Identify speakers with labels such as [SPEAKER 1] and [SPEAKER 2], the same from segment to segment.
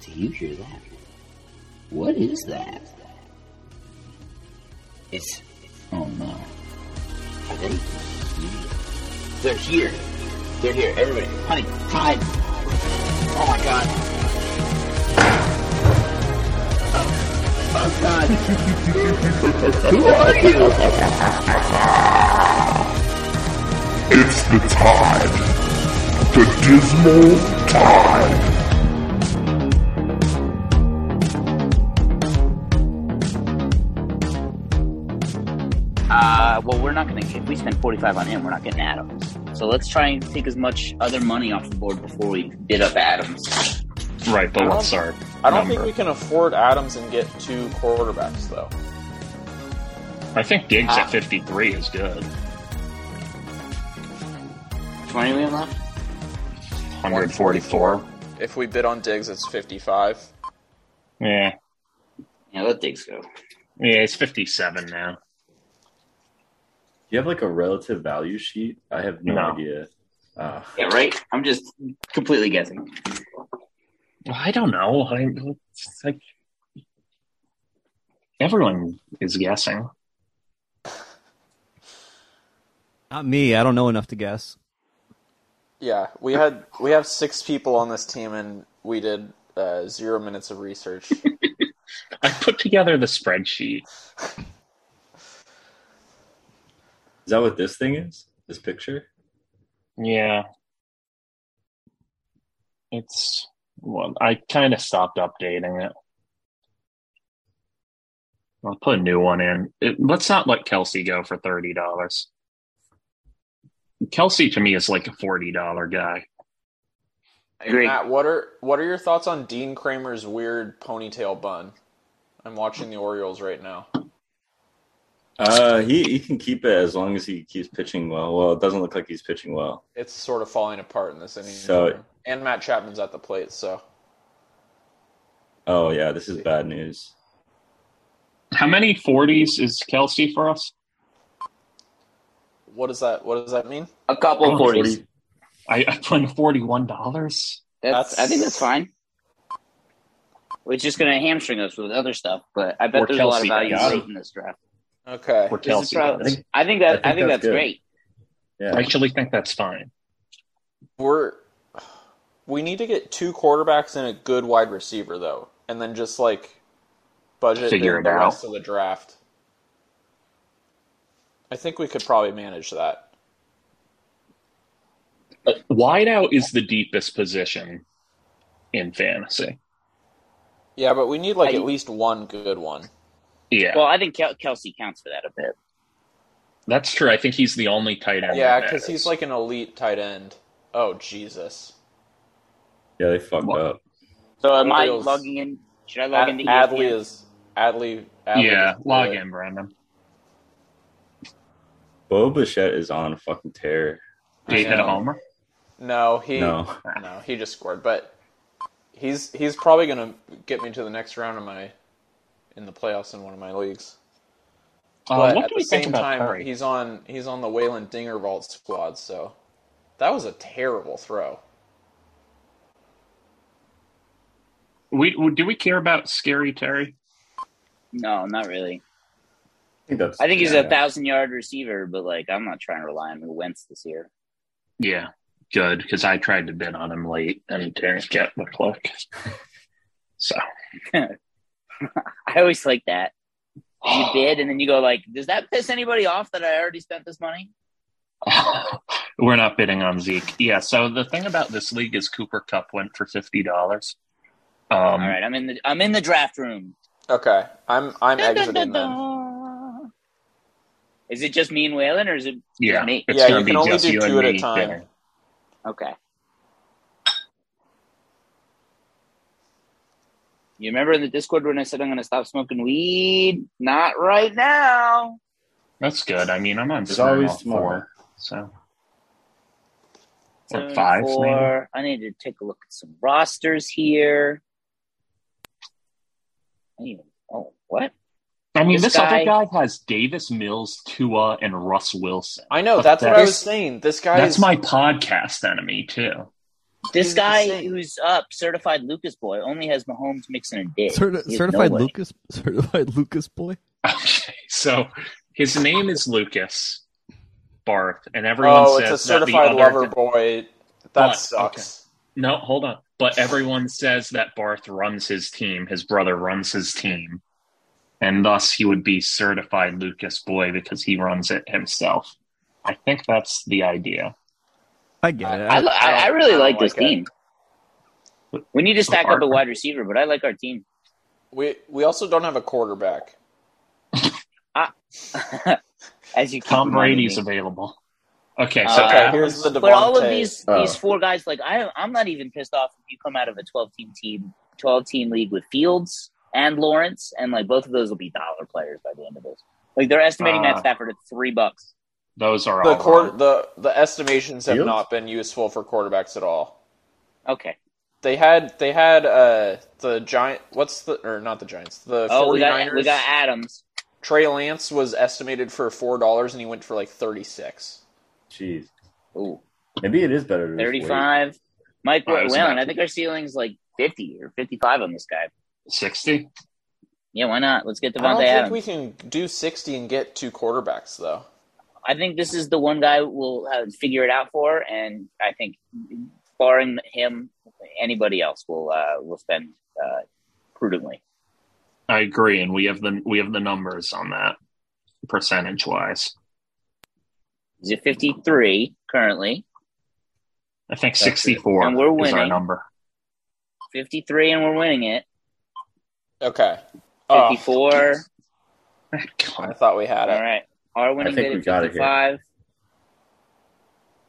[SPEAKER 1] Do you hear that? What is that? It's. Oh no. Are they? They're here. They're here. Everybody, honey, hide! Oh my god. Oh, oh god. Who are you?
[SPEAKER 2] It's the tide. The dismal tide.
[SPEAKER 1] Uh, well, we're not gonna. If we spend forty-five on him, we're not getting Adams. So let's try and take as much other money off the board before we bid up Adams.
[SPEAKER 3] Right, but
[SPEAKER 4] I don't-
[SPEAKER 3] what's our
[SPEAKER 4] I don't
[SPEAKER 3] number?
[SPEAKER 4] think we can afford Adams and get two quarterbacks though.
[SPEAKER 3] I think Diggs
[SPEAKER 1] Ah.
[SPEAKER 3] at 53 is good.
[SPEAKER 1] Twenty million left.
[SPEAKER 3] 144.
[SPEAKER 4] If we bid on Diggs, it's fifty-five.
[SPEAKER 3] Yeah.
[SPEAKER 1] Yeah, let Diggs go.
[SPEAKER 3] Yeah, it's 57 now.
[SPEAKER 5] Do you have like a relative value sheet? I have no,
[SPEAKER 3] No.
[SPEAKER 5] idea. Uh,
[SPEAKER 1] Yeah, right. I'm just completely guessing.
[SPEAKER 3] I don't know. I, it's like everyone is guessing.
[SPEAKER 6] Not me. I don't know enough to guess.
[SPEAKER 4] Yeah, we had we have six people on this team, and we did uh, zero minutes of research.
[SPEAKER 3] I put together the spreadsheet.
[SPEAKER 5] is that what this thing is? This picture?
[SPEAKER 3] Yeah. It's well, I kind of stopped updating it. I'll put a new one in. It, let's not let Kelsey go for thirty dollars. Kelsey to me is like a forty dollar guy.
[SPEAKER 1] I agree.
[SPEAKER 4] Matt, what are what are your thoughts on Dean Kramer's weird ponytail bun? I'm watching the Orioles right now.
[SPEAKER 5] Uh, he he can keep it as long as he keeps pitching well. Well, it doesn't look like he's pitching well.
[SPEAKER 4] It's sort of falling apart in this inning.
[SPEAKER 5] So-
[SPEAKER 4] and Matt Chapman's at the plate, so
[SPEAKER 5] Oh yeah, this is bad news.
[SPEAKER 3] How many forties is Kelsey for us?
[SPEAKER 4] what does that what does that mean?
[SPEAKER 1] A couple
[SPEAKER 3] Oh,
[SPEAKER 1] forties.
[SPEAKER 3] I, I put in forty one dollars.
[SPEAKER 1] That's,
[SPEAKER 4] That's-
[SPEAKER 1] I think that's fine. We're just gonna hamstring us with other stuff, but I bet
[SPEAKER 3] Or
[SPEAKER 1] there's
[SPEAKER 3] Kelsey,
[SPEAKER 1] a lot of
[SPEAKER 3] I got
[SPEAKER 1] value
[SPEAKER 3] it.
[SPEAKER 1] late in this draft.
[SPEAKER 4] Okay,
[SPEAKER 3] For
[SPEAKER 1] This is
[SPEAKER 3] Kelsey,
[SPEAKER 1] prob-
[SPEAKER 3] I, think-
[SPEAKER 1] I think that I think, that's,
[SPEAKER 5] good.
[SPEAKER 1] great.
[SPEAKER 5] Yeah.
[SPEAKER 3] I actually think that's fine.
[SPEAKER 4] we're we need to get two quarterbacks and a good wide receiver though, and then just like budget
[SPEAKER 3] Figure
[SPEAKER 4] the
[SPEAKER 3] it out.
[SPEAKER 4] rest of the draft. I think we could probably manage that.
[SPEAKER 3] Uh, Wideout is the deepest position in fantasy.
[SPEAKER 4] Yeah, but we need like
[SPEAKER 1] I-
[SPEAKER 4] at least one good one.
[SPEAKER 3] Yeah,
[SPEAKER 1] Well, I think Kel- Kelsey counts for that a bit.
[SPEAKER 3] that's true. I think he's the only tight end.
[SPEAKER 4] Yeah,
[SPEAKER 3] that
[SPEAKER 4] because
[SPEAKER 3] matters.
[SPEAKER 4] he's like an elite tight end. Oh Jesus!
[SPEAKER 5] Yeah, they fucked
[SPEAKER 3] Well,
[SPEAKER 5] up.
[SPEAKER 1] So am I
[SPEAKER 4] Orioles.
[SPEAKER 1] logging in? Should I log
[SPEAKER 4] Ad-
[SPEAKER 1] into E
[SPEAKER 4] Adley
[SPEAKER 1] ESPN?
[SPEAKER 4] is Adley. Adley
[SPEAKER 3] yeah,
[SPEAKER 4] is good.
[SPEAKER 3] log in, Brandon.
[SPEAKER 5] Bo Bichette is on a fucking tear.
[SPEAKER 3] Did he hit a homer?
[SPEAKER 4] No, he no.
[SPEAKER 5] No,
[SPEAKER 4] he just scored, but he's he's probably gonna get me to the next round of my in the playoffs in one of my leagues.
[SPEAKER 3] Uh,
[SPEAKER 4] But
[SPEAKER 3] what
[SPEAKER 4] at
[SPEAKER 3] do
[SPEAKER 4] the
[SPEAKER 3] we think
[SPEAKER 4] same
[SPEAKER 3] about
[SPEAKER 4] time,
[SPEAKER 3] Curry?
[SPEAKER 4] he's on he's on the Wayland Dingervault squad, so that was a terrible throw.
[SPEAKER 3] We we- do we care about Scary Terry?
[SPEAKER 1] No, not really.
[SPEAKER 5] I think that's.
[SPEAKER 1] I think he's
[SPEAKER 5] yeah.
[SPEAKER 1] a thousand yard receiver, but like I'm not trying to rely on Wentz this year.
[SPEAKER 3] Yeah, good because I tried to bid on him late and didn't get the click. So
[SPEAKER 1] I always like that. You bid and then you go like, does that piss anybody off that I already spent this money?
[SPEAKER 3] we're not bidding on Zeke. Yeah. So the thing about this league is Cooper Cup went for fifty dollars. Um,
[SPEAKER 1] All right, I'm in the I'm in the draft room.
[SPEAKER 4] Okay, I'm I'm exiting then.
[SPEAKER 1] Is it just me and Waylon, or is it
[SPEAKER 3] Yeah,
[SPEAKER 1] Me.
[SPEAKER 3] it's
[SPEAKER 4] Yeah,
[SPEAKER 3] gonna
[SPEAKER 4] you
[SPEAKER 3] be
[SPEAKER 4] can only
[SPEAKER 3] just
[SPEAKER 4] do
[SPEAKER 3] you and
[SPEAKER 4] two at a
[SPEAKER 3] me
[SPEAKER 4] time.
[SPEAKER 3] bidding.
[SPEAKER 1] okay? You remember in the Discord when I said I'm going to stop smoking weed? Not right now.
[SPEAKER 3] That's good. I mean, I'm on
[SPEAKER 5] It's always
[SPEAKER 3] Smirnoff
[SPEAKER 5] smart.
[SPEAKER 3] four, so Or
[SPEAKER 1] Seven,
[SPEAKER 3] five,
[SPEAKER 1] four. I need to take a look at some rosters here. I need- Oh, what?
[SPEAKER 3] I mean,
[SPEAKER 1] This
[SPEAKER 3] this,
[SPEAKER 1] guy-
[SPEAKER 3] other guy has Davis Mills, Tua, and Russ Wilson.
[SPEAKER 4] I know
[SPEAKER 3] But
[SPEAKER 4] that's what I
[SPEAKER 3] that's-
[SPEAKER 4] was saying. This guy
[SPEAKER 3] That's
[SPEAKER 4] is
[SPEAKER 3] my podcast enemy too.
[SPEAKER 1] This
[SPEAKER 4] He's
[SPEAKER 1] guy
[SPEAKER 4] insane.
[SPEAKER 1] who's up, certified Lucas boy, only has Mahomes, Mixon, and Diggs. He
[SPEAKER 6] Certi-
[SPEAKER 1] has
[SPEAKER 6] certified
[SPEAKER 1] nobody.
[SPEAKER 6] Lucas, certified Lucas boy.
[SPEAKER 3] Okay, so his name is Lucas Barth, and everyone
[SPEAKER 4] oh,
[SPEAKER 3] says
[SPEAKER 4] it's a
[SPEAKER 3] that the
[SPEAKER 4] certified
[SPEAKER 3] other
[SPEAKER 4] lover boy. That
[SPEAKER 3] But,
[SPEAKER 4] sucks.
[SPEAKER 3] No, hold on. But everyone says that Barth runs his team, his brother runs his team, and thus he would be certified Lucas boy because he runs it himself. I think that's the idea.
[SPEAKER 6] I get it.
[SPEAKER 1] I, li- I, I really
[SPEAKER 4] I don't
[SPEAKER 1] like this
[SPEAKER 4] like it.
[SPEAKER 1] team. We need to stack up
[SPEAKER 3] Our-
[SPEAKER 1] a wide receiver, but I like our team.
[SPEAKER 4] We we also don't have a quarterback.
[SPEAKER 1] As you keep
[SPEAKER 3] Tom
[SPEAKER 1] reminding
[SPEAKER 3] Brady's
[SPEAKER 1] me.
[SPEAKER 3] available. Okay, so
[SPEAKER 1] Uh,
[SPEAKER 4] Okay,
[SPEAKER 1] Uh,
[SPEAKER 4] here's the
[SPEAKER 1] But all of
[SPEAKER 4] Devontae.
[SPEAKER 1] these
[SPEAKER 5] Oh.
[SPEAKER 1] these four guys, like I, I'm not even pissed off if you come out of a 12 team team, 12 team league with Fields and Lawrence, and like both of those will be dollar players by the end of this. Like they're estimating
[SPEAKER 3] Uh,
[SPEAKER 1] Matt Stafford at three bucks.
[SPEAKER 3] those are
[SPEAKER 4] the
[SPEAKER 3] all.
[SPEAKER 4] quar-
[SPEAKER 3] wrong.
[SPEAKER 4] the the estimations have
[SPEAKER 5] Fields?
[SPEAKER 4] not been useful for quarterbacks at all.
[SPEAKER 1] Okay.
[SPEAKER 4] They had they had uh the giant what's the or not the Giants the
[SPEAKER 1] Oh, we
[SPEAKER 4] 49ers
[SPEAKER 1] got we got Adams.
[SPEAKER 4] Trey Lance was estimated for four dollars and he went for like thirty six.
[SPEAKER 5] Jeez.
[SPEAKER 1] Ooh,
[SPEAKER 5] Maybe it is better to just wait.
[SPEAKER 1] 35. Mike
[SPEAKER 3] Oh, it was
[SPEAKER 1] Whalen.
[SPEAKER 3] about-
[SPEAKER 1] I think our ceiling's like 50 or 55 on this guy.
[SPEAKER 3] 60?
[SPEAKER 1] Yeah, why not? Let's get
[SPEAKER 4] I don't
[SPEAKER 1] Devontae
[SPEAKER 4] think
[SPEAKER 1] Adams.
[SPEAKER 4] we can do sixty and get two quarterbacks though.
[SPEAKER 1] I think this is the one guy we'll uh, figure it out for, and I think barring him, anybody else will uh, will spend uh, prudently.
[SPEAKER 3] I agree, and we have the we have the numbers on that percentage wise.
[SPEAKER 1] He's at fifty three currently,
[SPEAKER 3] I think
[SPEAKER 5] it.
[SPEAKER 3] sixty four
[SPEAKER 1] And we're
[SPEAKER 3] is our
[SPEAKER 1] winning.
[SPEAKER 3] number.
[SPEAKER 1] fifty three, and we're winning it.
[SPEAKER 4] Okay. Oh,
[SPEAKER 1] Fifty four.
[SPEAKER 4] I
[SPEAKER 3] God,
[SPEAKER 4] thought we had
[SPEAKER 1] All
[SPEAKER 4] it.
[SPEAKER 1] right, our winning
[SPEAKER 5] I think
[SPEAKER 1] bid
[SPEAKER 5] we
[SPEAKER 1] at
[SPEAKER 5] got it
[SPEAKER 1] fifty
[SPEAKER 5] here.
[SPEAKER 1] five.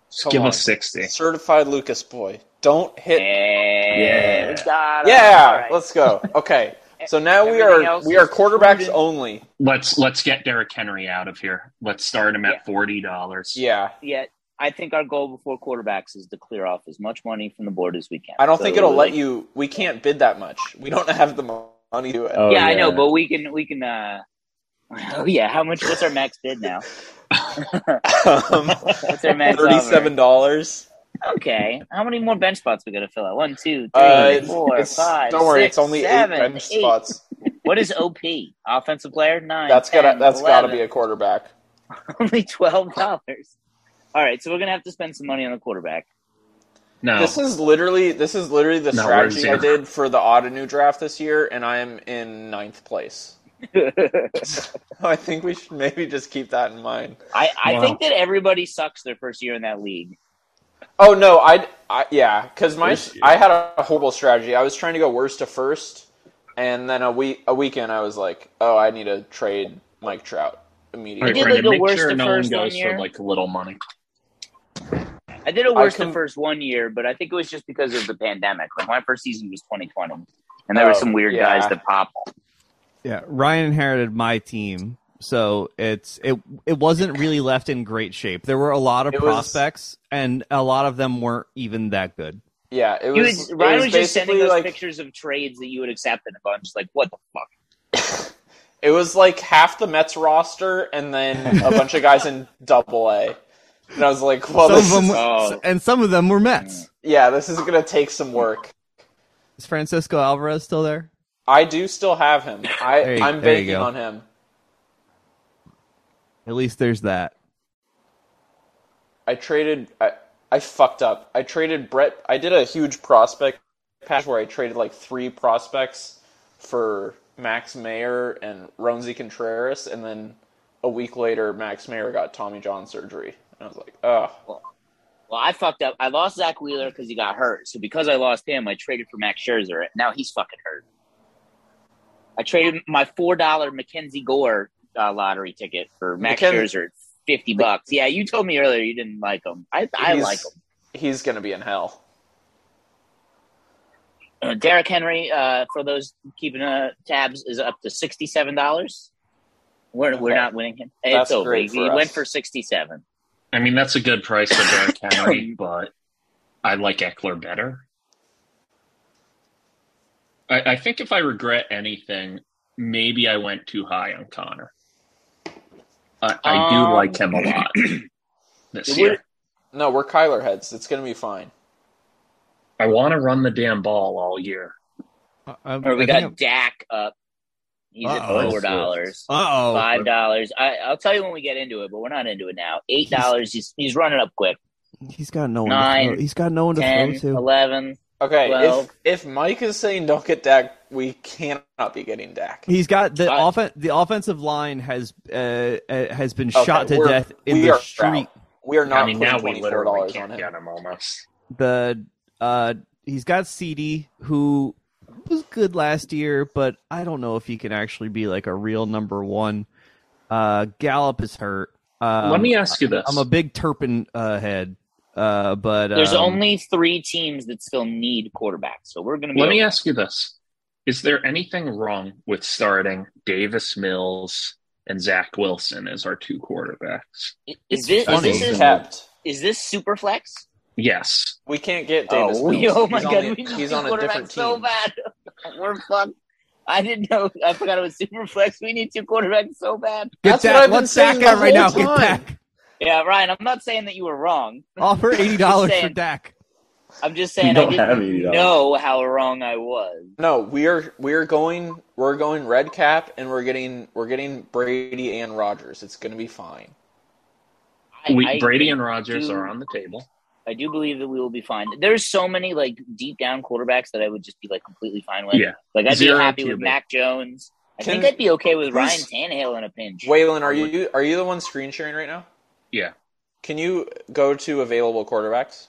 [SPEAKER 3] just
[SPEAKER 4] Come
[SPEAKER 3] give
[SPEAKER 4] on.
[SPEAKER 3] us sixty.
[SPEAKER 4] Certified Lucas boy. Don't hit
[SPEAKER 1] Yeah, we got it.
[SPEAKER 4] Yeah,
[SPEAKER 1] All right.
[SPEAKER 4] let's go. Okay. So now we
[SPEAKER 1] Everything
[SPEAKER 4] are
[SPEAKER 1] else
[SPEAKER 4] we are
[SPEAKER 1] is
[SPEAKER 4] quarterbacks
[SPEAKER 1] prudent.
[SPEAKER 4] only.
[SPEAKER 3] Let's let's get Derrick Henry out of here. Let's start him at
[SPEAKER 1] Yeah.
[SPEAKER 3] forty dollars.
[SPEAKER 4] Yeah.
[SPEAKER 1] yeah. I think our goal before quarterbacks is to clear off as much money from the board as we can.
[SPEAKER 4] I don't think it'll let
[SPEAKER 1] you.
[SPEAKER 4] you we can't bid that much. We don't have the mo- money to do it.
[SPEAKER 5] Oh,
[SPEAKER 1] yeah, I know, but we can we can. uh Oh yeah, how much? What's our max bid now?
[SPEAKER 4] Um,
[SPEAKER 1] What's our max? offer?
[SPEAKER 4] Thirty-seven dollars.
[SPEAKER 1] Okay, how many more bench spots we got to fill out? One, two,
[SPEAKER 4] Uh,
[SPEAKER 1] three,
[SPEAKER 4] it's-
[SPEAKER 1] four,
[SPEAKER 4] it's-
[SPEAKER 1] five,
[SPEAKER 4] don't worry,
[SPEAKER 1] six,
[SPEAKER 4] it's only
[SPEAKER 1] seven,
[SPEAKER 4] eight bench
[SPEAKER 1] eight.
[SPEAKER 4] spots.
[SPEAKER 1] What is OP? Offensive player nine.
[SPEAKER 4] That's gotta
[SPEAKER 1] ten,
[SPEAKER 4] that's gotta
[SPEAKER 1] 11.
[SPEAKER 4] be a quarterback.
[SPEAKER 1] only twelve dollars. All right, so we're gonna have to spend some money on the quarterback.
[SPEAKER 3] No,
[SPEAKER 4] This is literally this is literally the
[SPEAKER 3] No, we're
[SPEAKER 4] strategy I
[SPEAKER 3] zero.
[SPEAKER 4] did for the odd new draft this year, and I am in ninth place. I think we should maybe just keep that in mind.
[SPEAKER 1] I, I
[SPEAKER 3] Wow.
[SPEAKER 1] think that everybody sucks their first year in that league.
[SPEAKER 4] Oh no, I, I yeah, because my
[SPEAKER 5] This year.
[SPEAKER 4] I had a horrible strategy. I was trying to go worst to first, and then a week a weekend I was like, oh, I need to trade Mike Trout
[SPEAKER 3] All right,
[SPEAKER 4] immediately.
[SPEAKER 1] did,
[SPEAKER 3] Brandon,
[SPEAKER 1] like, a
[SPEAKER 3] make
[SPEAKER 1] worst
[SPEAKER 3] sure
[SPEAKER 1] to
[SPEAKER 3] no one
[SPEAKER 1] first one
[SPEAKER 3] goes for
[SPEAKER 1] year.
[SPEAKER 3] like little money.
[SPEAKER 1] I did it worse
[SPEAKER 4] I com-
[SPEAKER 1] the first one year, but I think it was just because of the pandemic. Like my first season was 2020, and there were
[SPEAKER 4] Oh,
[SPEAKER 1] some weird
[SPEAKER 4] yeah.
[SPEAKER 1] guys that popped.
[SPEAKER 6] Yeah, Ryan inherited my team, so it's it it wasn't really left in great shape. There were a lot of
[SPEAKER 4] It was-
[SPEAKER 6] prospects, and a lot of them weren't even that good.
[SPEAKER 4] Yeah, it
[SPEAKER 1] You
[SPEAKER 4] was.
[SPEAKER 1] would-
[SPEAKER 4] it
[SPEAKER 1] Ryan
[SPEAKER 4] was
[SPEAKER 1] was just sending
[SPEAKER 4] basically
[SPEAKER 1] us
[SPEAKER 4] like
[SPEAKER 1] pictures of trades that you would accept in a bunch. Like, what the fuck?
[SPEAKER 4] it was like half the Mets roster, and then a bunch of guys in Double A. And I was like, well,
[SPEAKER 6] some of
[SPEAKER 4] this
[SPEAKER 6] them,
[SPEAKER 4] is,
[SPEAKER 1] oh.
[SPEAKER 6] and some of them were Mets.
[SPEAKER 4] yeah, this is gonna take some work.
[SPEAKER 6] Is Francisco Alvarez still there?
[SPEAKER 4] I do still have him.
[SPEAKER 6] There
[SPEAKER 4] I
[SPEAKER 6] you-
[SPEAKER 4] I'm
[SPEAKER 6] there you
[SPEAKER 4] banking
[SPEAKER 6] go.
[SPEAKER 4] on him.
[SPEAKER 6] At least there's that.
[SPEAKER 4] I traded. I, I fucked up. I traded Brett. I did a huge prospect patch where I traded like three prospects for Max Mayer and Ronzi Contreras, and then a week later, Max Mayer got Tommy John surgery, and I was like, oh,
[SPEAKER 1] Well, I fucked up. I lost Zach Wheeler because he got hurt. So because I lost him, I traded for Max Scherzer. Now he's fucking hurt. I traded my four dollar Mackenzie Gore uh, lottery ticket for Max
[SPEAKER 4] Mackenzie-
[SPEAKER 1] Scherzer, at fifty bucks. Yeah, you told me earlier you didn't like him. I, I
[SPEAKER 4] He's-
[SPEAKER 1] like him.
[SPEAKER 4] he's gonna be in hell.
[SPEAKER 1] Uh, Derrick Henry, uh, for those keeping uh, tabs, is up to sixty-seven dollars. We're we're
[SPEAKER 4] Okay.
[SPEAKER 1] not winning him.
[SPEAKER 4] That's
[SPEAKER 1] it's over.
[SPEAKER 4] great
[SPEAKER 1] he
[SPEAKER 4] for us.
[SPEAKER 1] went for sixty-seven.
[SPEAKER 3] I mean, that's a good price for Derrick Henry, but I like Eckler better. I, I think if I regret anything, maybe I went too high on Connor. I, I do
[SPEAKER 1] Um,
[SPEAKER 3] like him a lot this
[SPEAKER 1] it
[SPEAKER 3] year.
[SPEAKER 1] would-
[SPEAKER 4] No, we're Kyler heads. It's gonna be fine.
[SPEAKER 3] I want to run the damn ball all year.
[SPEAKER 6] Uh, um,
[SPEAKER 1] Or we
[SPEAKER 6] I
[SPEAKER 1] got
[SPEAKER 6] think
[SPEAKER 1] Dak up. He's
[SPEAKER 6] Uh-oh.
[SPEAKER 1] at four dollars.
[SPEAKER 6] I'm- Uh-oh.
[SPEAKER 1] Five dollars. I I'll tell you when we get into it, but we're not into it now. Eight dollars. He's he's running up quick.
[SPEAKER 6] He's got no one.
[SPEAKER 1] Nine,
[SPEAKER 6] to throw. He's got no one to
[SPEAKER 1] Ten,
[SPEAKER 6] throw to.
[SPEAKER 1] eleven.
[SPEAKER 4] Okay,
[SPEAKER 1] Well-
[SPEAKER 4] if if Mike is saying don't get Dak, we cannot be getting Dak.
[SPEAKER 6] He's got the
[SPEAKER 1] I-
[SPEAKER 6] offen- The offensive line has uh, uh, has been
[SPEAKER 4] Okay,
[SPEAKER 6] shot to
[SPEAKER 4] we're-
[SPEAKER 6] death in
[SPEAKER 4] we
[SPEAKER 6] the
[SPEAKER 4] are
[SPEAKER 6] street.
[SPEAKER 4] out. We are not
[SPEAKER 3] I mean,
[SPEAKER 4] putting
[SPEAKER 3] now we
[SPEAKER 4] twenty four
[SPEAKER 3] literally
[SPEAKER 4] dollars on
[SPEAKER 3] can't
[SPEAKER 4] him.
[SPEAKER 3] get him almost.
[SPEAKER 6] The uh, he's got CD who was good last year, but I don't know if he can actually be like a real number one. Uh, Gallup is hurt. Um,
[SPEAKER 3] Let me ask you this.
[SPEAKER 6] I'm a big Turpin uh, head, uh, but
[SPEAKER 1] There's
[SPEAKER 6] um,
[SPEAKER 1] only three teams that still need quarterbacks, so we're gonna be.
[SPEAKER 3] Let me
[SPEAKER 1] okay.
[SPEAKER 3] ask you this: Is there anything wrong with starting Davis Mills and Zach Wilson as our two quarterbacks?
[SPEAKER 1] Is
[SPEAKER 4] He's
[SPEAKER 1] this, is
[SPEAKER 5] funny.
[SPEAKER 1] this is,
[SPEAKER 4] capped.
[SPEAKER 1] is this super flex?
[SPEAKER 3] Yes.
[SPEAKER 4] We can't get Davis.
[SPEAKER 1] oh, we-
[SPEAKER 4] Mills.
[SPEAKER 1] oh my
[SPEAKER 4] he's
[SPEAKER 1] god,
[SPEAKER 4] on a,
[SPEAKER 1] we
[SPEAKER 4] he's
[SPEAKER 1] need
[SPEAKER 4] on a different
[SPEAKER 1] quarterbacks so
[SPEAKER 4] team.
[SPEAKER 1] bad. We're fucked. I didn't know. I forgot it was super flex. We need two quarterbacks so bad.
[SPEAKER 6] Get
[SPEAKER 4] That's what
[SPEAKER 6] Dak-
[SPEAKER 4] I've been
[SPEAKER 6] let's
[SPEAKER 4] saying
[SPEAKER 6] Dak out
[SPEAKER 4] the
[SPEAKER 6] right now.
[SPEAKER 4] whole
[SPEAKER 6] Get
[SPEAKER 4] time.
[SPEAKER 6] Dak.
[SPEAKER 1] Yeah, Ryan. I'm not saying that you were wrong.
[SPEAKER 6] Offer eighty dollars for
[SPEAKER 1] saying.
[SPEAKER 6] Dak.
[SPEAKER 1] I'm just
[SPEAKER 5] You
[SPEAKER 1] saying I
[SPEAKER 5] don't have
[SPEAKER 1] didn't
[SPEAKER 5] any dollars.
[SPEAKER 1] know how wrong I was.
[SPEAKER 4] No, we are we are going we're going red cap and we're getting we're getting Brady and Rogers. It's gonna be fine.
[SPEAKER 1] I,
[SPEAKER 3] we,
[SPEAKER 1] I-
[SPEAKER 3] Brady and Rogers
[SPEAKER 1] do-
[SPEAKER 3] are on the table.
[SPEAKER 1] I do believe that we will be fine. There's so many like deep down quarterbacks that I would just be like completely fine with.
[SPEAKER 3] Yeah.
[SPEAKER 1] Like I'd
[SPEAKER 3] Zero
[SPEAKER 1] be happy with
[SPEAKER 3] QB.
[SPEAKER 1] Mac Jones. I
[SPEAKER 4] Can-
[SPEAKER 1] think I'd be okay with
[SPEAKER 4] who's-
[SPEAKER 1] Ryan Tannehill in a pinch.
[SPEAKER 4] Waylon, are you are you the one screen sharing right now?
[SPEAKER 3] Yeah.
[SPEAKER 4] Can you go to available quarterbacks?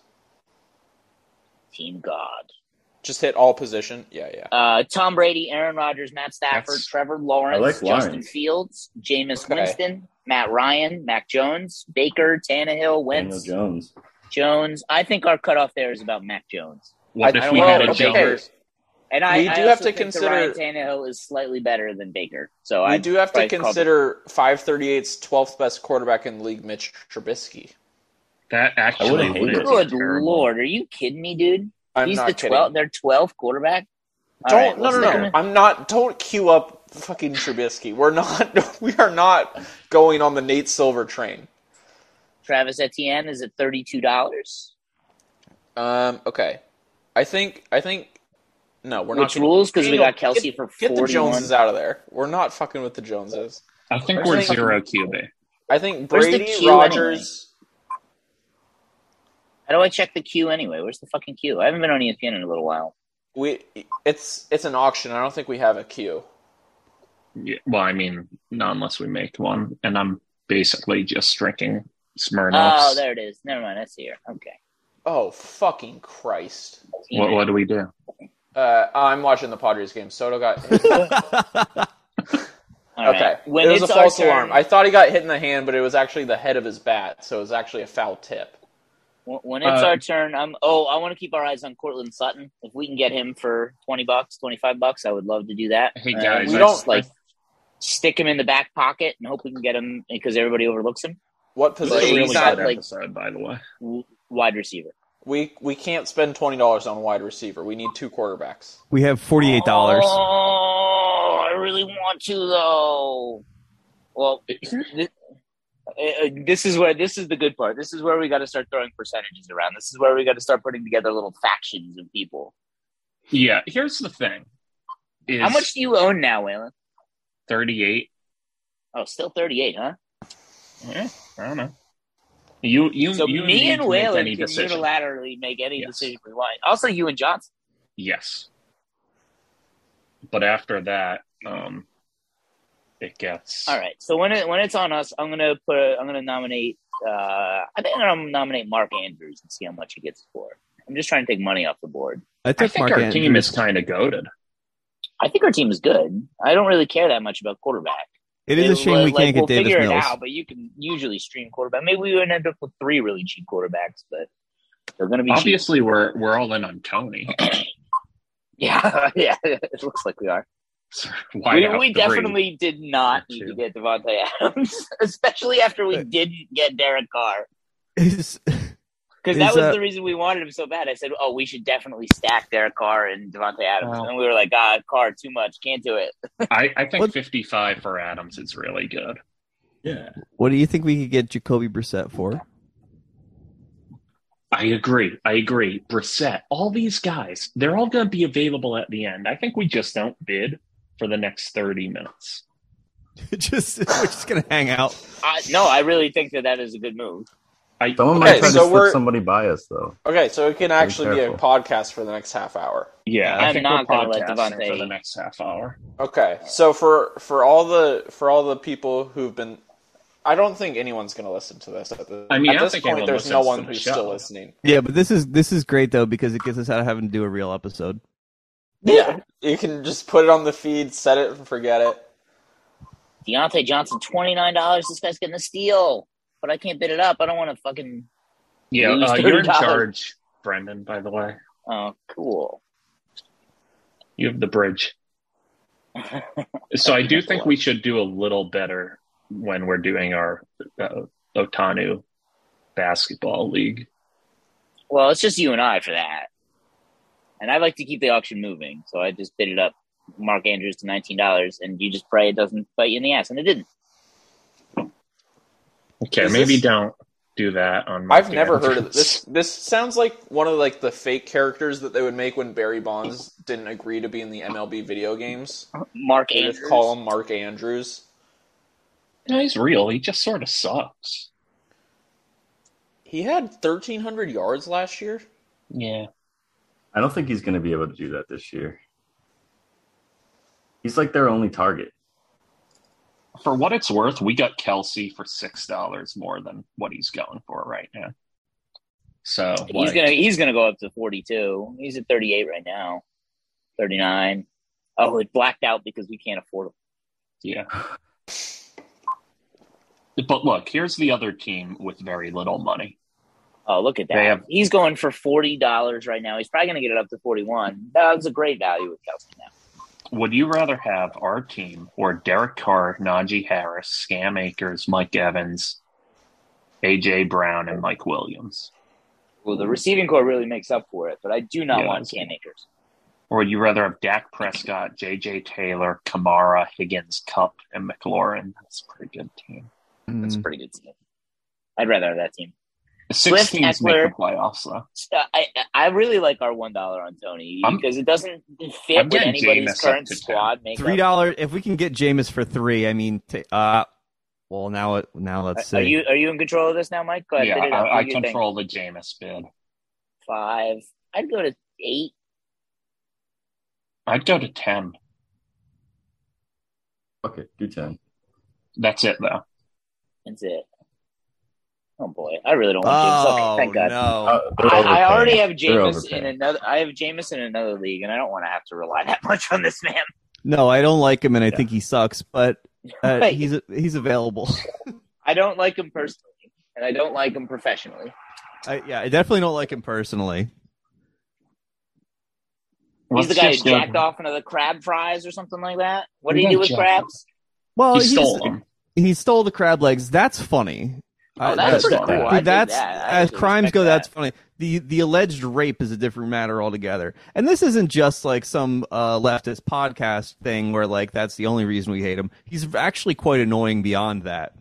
[SPEAKER 1] Team God.
[SPEAKER 4] Just hit all position. Yeah, yeah.
[SPEAKER 1] Uh, Tom Brady, Aaron Rodgers, Matt Stafford,
[SPEAKER 3] That's-
[SPEAKER 1] Trevor Lawrence,
[SPEAKER 5] I like
[SPEAKER 1] Justin
[SPEAKER 5] Lawrence.
[SPEAKER 1] Fields, Jameis
[SPEAKER 4] Okay.
[SPEAKER 1] Winston, Matt Ryan, Mac Jones, Baker, Tannehill,
[SPEAKER 5] Daniel
[SPEAKER 1] Wentz, Jones.
[SPEAKER 5] Jones.
[SPEAKER 1] I think our cutoff there is about Mac Jones.
[SPEAKER 3] What
[SPEAKER 4] I-
[SPEAKER 3] if
[SPEAKER 1] I
[SPEAKER 3] we
[SPEAKER 1] don't
[SPEAKER 3] had
[SPEAKER 1] know.
[SPEAKER 3] a
[SPEAKER 1] Okay.
[SPEAKER 3] jumper?
[SPEAKER 1] And I,
[SPEAKER 4] We
[SPEAKER 1] I
[SPEAKER 4] do
[SPEAKER 1] also
[SPEAKER 4] have to
[SPEAKER 1] think
[SPEAKER 4] consider-
[SPEAKER 1] that Ryan Tannehill is slightly better than Baker. So
[SPEAKER 4] We
[SPEAKER 1] I
[SPEAKER 4] do have to consider 538's 12th best quarterback in the league, Mitch Trubisky.
[SPEAKER 3] That actually
[SPEAKER 5] hate
[SPEAKER 3] would
[SPEAKER 5] it.
[SPEAKER 3] be
[SPEAKER 1] Good
[SPEAKER 3] terrible.
[SPEAKER 1] lord, are you kidding me, dude?
[SPEAKER 4] I'm
[SPEAKER 1] He's
[SPEAKER 4] not
[SPEAKER 1] the
[SPEAKER 4] kidding.
[SPEAKER 1] 12 They're twelve quarterback. All
[SPEAKER 4] Don't
[SPEAKER 1] right,
[SPEAKER 4] no
[SPEAKER 1] let's
[SPEAKER 4] no
[SPEAKER 1] stick
[SPEAKER 4] no.
[SPEAKER 1] him
[SPEAKER 4] I'm not. Don't queue up fucking Trubisky. We're not. We are not going on the Nate Silver train.
[SPEAKER 1] in. Travis Etienne is at thirty two dollars,
[SPEAKER 4] Um. Okay. I think. I think. No, we're not.
[SPEAKER 1] which
[SPEAKER 4] gonna-
[SPEAKER 1] rules because we
[SPEAKER 4] Daniel,
[SPEAKER 1] got Kelsey
[SPEAKER 4] get,
[SPEAKER 1] for
[SPEAKER 4] Get the
[SPEAKER 1] forty one.
[SPEAKER 4] Joneses out of there. We're not fucking with the Joneses.
[SPEAKER 3] I think
[SPEAKER 4] Where's
[SPEAKER 3] we're
[SPEAKER 4] the-
[SPEAKER 3] zero QB.
[SPEAKER 4] I think
[SPEAKER 1] Where's the
[SPEAKER 4] Brady
[SPEAKER 1] queue
[SPEAKER 4] Rogers.
[SPEAKER 1] How do I check the queue anyway? Where's the fucking queue? I haven't been on E ESPN in a little while.
[SPEAKER 4] We. It's it's an auction. I don't think we have a queue.
[SPEAKER 3] Yeah, well, I mean, not unless we make one, and I'm basically just drinking
[SPEAKER 1] Oh,
[SPEAKER 3] Smirnoffs.
[SPEAKER 1] there it is. Never mind. I see her. Okay.
[SPEAKER 4] Oh fucking Christ.
[SPEAKER 3] what, what do we do?
[SPEAKER 4] Uh, I'm watching the Padres game. Soto got hit.
[SPEAKER 1] All right.
[SPEAKER 4] okay.
[SPEAKER 1] When
[SPEAKER 4] it was a
[SPEAKER 1] it's our
[SPEAKER 4] false
[SPEAKER 1] turn-
[SPEAKER 4] alarm. I thought he got hit in the hand, but it was actually the head of his bat, so it was actually a foul tip.
[SPEAKER 1] When- When it's
[SPEAKER 3] Uh,
[SPEAKER 1] our turn, I'm. Oh, I want to keep our eyes on Cortland Sutton. If we can get him for twenty bucks, twenty five bucks, I would love to do that.
[SPEAKER 3] Hey
[SPEAKER 1] Uh,
[SPEAKER 3] guys,
[SPEAKER 4] we
[SPEAKER 3] I-
[SPEAKER 4] don't-
[SPEAKER 1] just, like stick him in the back pocket and hope we can get him because everybody overlooks him.
[SPEAKER 4] What
[SPEAKER 3] This is a
[SPEAKER 1] But
[SPEAKER 4] position?
[SPEAKER 3] really
[SPEAKER 1] he's
[SPEAKER 4] is
[SPEAKER 1] not,
[SPEAKER 4] that?
[SPEAKER 3] good
[SPEAKER 1] like-
[SPEAKER 3] episode, by the way.
[SPEAKER 1] W- Wide receiver.
[SPEAKER 4] we we can't spend twenty dollars on a wide receiver. We need two quarterbacks.
[SPEAKER 6] We have forty eight dollars.
[SPEAKER 1] Oh, I really want to though. Well, this, this is where this is the good part. This is where we got to start throwing percentages around. This is where we got to start putting together little factions of people.
[SPEAKER 3] Yeah, here's the thing: is
[SPEAKER 1] How much do you own now, Waylon?
[SPEAKER 3] thirty-eight?
[SPEAKER 1] Oh, still thirty-eight, huh?
[SPEAKER 3] Eh, I don't know. You, you,
[SPEAKER 1] So
[SPEAKER 3] you
[SPEAKER 1] me
[SPEAKER 3] need
[SPEAKER 1] and
[SPEAKER 3] to make
[SPEAKER 1] Waylon
[SPEAKER 3] any
[SPEAKER 1] can
[SPEAKER 3] decision.
[SPEAKER 1] unilaterally make any
[SPEAKER 3] Yes.
[SPEAKER 1] decision we want. Also, you and Johnson.
[SPEAKER 3] Yes. But after that, um, it gets
[SPEAKER 1] All right. So when it when it's on us, I'm gonna put. I'm gonna nominate. Uh, I think I'm gonna nominate Mark Andrews and see how much he gets for. it. I'm just trying to take money off the board.
[SPEAKER 6] I
[SPEAKER 3] I
[SPEAKER 6] took
[SPEAKER 3] think
[SPEAKER 6] Mark
[SPEAKER 3] our team
[SPEAKER 6] Andrews.
[SPEAKER 3] is kind of goaded.
[SPEAKER 1] I think our team is good. I don't really care that much about quarterback.
[SPEAKER 6] It is a shame we
[SPEAKER 1] like,
[SPEAKER 6] can't
[SPEAKER 1] we'll
[SPEAKER 6] get Davis
[SPEAKER 1] figure
[SPEAKER 6] Mills.
[SPEAKER 1] it out, but you can usually stream quarterback. Maybe we would end up with three really cheap quarterbacks, but they're going to be cheap.
[SPEAKER 3] Obviously, we're we're all in on Tony.
[SPEAKER 1] Yeah, yeah. It looks like we are.
[SPEAKER 3] Why
[SPEAKER 1] we
[SPEAKER 3] not
[SPEAKER 1] we
[SPEAKER 3] three?
[SPEAKER 1] definitely did not need to
[SPEAKER 3] Two.
[SPEAKER 1] get Devontae Adams, especially after we didn't get Derek Carr.
[SPEAKER 6] Is-
[SPEAKER 1] Because
[SPEAKER 6] Is uh,
[SPEAKER 1] that was
[SPEAKER 6] that-
[SPEAKER 1] the reason we wanted him so bad. I said, "Oh, we should definitely stack Derek Carr and Devontae Adams,"
[SPEAKER 3] Wow.
[SPEAKER 1] and we were like, "God, Carr too much, can't do it."
[SPEAKER 3] I, I think
[SPEAKER 6] What-
[SPEAKER 3] fifty-five for Adams is really good.
[SPEAKER 5] Yeah.
[SPEAKER 6] what do you think we could get Jacoby Brissett for?
[SPEAKER 3] I agree. I agree. Brissett, all these guys, they're all going to be available at the end. I think we just don't bid for the next 30 minutes.
[SPEAKER 6] just we're just gonna hang out.
[SPEAKER 1] I, no, I really think that that is a good move.
[SPEAKER 3] I,
[SPEAKER 7] Someone
[SPEAKER 4] Okay,
[SPEAKER 7] might try
[SPEAKER 4] so
[SPEAKER 7] to
[SPEAKER 4] we're-
[SPEAKER 7] slip somebody by us, though.
[SPEAKER 4] Okay, so it can actually be a
[SPEAKER 7] careful.
[SPEAKER 4] podcast for the next half hour.
[SPEAKER 3] yeah, I
[SPEAKER 1] I'm
[SPEAKER 3] think
[SPEAKER 1] not
[SPEAKER 3] we're
[SPEAKER 1] gonna let
[SPEAKER 3] podcasting
[SPEAKER 1] Devontae-
[SPEAKER 3] for the next half hour.
[SPEAKER 4] Okay, so for for all the for all the people who've been, I don't think anyone's going to listen to this. At the,
[SPEAKER 3] I mean, I
[SPEAKER 4] at
[SPEAKER 3] don't
[SPEAKER 4] this
[SPEAKER 3] think
[SPEAKER 4] point,
[SPEAKER 3] anyone
[SPEAKER 4] there's no
[SPEAKER 3] listens to
[SPEAKER 4] one
[SPEAKER 3] the
[SPEAKER 4] who's
[SPEAKER 3] show.
[SPEAKER 4] still listening.
[SPEAKER 6] Yeah, but this is this is great though because it gets us out of having to do a real episode.
[SPEAKER 4] Yeah, you can just put it on the feed, set it, and forget it.
[SPEAKER 1] Deontay Johnson, twenty nine dollars. This guy's getting a steal, but I can't bid it up. I don't want to fucking.
[SPEAKER 3] Yeah,
[SPEAKER 1] Lose
[SPEAKER 3] uh, you're in
[SPEAKER 1] $30.
[SPEAKER 3] charge, Brendan, by the way.
[SPEAKER 1] Oh, cool.
[SPEAKER 3] You have the bridge. so I do think we should do a little better when we're doing our uh, Otanu basketball league.
[SPEAKER 1] Well, it's just you and I for that. And I like to keep the auction moving, so I just bid it up. Mark Andrews to nineteen dollars, and you just pray it doesn't bite you in the ass, and it didn't.
[SPEAKER 3] Okay,
[SPEAKER 4] Is
[SPEAKER 3] maybe
[SPEAKER 4] this-
[SPEAKER 3] don't do that on.
[SPEAKER 4] I've
[SPEAKER 3] Monday.
[SPEAKER 4] never heard of this. This sounds like one of like the fake characters that they would make when Barry Bonds didn't agree to be in the MLB video games.
[SPEAKER 1] Mark
[SPEAKER 4] They
[SPEAKER 1] Andrews.
[SPEAKER 4] just call him Mark Andrews.
[SPEAKER 3] No, he's real. He just sort of sucks.
[SPEAKER 4] He had 1,300 yards last year.
[SPEAKER 3] Yeah.
[SPEAKER 7] I don't think he's going to be able to do that this year. He's like their only target.
[SPEAKER 3] For what it's worth, we got Kelsey for six dollars more than what he's going for right now. So
[SPEAKER 1] He's
[SPEAKER 3] like,
[SPEAKER 1] gonna he's gonna go up to forty two. He's at thirty eight right now, thirty nine. Oh, it blacked out because we can't afford him.
[SPEAKER 3] Yeah. But look, here's the other team with very little money.
[SPEAKER 1] Oh, look at that!
[SPEAKER 3] They have-
[SPEAKER 1] he's going for forty dollars right now. He's probably gonna get it up to forty one. That was a great value with Kelsey now.
[SPEAKER 3] Would you rather have our team or Derek Carr, Najee Harris, Scam Akers, Mike Evans, AJ Brown, and Mike Williams?
[SPEAKER 1] Well, the receiving core really makes up for it, but I do not
[SPEAKER 3] Yeah, Mm-hmm.
[SPEAKER 1] want
[SPEAKER 3] I see.
[SPEAKER 1] Cam Akers.
[SPEAKER 3] Or would you rather have Dak Prescott, JJ Taylor, Kamara, Higgins, Cup, and McLaurin? That's a pretty good team.
[SPEAKER 1] That's a pretty good team. I'd rather have that team.
[SPEAKER 3] Six
[SPEAKER 1] Swift,
[SPEAKER 3] teams make the
[SPEAKER 1] Eckler.
[SPEAKER 3] playoffs, though.
[SPEAKER 1] I I- I really like our one dollar on Tony
[SPEAKER 3] I'm-
[SPEAKER 1] because it doesn't
[SPEAKER 3] I'm
[SPEAKER 1] fit with
[SPEAKER 3] getting
[SPEAKER 1] anybody's
[SPEAKER 3] Jameis up
[SPEAKER 1] current
[SPEAKER 3] to
[SPEAKER 1] squad. makeup.
[SPEAKER 6] Three dollars if we can get Jameis for three. I mean, t- uh, well now it now let's see.
[SPEAKER 1] Are you are you in control of this now, Mike? Go ahead,
[SPEAKER 3] yeah,
[SPEAKER 1] bid it up.
[SPEAKER 3] I, I
[SPEAKER 1] What do you think?
[SPEAKER 3] control the Jameis bid.
[SPEAKER 1] five. I'd go to eight.
[SPEAKER 3] I'd go to 10.
[SPEAKER 7] Fuck it, do 10.
[SPEAKER 3] That's it, though.
[SPEAKER 1] That's it. Oh boy, I really don't want James.
[SPEAKER 6] oh
[SPEAKER 1] Okay, thank God.
[SPEAKER 6] no!
[SPEAKER 7] Uh, they're
[SPEAKER 1] I,
[SPEAKER 7] overpaying.
[SPEAKER 1] I already have
[SPEAKER 7] They're
[SPEAKER 1] Jameis in
[SPEAKER 7] overpaying.
[SPEAKER 1] another. I have Jameis in another league, and I don't want to have to rely that much on this man.
[SPEAKER 6] No, I don't like him, and I think he sucks. But uh,
[SPEAKER 1] Right.
[SPEAKER 6] he's he's available.
[SPEAKER 1] I don't like him personally, and I don't like him professionally.
[SPEAKER 6] I, yeah, I definitely don't like him personally.
[SPEAKER 1] He's the
[SPEAKER 3] Let's
[SPEAKER 1] guy who
[SPEAKER 3] just go-
[SPEAKER 1] jacked off another crab fries or something like that. What did
[SPEAKER 3] He
[SPEAKER 1] he do
[SPEAKER 3] got
[SPEAKER 1] with
[SPEAKER 3] jacked
[SPEAKER 1] crabs?
[SPEAKER 6] Well,
[SPEAKER 3] He
[SPEAKER 6] Oh, he's-
[SPEAKER 3] stole them.
[SPEAKER 6] He stole the crab legs. That's funny.
[SPEAKER 1] Oh, that's
[SPEAKER 3] that's
[SPEAKER 1] pretty
[SPEAKER 3] not
[SPEAKER 1] cool.
[SPEAKER 3] bad.
[SPEAKER 1] I
[SPEAKER 6] Dude,
[SPEAKER 1] dig
[SPEAKER 6] that's
[SPEAKER 1] that. I
[SPEAKER 6] as
[SPEAKER 1] actually
[SPEAKER 6] crimes
[SPEAKER 1] respect
[SPEAKER 6] go.
[SPEAKER 1] that.
[SPEAKER 6] That's funny. The the alleged rape is a different matter altogether. And this isn't just like some uh, leftist podcast thing where like that's the only reason we hate him. He's actually quite annoying beyond that.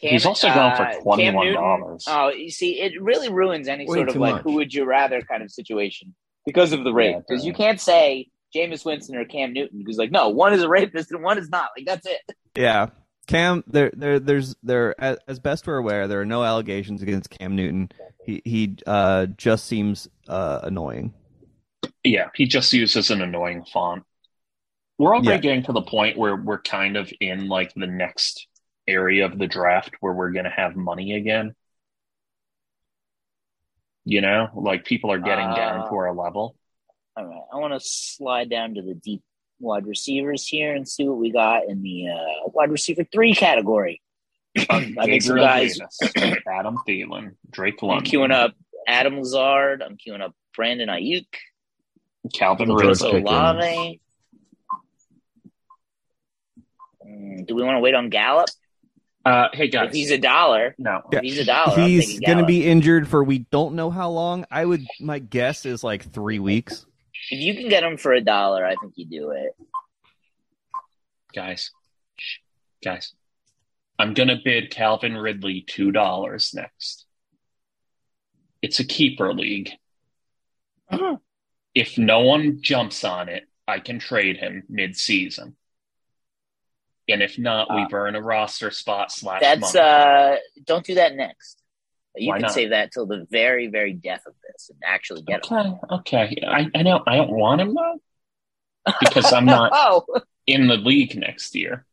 [SPEAKER 1] Cam-
[SPEAKER 3] He's also going for
[SPEAKER 1] uh, Cam
[SPEAKER 3] $21.
[SPEAKER 1] Newton- Oh, you see, it really ruins any
[SPEAKER 7] Way
[SPEAKER 1] sort of
[SPEAKER 7] too
[SPEAKER 1] like
[SPEAKER 7] much.
[SPEAKER 1] who would you rather kind of situation because of the rape.
[SPEAKER 3] Yeah,
[SPEAKER 1] Because you
[SPEAKER 3] right.
[SPEAKER 1] can't say Jameis Winston or Cam Newton because like no, one is a rapist and one is not. Like that's it.
[SPEAKER 6] Yeah, Cam. There, there, there's there. As, as best we're aware, there are no allegations against Cam Newton. He he uh, just seems uh, annoying.
[SPEAKER 3] Yeah, he just uses an annoying font. We're already
[SPEAKER 6] Yeah.
[SPEAKER 3] getting to the point where we're kind of in like the next area of the draft where we're going to have money again. You know, like people are getting down
[SPEAKER 1] Ah.
[SPEAKER 3] to our level.
[SPEAKER 1] All right, I want to slide down to the deep wide receivers here and see what we got in the uh, wide receiver three category.
[SPEAKER 3] Uh,
[SPEAKER 1] I think some
[SPEAKER 3] Gabriel
[SPEAKER 1] guys-
[SPEAKER 3] Davis, Adam Thielen, Drake
[SPEAKER 1] I'm
[SPEAKER 3] London,
[SPEAKER 1] queuing up Adam Lazard. I'm queuing up Brandon Ayuk,
[SPEAKER 3] Calvin
[SPEAKER 7] George
[SPEAKER 3] Ridley.
[SPEAKER 7] Pickens.
[SPEAKER 1] Olave. Mm, do we want to wait on Gallup?
[SPEAKER 3] Uh, hey guys,
[SPEAKER 1] If he's a dollar,
[SPEAKER 3] no,
[SPEAKER 6] Yeah.
[SPEAKER 1] if he's a dollar. I'm
[SPEAKER 6] He's
[SPEAKER 1] taking
[SPEAKER 6] going to
[SPEAKER 1] Gallup.
[SPEAKER 6] be injured for we don't know how long. I would my guess is like three weeks.
[SPEAKER 1] If you can get him for a dollar, I think you do it.
[SPEAKER 3] guys, Shh. guys, I'm gonna bid Calvin Ridley two dollars next. It's a keeper league.
[SPEAKER 1] Uh-huh.
[SPEAKER 3] If no one jumps on it, I can trade him mid-season. And if not, we
[SPEAKER 1] Uh,
[SPEAKER 3] burn a roster spot slash
[SPEAKER 1] That's
[SPEAKER 3] money.
[SPEAKER 1] uh don't do that next. You
[SPEAKER 3] Why
[SPEAKER 1] can
[SPEAKER 3] not?
[SPEAKER 1] save that till the very, very death of this and actually get him.
[SPEAKER 3] Okay, okay. I, I know I don't want him though. Because I'm not
[SPEAKER 1] Oh
[SPEAKER 3] in the league next year.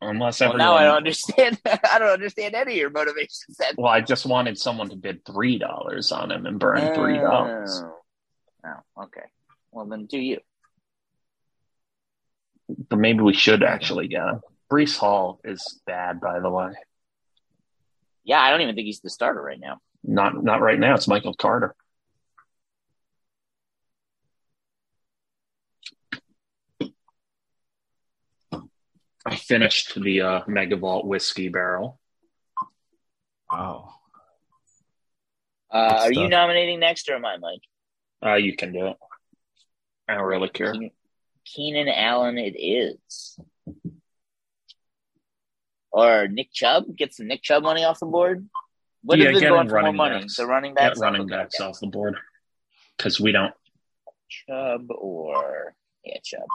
[SPEAKER 3] Unless
[SPEAKER 1] well,
[SPEAKER 3] everyone
[SPEAKER 1] now I don't understand I don't understand any of your motivations then.
[SPEAKER 3] Well, I just wanted someone to bid three dollars on him and burn three dollars.
[SPEAKER 1] Oh. Oh, okay. Well then do you.
[SPEAKER 3] But maybe we should actually get him. Brees Hall is bad, by the way.
[SPEAKER 1] Yeah, I don't even think he's the starter right now.
[SPEAKER 3] Not not right now. It's Michael Carter. I finished the uh, Megavolt whiskey barrel.
[SPEAKER 7] Wow.
[SPEAKER 1] Uh, are
[SPEAKER 6] Good
[SPEAKER 1] you
[SPEAKER 6] stuff.
[SPEAKER 1] nominating next or am I Mike?
[SPEAKER 3] Uh, you can do it. I don't really care.
[SPEAKER 1] Keenan- Keenan Allen it is. Or Nick Chubb, get some Nick Chubb money off the board. What
[SPEAKER 3] Yeah,
[SPEAKER 1] have been
[SPEAKER 3] get
[SPEAKER 1] going
[SPEAKER 3] him
[SPEAKER 1] for more
[SPEAKER 3] running
[SPEAKER 1] money?
[SPEAKER 3] backs.
[SPEAKER 1] The running
[SPEAKER 3] Get
[SPEAKER 1] backs.
[SPEAKER 3] running
[SPEAKER 1] Okay,
[SPEAKER 3] backs
[SPEAKER 1] okay.
[SPEAKER 3] off the board because we don't.
[SPEAKER 1] Chubb or yeah, Chubb.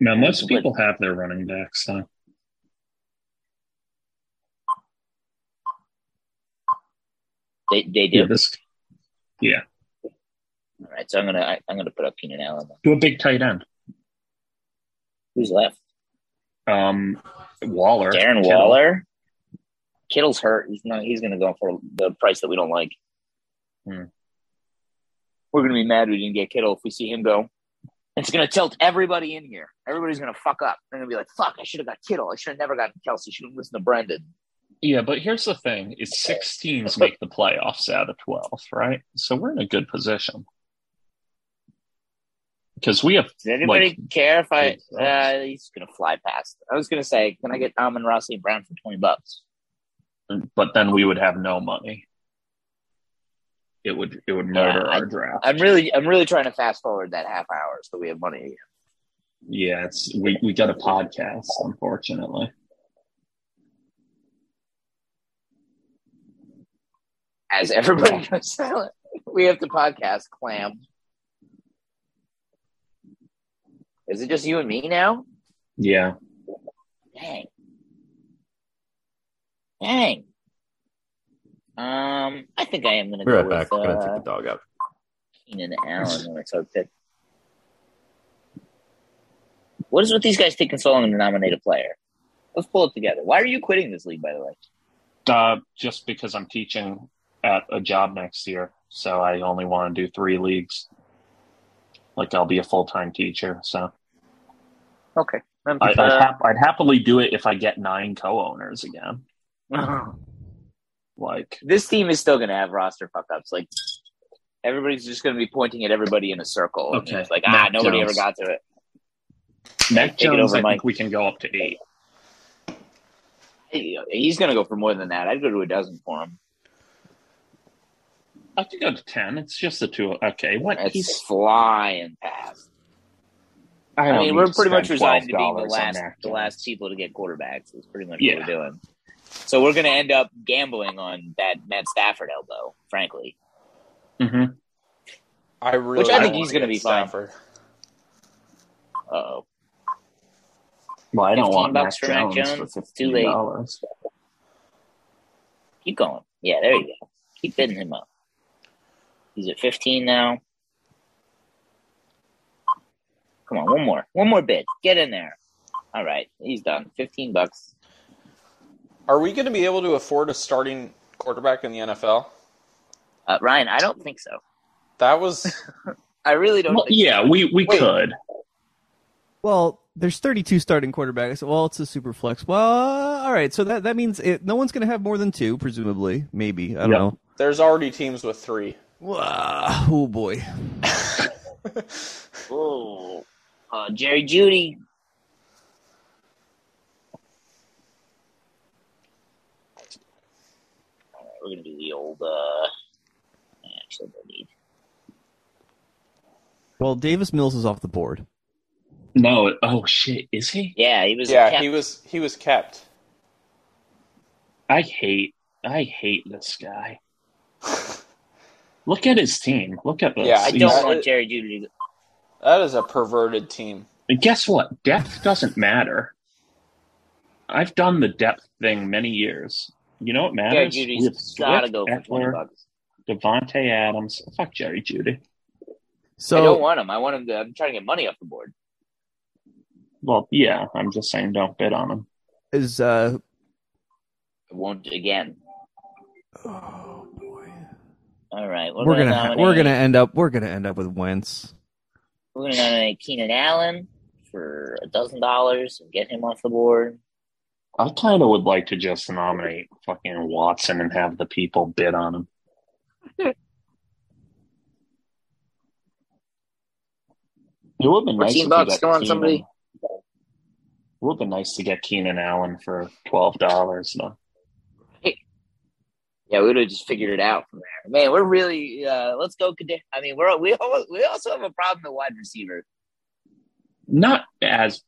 [SPEAKER 3] Now most
[SPEAKER 1] But-
[SPEAKER 3] people have their running backs. So.
[SPEAKER 1] They they do.
[SPEAKER 3] Yeah, this
[SPEAKER 1] All right, so I'm gonna I, I'm gonna put up Keenan Allen.
[SPEAKER 3] do a big tight end.
[SPEAKER 1] Who's left?
[SPEAKER 3] Um, Waller,
[SPEAKER 1] Darren
[SPEAKER 3] Kittle.
[SPEAKER 1] Waller. Kittle's hurt. He's not. He's gonna go for the price that we don't like.
[SPEAKER 3] Hmm.
[SPEAKER 1] We're gonna be mad we didn't get Kittle if we see him go. It's gonna tilt everybody in here. Everybody's gonna fuck up. They're gonna be like, "Fuck! I should have got Kittle. I should have never gotten Kelsey. Should have listened to Brendan."
[SPEAKER 3] Yeah, but here's the thing: is six teams make the playoffs out of twelve, right? So we're in a good position because we have.
[SPEAKER 1] Does anybody care if I?
[SPEAKER 3] Good
[SPEAKER 1] Uh, he's gonna fly past. I was gonna say, can I get Amon Rossi and Brown for twenty bucks?
[SPEAKER 3] But then we would have no money. It would it would murder
[SPEAKER 1] Yeah, I-
[SPEAKER 3] our draft.
[SPEAKER 1] I'm really, I'm really trying to fast forward that half hour so we have money. Again.
[SPEAKER 3] yeah, it's we we got a podcast, unfortunately.
[SPEAKER 1] as everybody goes silent. We have to podcast clam. Is it just you and me now?
[SPEAKER 3] Yeah,
[SPEAKER 1] Dang. Dang. Um, I think I am going to
[SPEAKER 7] Be
[SPEAKER 1] go
[SPEAKER 7] right
[SPEAKER 1] with
[SPEAKER 7] back. We're gonna
[SPEAKER 1] uh,
[SPEAKER 7] take the dog out.
[SPEAKER 1] Keenan Allen when it's our pick. What is with these guys taking so long to nominate a player? Let's pull it together. Why are you quitting this league, by the way?
[SPEAKER 3] uh, just because I'm teaching at a job next year, so I only want to do three leagues. Like I'll be a full time teacher, so.
[SPEAKER 1] Okay.
[SPEAKER 3] I, I'd,
[SPEAKER 1] Uh,
[SPEAKER 3] hap- I'd happily do it if I get nine co-owners again. Like,
[SPEAKER 1] this team is still going to have roster fuck ups. Like everybody's just going to be pointing at everybody in a circle. And
[SPEAKER 3] Okay.
[SPEAKER 1] It's like ah,
[SPEAKER 3] Mac
[SPEAKER 1] nobody
[SPEAKER 3] Jones.
[SPEAKER 1] ever got to it.
[SPEAKER 3] Mac
[SPEAKER 1] Take it
[SPEAKER 3] Jones,
[SPEAKER 1] over,
[SPEAKER 3] I
[SPEAKER 1] Mike.
[SPEAKER 3] think we can go up to eight.
[SPEAKER 1] He- He's going to go for more than that. I'd go to a dozen for him.
[SPEAKER 3] I could go to ten. It's just the two. Okay, what?
[SPEAKER 1] It's
[SPEAKER 3] He's,
[SPEAKER 1] flying past. I,
[SPEAKER 3] don't
[SPEAKER 1] mean,
[SPEAKER 3] need
[SPEAKER 1] we're
[SPEAKER 3] to
[SPEAKER 1] pretty much
[SPEAKER 3] spend
[SPEAKER 1] resigned to being the
[SPEAKER 3] $12 on
[SPEAKER 1] last
[SPEAKER 3] Mac
[SPEAKER 1] the
[SPEAKER 3] Jones.
[SPEAKER 1] last people to get quarterbacks. Is pretty much
[SPEAKER 3] Yeah.
[SPEAKER 1] what we're doing. So we're going to end up gambling on that Matt Stafford elbow. Frankly,
[SPEAKER 3] Mhm.
[SPEAKER 4] I really
[SPEAKER 1] Which I think
[SPEAKER 4] wanna
[SPEAKER 1] he's gonna
[SPEAKER 4] get
[SPEAKER 1] be fine.
[SPEAKER 4] Stafford.
[SPEAKER 1] uh oh,
[SPEAKER 3] Well, I don't
[SPEAKER 1] 15
[SPEAKER 3] want
[SPEAKER 1] bucks for Mac
[SPEAKER 3] Mac Jones,
[SPEAKER 1] Jones?
[SPEAKER 3] for
[SPEAKER 1] It's too late.
[SPEAKER 3] fifteen dollars.
[SPEAKER 1] keep going. Yeah, there you go. Keep bidding him up. He's at fifteen now. Come on, one more. One more bid. Get in there. All right. He's done. 15 bucks.
[SPEAKER 4] Are we going to be able to afford a starting quarterback in the NFL?
[SPEAKER 1] Uh, Ryan, I don't think so.
[SPEAKER 4] That was
[SPEAKER 1] I really don't
[SPEAKER 3] Well,
[SPEAKER 1] think
[SPEAKER 3] yeah, we we
[SPEAKER 4] Wait.
[SPEAKER 3] could.
[SPEAKER 6] Well, there's 32 starting quarterbacks. Well, it's a super flex. Well, uh, all right. So that that means it, no one's going to have more than two, presumably. Maybe I don't
[SPEAKER 3] Yep.
[SPEAKER 6] know.
[SPEAKER 4] there's already teams with three.
[SPEAKER 6] Wah, oh boy.
[SPEAKER 1] so. Whoa. Uh, Jerry Judy. All right, we're going to do the old. Uh, actually, no need.
[SPEAKER 6] Well, Davis Mills is off the board.
[SPEAKER 3] No. Oh shit, is he?
[SPEAKER 1] Yeah, he was. a
[SPEAKER 4] Yeah,
[SPEAKER 1] cap-
[SPEAKER 4] he was he was kept.
[SPEAKER 3] I hate I hate this guy. Look at his team. Look at this.
[SPEAKER 4] Yeah,
[SPEAKER 1] I
[SPEAKER 3] He's-
[SPEAKER 1] don't
[SPEAKER 4] He's-
[SPEAKER 1] want Jerry Judy. To,
[SPEAKER 4] That is a perverted team.
[SPEAKER 3] And guess what? Depth doesn't matter. I've done the depth thing many years. You know what
[SPEAKER 1] Jerry
[SPEAKER 3] matters? We have
[SPEAKER 1] Judy's got to
[SPEAKER 3] Swift,
[SPEAKER 1] go for twenty
[SPEAKER 3] Eckler,
[SPEAKER 1] bucks.
[SPEAKER 3] Devontae Adams. Fuck Jerry Judy.
[SPEAKER 1] I don't
[SPEAKER 6] So
[SPEAKER 1] want him. I want him. To, I'm trying to get money off the board.
[SPEAKER 3] Well, yeah, I'm just saying don't bid on him.
[SPEAKER 6] is uh
[SPEAKER 1] I won't again.
[SPEAKER 6] oh boy.
[SPEAKER 1] All right,
[SPEAKER 6] We're gonna ha-
[SPEAKER 1] nominate-
[SPEAKER 6] we're gonna end up we're gonna end up with Wentz.
[SPEAKER 1] we're gonna nominate Keenan Allen for a dozen dollars and get him off the board.
[SPEAKER 3] I kind of would like to just nominate fucking Watson and have the people bid on him. It would be nice.
[SPEAKER 1] 14
[SPEAKER 3] if we
[SPEAKER 1] bucks.
[SPEAKER 3] got
[SPEAKER 1] Come on,
[SPEAKER 3] Keenan.
[SPEAKER 1] somebody.
[SPEAKER 3] It would be nice to get Keenan Allen for twelve dollars though.
[SPEAKER 1] Yeah, we would have just figured it out from there. Man, we're really uh, let's go. Cade- I mean, we're we al- we also have a problem at wide receiver.
[SPEAKER 3] not as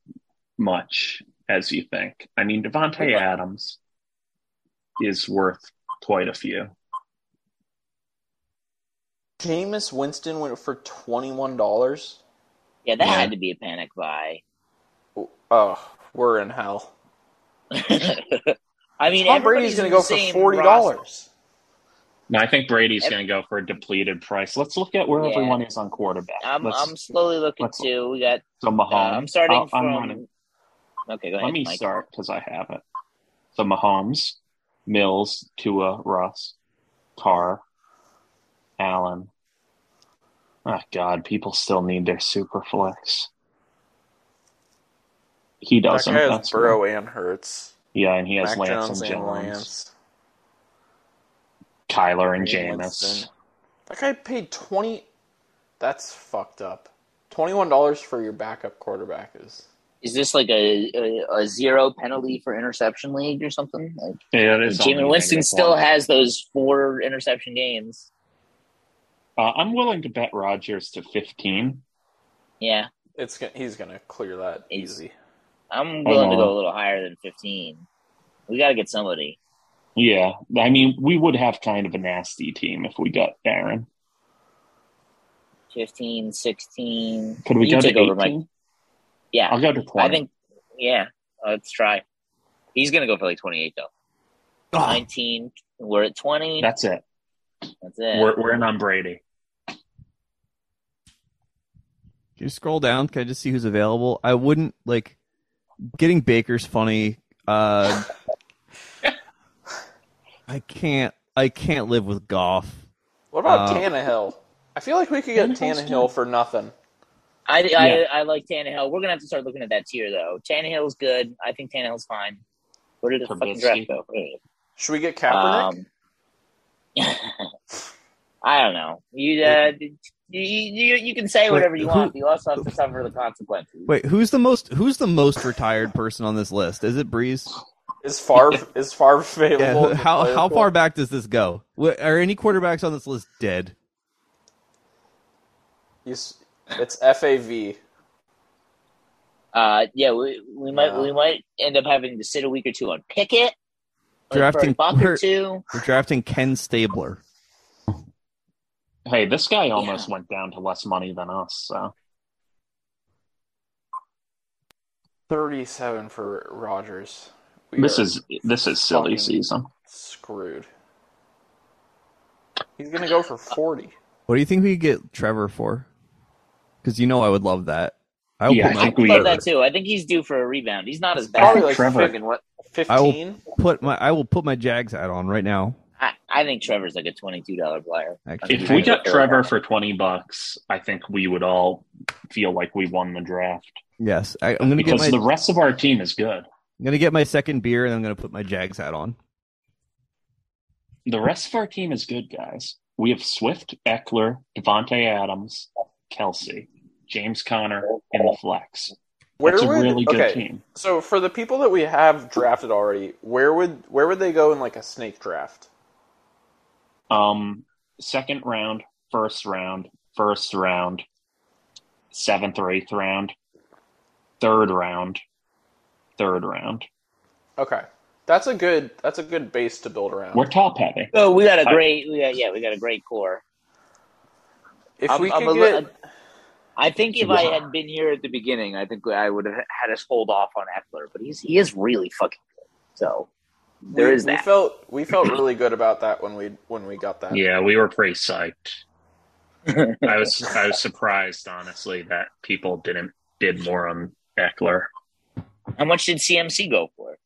[SPEAKER 3] much as you think. I mean, Devontae Adams is worth quite a few.
[SPEAKER 4] Jameis Winston went for twenty one dollars.
[SPEAKER 1] Yeah, that
[SPEAKER 3] Yeah.
[SPEAKER 1] had to be a panic buy.
[SPEAKER 4] Oh, we're in hell.
[SPEAKER 1] I mean,
[SPEAKER 4] Tom
[SPEAKER 1] everybody's
[SPEAKER 4] Brady's gonna
[SPEAKER 1] in the
[SPEAKER 4] go for
[SPEAKER 1] same
[SPEAKER 4] forty
[SPEAKER 1] roster.
[SPEAKER 4] dollars.
[SPEAKER 3] Now, I think Brady's
[SPEAKER 1] Ev-
[SPEAKER 3] going to go for a depleted price. Let's look at where
[SPEAKER 1] Yeah.
[SPEAKER 3] everyone is on quarterback.
[SPEAKER 1] I'm
[SPEAKER 3] Let's-
[SPEAKER 1] I'm slowly looking
[SPEAKER 3] let's-
[SPEAKER 1] to. We got.
[SPEAKER 3] so Mahomes.
[SPEAKER 1] Uh, I'm starting
[SPEAKER 3] I'll- I'm
[SPEAKER 1] from.
[SPEAKER 3] running.
[SPEAKER 1] okay, go ahead.
[SPEAKER 3] Let me
[SPEAKER 1] Mike.
[SPEAKER 3] start because I have it. So Mahomes, Mills, Tua, Russ, Carr, Allen. Oh God, people still need their super flex. He
[SPEAKER 4] That
[SPEAKER 3] doesn't.
[SPEAKER 4] guy has
[SPEAKER 3] that's
[SPEAKER 4] Burrow and Hurts.
[SPEAKER 3] Yeah, and he has
[SPEAKER 4] Mac
[SPEAKER 3] Lance
[SPEAKER 4] Jones
[SPEAKER 3] and
[SPEAKER 4] and
[SPEAKER 3] Jones,
[SPEAKER 4] Lance.
[SPEAKER 3] Kyler and
[SPEAKER 4] Jameis.
[SPEAKER 3] Jameis.
[SPEAKER 4] That guy paid twenty. That's fucked up. Twenty one dollars for your backup quarterback is.
[SPEAKER 1] Is this like a, a a zero penalty for interception league or something? Like
[SPEAKER 3] Yeah, it is only
[SPEAKER 1] Jameis Winston
[SPEAKER 3] negative
[SPEAKER 1] still
[SPEAKER 3] one.
[SPEAKER 1] has those four interception games.
[SPEAKER 3] Uh, I'm willing to bet Rogers to 15.
[SPEAKER 1] Yeah,
[SPEAKER 4] It's go- he's gonna clear that
[SPEAKER 1] He's-
[SPEAKER 4] easy.
[SPEAKER 1] I'm willing to
[SPEAKER 3] on.
[SPEAKER 1] go a little higher than 15. We got to get somebody.
[SPEAKER 3] Yeah, I mean, we would have kind of a nasty team if we got Aaron.
[SPEAKER 1] 15, 16.
[SPEAKER 3] Could we
[SPEAKER 1] You
[SPEAKER 3] go to
[SPEAKER 1] take over, Mike.
[SPEAKER 3] 18?
[SPEAKER 1] Yeah,
[SPEAKER 3] I'll go to 20.
[SPEAKER 1] I think. Yeah, let's try. He's gonna go for like 28 though.
[SPEAKER 6] Ah,
[SPEAKER 1] 19. We're at 20.
[SPEAKER 3] That's it.
[SPEAKER 1] That's it.
[SPEAKER 3] We're, we're in on Brady.
[SPEAKER 6] Can you scroll down? Can I just see who's available? I wouldn't like getting Baker's funny. Uh, I can't. I can't live with Goff.
[SPEAKER 4] What about
[SPEAKER 6] Uh,
[SPEAKER 4] Tannehill? I feel like we could get
[SPEAKER 3] Tannehill's
[SPEAKER 4] Tannehill for nothing.
[SPEAKER 1] I, I,
[SPEAKER 3] Yeah.
[SPEAKER 1] I like Tannehill. We're gonna have to start looking at that tier though. Tannehill's good. I think Tannehill's fine. Where did the fucking
[SPEAKER 3] Trubisky.
[SPEAKER 1] draft go? Hey.
[SPEAKER 4] Should we get Kaepernick?
[SPEAKER 1] Um, I don't know. You, uh, you, you you can say
[SPEAKER 6] Wait,
[SPEAKER 1] whatever you
[SPEAKER 6] who-
[SPEAKER 1] want. But you also have to suffer the consequences.
[SPEAKER 6] Wait, who's the most? Who's the most retired person on this list? Is it Breeze?
[SPEAKER 4] is Favre is Favre available?
[SPEAKER 6] Yeah.
[SPEAKER 4] in
[SPEAKER 6] who-
[SPEAKER 4] the
[SPEAKER 6] How
[SPEAKER 4] player
[SPEAKER 6] how
[SPEAKER 4] pool?
[SPEAKER 6] far back does this go? Wh- Are any quarterbacks on this list dead?
[SPEAKER 4] You s- it's FAV.
[SPEAKER 1] Uh, yeah, we, we might
[SPEAKER 4] Yeah.
[SPEAKER 1] we might end up having to sit a week or two on Pickett. like, for
[SPEAKER 6] Drafting
[SPEAKER 1] a buck or
[SPEAKER 6] Burt.
[SPEAKER 1] two.
[SPEAKER 6] We're drafting Ken Stabler.
[SPEAKER 3] Hey, this guy almost went down to less money than us. So
[SPEAKER 4] Thirty-seven for Rogers. We
[SPEAKER 3] this
[SPEAKER 4] are
[SPEAKER 3] is this is silly
[SPEAKER 4] Fucking-
[SPEAKER 3] season.
[SPEAKER 4] screwed. He's gonna go for forty.
[SPEAKER 6] What do you think we could get Trevor for? Because you know I would love that. I would
[SPEAKER 3] Yeah,
[SPEAKER 6] put
[SPEAKER 3] I
[SPEAKER 6] my-
[SPEAKER 3] think we-
[SPEAKER 1] Love that too. I think he's due for a rebound. He's not as
[SPEAKER 4] Probably
[SPEAKER 1] bad.
[SPEAKER 4] like
[SPEAKER 3] Trevor.
[SPEAKER 4] friggin'
[SPEAKER 1] what?
[SPEAKER 6] I will-
[SPEAKER 4] fifteen.
[SPEAKER 6] put my I will put my Jags hat on right now.
[SPEAKER 1] I, I think Trevor's like a twenty-two dollar player.
[SPEAKER 6] Actually,
[SPEAKER 3] If we got
[SPEAKER 1] Yeah.
[SPEAKER 3] Trevor for 20 bucks, I think we would all feel like we won the draft
[SPEAKER 6] yes, I, I'm gonna get
[SPEAKER 3] because
[SPEAKER 6] my
[SPEAKER 3] the rest of our team is good.
[SPEAKER 6] I'm gonna get my second beer and I'm gonna put my Jags hat on.
[SPEAKER 3] The rest of our team is good, guys. We have Swift, Eckler, Devontae Adams, Kelsey, James Conner, and the flex.
[SPEAKER 4] Where
[SPEAKER 3] That's a
[SPEAKER 4] would
[SPEAKER 3] really good
[SPEAKER 4] okay?
[SPEAKER 3] team.
[SPEAKER 4] So for the people that we have drafted already, where would where would they go in like a snake draft?
[SPEAKER 3] Um, second round, first round, first round, seventh or eighth round, third round, third round.
[SPEAKER 4] Okay, That's a good. That's a good base to build around.
[SPEAKER 3] We're top heavy.
[SPEAKER 1] So we got a great, we got, yeah, we got a great core.
[SPEAKER 4] If
[SPEAKER 1] I'm-
[SPEAKER 4] we
[SPEAKER 1] I'm
[SPEAKER 4] could
[SPEAKER 1] a uh, li-
[SPEAKER 4] get,
[SPEAKER 1] I think if I had been here at the beginning, I think I would have had us hold off on Eckler, but he's he is really fucking good. So there
[SPEAKER 4] we,
[SPEAKER 1] is
[SPEAKER 4] we
[SPEAKER 1] that.
[SPEAKER 4] felt we felt really good about that when we when we got that.
[SPEAKER 3] Yeah, we were pretty psyched. I was I was surprised, honestly, that people didn't did more on Eckler.
[SPEAKER 1] How much did CMC go for?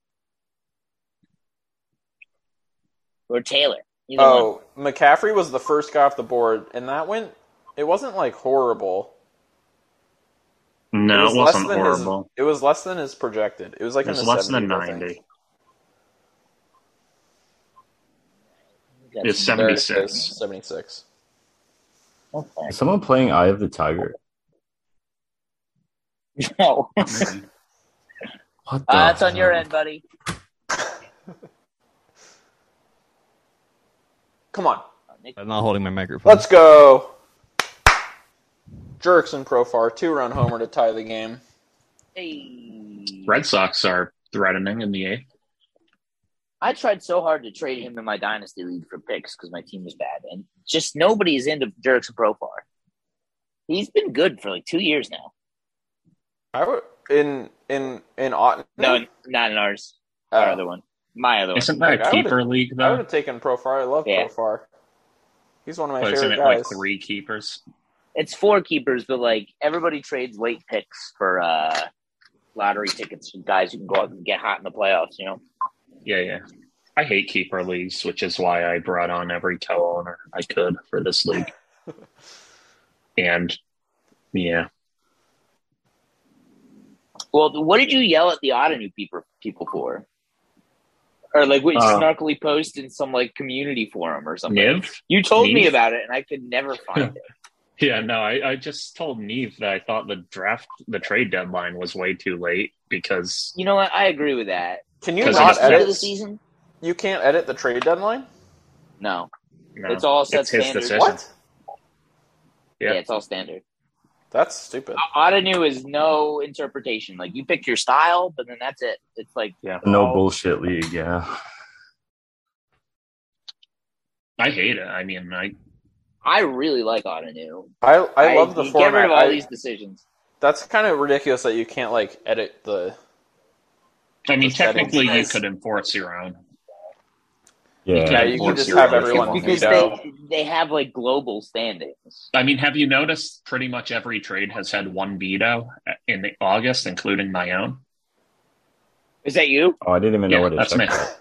[SPEAKER 1] Or Taylor? Either one.
[SPEAKER 4] Oh, McCaffrey was the first guy off the board, and that went. It wasn't like horrible.
[SPEAKER 3] No, it,
[SPEAKER 4] less
[SPEAKER 3] was not
[SPEAKER 4] than his-
[SPEAKER 3] horrible.
[SPEAKER 4] it was less than his projected. It was like
[SPEAKER 3] It was
[SPEAKER 4] in the
[SPEAKER 3] less than
[SPEAKER 4] 70s, I think.
[SPEAKER 3] ninety.
[SPEAKER 1] Got
[SPEAKER 3] It's
[SPEAKER 1] some-
[SPEAKER 4] There it
[SPEAKER 3] 76.
[SPEAKER 4] is, 76.
[SPEAKER 1] okay.
[SPEAKER 7] Is someone playing Eye of the Tiger?
[SPEAKER 1] No.
[SPEAKER 4] Oh.
[SPEAKER 7] What the
[SPEAKER 1] Uh, that's on your
[SPEAKER 7] hell?
[SPEAKER 1] end, buddy.
[SPEAKER 4] Come on.
[SPEAKER 6] I'm not holding my microphone.
[SPEAKER 4] Let's go. Jerks and Profar, two run homer to tie the game.
[SPEAKER 1] Hey.
[SPEAKER 3] Red Sox are threatening in the eighth.
[SPEAKER 1] I tried so hard to trade him in my dynasty league for picks because my team was bad, and just nobody is into Jerks Profar. He's been good for like two years now.
[SPEAKER 4] I would in in in Otten.
[SPEAKER 1] No, not in ours. Our
[SPEAKER 3] Oh.
[SPEAKER 1] other one. My other one.
[SPEAKER 3] Isn't that
[SPEAKER 4] Like, I
[SPEAKER 3] a keeper league
[SPEAKER 4] I would
[SPEAKER 3] though?
[SPEAKER 4] have taken Profar. I love
[SPEAKER 1] Yeah.
[SPEAKER 4] Profar. He's one of my
[SPEAKER 3] But isn't
[SPEAKER 4] favorite
[SPEAKER 3] it
[SPEAKER 4] guys.
[SPEAKER 3] like three keepers?
[SPEAKER 1] It's four keepers, but like everybody trades late picks for uh lottery tickets from guys who can go out and get hot in the playoffs, you know.
[SPEAKER 3] Yeah, yeah. I hate keeper leagues, which is why I brought on every co owner I could for this league. and yeah.
[SPEAKER 1] Well, what did you yell at the Ottanu people people for? Or like what you
[SPEAKER 3] Uh,
[SPEAKER 1] snarkily post in some like community forum or something.
[SPEAKER 3] Niv?
[SPEAKER 1] You told me
[SPEAKER 3] Niv?
[SPEAKER 1] about it and I could never find it.
[SPEAKER 3] Yeah, no, I, I just told Neve that I thought the draft, the trade deadline was way too late because
[SPEAKER 1] You know what? I agree with that.
[SPEAKER 4] Can you
[SPEAKER 3] 'Cause
[SPEAKER 1] Like,
[SPEAKER 4] not
[SPEAKER 3] he's-
[SPEAKER 1] after the
[SPEAKER 4] edit?
[SPEAKER 1] season?
[SPEAKER 4] You can't edit the trade deadline.
[SPEAKER 1] No.
[SPEAKER 3] no,
[SPEAKER 1] It's all set
[SPEAKER 3] it's his
[SPEAKER 1] standard.
[SPEAKER 3] decision.
[SPEAKER 4] What?
[SPEAKER 1] yeah,
[SPEAKER 3] Yeah.
[SPEAKER 1] it's all standard.
[SPEAKER 4] That's stupid.
[SPEAKER 1] Ottanu is no interpretation. Like you pick your style, but then that's it. It's like
[SPEAKER 7] No bullshit league, yeah.
[SPEAKER 3] I hate it. I mean, I
[SPEAKER 1] I really like Ottanu.
[SPEAKER 4] I I, love the
[SPEAKER 1] you
[SPEAKER 4] format.
[SPEAKER 1] Get rid of all
[SPEAKER 4] I-
[SPEAKER 1] these decisions.
[SPEAKER 4] That's kind of ridiculous that you can't like edit the.
[SPEAKER 3] I mean,
[SPEAKER 4] The settings.
[SPEAKER 3] technically, you
[SPEAKER 1] Nice.
[SPEAKER 3] could enforce your own.
[SPEAKER 7] Yeah.
[SPEAKER 4] Yeah,
[SPEAKER 3] Yeah,
[SPEAKER 4] you can
[SPEAKER 3] force
[SPEAKER 4] just
[SPEAKER 3] your
[SPEAKER 4] have
[SPEAKER 3] own.
[SPEAKER 4] everyone
[SPEAKER 1] Because
[SPEAKER 4] veto.
[SPEAKER 1] they, they have like global standings.
[SPEAKER 3] I mean, have you noticed pretty much every trade has had one veto in the August, including my own?
[SPEAKER 1] Is that you?
[SPEAKER 7] Oh, I didn't even know
[SPEAKER 3] Yeah,
[SPEAKER 7] what it
[SPEAKER 3] that's
[SPEAKER 7] checked
[SPEAKER 3] me.
[SPEAKER 7] out.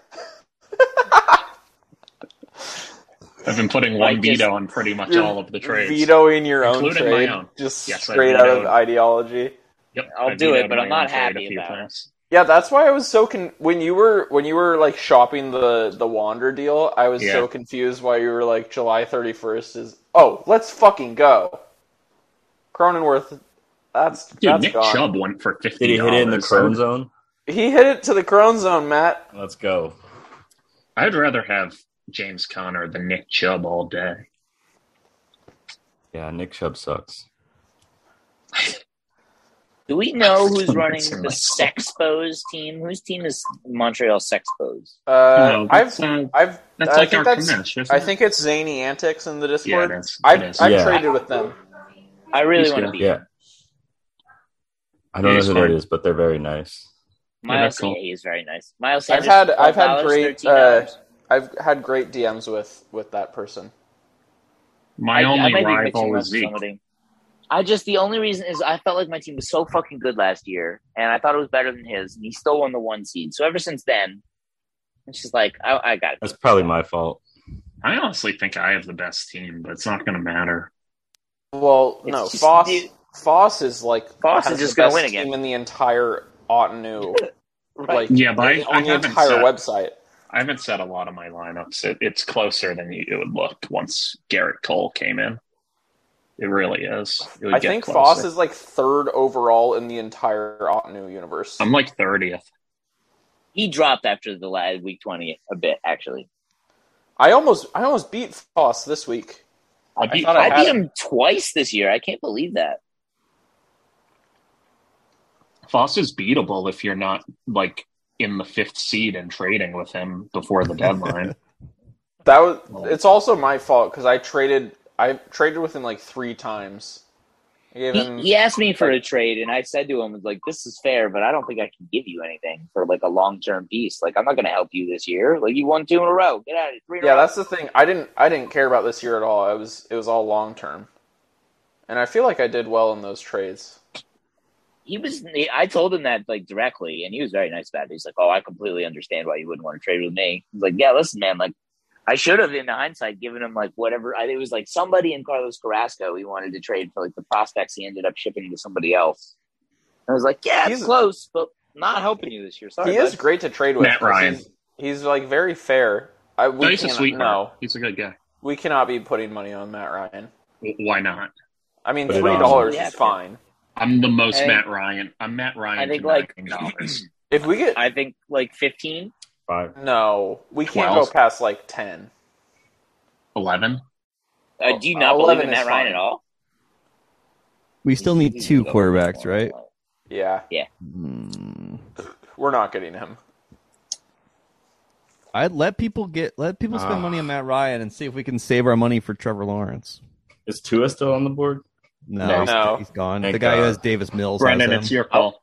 [SPEAKER 3] I've been putting
[SPEAKER 1] Like
[SPEAKER 3] one
[SPEAKER 1] just
[SPEAKER 3] veto on pretty much
[SPEAKER 4] You're
[SPEAKER 3] all of the trades.
[SPEAKER 4] Vetoing your own
[SPEAKER 3] Including my
[SPEAKER 4] trade,
[SPEAKER 3] own.
[SPEAKER 4] just
[SPEAKER 3] Yes, I
[SPEAKER 4] straight out of
[SPEAKER 3] vetoed.
[SPEAKER 4] ideology.
[SPEAKER 3] Yep,
[SPEAKER 1] I'll
[SPEAKER 3] I
[SPEAKER 1] do it,
[SPEAKER 3] vetoed
[SPEAKER 1] but
[SPEAKER 3] my
[SPEAKER 1] I'm not
[SPEAKER 3] own trade
[SPEAKER 1] happy
[SPEAKER 3] a few
[SPEAKER 1] about it.
[SPEAKER 3] times.
[SPEAKER 4] Yeah, that's why I was so con. When you were when you were like shopping the the Wander deal, I was so
[SPEAKER 3] Yeah.
[SPEAKER 4] confused why you were like July thirty first is. Oh, let's fucking go. Cronenworth, that's
[SPEAKER 3] Dude,
[SPEAKER 4] that's
[SPEAKER 3] Nick
[SPEAKER 4] gone.
[SPEAKER 3] Chubb went for fifty.
[SPEAKER 7] Did he hit it in the crone zone?
[SPEAKER 4] He hit it to the Crone zone, Matt.
[SPEAKER 7] Let's go.
[SPEAKER 3] I'd rather have James Conner than Nick Chubb all day.
[SPEAKER 7] Yeah, Nick Chubb sucks.
[SPEAKER 1] Do we know
[SPEAKER 3] It's
[SPEAKER 1] who's
[SPEAKER 3] in
[SPEAKER 1] running
[SPEAKER 3] my
[SPEAKER 1] the
[SPEAKER 3] soul.
[SPEAKER 1] Sexpos team? Whose team is Montreal Sexpos?
[SPEAKER 4] Uh,
[SPEAKER 3] No,
[SPEAKER 4] I've
[SPEAKER 3] that's, uh,
[SPEAKER 4] I've
[SPEAKER 3] that's
[SPEAKER 4] I
[SPEAKER 3] like
[SPEAKER 4] think
[SPEAKER 3] our
[SPEAKER 4] that's-
[SPEAKER 3] commish, isn't
[SPEAKER 4] I
[SPEAKER 3] it?
[SPEAKER 4] think it's Zany Antics in the Discord.
[SPEAKER 3] Yeah, it is.
[SPEAKER 4] I've,
[SPEAKER 3] It is.
[SPEAKER 4] I've
[SPEAKER 7] Yeah.
[SPEAKER 4] traded with them.
[SPEAKER 1] I really
[SPEAKER 3] He's
[SPEAKER 1] want to be.
[SPEAKER 3] good.
[SPEAKER 7] Yeah. I don't
[SPEAKER 3] Yeah,
[SPEAKER 7] know
[SPEAKER 3] he's
[SPEAKER 7] who that
[SPEAKER 3] fine.
[SPEAKER 7] is, but they're very nice.
[SPEAKER 1] Miles
[SPEAKER 3] that's cool.
[SPEAKER 1] yeah, he's very nice. Miles
[SPEAKER 4] I've
[SPEAKER 1] Sanders,
[SPEAKER 4] had I've had
[SPEAKER 1] $12,
[SPEAKER 4] great uh,
[SPEAKER 1] $13.
[SPEAKER 4] I've had great DMs with with that person.
[SPEAKER 3] My
[SPEAKER 1] I- I
[SPEAKER 3] only
[SPEAKER 1] might be mixing
[SPEAKER 3] rival
[SPEAKER 1] up
[SPEAKER 3] is Zeke.
[SPEAKER 1] somebody. I just the only reason is I felt like my team was so fucking good last year, and I thought it was better than his, and he still won the one seed. So ever since then, it's just like I, I got.
[SPEAKER 7] That's probably my fault.
[SPEAKER 3] I honestly think I have the best team, but it's not going to matter.
[SPEAKER 4] Well,
[SPEAKER 1] It's
[SPEAKER 4] no,
[SPEAKER 1] just-
[SPEAKER 4] Foss
[SPEAKER 1] dude.
[SPEAKER 4] Foss is like
[SPEAKER 1] Foss
[SPEAKER 4] has
[SPEAKER 1] is just
[SPEAKER 4] the
[SPEAKER 1] gonna
[SPEAKER 4] best
[SPEAKER 1] win again.
[SPEAKER 4] team in the entire Otenu, like
[SPEAKER 3] Yeah, but I, I
[SPEAKER 4] on the
[SPEAKER 3] haven't
[SPEAKER 4] entire
[SPEAKER 3] set,
[SPEAKER 4] website.
[SPEAKER 3] I haven't set a lot of my lineups. It, it's closer than you, it would look once Garrett Cole came in. It really is. It would
[SPEAKER 4] I
[SPEAKER 3] get
[SPEAKER 4] think
[SPEAKER 3] closer.
[SPEAKER 4] Foss is like third overall in the entire Otenu universe.
[SPEAKER 3] I'm like thirtieth.
[SPEAKER 1] He dropped after the last week twenty a bit actually.
[SPEAKER 4] I almost I almost beat Foss this week.
[SPEAKER 3] I beat.
[SPEAKER 4] thought
[SPEAKER 1] I
[SPEAKER 4] I Oh, had
[SPEAKER 1] beat him twice this year. I can't believe that.
[SPEAKER 3] Foss is beatable if you're not like in the fifth seed and trading with him before the deadline.
[SPEAKER 4] That was. It's also my fault because I traded. I traded with him like three times. I gave him.
[SPEAKER 1] He, he asked me for a trade, and I said to him, "Like this is fair, but I don't think I can give you anything for like a long term piece. Like I'm not going to help you this year. Like you won two in a row. Get out of here. Three in a
[SPEAKER 4] Yeah,
[SPEAKER 1] row.
[SPEAKER 4] that's the thing. I didn't. I didn't care about this year at all. It was. It was all long term. And I feel like I did well in those trades.
[SPEAKER 1] he was i told him that like directly and he was very nice about it he's like oh i completely understand why you wouldn't want to trade with me he's like yeah listen man like i should have in hindsight given him like whatever I, it was like somebody in carlos carrasco he wanted to trade for like the prospects he ended up shipping to somebody else i was like yeah it's
[SPEAKER 4] He's-
[SPEAKER 1] close but not helping you this year sorry
[SPEAKER 4] he is
[SPEAKER 1] bud.
[SPEAKER 4] great to trade with.
[SPEAKER 3] Matt
[SPEAKER 4] 'cause
[SPEAKER 3] Ryan.
[SPEAKER 4] He's, he's, like very fair. I we
[SPEAKER 3] No, he's a
[SPEAKER 4] cannot-
[SPEAKER 3] sweetheart.
[SPEAKER 4] No,
[SPEAKER 3] He's a good guy.
[SPEAKER 4] we cannot be putting money on Matt Ryan.
[SPEAKER 3] W- Why not?
[SPEAKER 4] I mean,
[SPEAKER 7] Put it
[SPEAKER 4] three
[SPEAKER 7] on.
[SPEAKER 4] dollars
[SPEAKER 1] Yeah.
[SPEAKER 4] is fine.
[SPEAKER 3] I'm the most
[SPEAKER 1] Hey.
[SPEAKER 3] Matt Ryan. I'm Matt Ryan.
[SPEAKER 1] I think,
[SPEAKER 3] to
[SPEAKER 1] like-
[SPEAKER 3] $9.
[SPEAKER 4] If we get
[SPEAKER 1] i think like 15
[SPEAKER 7] Five.
[SPEAKER 4] no, we can't
[SPEAKER 3] Twelve.
[SPEAKER 4] go past like ten.
[SPEAKER 3] 11.
[SPEAKER 1] uh, do you not
[SPEAKER 4] Uh,
[SPEAKER 1] believe
[SPEAKER 4] 11
[SPEAKER 1] in
[SPEAKER 4] is
[SPEAKER 1] matt ryan
[SPEAKER 4] fine.
[SPEAKER 1] at all
[SPEAKER 6] We still need
[SPEAKER 1] He's-
[SPEAKER 6] two
[SPEAKER 1] he's-
[SPEAKER 6] quarterbacks, right?
[SPEAKER 4] Yeah,
[SPEAKER 6] Hmm.
[SPEAKER 4] we're not getting him.
[SPEAKER 6] I'd let people get let people spend
[SPEAKER 7] Ah.
[SPEAKER 6] money on Matt Ryan and see if we can save our money for Trevor Lawrence.
[SPEAKER 7] Is Tua still on the board?
[SPEAKER 6] No,
[SPEAKER 3] No.
[SPEAKER 6] he's-
[SPEAKER 4] No.
[SPEAKER 6] he's gone.
[SPEAKER 7] Thank
[SPEAKER 6] the guy who
[SPEAKER 7] God.
[SPEAKER 6] has Davis Mills. has
[SPEAKER 3] Brendan,
[SPEAKER 6] him.
[SPEAKER 3] it's your call.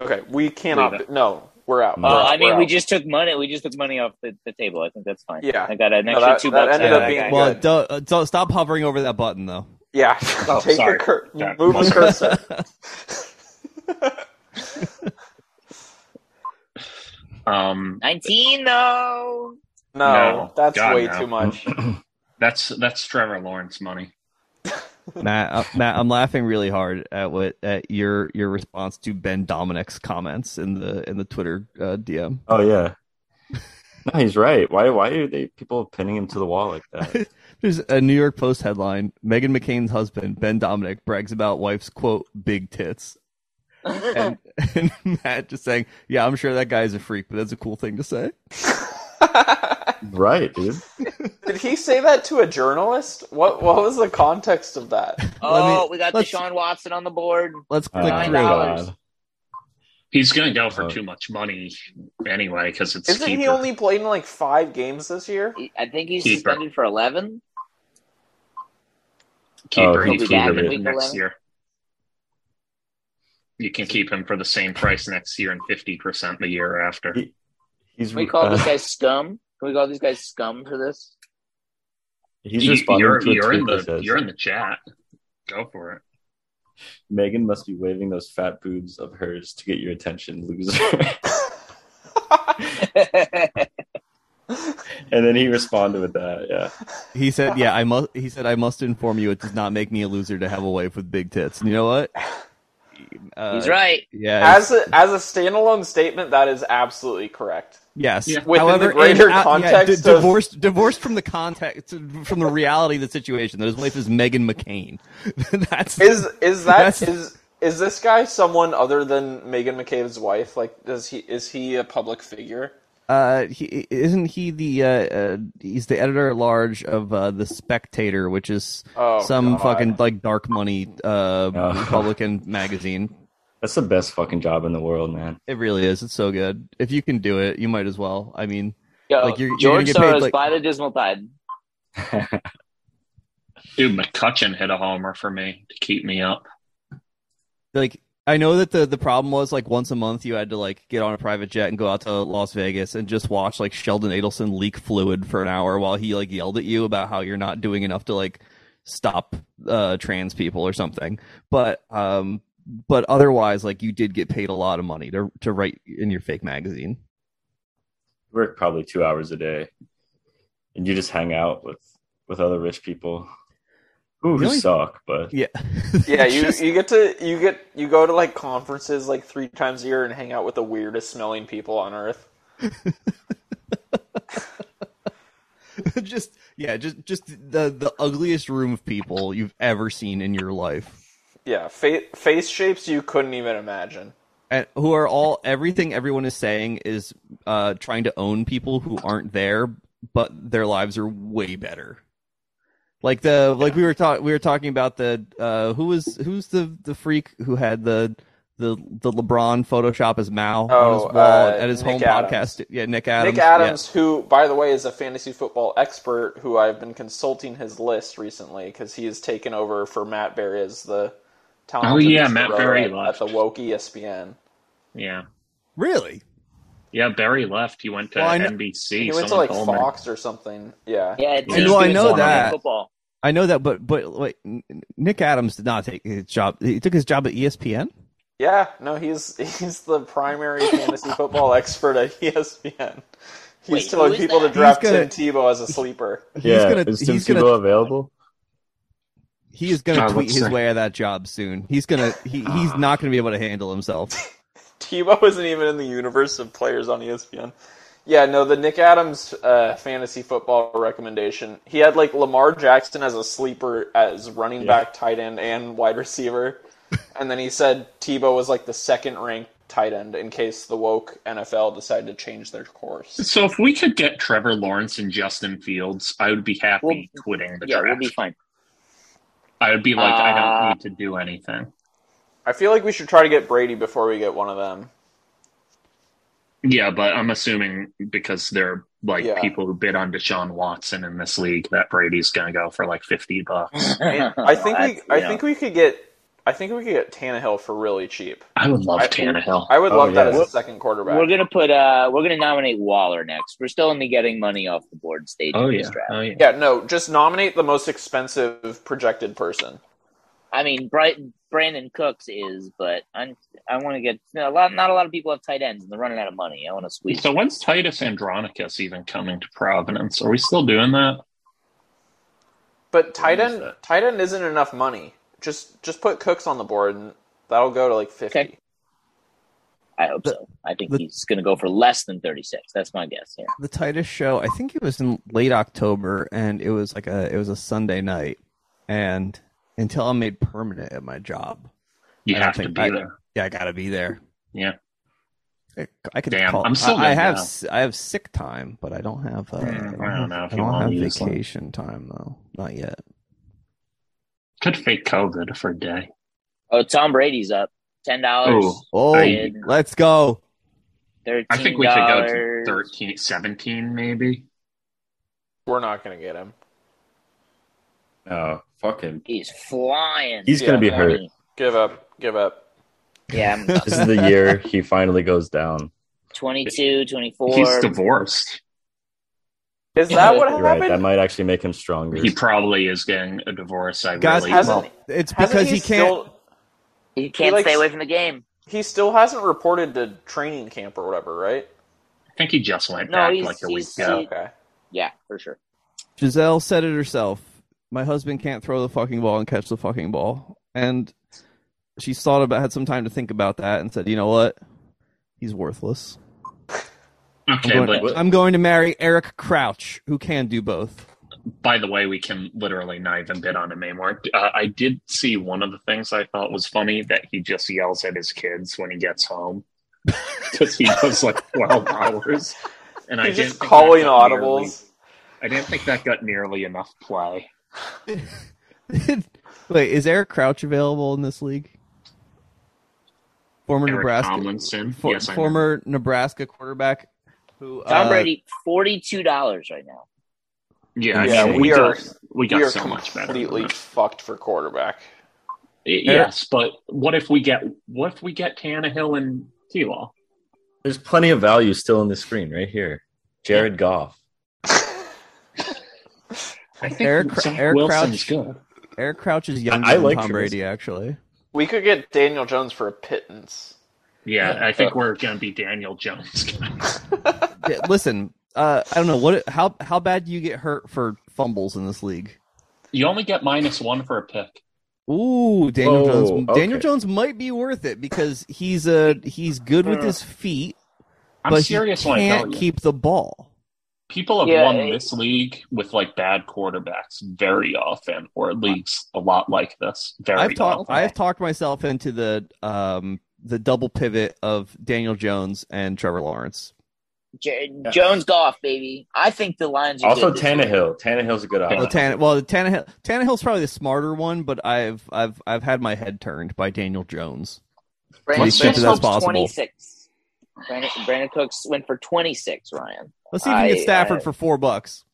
[SPEAKER 4] Okay, we cannot.
[SPEAKER 3] Leave
[SPEAKER 4] be- No, we're out.
[SPEAKER 7] No.
[SPEAKER 4] We're
[SPEAKER 1] Uh,
[SPEAKER 4] out,
[SPEAKER 1] I
[SPEAKER 4] we're
[SPEAKER 1] mean, we
[SPEAKER 4] out.
[SPEAKER 1] just took money. We just took money off the, the table. I think that's fine.
[SPEAKER 4] Yeah.
[SPEAKER 1] I got an
[SPEAKER 4] No,
[SPEAKER 1] extra
[SPEAKER 4] that-
[SPEAKER 1] two
[SPEAKER 4] that
[SPEAKER 1] bucks. out
[SPEAKER 4] ended
[SPEAKER 1] of
[SPEAKER 4] up
[SPEAKER 1] that
[SPEAKER 4] being
[SPEAKER 1] guy.
[SPEAKER 4] good.
[SPEAKER 6] Well, don't, uh, don't stop hovering over that button though.
[SPEAKER 4] yeah.
[SPEAKER 3] Oh,
[SPEAKER 4] Take
[SPEAKER 3] sorry.
[SPEAKER 4] the cur-
[SPEAKER 3] Yeah,
[SPEAKER 4] move the
[SPEAKER 3] must-
[SPEAKER 4] cursor.
[SPEAKER 3] Um,
[SPEAKER 1] Nineteen though.
[SPEAKER 4] No,
[SPEAKER 3] No.
[SPEAKER 4] that's
[SPEAKER 3] God,
[SPEAKER 4] way
[SPEAKER 3] no.
[SPEAKER 4] too much.
[SPEAKER 3] that's that's Trevor Lawrence money.
[SPEAKER 6] Matt, uh, Matt, I'm laughing really hard at what at your your response to Ben Dominic's comments in the in the Twitter uh, DM.
[SPEAKER 7] Oh yeah. No, he's right. Why? Why are they people pinning him to the wall like that?
[SPEAKER 6] There's a New York Post headline: Megan McCain's husband Ben Dominic brags about wife's quote big tits, and, and Matt just saying, "Yeah, I'm sure that guy's a freak, but that's a cool thing to say."
[SPEAKER 7] right, dude.
[SPEAKER 4] Did he say that to a journalist? What What was the context of that?
[SPEAKER 1] Oh, we got
[SPEAKER 6] let's-
[SPEAKER 1] Deshaun Watson on the board.
[SPEAKER 6] Let's click
[SPEAKER 7] Uh,
[SPEAKER 6] through.
[SPEAKER 1] $9.
[SPEAKER 3] He's going to go for
[SPEAKER 7] Oh.
[SPEAKER 3] too much money anyway because it's
[SPEAKER 4] Isn't he
[SPEAKER 3] cheaper.
[SPEAKER 4] only played in like five games this year?
[SPEAKER 1] I think he's
[SPEAKER 3] Keeper.
[SPEAKER 1] suspended for eleven.
[SPEAKER 3] keeper.
[SPEAKER 7] Oh,
[SPEAKER 3] you
[SPEAKER 7] he'll be
[SPEAKER 3] keep
[SPEAKER 7] back
[SPEAKER 3] him
[SPEAKER 7] in
[SPEAKER 1] week
[SPEAKER 3] next
[SPEAKER 1] 11?
[SPEAKER 3] year. You can keep him for the same price next year and fifty percent the year after.
[SPEAKER 7] He- He's
[SPEAKER 1] Can
[SPEAKER 6] Hmm.
[SPEAKER 1] we call
[SPEAKER 7] uh,
[SPEAKER 1] these guys scum? Can we call these guys scum for this?
[SPEAKER 7] He's
[SPEAKER 3] You-
[SPEAKER 7] responding
[SPEAKER 3] you're,
[SPEAKER 7] to a
[SPEAKER 3] you're
[SPEAKER 7] tweet
[SPEAKER 3] in
[SPEAKER 7] that
[SPEAKER 3] the
[SPEAKER 7] says,
[SPEAKER 3] you're in the chat. Go for it.
[SPEAKER 7] "Megan must be waving those fat boobs of hers to get your attention, loser." and then he responded with that. Yeah,
[SPEAKER 6] He said, "Yeah, I must." He said, "I must inform you, it does not make me a loser to have a wife with big tits." And you know what? Uh,
[SPEAKER 1] he's right.
[SPEAKER 6] Yeah.
[SPEAKER 4] As a, as a standalone statement, that is absolutely correct.
[SPEAKER 6] yes.
[SPEAKER 3] Yeah.
[SPEAKER 4] Within
[SPEAKER 6] However,
[SPEAKER 4] the greater
[SPEAKER 6] in- out- yeah,
[SPEAKER 4] context
[SPEAKER 6] di-
[SPEAKER 4] of-
[SPEAKER 6] divorced, divorced from the context, from the reality of the situation, that his wife is Megan McCain. That's
[SPEAKER 4] Is is that
[SPEAKER 6] That's-
[SPEAKER 4] is is this guy someone other than Megan McCabe's wife? Like, does he is he a public figure?
[SPEAKER 6] uh, he, isn't he the uh, uh, he's the editor at large of uh, the Spectator, which is
[SPEAKER 4] Oh,
[SPEAKER 6] some
[SPEAKER 4] God.
[SPEAKER 6] fucking like dark money uh,
[SPEAKER 7] Oh.
[SPEAKER 6] Republican magazine.
[SPEAKER 7] that's the best fucking job in the world, man.
[SPEAKER 6] It really is. It's so good. If you can do it, you might as well. I mean,
[SPEAKER 1] Yo,
[SPEAKER 6] Like, you're- you're
[SPEAKER 1] George
[SPEAKER 6] gonna get paid,
[SPEAKER 1] Soros
[SPEAKER 6] like-
[SPEAKER 1] by the dismal tide.
[SPEAKER 3] Dude, McCutcheon hit a homer for me to keep me up.
[SPEAKER 6] like I know that the the problem was like once a month you had to like get on a private jet and go out to Las Vegas and just watch like Sheldon Adelson leak fluid for an hour while he like yelled at you about how you're not doing enough to like stop uh trans people or something. But um but otherwise like you did get paid a lot of money to to write in your fake magazine.
[SPEAKER 7] Work probably two hours a day, and you just hang out with with other rich people who, who
[SPEAKER 6] The only-
[SPEAKER 7] suck, but
[SPEAKER 6] Yeah.
[SPEAKER 4] Yeah, you,
[SPEAKER 6] Just-
[SPEAKER 4] you get to you get you go to like conferences like three times a year and hang out with the weirdest smelling people on earth.
[SPEAKER 6] just yeah, just just the the ugliest room of people you've ever seen in your life.
[SPEAKER 4] Yeah, fa- face shapes you couldn't even imagine.
[SPEAKER 6] and who are all everything everyone is saying is uh trying to own people who aren't there but their lives are way better like the like we were talking we were talking about the uh who was who's the the freak who had the the the LeBron Photoshop is Mao on his
[SPEAKER 4] Oh,
[SPEAKER 6] wall
[SPEAKER 4] uh,
[SPEAKER 6] at his
[SPEAKER 4] Nick
[SPEAKER 6] home
[SPEAKER 4] Adams.
[SPEAKER 6] podcast. Yeah, Nick Adams.
[SPEAKER 4] Nick Adams, who, by the way, is a fantasy football expert who I've been consulting his list recently because he has taken over for Matt Berry as the talented
[SPEAKER 3] Oh, yeah,
[SPEAKER 4] Mr.
[SPEAKER 3] Matt
[SPEAKER 4] Rowe
[SPEAKER 3] Berry
[SPEAKER 4] at,
[SPEAKER 3] left.
[SPEAKER 4] at the E woke ESPN.
[SPEAKER 3] Yeah.
[SPEAKER 6] Yeah. Really?
[SPEAKER 3] Yeah, Barry left. He went to
[SPEAKER 6] Well, I know-
[SPEAKER 3] NBC.
[SPEAKER 4] He went to
[SPEAKER 3] Someone
[SPEAKER 4] like
[SPEAKER 3] told me.
[SPEAKER 4] Fox or something. Yeah,
[SPEAKER 1] Yeah, it's-
[SPEAKER 3] And, well, I
[SPEAKER 1] it's
[SPEAKER 3] know
[SPEAKER 1] on
[SPEAKER 6] that.
[SPEAKER 1] Football.
[SPEAKER 6] I know that, but but wait, N- Nick Adams did not take his job. He took his job at E ESPN.
[SPEAKER 4] yeah. No, he's he's the primary fantasy football expert at E ESPN. He's
[SPEAKER 1] Wait, who
[SPEAKER 4] telling
[SPEAKER 1] is
[SPEAKER 4] people
[SPEAKER 1] that?
[SPEAKER 4] to draft
[SPEAKER 6] He's gonna-
[SPEAKER 4] Tim Tebow as a sleeper.
[SPEAKER 6] he's
[SPEAKER 7] yeah,
[SPEAKER 6] gonna
[SPEAKER 7] is Tim
[SPEAKER 6] he's
[SPEAKER 7] Tebow
[SPEAKER 6] gonna
[SPEAKER 7] available?
[SPEAKER 6] he is gonna
[SPEAKER 3] God,
[SPEAKER 6] tweet
[SPEAKER 3] let's
[SPEAKER 6] his
[SPEAKER 3] see.
[SPEAKER 6] way out of that job soon. He's gonna he
[SPEAKER 3] Ah.
[SPEAKER 6] he's not gonna be able to handle himself.
[SPEAKER 4] Tebow isn't even in the universe of players on E ESPN. Yeah, no, the Nick Adams uh, fantasy football recommendation. He had like Lamar Jackson as a sleeper as running
[SPEAKER 7] Yeah.
[SPEAKER 4] back, tight end, and wide receiver, and then he said Tebow was like the second ranked tight end in case the woke NFL decided to change their course.
[SPEAKER 3] So if we could get Trevor Lawrence and Justin Fields, I would be happy
[SPEAKER 1] We'll-
[SPEAKER 3] quitting the
[SPEAKER 1] Yeah, we'll
[SPEAKER 3] draft.
[SPEAKER 1] be fine.
[SPEAKER 3] I would be like, I
[SPEAKER 1] Uh,
[SPEAKER 3] don't need to do anything.
[SPEAKER 4] I feel like we should try to get Brady before we get one of them.
[SPEAKER 3] Yeah, but I'm assuming because they're like
[SPEAKER 4] Yeah.
[SPEAKER 3] people who bid on Deshaun Watson in this league that Brady's gonna go for like fifty bucks.
[SPEAKER 4] I think we,
[SPEAKER 1] That's-
[SPEAKER 4] I
[SPEAKER 1] yeah.
[SPEAKER 4] think we could get, I think we could get Tannehill for really cheap.
[SPEAKER 3] I would love
[SPEAKER 4] I-
[SPEAKER 3] Tannehill.
[SPEAKER 4] I would
[SPEAKER 7] Oh,
[SPEAKER 4] love that
[SPEAKER 7] yeah.
[SPEAKER 4] as a second quarterback.
[SPEAKER 1] We're gonna put uh we're gonna nominate Waller next. We're still only getting money off the board stage
[SPEAKER 3] oh
[SPEAKER 1] in
[SPEAKER 3] yeah.
[SPEAKER 1] this draft.
[SPEAKER 3] Oh yeah.
[SPEAKER 4] Yeah, no, just nominate the most expensive projected person.
[SPEAKER 1] I mean Bright Brandon Cooks is, but I'm, I want to get a lot not a lot of people have tight ends and they're running out of money. I want to squeeze
[SPEAKER 3] So when's Titus Andronicus even coming to Providence? Are we still doing that?
[SPEAKER 4] But tight
[SPEAKER 7] is
[SPEAKER 4] end,
[SPEAKER 7] that?
[SPEAKER 4] tight end isn't enough money. Just just put Cooks on the board, and that'll go to like fifty.
[SPEAKER 1] Okay. I hope so. I think
[SPEAKER 6] the-
[SPEAKER 1] he's gonna go for less than thirty six. That's my guess. Yeah.
[SPEAKER 6] The Titus show, I think it was in late October, and it was like a it was a Sunday night, and until I'm made permanent at my job,
[SPEAKER 3] You
[SPEAKER 6] I don't
[SPEAKER 3] have to
[SPEAKER 6] think
[SPEAKER 3] be
[SPEAKER 6] I-
[SPEAKER 3] there.
[SPEAKER 6] yeah, I gotta be there.
[SPEAKER 3] Yeah.
[SPEAKER 6] I, I could
[SPEAKER 3] Damn,
[SPEAKER 6] call.
[SPEAKER 3] I'm still
[SPEAKER 6] I, I
[SPEAKER 3] good
[SPEAKER 6] have
[SPEAKER 3] now.
[SPEAKER 6] s- I have sick time, but I don't have. Uh,
[SPEAKER 3] Hmm, I don't know if you
[SPEAKER 6] I don't
[SPEAKER 3] wanna
[SPEAKER 6] have
[SPEAKER 3] use them.
[SPEAKER 6] vacation time though. Not yet.
[SPEAKER 3] Could fake COVID for a day.
[SPEAKER 1] Oh, Tom Brady's up ten
[SPEAKER 3] Oh,
[SPEAKER 1] dollars.
[SPEAKER 6] Oh,
[SPEAKER 3] I-
[SPEAKER 6] let's go.
[SPEAKER 1] Thirteen.
[SPEAKER 3] I think we could go to 13, 17 maybe.
[SPEAKER 4] We're not gonna get him.
[SPEAKER 7] No, fuck him.
[SPEAKER 1] He's flying.
[SPEAKER 7] He's gonna be hurt.
[SPEAKER 4] Give up. Give up.
[SPEAKER 1] Yeah, I'm
[SPEAKER 7] This is the year he finally goes down.
[SPEAKER 1] 22, 24.
[SPEAKER 3] He's divorced.
[SPEAKER 4] Is that what
[SPEAKER 7] You're
[SPEAKER 4] happened?
[SPEAKER 7] right. That might actually make him stronger.
[SPEAKER 3] He probably is getting a divorce. I
[SPEAKER 6] Guys,
[SPEAKER 3] really
[SPEAKER 4] hasn't-
[SPEAKER 3] well,
[SPEAKER 6] It's
[SPEAKER 4] Hasn't
[SPEAKER 6] because he can't.
[SPEAKER 4] Still,
[SPEAKER 1] He
[SPEAKER 4] He
[SPEAKER 1] can't
[SPEAKER 4] likes-
[SPEAKER 1] stay away from the game.
[SPEAKER 4] he still hasn't reported to training camp or whatever, right?
[SPEAKER 3] I think he just went
[SPEAKER 1] No,
[SPEAKER 3] back
[SPEAKER 1] he's-
[SPEAKER 3] like a week
[SPEAKER 1] he's-
[SPEAKER 3] ago.
[SPEAKER 1] he-
[SPEAKER 4] Okay.
[SPEAKER 1] Yeah, for sure.
[SPEAKER 6] Giselle said it herself. My husband can't throw the fucking ball and catch the fucking ball. And she thought about had some time to think about that and said, you know what? He's worthless. I'm,
[SPEAKER 3] Okay,
[SPEAKER 6] going,
[SPEAKER 3] but
[SPEAKER 6] I'm going to marry Eric Crouch, who can do both.
[SPEAKER 3] by the way, we can literally not even bid on him anymore. Uh, I did see one of the things I thought was funny that he just yells at his kids when he gets home because he goes like twelve hours. And I
[SPEAKER 4] He's
[SPEAKER 3] didn't
[SPEAKER 4] just
[SPEAKER 3] think that
[SPEAKER 4] calling
[SPEAKER 3] got nearly-
[SPEAKER 4] audibles.
[SPEAKER 3] I didn't think that got nearly enough play.
[SPEAKER 6] Wait, is Eric Crouch available in this league? Former
[SPEAKER 3] Eric
[SPEAKER 6] Nebraska,
[SPEAKER 3] Tomlinson,
[SPEAKER 6] for-
[SPEAKER 3] yes, I know.
[SPEAKER 6] former Nebraska quarterback. Who
[SPEAKER 1] Tom
[SPEAKER 6] uh,
[SPEAKER 1] Brady, $42 right now.
[SPEAKER 3] Yeah, I
[SPEAKER 4] Yeah,
[SPEAKER 3] mean,
[SPEAKER 4] we
[SPEAKER 3] we,
[SPEAKER 4] are-
[SPEAKER 3] got, we got
[SPEAKER 4] We are
[SPEAKER 3] so much better. than
[SPEAKER 4] completely
[SPEAKER 3] that.
[SPEAKER 4] fucked for quarterback.
[SPEAKER 3] Yes, but what if we get what if we get Tannehill and T Law?
[SPEAKER 7] There's plenty of value still in the screen right here. Jared Goff.
[SPEAKER 3] I think
[SPEAKER 6] Eric-
[SPEAKER 3] Zach
[SPEAKER 6] Eric
[SPEAKER 3] Wilson's
[SPEAKER 6] Crouch.
[SPEAKER 3] good.
[SPEAKER 6] Eric Crouch is younger
[SPEAKER 7] I
[SPEAKER 6] than
[SPEAKER 7] like
[SPEAKER 6] Tom
[SPEAKER 7] Travis.
[SPEAKER 6] Brady, actually.
[SPEAKER 4] We could get Daniel Jones for a pittance.
[SPEAKER 3] Yeah, I think we're gonna be Daniel Jones. guys.
[SPEAKER 6] Yeah, listen, uh, I don't know what how how bad do you get hurt for fumbles in this league?
[SPEAKER 3] you only get minus one for a pick.
[SPEAKER 6] Ooh,
[SPEAKER 1] Oh,
[SPEAKER 6] Daniel
[SPEAKER 7] Whoa,
[SPEAKER 6] Jones.
[SPEAKER 7] okay.
[SPEAKER 6] Daniel Jones might be worth it because he's a he's good with his feet,
[SPEAKER 3] I'm
[SPEAKER 6] but
[SPEAKER 3] serious
[SPEAKER 1] Oh
[SPEAKER 6] he
[SPEAKER 3] when I tell
[SPEAKER 6] can't
[SPEAKER 3] you.
[SPEAKER 6] keep the ball.
[SPEAKER 3] People have
[SPEAKER 1] Yeah,
[SPEAKER 3] won
[SPEAKER 1] it-
[SPEAKER 3] this league with like bad quarterbacks very often, or leagues a lot like this. Very
[SPEAKER 6] I've talked
[SPEAKER 3] often.
[SPEAKER 6] I've talked myself into the um the double pivot of Daniel Jones and Trevor Lawrence.
[SPEAKER 1] J- Jones Goff, baby. I think the Lions are
[SPEAKER 7] Also
[SPEAKER 1] good this year.
[SPEAKER 7] Tannehill. Tannehill's a good
[SPEAKER 6] Well,
[SPEAKER 7] option.
[SPEAKER 6] Tanne- well, Tannehill, Tannehill's probably the smarter one, but I've I've I've had my head turned by Daniel Jones.
[SPEAKER 1] Brandon,
[SPEAKER 6] extent
[SPEAKER 1] Brandon
[SPEAKER 6] that that's
[SPEAKER 1] Cooks
[SPEAKER 6] possible.
[SPEAKER 1] 26. Brandon, Brandon Cooks went for 26, Ryan.
[SPEAKER 6] Let's see if you can
[SPEAKER 1] I-
[SPEAKER 6] get Stafford
[SPEAKER 1] I-
[SPEAKER 6] for four bucks.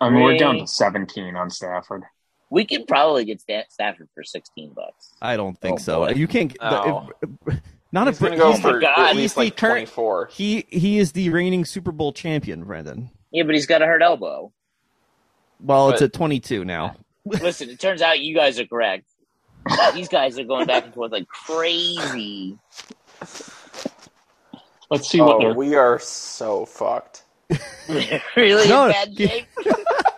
[SPEAKER 3] I mean, we're down
[SPEAKER 1] Three.
[SPEAKER 3] to 17 on Stafford.
[SPEAKER 1] we could probably get Sta- Stafford for 16 bucks.
[SPEAKER 6] I don't think
[SPEAKER 1] Oh,
[SPEAKER 6] so.
[SPEAKER 1] boy.
[SPEAKER 6] You can't. get
[SPEAKER 4] No.
[SPEAKER 6] if- Not
[SPEAKER 4] He's
[SPEAKER 6] a. Brit-
[SPEAKER 4] gonna go
[SPEAKER 6] he's-
[SPEAKER 4] for
[SPEAKER 1] God,
[SPEAKER 4] at
[SPEAKER 6] he's
[SPEAKER 4] least
[SPEAKER 6] the
[SPEAKER 4] like
[SPEAKER 6] turn-
[SPEAKER 4] twenty four.
[SPEAKER 6] he he is the reigning Super Bowl champion, Brendan.
[SPEAKER 1] Yeah, but he's got a hurt elbow.
[SPEAKER 6] Well, it's
[SPEAKER 4] But-
[SPEAKER 6] at twenty two now.
[SPEAKER 1] Listen, it turns out you guys are correct. These guys are going back and forth like crazy.
[SPEAKER 3] Let's see what
[SPEAKER 4] Oh,
[SPEAKER 3] they're.
[SPEAKER 4] we are so fucked.
[SPEAKER 1] really
[SPEAKER 6] No,
[SPEAKER 1] in bad
[SPEAKER 6] you-
[SPEAKER 1] shape.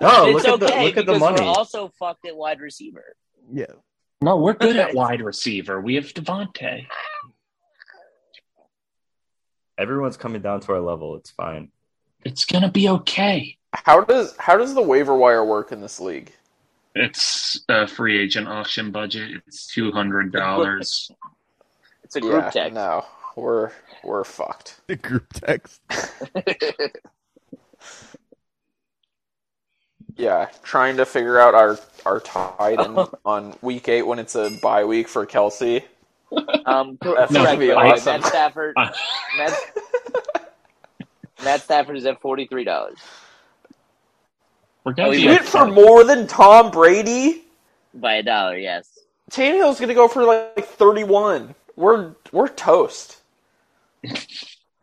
[SPEAKER 7] Oh,
[SPEAKER 1] it's okay
[SPEAKER 7] look at the look at the
[SPEAKER 1] because
[SPEAKER 7] money.
[SPEAKER 1] we're also fucked at wide receiver.
[SPEAKER 6] Yeah.
[SPEAKER 3] No, we're good at wide receiver. We have Devontae.
[SPEAKER 7] Everyone's coming down to our level. It's fine.
[SPEAKER 3] It's gonna be okay.
[SPEAKER 4] How does how does the waiver wire work in this league?
[SPEAKER 3] It's a free agent auction budget. It's two hundred dollars.
[SPEAKER 1] It's a group
[SPEAKER 4] yeah,
[SPEAKER 1] text.
[SPEAKER 4] no, we're we're fucked.
[SPEAKER 6] The group text.
[SPEAKER 4] Yeah, trying to figure out our our tight end on week eight when it's a bye week for Kelsey.
[SPEAKER 1] Um, cor-
[SPEAKER 4] That's
[SPEAKER 1] correct,
[SPEAKER 4] gonna be
[SPEAKER 1] Ryan.
[SPEAKER 4] awesome.
[SPEAKER 1] Matt Stafford.
[SPEAKER 3] I-
[SPEAKER 1] Matt, Matt Stafford is at forty three dollars.
[SPEAKER 3] We're gonna
[SPEAKER 1] Oh,
[SPEAKER 3] be
[SPEAKER 1] he went
[SPEAKER 4] Went for
[SPEAKER 3] okay.
[SPEAKER 4] more than Tom Brady.
[SPEAKER 1] By a dollar, yes.
[SPEAKER 4] Tannehill's gonna go for like, thirty one. We're we're toast.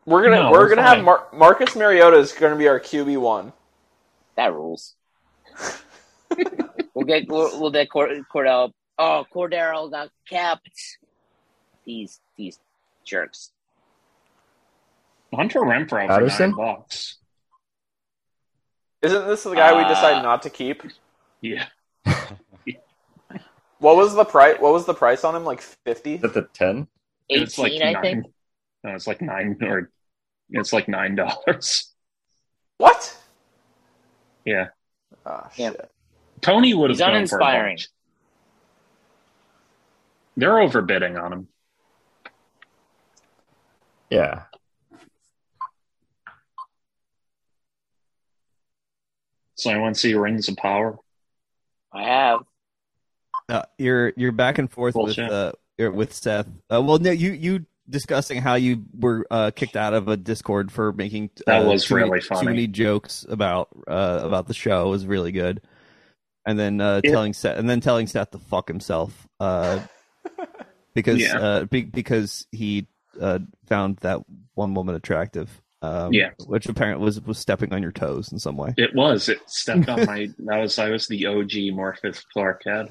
[SPEAKER 4] We're gonna
[SPEAKER 3] No,
[SPEAKER 4] we're,
[SPEAKER 3] we're
[SPEAKER 4] gonna
[SPEAKER 3] fine.
[SPEAKER 4] have Mar- Marcus Mariota is gonna be our QB one.
[SPEAKER 1] That rules. we'll get we'll, we'll get Cord- Cordell. Oh, Cordero got capped. These these jerks.
[SPEAKER 3] Hunter Renfro for
[SPEAKER 7] Patterson?
[SPEAKER 3] nine bucks.
[SPEAKER 4] Isn't this the guy we
[SPEAKER 1] Uh,
[SPEAKER 4] decided not to keep?
[SPEAKER 3] Yeah,
[SPEAKER 4] What was the price? What was the price on him? Like fifty.
[SPEAKER 7] Is that the ten?
[SPEAKER 3] it's like
[SPEAKER 1] Eighteen,
[SPEAKER 3] nine.
[SPEAKER 1] I think.
[SPEAKER 3] No, it's like nine or it's like nine dollars.
[SPEAKER 4] What?
[SPEAKER 3] Yeah.
[SPEAKER 4] Ah,
[SPEAKER 1] Yeah.
[SPEAKER 4] shit.
[SPEAKER 3] Tony would have
[SPEAKER 1] He's
[SPEAKER 3] gone for a
[SPEAKER 1] uninspiring.
[SPEAKER 3] bunch. They're overbidding on him.
[SPEAKER 7] Yeah.
[SPEAKER 3] So I want to see Rings of Power.
[SPEAKER 1] I have.
[SPEAKER 6] Uh, you're you're back and forth
[SPEAKER 3] Bullshit.
[SPEAKER 6] with uh you're with Seth. Uh, well, no, you you discussing how you were uh, kicked out of a Discord for making
[SPEAKER 3] That
[SPEAKER 6] uh,
[SPEAKER 3] was
[SPEAKER 6] too many-
[SPEAKER 3] really funny.
[SPEAKER 6] Too many jokes about uh about the show was really good, and then uh
[SPEAKER 3] Yeah.
[SPEAKER 6] telling Seth and then telling Seth to fuck himself uh because
[SPEAKER 3] Yeah.
[SPEAKER 6] uh be- because he uh found that one woman attractive. Um,
[SPEAKER 3] Yeah.
[SPEAKER 6] which apparently was was stepping on your toes in some way.
[SPEAKER 3] It was. It stepped on my. That was. I was the OG Morpheus Clark head,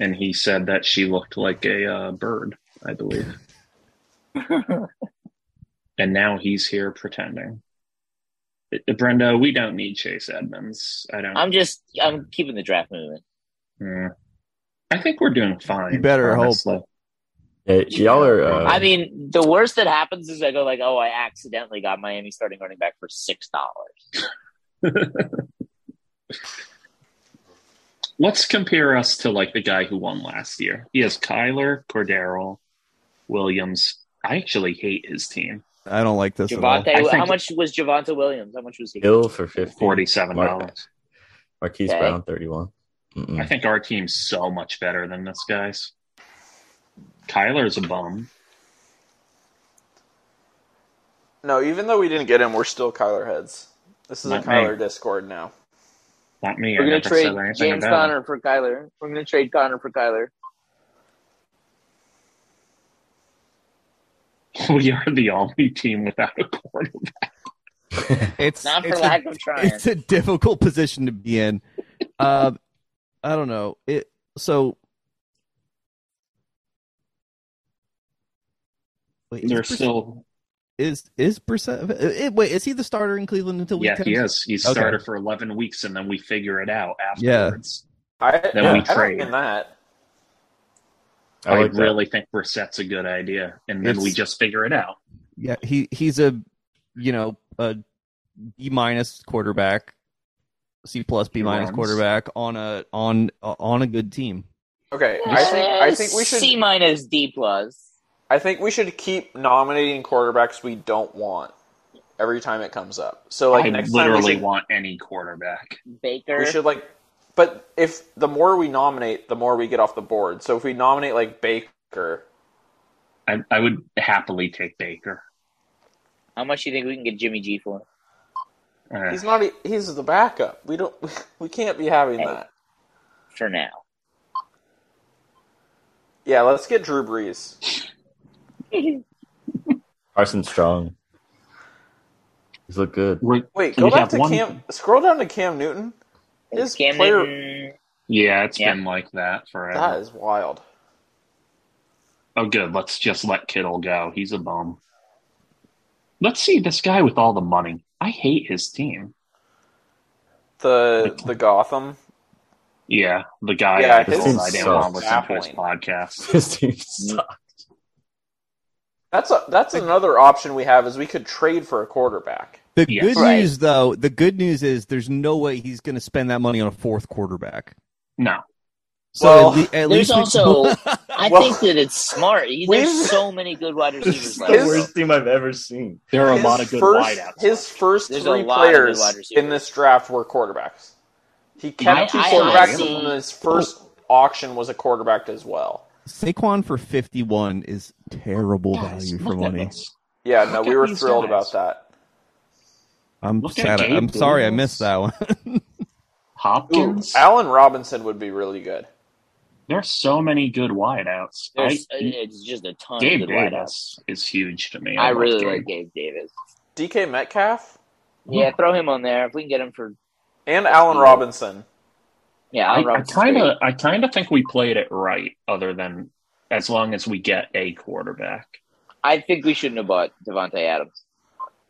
[SPEAKER 3] and he said that she looked like a uh, bird. I believe. and now he's here pretending. Uh, Brenda, we don't need Chase Edmonds. I don't.
[SPEAKER 1] I'm just I'm keeping the draft moving.
[SPEAKER 3] Mm. I think we're doing fine.
[SPEAKER 6] You better hope.
[SPEAKER 3] honestly.
[SPEAKER 7] Yeah, y'all are. Uh,
[SPEAKER 1] I mean, the worst that happens is I go like, oh, I accidentally got Miami starting running back for six dollars.
[SPEAKER 3] Let's compare us to like the guy who won last year. He has Kyler, Cordero, Williams. I actually hate his team.
[SPEAKER 6] I don't like this at all.
[SPEAKER 3] I
[SPEAKER 1] Javante,
[SPEAKER 3] think-
[SPEAKER 1] how much was Javante Williams? How much was he?
[SPEAKER 7] Hill for fifty.
[SPEAKER 3] Forty-seven
[SPEAKER 7] Mar-
[SPEAKER 3] dollars.
[SPEAKER 7] Marquise
[SPEAKER 1] Okay.
[SPEAKER 7] Brown thirty-one. Mm-mm.
[SPEAKER 3] I think our team's so much better than this guy's. Kyler's a bum.
[SPEAKER 4] No, even though we didn't get him, we're still Kyler heads. This is
[SPEAKER 3] Not
[SPEAKER 4] a
[SPEAKER 3] me.
[SPEAKER 4] Kyler Discord now.
[SPEAKER 3] Not me.
[SPEAKER 1] We're
[SPEAKER 3] I
[SPEAKER 1] gonna
[SPEAKER 3] never
[SPEAKER 1] trade
[SPEAKER 3] said anything
[SPEAKER 1] James
[SPEAKER 3] about
[SPEAKER 1] Conner for Kyler. We're gonna trade Connor for Kyler.
[SPEAKER 3] it. We are the only team without a quarterback.
[SPEAKER 6] It's
[SPEAKER 1] Not for
[SPEAKER 6] it's a-
[SPEAKER 1] lack of trying.
[SPEAKER 6] It's a difficult position to be in. Um, I don't know. It so. Wait, is
[SPEAKER 3] They're
[SPEAKER 6] Brissett-
[SPEAKER 3] still.
[SPEAKER 6] is is Brissett, eh, wait is he the starter in Cleveland until week
[SPEAKER 3] Yeah,
[SPEAKER 6] 10?
[SPEAKER 3] he is. He's
[SPEAKER 6] Okay.
[SPEAKER 3] starter for eleven weeks, and then we figure it out
[SPEAKER 6] Yeah.
[SPEAKER 3] afterwards.
[SPEAKER 4] I,
[SPEAKER 3] we
[SPEAKER 4] yeah, I don't
[SPEAKER 3] trade.
[SPEAKER 4] mean that.
[SPEAKER 3] I,
[SPEAKER 7] like that.
[SPEAKER 3] really think Brissett's a good idea, and then we
[SPEAKER 6] It's-
[SPEAKER 3] just figure it out.
[SPEAKER 6] Yeah, he he's a you know a B minus quarterback, C plus B minus
[SPEAKER 3] Runs.
[SPEAKER 6] quarterback on a on on a good team.
[SPEAKER 4] Okay, I think I think we
[SPEAKER 1] C
[SPEAKER 4] should.
[SPEAKER 1] minus D plus.
[SPEAKER 4] I think we should keep nominating quarterbacks we don't want every time it comes up. So like
[SPEAKER 3] I
[SPEAKER 4] next time we
[SPEAKER 3] literally
[SPEAKER 4] should,
[SPEAKER 3] want any quarterback.
[SPEAKER 1] Baker.
[SPEAKER 4] we should like But if the more we nominate, the more we get off the board. So if we nominate like Baker,
[SPEAKER 3] I, I would happily take Baker.
[SPEAKER 1] How much do you think we can get Jimmy G for?
[SPEAKER 3] Uh,
[SPEAKER 4] he's not. e- He's the backup. We don't. We can't be having that.
[SPEAKER 1] For now,
[SPEAKER 4] Yeah, let's get Drew Brees.
[SPEAKER 7] Carson Strong. He's look good.
[SPEAKER 3] we-
[SPEAKER 4] Wait,
[SPEAKER 3] So
[SPEAKER 4] go
[SPEAKER 3] we
[SPEAKER 4] back
[SPEAKER 3] have
[SPEAKER 4] to
[SPEAKER 3] one-
[SPEAKER 4] Cam. Scroll down to Cam Newton. His
[SPEAKER 1] Cam
[SPEAKER 4] player-
[SPEAKER 1] Newton-
[SPEAKER 3] yeah, it's
[SPEAKER 1] Yeah.
[SPEAKER 3] been like that forever.
[SPEAKER 4] That is wild.
[SPEAKER 3] Oh, good. Let's just let Kittle go. He's a bum. Let's see this guy with all the money. I hate his team.
[SPEAKER 4] The the Gotham.
[SPEAKER 3] Yeah, the guy
[SPEAKER 4] Yeah,
[SPEAKER 3] I
[SPEAKER 4] his
[SPEAKER 3] told I
[SPEAKER 7] team
[SPEAKER 3] didn't want
[SPEAKER 7] sucks.
[SPEAKER 3] to listen to his
[SPEAKER 4] Baffling.
[SPEAKER 3] podcast.
[SPEAKER 7] His team sucks.
[SPEAKER 4] That's a, that's another option we have is we could trade for a quarterback.
[SPEAKER 6] The
[SPEAKER 3] Yes.
[SPEAKER 6] good
[SPEAKER 1] Right.
[SPEAKER 6] news, though, the good news is there's no way he's going to spend that money on a fourth quarterback.
[SPEAKER 3] No,
[SPEAKER 6] So
[SPEAKER 4] Well,
[SPEAKER 6] at, le- at
[SPEAKER 1] There's
[SPEAKER 6] least we-
[SPEAKER 1] also, I
[SPEAKER 4] Well-
[SPEAKER 1] think that it's smart.
[SPEAKER 4] We've-
[SPEAKER 1] There's so many good wide
[SPEAKER 7] This is
[SPEAKER 1] receivers.
[SPEAKER 7] the
[SPEAKER 1] left.
[SPEAKER 7] worst team I've ever seen.
[SPEAKER 3] there are
[SPEAKER 4] His
[SPEAKER 3] a lot of good
[SPEAKER 4] first,
[SPEAKER 3] wideouts.
[SPEAKER 4] His first
[SPEAKER 1] There's a
[SPEAKER 4] three
[SPEAKER 1] lot of good
[SPEAKER 4] players
[SPEAKER 1] wide receivers.
[SPEAKER 4] in this draft were quarterbacks. He kept
[SPEAKER 1] I-
[SPEAKER 4] two
[SPEAKER 1] I
[SPEAKER 4] quarterbacks,
[SPEAKER 1] honestly-
[SPEAKER 4] and his first auction was a quarterback as well.
[SPEAKER 6] Saquon for 51 is terrible
[SPEAKER 3] Guys,
[SPEAKER 6] value for
[SPEAKER 3] look at
[SPEAKER 6] money.
[SPEAKER 3] this.
[SPEAKER 4] Yeah, no,
[SPEAKER 3] Look
[SPEAKER 4] we
[SPEAKER 3] at
[SPEAKER 4] were
[SPEAKER 3] these
[SPEAKER 4] thrilled
[SPEAKER 3] guys.
[SPEAKER 4] about that.
[SPEAKER 6] I'm
[SPEAKER 3] Look at
[SPEAKER 6] sad.
[SPEAKER 3] Gabe
[SPEAKER 6] I'm sorry I
[SPEAKER 3] Davis.
[SPEAKER 6] missed that one.
[SPEAKER 4] Ooh,
[SPEAKER 3] Hopkins.
[SPEAKER 4] Allen Robinson would be really good.
[SPEAKER 3] there are so many good wideouts. I,
[SPEAKER 1] There's, it's just a ton
[SPEAKER 3] Gabe
[SPEAKER 1] of good wideouts.
[SPEAKER 3] Davis is huge to me.
[SPEAKER 1] I really
[SPEAKER 3] Gabe.
[SPEAKER 1] like Gabe Davis.
[SPEAKER 4] DK Metcalf
[SPEAKER 1] Yeah, throw him on there if we can get him for.
[SPEAKER 4] and Allen Robinson.
[SPEAKER 1] Yeah, I'll
[SPEAKER 3] I, I
[SPEAKER 1] run
[SPEAKER 3] kind
[SPEAKER 1] straight.
[SPEAKER 3] of, I kind of think we played it right. Other than as long as we get a quarterback.
[SPEAKER 1] I think we shouldn't have bought Devontae Adams.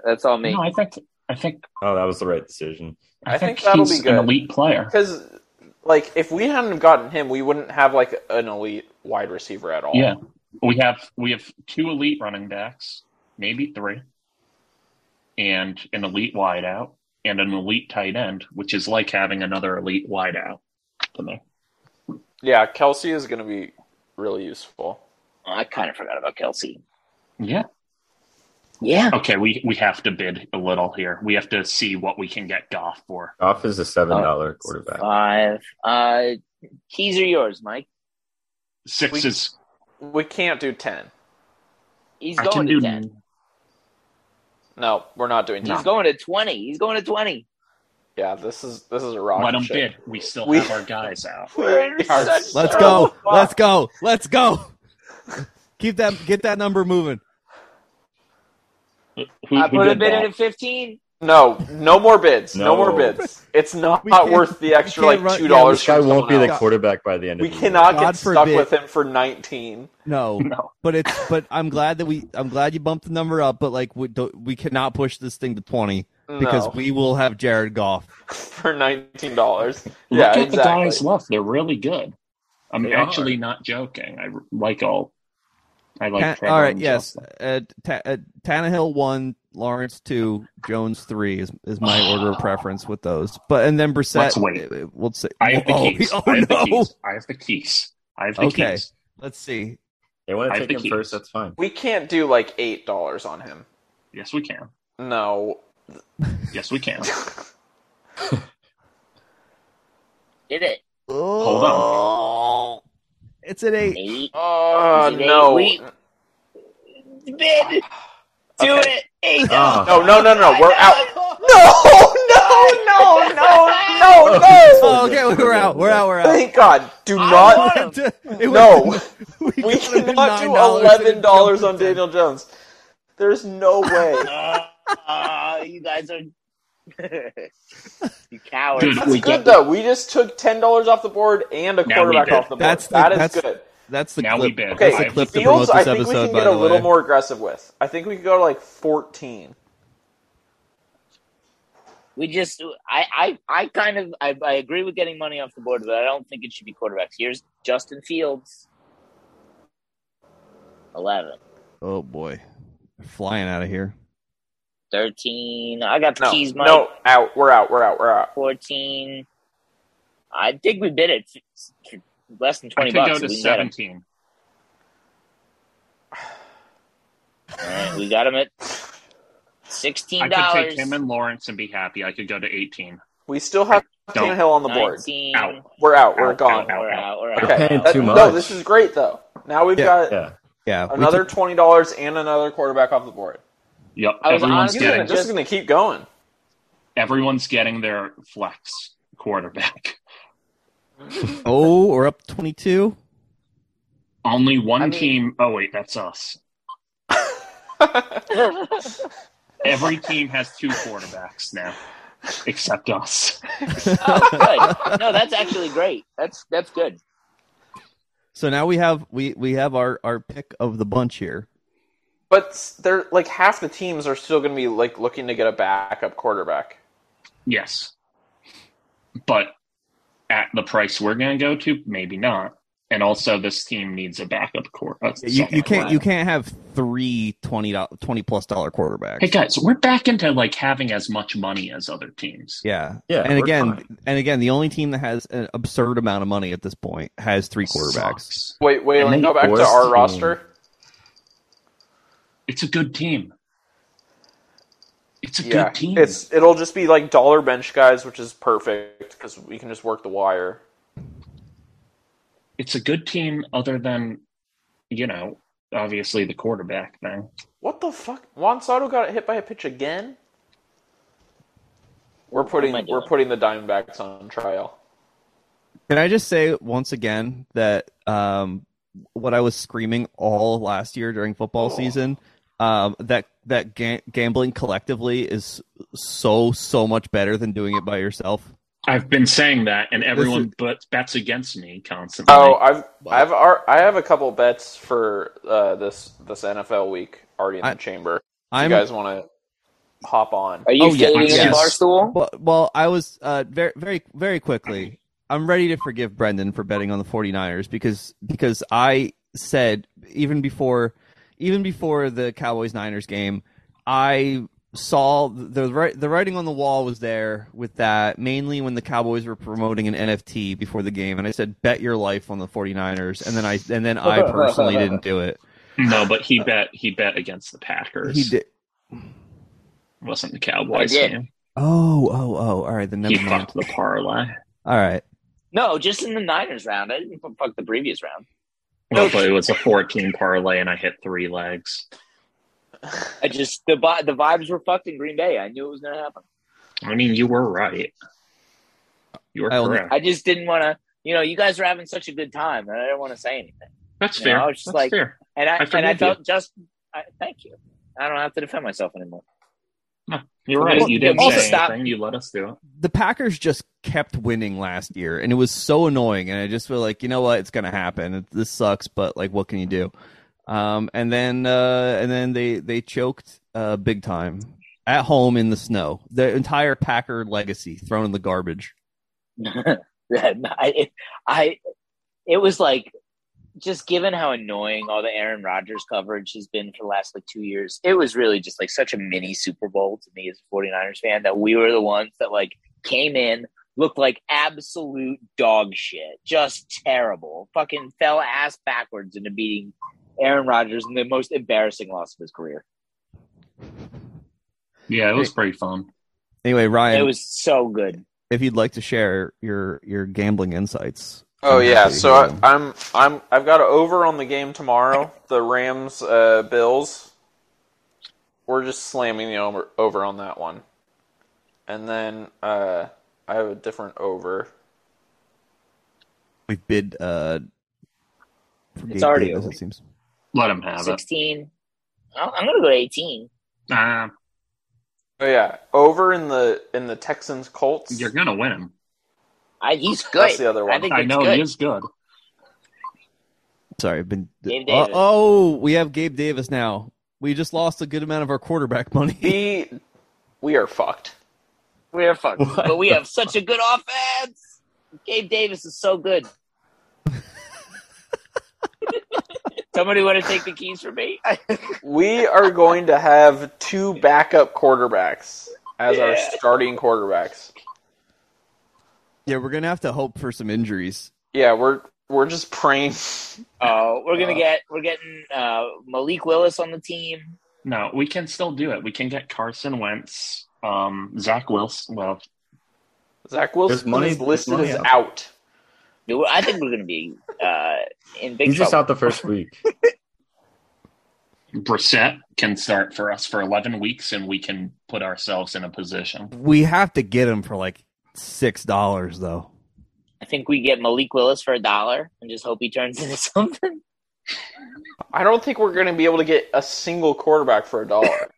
[SPEAKER 1] That's all me.
[SPEAKER 3] No, I think, I think,
[SPEAKER 7] Oh, that was the right decision.
[SPEAKER 3] I,
[SPEAKER 4] I
[SPEAKER 3] think,
[SPEAKER 4] think that'll
[SPEAKER 3] he's
[SPEAKER 4] be good.
[SPEAKER 3] an elite player.
[SPEAKER 4] Because, like, if we hadn't gotten him, we wouldn't have like an elite wide receiver at all.
[SPEAKER 3] Yeah, we have we have two elite running backs, maybe three, and an elite wideout and an elite tight end, which is like having another elite wideout. To me,
[SPEAKER 4] yeah. Kelsey is going to be really useful.
[SPEAKER 1] Oh, I kind of forgot about Kelsey.
[SPEAKER 3] yeah.
[SPEAKER 1] Yeah,
[SPEAKER 3] Okay, we we have to bid a little here. We have to see what we can get Goff for.
[SPEAKER 7] Goff is a seven dollar quarterback.
[SPEAKER 1] five. Uh, keys are yours, Mike.
[SPEAKER 3] Six
[SPEAKER 4] We-
[SPEAKER 3] is
[SPEAKER 4] We can't do ten.
[SPEAKER 1] He's
[SPEAKER 3] I can
[SPEAKER 1] going to
[SPEAKER 3] do
[SPEAKER 1] ten.
[SPEAKER 4] No, we're not doing ten.
[SPEAKER 1] He's going to twenty. He's going to twenty.
[SPEAKER 4] Yeah, this is this is a rocket
[SPEAKER 3] let him
[SPEAKER 4] ship.
[SPEAKER 3] bid. Oh, We still
[SPEAKER 4] We-
[SPEAKER 3] have our guys out.
[SPEAKER 4] We're in
[SPEAKER 1] Our-
[SPEAKER 4] such
[SPEAKER 6] Let's
[SPEAKER 4] terrible
[SPEAKER 6] go.
[SPEAKER 4] spot.
[SPEAKER 6] Let's go. Let's go. Keep that get that number moving.
[SPEAKER 3] Who,
[SPEAKER 1] I
[SPEAKER 3] who
[SPEAKER 1] put a
[SPEAKER 3] did
[SPEAKER 1] bid
[SPEAKER 3] that?
[SPEAKER 1] in at fifteen.
[SPEAKER 4] No, no more bids. No,
[SPEAKER 7] No.
[SPEAKER 4] more bids. It's not
[SPEAKER 6] We can't-
[SPEAKER 4] worth the extra
[SPEAKER 6] can't
[SPEAKER 4] like
[SPEAKER 6] run-
[SPEAKER 4] two
[SPEAKER 6] yeah, we
[SPEAKER 4] dollars.
[SPEAKER 7] This guy won't be the
[SPEAKER 6] else.
[SPEAKER 7] quarterback by the end of
[SPEAKER 4] We
[SPEAKER 7] the year.
[SPEAKER 4] cannot get
[SPEAKER 6] God
[SPEAKER 4] stuck
[SPEAKER 6] forbid.
[SPEAKER 4] with him for nineteen.
[SPEAKER 6] No,
[SPEAKER 3] No.
[SPEAKER 6] but it's but I'm glad that we I'm glad you bumped the number up. But like we do, we cannot push this thing to twenty because
[SPEAKER 4] No.
[SPEAKER 6] we will have Jared Goff.
[SPEAKER 4] for nineteen dollars.
[SPEAKER 3] Look
[SPEAKER 4] yeah,
[SPEAKER 3] at
[SPEAKER 4] exactly.
[SPEAKER 3] the guys left. They're really good. I'm
[SPEAKER 7] They
[SPEAKER 3] actually not joking. I r- like all. I like.
[SPEAKER 6] Ta-
[SPEAKER 3] Trevor
[SPEAKER 6] Uh, all right,
[SPEAKER 3] and
[SPEAKER 6] yes.
[SPEAKER 3] Justin.
[SPEAKER 6] Uh, ta- uh, Tannehill one, Lawrence two, Jones three is is my order of preference with those. But and then Brissett.
[SPEAKER 3] Let's wait.
[SPEAKER 6] uh, We'll see.
[SPEAKER 3] I have the
[SPEAKER 6] Whoa,
[SPEAKER 3] keys.
[SPEAKER 6] oh,
[SPEAKER 3] I have
[SPEAKER 6] no.
[SPEAKER 3] the keys. I have the keys. I have the
[SPEAKER 6] Okay.
[SPEAKER 3] keys.
[SPEAKER 6] Let's see.
[SPEAKER 7] They want
[SPEAKER 3] I
[SPEAKER 7] to
[SPEAKER 3] have
[SPEAKER 7] take
[SPEAKER 3] the
[SPEAKER 7] him
[SPEAKER 3] keys.
[SPEAKER 7] first. That's fine.
[SPEAKER 4] We can't do like eight dollars on him.
[SPEAKER 3] Yes, we can.
[SPEAKER 4] No.
[SPEAKER 3] Yes, we can.
[SPEAKER 1] Did it
[SPEAKER 3] Hold on.
[SPEAKER 6] Oh, it's an eight.
[SPEAKER 1] eight?
[SPEAKER 4] Oh
[SPEAKER 1] Is it eight
[SPEAKER 4] no.
[SPEAKER 1] week? Bid. Do
[SPEAKER 4] Okay.
[SPEAKER 1] it. Eight.
[SPEAKER 7] Oh.
[SPEAKER 4] No, no, no, no. We're out. No, no, no, no, no, no.
[SPEAKER 6] Oh, okay, we're out. We're out. We're out.
[SPEAKER 4] Thank God. Do
[SPEAKER 1] I
[SPEAKER 4] not.
[SPEAKER 1] want
[SPEAKER 6] It went-
[SPEAKER 4] No.
[SPEAKER 6] we
[SPEAKER 4] We
[SPEAKER 6] got him
[SPEAKER 4] cannot
[SPEAKER 6] at
[SPEAKER 4] do
[SPEAKER 6] $9
[SPEAKER 4] eleven dollars
[SPEAKER 6] and
[SPEAKER 4] on
[SPEAKER 6] it jumped
[SPEAKER 4] Daniel Jones. There's no way.
[SPEAKER 1] Ah, you guys are you cowards.
[SPEAKER 3] Dude,
[SPEAKER 4] That's
[SPEAKER 3] we
[SPEAKER 4] good
[SPEAKER 3] get
[SPEAKER 4] though. We just took ten dollars off the board and a
[SPEAKER 3] Now we
[SPEAKER 4] quarterback
[SPEAKER 3] did.
[SPEAKER 4] off the board.
[SPEAKER 6] That's the-
[SPEAKER 4] that is
[SPEAKER 6] that's-
[SPEAKER 4] good.
[SPEAKER 6] to- That's the
[SPEAKER 3] Now we
[SPEAKER 6] clip.
[SPEAKER 3] bid.
[SPEAKER 4] Okay,
[SPEAKER 6] That's the
[SPEAKER 3] I-
[SPEAKER 6] clip to
[SPEAKER 4] Fields,
[SPEAKER 6] promote
[SPEAKER 4] I
[SPEAKER 6] this
[SPEAKER 4] think we
[SPEAKER 6] episode.
[SPEAKER 4] can get
[SPEAKER 6] By
[SPEAKER 4] a
[SPEAKER 6] the
[SPEAKER 4] little
[SPEAKER 6] way,
[SPEAKER 4] more aggressive with. I think we could go to like fourteen.
[SPEAKER 1] We just, I, I, I kind of, I, I agree with getting money off the board, but I don't think it should be quarterbacks. Here's Justin Fields, eleven.
[SPEAKER 6] oh boy, They're flying out of here.
[SPEAKER 1] 13. I got the
[SPEAKER 4] No,
[SPEAKER 1] keys, Mike.
[SPEAKER 4] no, out. We're out. We're out. We're out.
[SPEAKER 1] 14. I think we bid it for less than 20
[SPEAKER 3] I could
[SPEAKER 1] bucks.
[SPEAKER 3] go
[SPEAKER 1] we,
[SPEAKER 3] to
[SPEAKER 1] got him.
[SPEAKER 3] seventeen.
[SPEAKER 1] All right, we got him at
[SPEAKER 3] I
[SPEAKER 1] $16.
[SPEAKER 3] could take him and Lawrence and be happy. I could go to eighteen.
[SPEAKER 4] We still have
[SPEAKER 3] Don't.
[SPEAKER 4] Tannehill on the board.
[SPEAKER 1] 19.
[SPEAKER 3] Out.
[SPEAKER 4] We're out. We're
[SPEAKER 3] Out,
[SPEAKER 4] gone.
[SPEAKER 3] out.
[SPEAKER 1] We're out. We're
[SPEAKER 4] Okay.
[SPEAKER 1] out.
[SPEAKER 7] paying
[SPEAKER 4] Uh,
[SPEAKER 7] too
[SPEAKER 4] No,
[SPEAKER 7] much.
[SPEAKER 4] this is great though. Now we've
[SPEAKER 6] Yeah.
[SPEAKER 4] got
[SPEAKER 7] Yeah.
[SPEAKER 6] Yeah, we
[SPEAKER 4] another
[SPEAKER 6] took-
[SPEAKER 4] twenty dollars and another quarterback off the board.
[SPEAKER 3] Yep.
[SPEAKER 1] I was
[SPEAKER 3] Everyone's
[SPEAKER 1] honestly-
[SPEAKER 4] This is
[SPEAKER 3] getting
[SPEAKER 4] gonna- this is going to keep going.
[SPEAKER 3] everyone's getting their flex quarterback.
[SPEAKER 6] oh, we're up twenty-two.
[SPEAKER 3] Only one
[SPEAKER 1] I mean-
[SPEAKER 3] team. Oh wait, that's us. Every team has two quarterbacks now, except us.
[SPEAKER 1] oh, good. No, that's actually great. That's that's good.
[SPEAKER 6] So now we have we we have our our pick of the bunch here.
[SPEAKER 4] But s- they're like half the teams are still going to be like looking to get a backup quarterback.
[SPEAKER 3] Yes, but at the price we're going to go to, maybe not. And also, this team needs a backup uh, quarterback.
[SPEAKER 6] You, you can't you can't have three twenty dollar twenty plus dollar quarterbacks.
[SPEAKER 3] Hey guys, we're back into like having as much money as other teams.
[SPEAKER 6] Yeah,
[SPEAKER 7] Yeah,
[SPEAKER 6] and
[SPEAKER 7] we're
[SPEAKER 6] again,
[SPEAKER 7] fine.
[SPEAKER 6] and again, the only team that has an absurd amount of money at this point has three quarterbacks.
[SPEAKER 3] Sucks.
[SPEAKER 4] Wait, wait,
[SPEAKER 3] And
[SPEAKER 4] let me
[SPEAKER 3] they
[SPEAKER 4] go back to
[SPEAKER 7] forced
[SPEAKER 4] our
[SPEAKER 7] him.
[SPEAKER 4] roster.
[SPEAKER 3] It's a good team. It's a
[SPEAKER 4] Yeah,
[SPEAKER 3] good team.
[SPEAKER 4] it's it'll just be like dollar bench guys, which is perfect because we can just work the wire.
[SPEAKER 3] it's a good team other than you know obviously the quarterback thing
[SPEAKER 4] What the fuck? Juan Soto got hit by a pitch again. We're putting
[SPEAKER 1] am I doing?
[SPEAKER 4] we're putting the Diamondbacks on trial.
[SPEAKER 6] Can I just say once again that um, what I was screaming all last year during football season um, that that ga- gambling collectively is so so much better than doing it by yourself.
[SPEAKER 3] i've been saying that and everyone
[SPEAKER 6] is-
[SPEAKER 3] but bets against me constantly
[SPEAKER 4] Oh, I've I've ar- I have a couple bets for uh, this this NFL week already in the
[SPEAKER 6] I-
[SPEAKER 4] chamber. If
[SPEAKER 6] I'm
[SPEAKER 4] you guys want to hop on?
[SPEAKER 1] Are you
[SPEAKER 6] Oh, yeah,
[SPEAKER 1] fading in
[SPEAKER 6] yes.
[SPEAKER 1] the bar stool?
[SPEAKER 6] well, well, I was uh, very very very quickly. I'm ready to forgive Brendan for betting on the 49ers because because I said even before even before the Cowboys Niners game, I saw the wri- the writing on the wall was there with that mainly when the Cowboys were promoting an NFT before the game and I said bet your life on the 49ers and then I and then I personally didn't do it.
[SPEAKER 3] no but he bet he bet against the packers
[SPEAKER 6] He did
[SPEAKER 3] It wasn't the cowboys
[SPEAKER 1] I did.
[SPEAKER 3] game
[SPEAKER 6] Oh, oh, oh. All right, then
[SPEAKER 3] he
[SPEAKER 6] never mind.
[SPEAKER 3] fucked the parlay
[SPEAKER 6] All right.
[SPEAKER 1] No, just in the Niners round. I didn't fuck the previous round.
[SPEAKER 3] well, but it was a 14 parlay and i hit three legs
[SPEAKER 1] I just the vi- the vibes were fucked in Green Bay. I knew it was gonna happen.
[SPEAKER 3] i mean you were right you were
[SPEAKER 6] I only-
[SPEAKER 3] correct
[SPEAKER 1] I just didn't want to. You know, you guys were having such a good time, and I didn't want to say anything.
[SPEAKER 3] that's
[SPEAKER 1] you know,
[SPEAKER 3] fair
[SPEAKER 1] I was just
[SPEAKER 3] that's
[SPEAKER 1] like-
[SPEAKER 3] fair
[SPEAKER 1] And I,
[SPEAKER 3] I
[SPEAKER 1] and I
[SPEAKER 3] forgive you.
[SPEAKER 1] felt just. I, thank you. I don't have to defend myself anymore.
[SPEAKER 3] you're right
[SPEAKER 1] Well,
[SPEAKER 3] you didn't
[SPEAKER 1] also
[SPEAKER 3] say
[SPEAKER 1] stop-
[SPEAKER 3] anything you let us do it
[SPEAKER 6] the Packers just kept winning last year, and it was so annoying. And I just feel like, you know what, it's gonna happen. It, this sucks, but like, what can you do? Um, and then, uh, and then they they choked uh, big time at home in the snow. The entire Packer legacy thrown in the garbage.
[SPEAKER 1] Yeah, I, it, I, it was like, just given how annoying all the Aaron Rodgers coverage has been for the last like two years, it was really just like such a mini Super Bowl to me as a 49ers fan that we were the ones that like came in, looked like absolute dog shit, just terrible, fucking fell ass backwards into beating Aaron Rodgers in the most embarrassing loss of his career.
[SPEAKER 3] yeah it was pretty fun
[SPEAKER 6] Anyway, Ryan,
[SPEAKER 1] It was so good.
[SPEAKER 6] if you'd like to share your your gambling insights.
[SPEAKER 4] Oh
[SPEAKER 6] I'm
[SPEAKER 4] yeah,
[SPEAKER 6] happy to
[SPEAKER 4] so
[SPEAKER 6] hear
[SPEAKER 4] I,
[SPEAKER 6] them.
[SPEAKER 4] I'm I'm I've got an over on the game tomorrow. The Rams uh, Bills. We're just slamming the over, over on that one, and then uh, I have a different over.
[SPEAKER 6] we bid. Uh, for
[SPEAKER 1] It's
[SPEAKER 6] Gabe
[SPEAKER 1] already
[SPEAKER 6] Davis,
[SPEAKER 1] over.
[SPEAKER 6] it seems.
[SPEAKER 3] let him have it
[SPEAKER 1] 16. I'm I'm gonna go to 18.
[SPEAKER 3] Ah,
[SPEAKER 4] Oh yeah, over in the in the Texans Colts.
[SPEAKER 3] You're gonna win him.
[SPEAKER 1] I, he's good.
[SPEAKER 4] That's the other one.
[SPEAKER 1] I think
[SPEAKER 3] I
[SPEAKER 1] it's
[SPEAKER 3] know
[SPEAKER 1] good.
[SPEAKER 3] he is good.
[SPEAKER 6] Sorry, I've been.
[SPEAKER 1] Gabe
[SPEAKER 6] Oh,
[SPEAKER 1] Davis.
[SPEAKER 6] oh, we have Gabe Davis now. We just lost a good amount of our quarterback money.
[SPEAKER 4] We we are fucked.
[SPEAKER 1] We are fucked, but we have such a good offense. Gabe Davis is so good. Somebody want to take the keys for me?
[SPEAKER 4] We are going to have two backup quarterbacks as our
[SPEAKER 1] Yeah.
[SPEAKER 4] starting quarterbacks.
[SPEAKER 6] yeah, we're gonna have to hope for some injuries.
[SPEAKER 4] Yeah, we're we're just praying.
[SPEAKER 1] Oh, we're gonna get we're getting uh, Malik Willis on the team.
[SPEAKER 3] No, we can still do it. We can get Carson Wentz, um, Zach Wilson. Well,
[SPEAKER 4] Zach Wilson
[SPEAKER 7] There's money-
[SPEAKER 4] is listed
[SPEAKER 7] there's
[SPEAKER 4] as
[SPEAKER 7] money out
[SPEAKER 4] out.
[SPEAKER 1] Dude, I think we're going to be uh, in big
[SPEAKER 7] He's just
[SPEAKER 1] trouble.
[SPEAKER 7] out the first week.
[SPEAKER 3] Brissett can start for us for 11 weeks and we can put ourselves in a position.
[SPEAKER 6] We have to get him for like six dollars though.
[SPEAKER 1] I think we get Malik Willis for a dollar and just hope he turns into something.
[SPEAKER 4] I don't think we're going to be able to get a single quarterback for a dollar.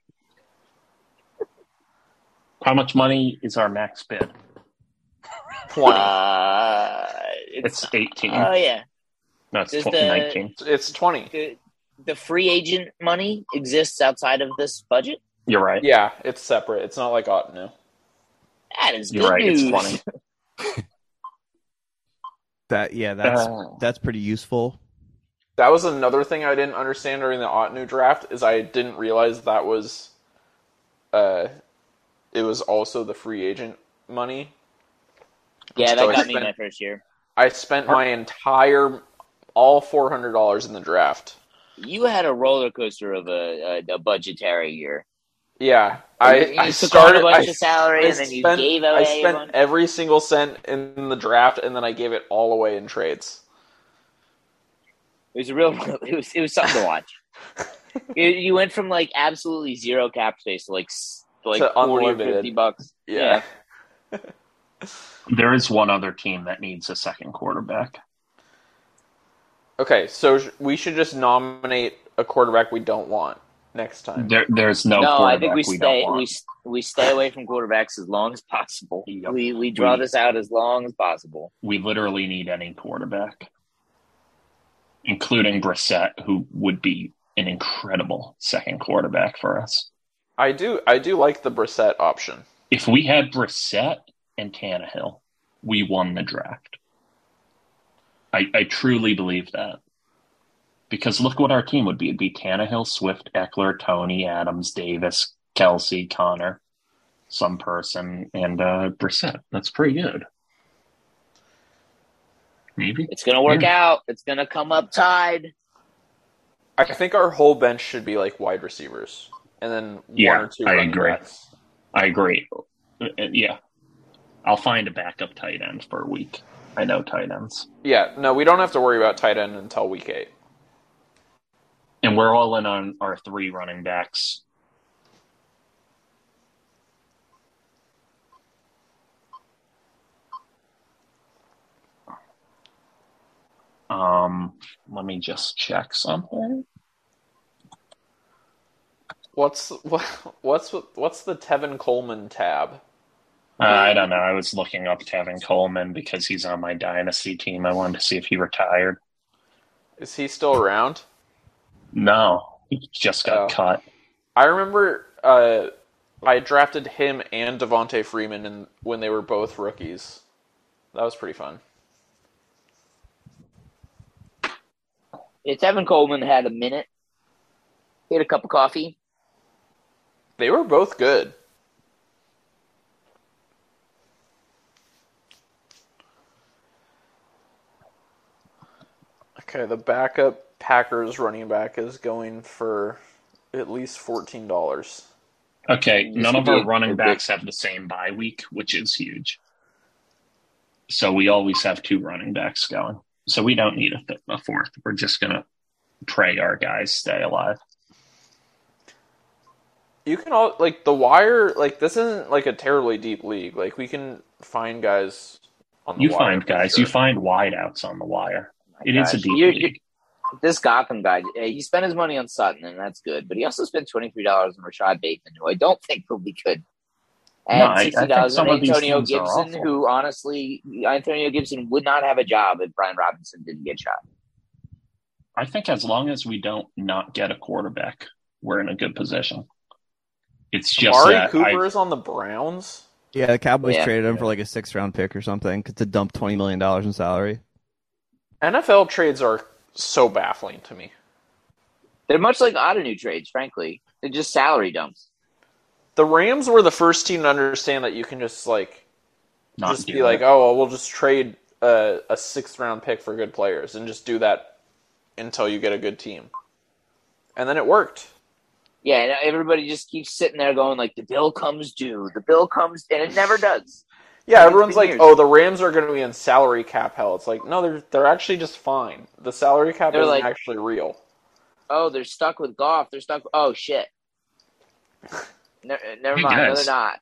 [SPEAKER 3] How much money is our max bid?
[SPEAKER 4] Twenty.
[SPEAKER 1] Uh, it's,
[SPEAKER 3] It's 18.
[SPEAKER 1] oh yeah,
[SPEAKER 3] no, it's
[SPEAKER 1] does
[SPEAKER 3] 20,
[SPEAKER 1] the-
[SPEAKER 3] 19.
[SPEAKER 4] it's twenty.
[SPEAKER 1] the, the free agent money exists outside of this budget.
[SPEAKER 3] You're right.
[SPEAKER 4] Yeah, it's separate. It's not like Otten. no.
[SPEAKER 1] That is
[SPEAKER 3] You're
[SPEAKER 1] good
[SPEAKER 3] right.
[SPEAKER 1] news.
[SPEAKER 3] It's 20.
[SPEAKER 6] That yeah, that's
[SPEAKER 3] Uh,
[SPEAKER 6] that's pretty useful.
[SPEAKER 4] That was another thing I didn't understand during the Otnu draft is I didn't realize that was, uh, it was also the free agent money.
[SPEAKER 1] Yeah,
[SPEAKER 4] So
[SPEAKER 1] that got me
[SPEAKER 4] expensive.
[SPEAKER 1] my first year.
[SPEAKER 4] I spent my entire all four hundred dollars in the draft.
[SPEAKER 1] You had a roller coaster of a, a, a budgetary year.
[SPEAKER 4] Yeah,
[SPEAKER 1] you
[SPEAKER 4] I, I
[SPEAKER 1] took on
[SPEAKER 4] started.
[SPEAKER 1] a bunch
[SPEAKER 4] I,
[SPEAKER 1] of salary,
[SPEAKER 4] I
[SPEAKER 1] and then you
[SPEAKER 4] spent,
[SPEAKER 1] gave
[SPEAKER 4] I
[SPEAKER 1] away.
[SPEAKER 4] spent
[SPEAKER 1] one-
[SPEAKER 4] every single cent in the draft, and then I gave it all away in trades.
[SPEAKER 1] It was a real. It was it was something to watch. It- you went from like absolutely zero cap space to like s- to, like
[SPEAKER 4] To
[SPEAKER 1] forty or
[SPEAKER 4] unlimited.
[SPEAKER 1] fifty bucks.
[SPEAKER 4] Yeah.
[SPEAKER 3] there is one other team that needs a second quarterback.
[SPEAKER 4] Okay, so sh- we should just nominate a quarterback we don't want next time.
[SPEAKER 3] There, there's no,
[SPEAKER 1] No,
[SPEAKER 3] quarterback
[SPEAKER 1] I think we,
[SPEAKER 3] we
[SPEAKER 1] stay
[SPEAKER 3] don't want.
[SPEAKER 1] we s- we stay away from quarterbacks as long as possible.
[SPEAKER 3] Yep.
[SPEAKER 1] We we draw
[SPEAKER 3] We-
[SPEAKER 1] this out as long as possible.
[SPEAKER 3] we literally need any quarterback, including Brissett, who would be an incredible second quarterback for us.
[SPEAKER 4] I do. I do like the Brissett option.
[SPEAKER 3] If we had Brissett and Tannehill, we won the draft. I, I truly believe that. Because look what our team would be. It'd be Tannehill, Swift, Eckler, Tony, Adams, Davis, Kelsey, Connor, some person, and uh, Brissett. That's pretty good. Maybe.
[SPEAKER 1] It's gonna work out. It's gonna come up tied.
[SPEAKER 4] I think our whole bench should be like wide receivers, and then one
[SPEAKER 3] Yeah,
[SPEAKER 4] or two.
[SPEAKER 3] I
[SPEAKER 4] running
[SPEAKER 3] agree.
[SPEAKER 4] backs.
[SPEAKER 3] I agree. Uh, uh, Yeah. I'll find a backup tight end for a week. I know tight ends.
[SPEAKER 4] Yeah, no, we don't have to worry about tight end until week eight.
[SPEAKER 3] And we're all in on our three running backs. Um, let me just check something.
[SPEAKER 4] What's what, what's what's the Tevin Coleman tab?
[SPEAKER 3] Uh, I don't know. I was looking up Tevin Coleman because he's on my dynasty team. I wanted to see if he retired.
[SPEAKER 4] Is he still around?
[SPEAKER 3] No, he just got
[SPEAKER 4] Oh.
[SPEAKER 3] cut.
[SPEAKER 4] I remember uh, I drafted him and Devonte Freeman in, when they were both rookies. That was pretty fun.
[SPEAKER 1] If Evan Coleman had a minute, he had a cup of coffee.
[SPEAKER 4] They were both good. Okay, the backup Packers running back is going for at least fourteen dollars.
[SPEAKER 3] Okay,
[SPEAKER 1] This
[SPEAKER 3] none
[SPEAKER 1] would
[SPEAKER 3] of
[SPEAKER 1] be
[SPEAKER 3] our
[SPEAKER 1] a-
[SPEAKER 3] running
[SPEAKER 1] a
[SPEAKER 3] backs have the same bye week, which is huge. So we always have two running backs going. So we don't need a, th- a fourth. We're just gonna pray our guys stay alive.
[SPEAKER 4] You can all like the wire. Like this isn't like a terribly deep league. Like we can find guys on the
[SPEAKER 3] You
[SPEAKER 4] wire
[SPEAKER 3] find
[SPEAKER 4] for
[SPEAKER 3] guys,
[SPEAKER 4] sure.
[SPEAKER 3] you find wideouts on the wire. It is
[SPEAKER 1] gosh.
[SPEAKER 3] a deep
[SPEAKER 1] You- you-
[SPEAKER 3] league.
[SPEAKER 1] This Gotham guy, uh, he spent his money on Sutton, and that's good. But he also spent twenty three dollars on Rashad Bateman, who I don't think will be good. And
[SPEAKER 3] No, I- I think
[SPEAKER 1] sixty dollars on
[SPEAKER 3] some of these
[SPEAKER 1] Antonio
[SPEAKER 3] teams are
[SPEAKER 1] Gibson,
[SPEAKER 3] awful.
[SPEAKER 1] who honestly, Antonio Gibson would not have a job if Brian Robinson didn't get shot.
[SPEAKER 3] I think as long as we don't not get a quarterback, we're in a good position. It's just
[SPEAKER 4] Amari
[SPEAKER 3] that I-
[SPEAKER 4] Cooper is on the Browns.
[SPEAKER 6] Yeah, the Cowboys
[SPEAKER 1] Yeah.
[SPEAKER 6] traded him for like a six round pick or something to dump twenty million dollars in salary.
[SPEAKER 4] NFL trades are so baffling to me.
[SPEAKER 1] They're much like Ottanu trades, frankly. They're just salary dumps.
[SPEAKER 4] The Rams were the first team to understand that you can just like
[SPEAKER 3] not
[SPEAKER 4] just
[SPEAKER 3] do
[SPEAKER 4] be like,
[SPEAKER 3] it.
[SPEAKER 4] oh, well, we'll just trade a, a sixth round pick for good players and just do that until you get a good team. And then it worked.
[SPEAKER 1] Yeah, and everybody just keeps sitting there going like, "The bill comes due. The bill comes," and it never does.
[SPEAKER 4] Yeah,
[SPEAKER 1] It's
[SPEAKER 4] everyone's
[SPEAKER 1] been
[SPEAKER 4] like,
[SPEAKER 1] years.
[SPEAKER 4] "Oh, the Rams are going to be in salary cap hell." It's like, no, they're they're actually just fine. The salary cap
[SPEAKER 1] They're
[SPEAKER 4] isn't
[SPEAKER 1] like-
[SPEAKER 4] actually real.
[SPEAKER 1] Oh, they're stuck with golf. They're stuck. Oh shit. Ne- never
[SPEAKER 3] Hey,
[SPEAKER 1] mind. No,
[SPEAKER 3] guys.
[SPEAKER 1] they're not.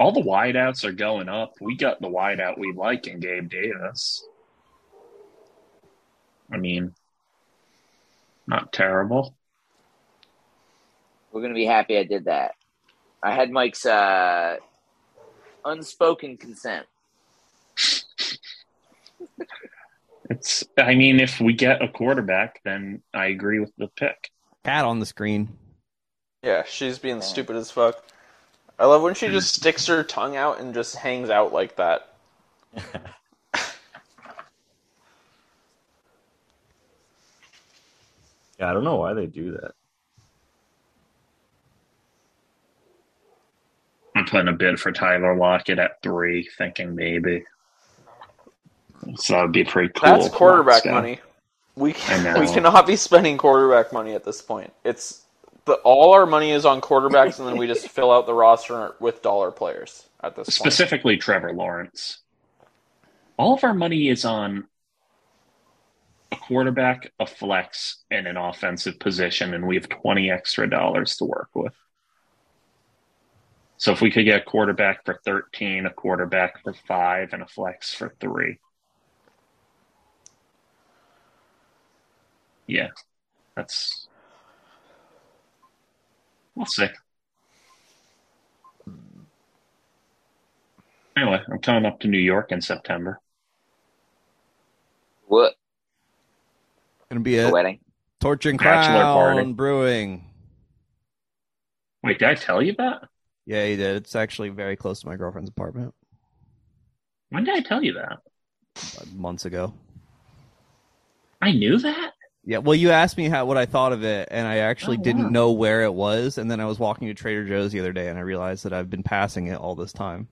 [SPEAKER 3] All the wideouts are going up. We got the wideout we like in Gabe Davis. I mean, not terrible.
[SPEAKER 1] We're gonna be happy I did that. I had Mike's uh, unspoken consent.
[SPEAKER 3] It's. I mean, if we get a quarterback, then I agree with the pick.
[SPEAKER 6] Cat on the screen.
[SPEAKER 4] Yeah, she's being stupid as fuck. I love when she just sticks her tongue out and just hangs out like that.
[SPEAKER 7] Yeah, I don't know why they do that.
[SPEAKER 3] I'm putting a bid for Tyler Lockett at three, thinking maybe. So that would be pretty cool.
[SPEAKER 4] That's quarterback
[SPEAKER 3] So,
[SPEAKER 4] money. We
[SPEAKER 3] I
[SPEAKER 4] can,
[SPEAKER 3] know.
[SPEAKER 4] we cannot be spending quarterback money at this point. It's the all our money is on quarterbacks, and then we just fill out the roster with dollar players at this point.
[SPEAKER 3] Specifically, Trevor Lawrence. All of our money is on a quarterback, a flex, and an offensive position, and we have 20 extra dollars to work with. So if we could get a quarterback for 13, a quarterback for five, and a flex for three. Yeah, that's. We'll see. Anyway, I'm coming up to New York in September.
[SPEAKER 1] What?
[SPEAKER 6] Gonna be
[SPEAKER 1] The
[SPEAKER 6] a
[SPEAKER 1] wedding.
[SPEAKER 6] torch and
[SPEAKER 3] Bachelor
[SPEAKER 6] crown
[SPEAKER 3] party.
[SPEAKER 6] brewing.
[SPEAKER 3] Wait, did I tell you that?
[SPEAKER 6] Yeah, you did. It's actually very close to my girlfriend's apartment
[SPEAKER 3] When did I tell you that?
[SPEAKER 6] about months ago.
[SPEAKER 3] I knew that.
[SPEAKER 6] Yeah, well, you asked me how what I thought of it, and I actually
[SPEAKER 3] Oh,
[SPEAKER 6] didn't
[SPEAKER 3] wow.
[SPEAKER 6] know where it was. And then I was walking to Trader Joe's the other day, and I realized that I've been passing it all this time.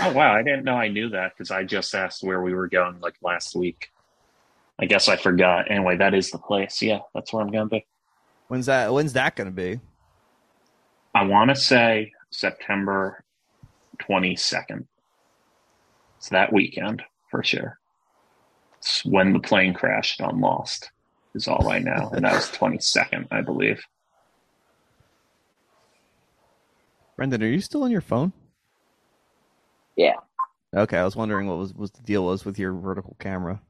[SPEAKER 3] Oh wow, I didn't know I knew that because I just asked where we were going like last week. I guess I forgot. Anyway, that is the place. Yeah, that's where I'm going to be.
[SPEAKER 6] When's that? When's that going to be?
[SPEAKER 3] I want to say September 22nd. It's that weekend for sure. It's when the plane crashed on Lost, is all I know. And that was 22nd, I believe.
[SPEAKER 6] Brendan, are you still on your phone?
[SPEAKER 1] Yeah.
[SPEAKER 6] Okay, I was wondering what was was the deal was with your vertical camera.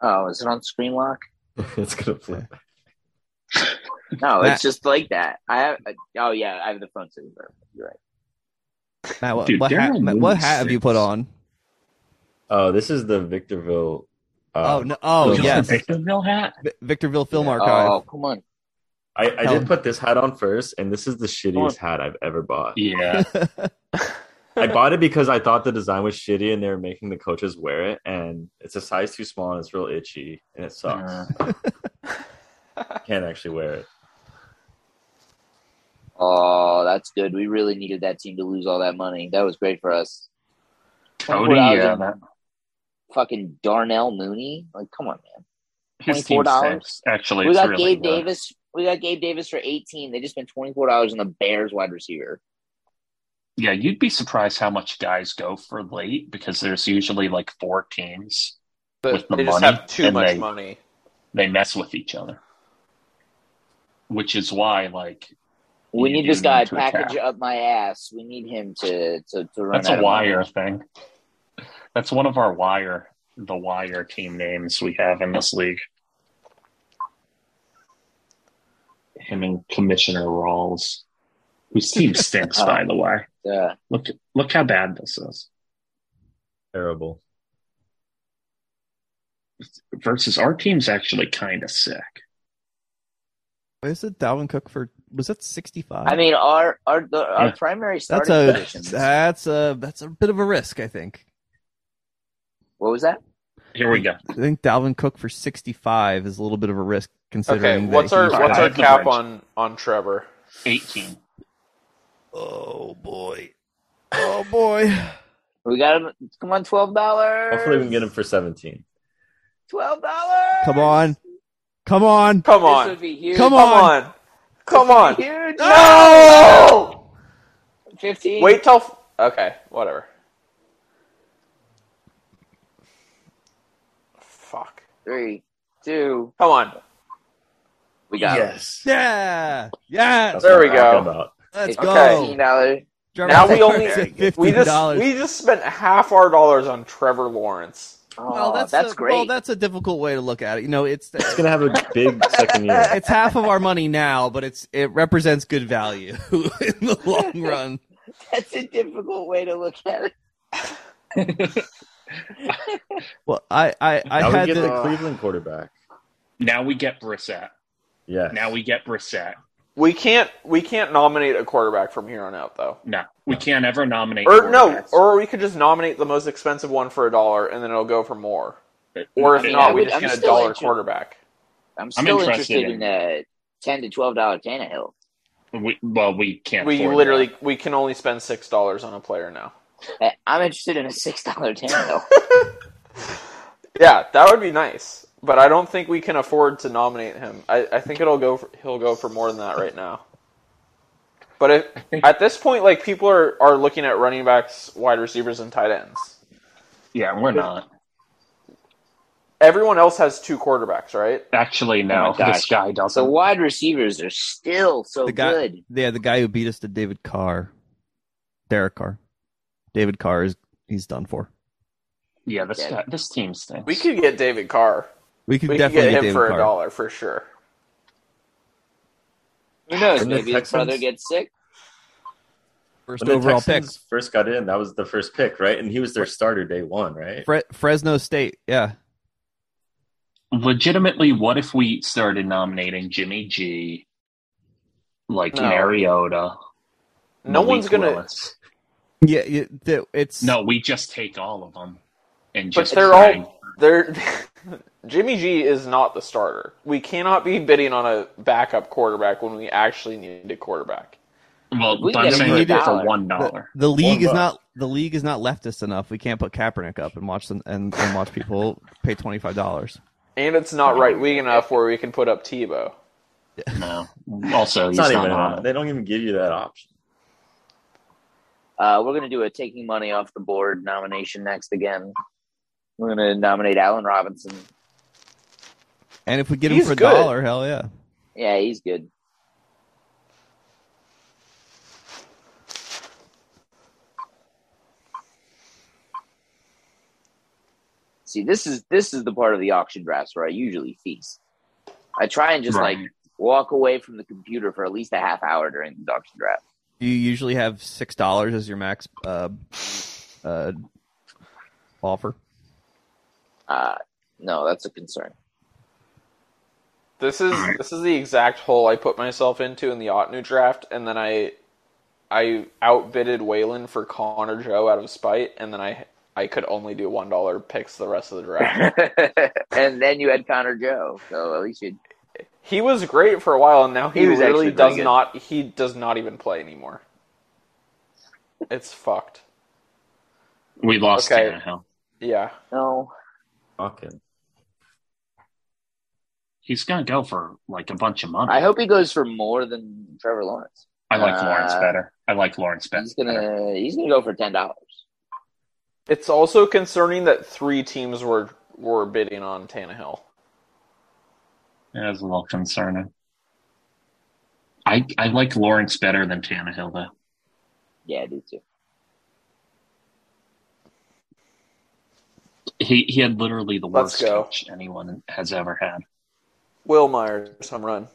[SPEAKER 1] Oh, is it on screen lock?
[SPEAKER 7] it's gonna flip.
[SPEAKER 1] No,
[SPEAKER 6] Matt-
[SPEAKER 1] it's just like that. I have. oh yeah, I have the phone sitting there. You're right.
[SPEAKER 6] Matt, what,
[SPEAKER 3] Dude,
[SPEAKER 6] what,
[SPEAKER 3] they're
[SPEAKER 6] hat,
[SPEAKER 3] on
[SPEAKER 6] Matt, what
[SPEAKER 3] movies
[SPEAKER 6] hat have you put
[SPEAKER 3] six.
[SPEAKER 6] on?
[SPEAKER 7] Oh, this is the Victorville. Uh,
[SPEAKER 6] oh no! Oh
[SPEAKER 7] Those are
[SPEAKER 6] yes,
[SPEAKER 3] Victorville hat?
[SPEAKER 6] Vi- Victorville Film
[SPEAKER 1] Oh
[SPEAKER 6] Archive.
[SPEAKER 1] come on.
[SPEAKER 7] I, I
[SPEAKER 6] Helen.
[SPEAKER 7] did put this hat on first, and this is the shittiest hat I've ever bought.
[SPEAKER 3] Yeah.
[SPEAKER 7] I bought it because I thought the design was shitty, and they were making the coaches wear it, and it's a size too small, and it's real itchy, and it sucks. Can't actually wear it.
[SPEAKER 1] Oh, that's good. We really needed that team to lose all that money. That was great for us.
[SPEAKER 3] Cody,
[SPEAKER 1] $24
[SPEAKER 3] yeah,
[SPEAKER 1] in
[SPEAKER 3] that
[SPEAKER 1] Fucking Darnell Mooney. Like, come on, man.
[SPEAKER 3] his team
[SPEAKER 1] $24?
[SPEAKER 3] sucks. Actually,
[SPEAKER 1] we
[SPEAKER 3] it's
[SPEAKER 1] got
[SPEAKER 3] really
[SPEAKER 1] Gabe
[SPEAKER 3] good.
[SPEAKER 1] Davis. We got Gabe Davis for eighteen. They just spent twenty four dollars on the Bears wide receiver.
[SPEAKER 3] Yeah, you'd be surprised how much guys go for late because there's usually like four teams.
[SPEAKER 4] They-
[SPEAKER 3] With the
[SPEAKER 4] they just
[SPEAKER 3] money,
[SPEAKER 4] have too
[SPEAKER 3] and
[SPEAKER 4] much
[SPEAKER 3] they-
[SPEAKER 4] money.
[SPEAKER 3] They mess with each other, which is why like
[SPEAKER 1] We
[SPEAKER 3] You
[SPEAKER 1] need
[SPEAKER 3] do
[SPEAKER 1] this
[SPEAKER 3] need
[SPEAKER 1] guy
[SPEAKER 3] to
[SPEAKER 1] package
[SPEAKER 3] attack.
[SPEAKER 1] up my ass. We need him to to, to run.
[SPEAKER 3] that's a
[SPEAKER 1] out of money.
[SPEAKER 3] wire thing. That's one of our wire, the wire team names we have in this league. Him and Commissioner Rawls, whose team stinks, by the way.
[SPEAKER 1] Yeah.
[SPEAKER 3] Look, look how bad this is.
[SPEAKER 7] Terrible.
[SPEAKER 3] Versus our team's actually kind of sick.
[SPEAKER 6] Is it Dalvin Cook for? Was that sixty five?
[SPEAKER 1] I mean, our our the, our
[SPEAKER 3] Yeah.
[SPEAKER 1] primary
[SPEAKER 6] that's
[SPEAKER 1] starting
[SPEAKER 6] a
[SPEAKER 1] positions.
[SPEAKER 6] that's a that's a bit of a risk. I think.
[SPEAKER 1] what was that?
[SPEAKER 3] Here we go.
[SPEAKER 6] I think Dalvin Cook for sixty five is a little bit of a risk considering.
[SPEAKER 4] Okay,
[SPEAKER 6] that
[SPEAKER 4] what's our
[SPEAKER 6] he's-
[SPEAKER 4] what's our
[SPEAKER 3] Alright.
[SPEAKER 4] cap on on Trevor?
[SPEAKER 3] 18.
[SPEAKER 6] Oh boy! Oh boy!
[SPEAKER 1] We got him. Come on, twelve dollars.
[SPEAKER 7] Hopefully, we can get him for seventeen.
[SPEAKER 1] Twelve dollars.
[SPEAKER 6] Come on! Come on!
[SPEAKER 4] Come
[SPEAKER 1] This
[SPEAKER 4] on,
[SPEAKER 1] would be huge.
[SPEAKER 6] Come
[SPEAKER 4] come on, come on!
[SPEAKER 1] Huge.
[SPEAKER 4] No!
[SPEAKER 1] Fifteen.
[SPEAKER 4] Wait till Okay, whatever. Fuck.
[SPEAKER 1] Three, two.
[SPEAKER 4] Come on.
[SPEAKER 1] We got it.
[SPEAKER 6] Yeah, yeah.
[SPEAKER 4] There we
[SPEAKER 7] what I'm talking
[SPEAKER 4] go.
[SPEAKER 7] about.
[SPEAKER 6] Let's
[SPEAKER 1] It's
[SPEAKER 6] go.
[SPEAKER 1] Fifteen dollars.
[SPEAKER 6] Trevor
[SPEAKER 4] Now we
[SPEAKER 6] Lawrence
[SPEAKER 4] only-
[SPEAKER 6] at
[SPEAKER 4] We
[SPEAKER 6] fifteen
[SPEAKER 4] just
[SPEAKER 6] dollars.
[SPEAKER 4] we just spent half our dollars on Trevor Lawrence.
[SPEAKER 1] Oh,
[SPEAKER 6] well,
[SPEAKER 1] that's,
[SPEAKER 6] that's a,
[SPEAKER 1] great.
[SPEAKER 6] Well, that's a difficult way to look at it. You know, it's
[SPEAKER 7] It's gonna have a big second year.
[SPEAKER 6] it's half of our money now, but it's it represents good value in the long run.
[SPEAKER 1] that's a difficult way to look at it.
[SPEAKER 6] Well, I I, I
[SPEAKER 7] now we
[SPEAKER 6] had
[SPEAKER 7] get
[SPEAKER 6] the,
[SPEAKER 7] the Cleveland quarterback.
[SPEAKER 3] Now we get Brissett.
[SPEAKER 7] Yeah.
[SPEAKER 3] Now we get Brissett.
[SPEAKER 4] We can't we can't nominate a quarterback from here on out though.
[SPEAKER 3] No, we can't ever nominate.
[SPEAKER 4] Or no,
[SPEAKER 3] quarterbacks.
[SPEAKER 4] or we could just nominate the most expensive one for a dollar and then it'll go for more. Or if
[SPEAKER 1] mean,
[SPEAKER 4] not,
[SPEAKER 1] I
[SPEAKER 4] we
[SPEAKER 1] would-
[SPEAKER 4] just
[SPEAKER 1] I'm
[SPEAKER 4] get a
[SPEAKER 1] still
[SPEAKER 4] dollar
[SPEAKER 1] interested.
[SPEAKER 4] quarterback.
[SPEAKER 1] I'm
[SPEAKER 3] I'm
[SPEAKER 1] still
[SPEAKER 3] interested
[SPEAKER 1] interested,
[SPEAKER 3] in-
[SPEAKER 1] in the ten to twelve dollar Tannehill.
[SPEAKER 3] we, well, we can't.
[SPEAKER 4] We
[SPEAKER 3] afford
[SPEAKER 4] literally
[SPEAKER 3] that.
[SPEAKER 4] we can only spend six dollars on a player now.
[SPEAKER 1] Hey, I'm interested in a six dollar Tannehill.
[SPEAKER 4] Yeah, that would be nice, but I don't think we can afford to nominate him. I, I think it'll go. For, he'll go for more than that right now. But if, at this point, like people are are looking at running backs, wide receivers, and tight ends.
[SPEAKER 3] Yeah, we're not.
[SPEAKER 4] Everyone else has two quarterbacks, right?
[SPEAKER 3] Actually, no.
[SPEAKER 1] Oh my gosh.
[SPEAKER 3] this guy doesn't.
[SPEAKER 1] the wide receivers are still so
[SPEAKER 6] The guy-
[SPEAKER 1] good.
[SPEAKER 6] yeah the guy who beat us to David Carr, Derek Carr, David Carr is he's done for.
[SPEAKER 3] yeah, this
[SPEAKER 1] Yeah.
[SPEAKER 3] guy, this team stinks.
[SPEAKER 4] We could get David Carr.
[SPEAKER 6] We could
[SPEAKER 4] We could
[SPEAKER 6] definitely
[SPEAKER 4] get him
[SPEAKER 6] David
[SPEAKER 4] for a
[SPEAKER 6] Carr.
[SPEAKER 4] dollar for sure.
[SPEAKER 1] Who knows?
[SPEAKER 7] And the
[SPEAKER 1] Maybe his brother
[SPEAKER 7] Texans?
[SPEAKER 1] gets sick.
[SPEAKER 6] First
[SPEAKER 7] When the
[SPEAKER 6] overall
[SPEAKER 7] Texans first got in, that was the first pick, right? And he was their starter day one, right?
[SPEAKER 6] pick, Fre- Fresno State. Yeah,
[SPEAKER 3] legitimately, what if we started nominating Jimmy G, like
[SPEAKER 4] No.
[SPEAKER 3] Mariota?
[SPEAKER 4] No
[SPEAKER 3] Malik
[SPEAKER 4] one's gonna.
[SPEAKER 3] Willis?
[SPEAKER 6] yeah. yeah, the- it's
[SPEAKER 3] No, we just take all of them, and
[SPEAKER 4] But
[SPEAKER 3] just
[SPEAKER 4] they're
[SPEAKER 3] try-
[SPEAKER 4] all they're. Jimmy G is not the starter. We cannot be bidding on a backup quarterback when we actually need a quarterback.
[SPEAKER 3] Well,
[SPEAKER 1] We
[SPEAKER 3] I'm
[SPEAKER 1] get 'em
[SPEAKER 3] saying
[SPEAKER 6] for a
[SPEAKER 3] it for
[SPEAKER 1] dollar.
[SPEAKER 3] one
[SPEAKER 6] the,
[SPEAKER 3] dollar.
[SPEAKER 6] the league is
[SPEAKER 7] buck.
[SPEAKER 6] not the league is not leftist enough. We can't put Kaepernick up and watch them and, and watch people pay twenty five dollars.
[SPEAKER 4] And it's not right wing enough where we can put up Tebow.
[SPEAKER 3] No. Also,
[SPEAKER 7] It's
[SPEAKER 3] he's
[SPEAKER 7] not
[SPEAKER 3] not,
[SPEAKER 7] even.
[SPEAKER 3] on
[SPEAKER 7] They don't even give you that option.
[SPEAKER 1] Uh, we're gonna do a taking money off the board nomination next again. We're gonna nominate Allen Robinson.
[SPEAKER 6] And if we get
[SPEAKER 4] He's
[SPEAKER 6] him for a
[SPEAKER 4] good.
[SPEAKER 6] dollar, hell yeah.
[SPEAKER 1] Yeah, he's good. See, this is this is the part of the auction drafts where I usually feast. I try and just
[SPEAKER 3] Right.
[SPEAKER 1] like walk away from the computer for at least a half hour during the auction draft.
[SPEAKER 6] Do you usually have six dollars as your max uh, uh, offer?
[SPEAKER 1] Uh, no, that's a concern.
[SPEAKER 4] This is this is the exact hole I put myself into in the Otnu draft, and then I I outbidded Waylon for Connor Joe out of spite, and then I I could only do one dollar picks the rest of the draft.
[SPEAKER 1] and then you had Connor Joe, so at least you
[SPEAKER 4] he was great for a while, and now he,
[SPEAKER 1] He was
[SPEAKER 4] really
[SPEAKER 1] actually pretty
[SPEAKER 4] does
[SPEAKER 1] good.
[SPEAKER 4] not he does not even play anymore. It's fucked.
[SPEAKER 3] it. We lost
[SPEAKER 4] Okay.
[SPEAKER 3] Tannehill.
[SPEAKER 4] Yeah.
[SPEAKER 1] no.
[SPEAKER 7] Fucking.
[SPEAKER 3] He's gonna go for like a bunch of money.
[SPEAKER 1] I hope he goes for more than Trevor Lawrence.
[SPEAKER 3] I like
[SPEAKER 1] uh,
[SPEAKER 3] Lawrence better. I like Lawrence better.
[SPEAKER 1] He's gonna he's gonna go for ten dollars.
[SPEAKER 4] It's also concerning that three teams were were bidding on Tannehill.
[SPEAKER 3] That's a little concerning. I I like Lawrence better than Tannehill though.
[SPEAKER 1] Yeah, I do too.
[SPEAKER 3] He he had literally the
[SPEAKER 4] Let's
[SPEAKER 3] worst
[SPEAKER 4] go.
[SPEAKER 3] coach anyone has ever had.
[SPEAKER 4] Will Myers, some run.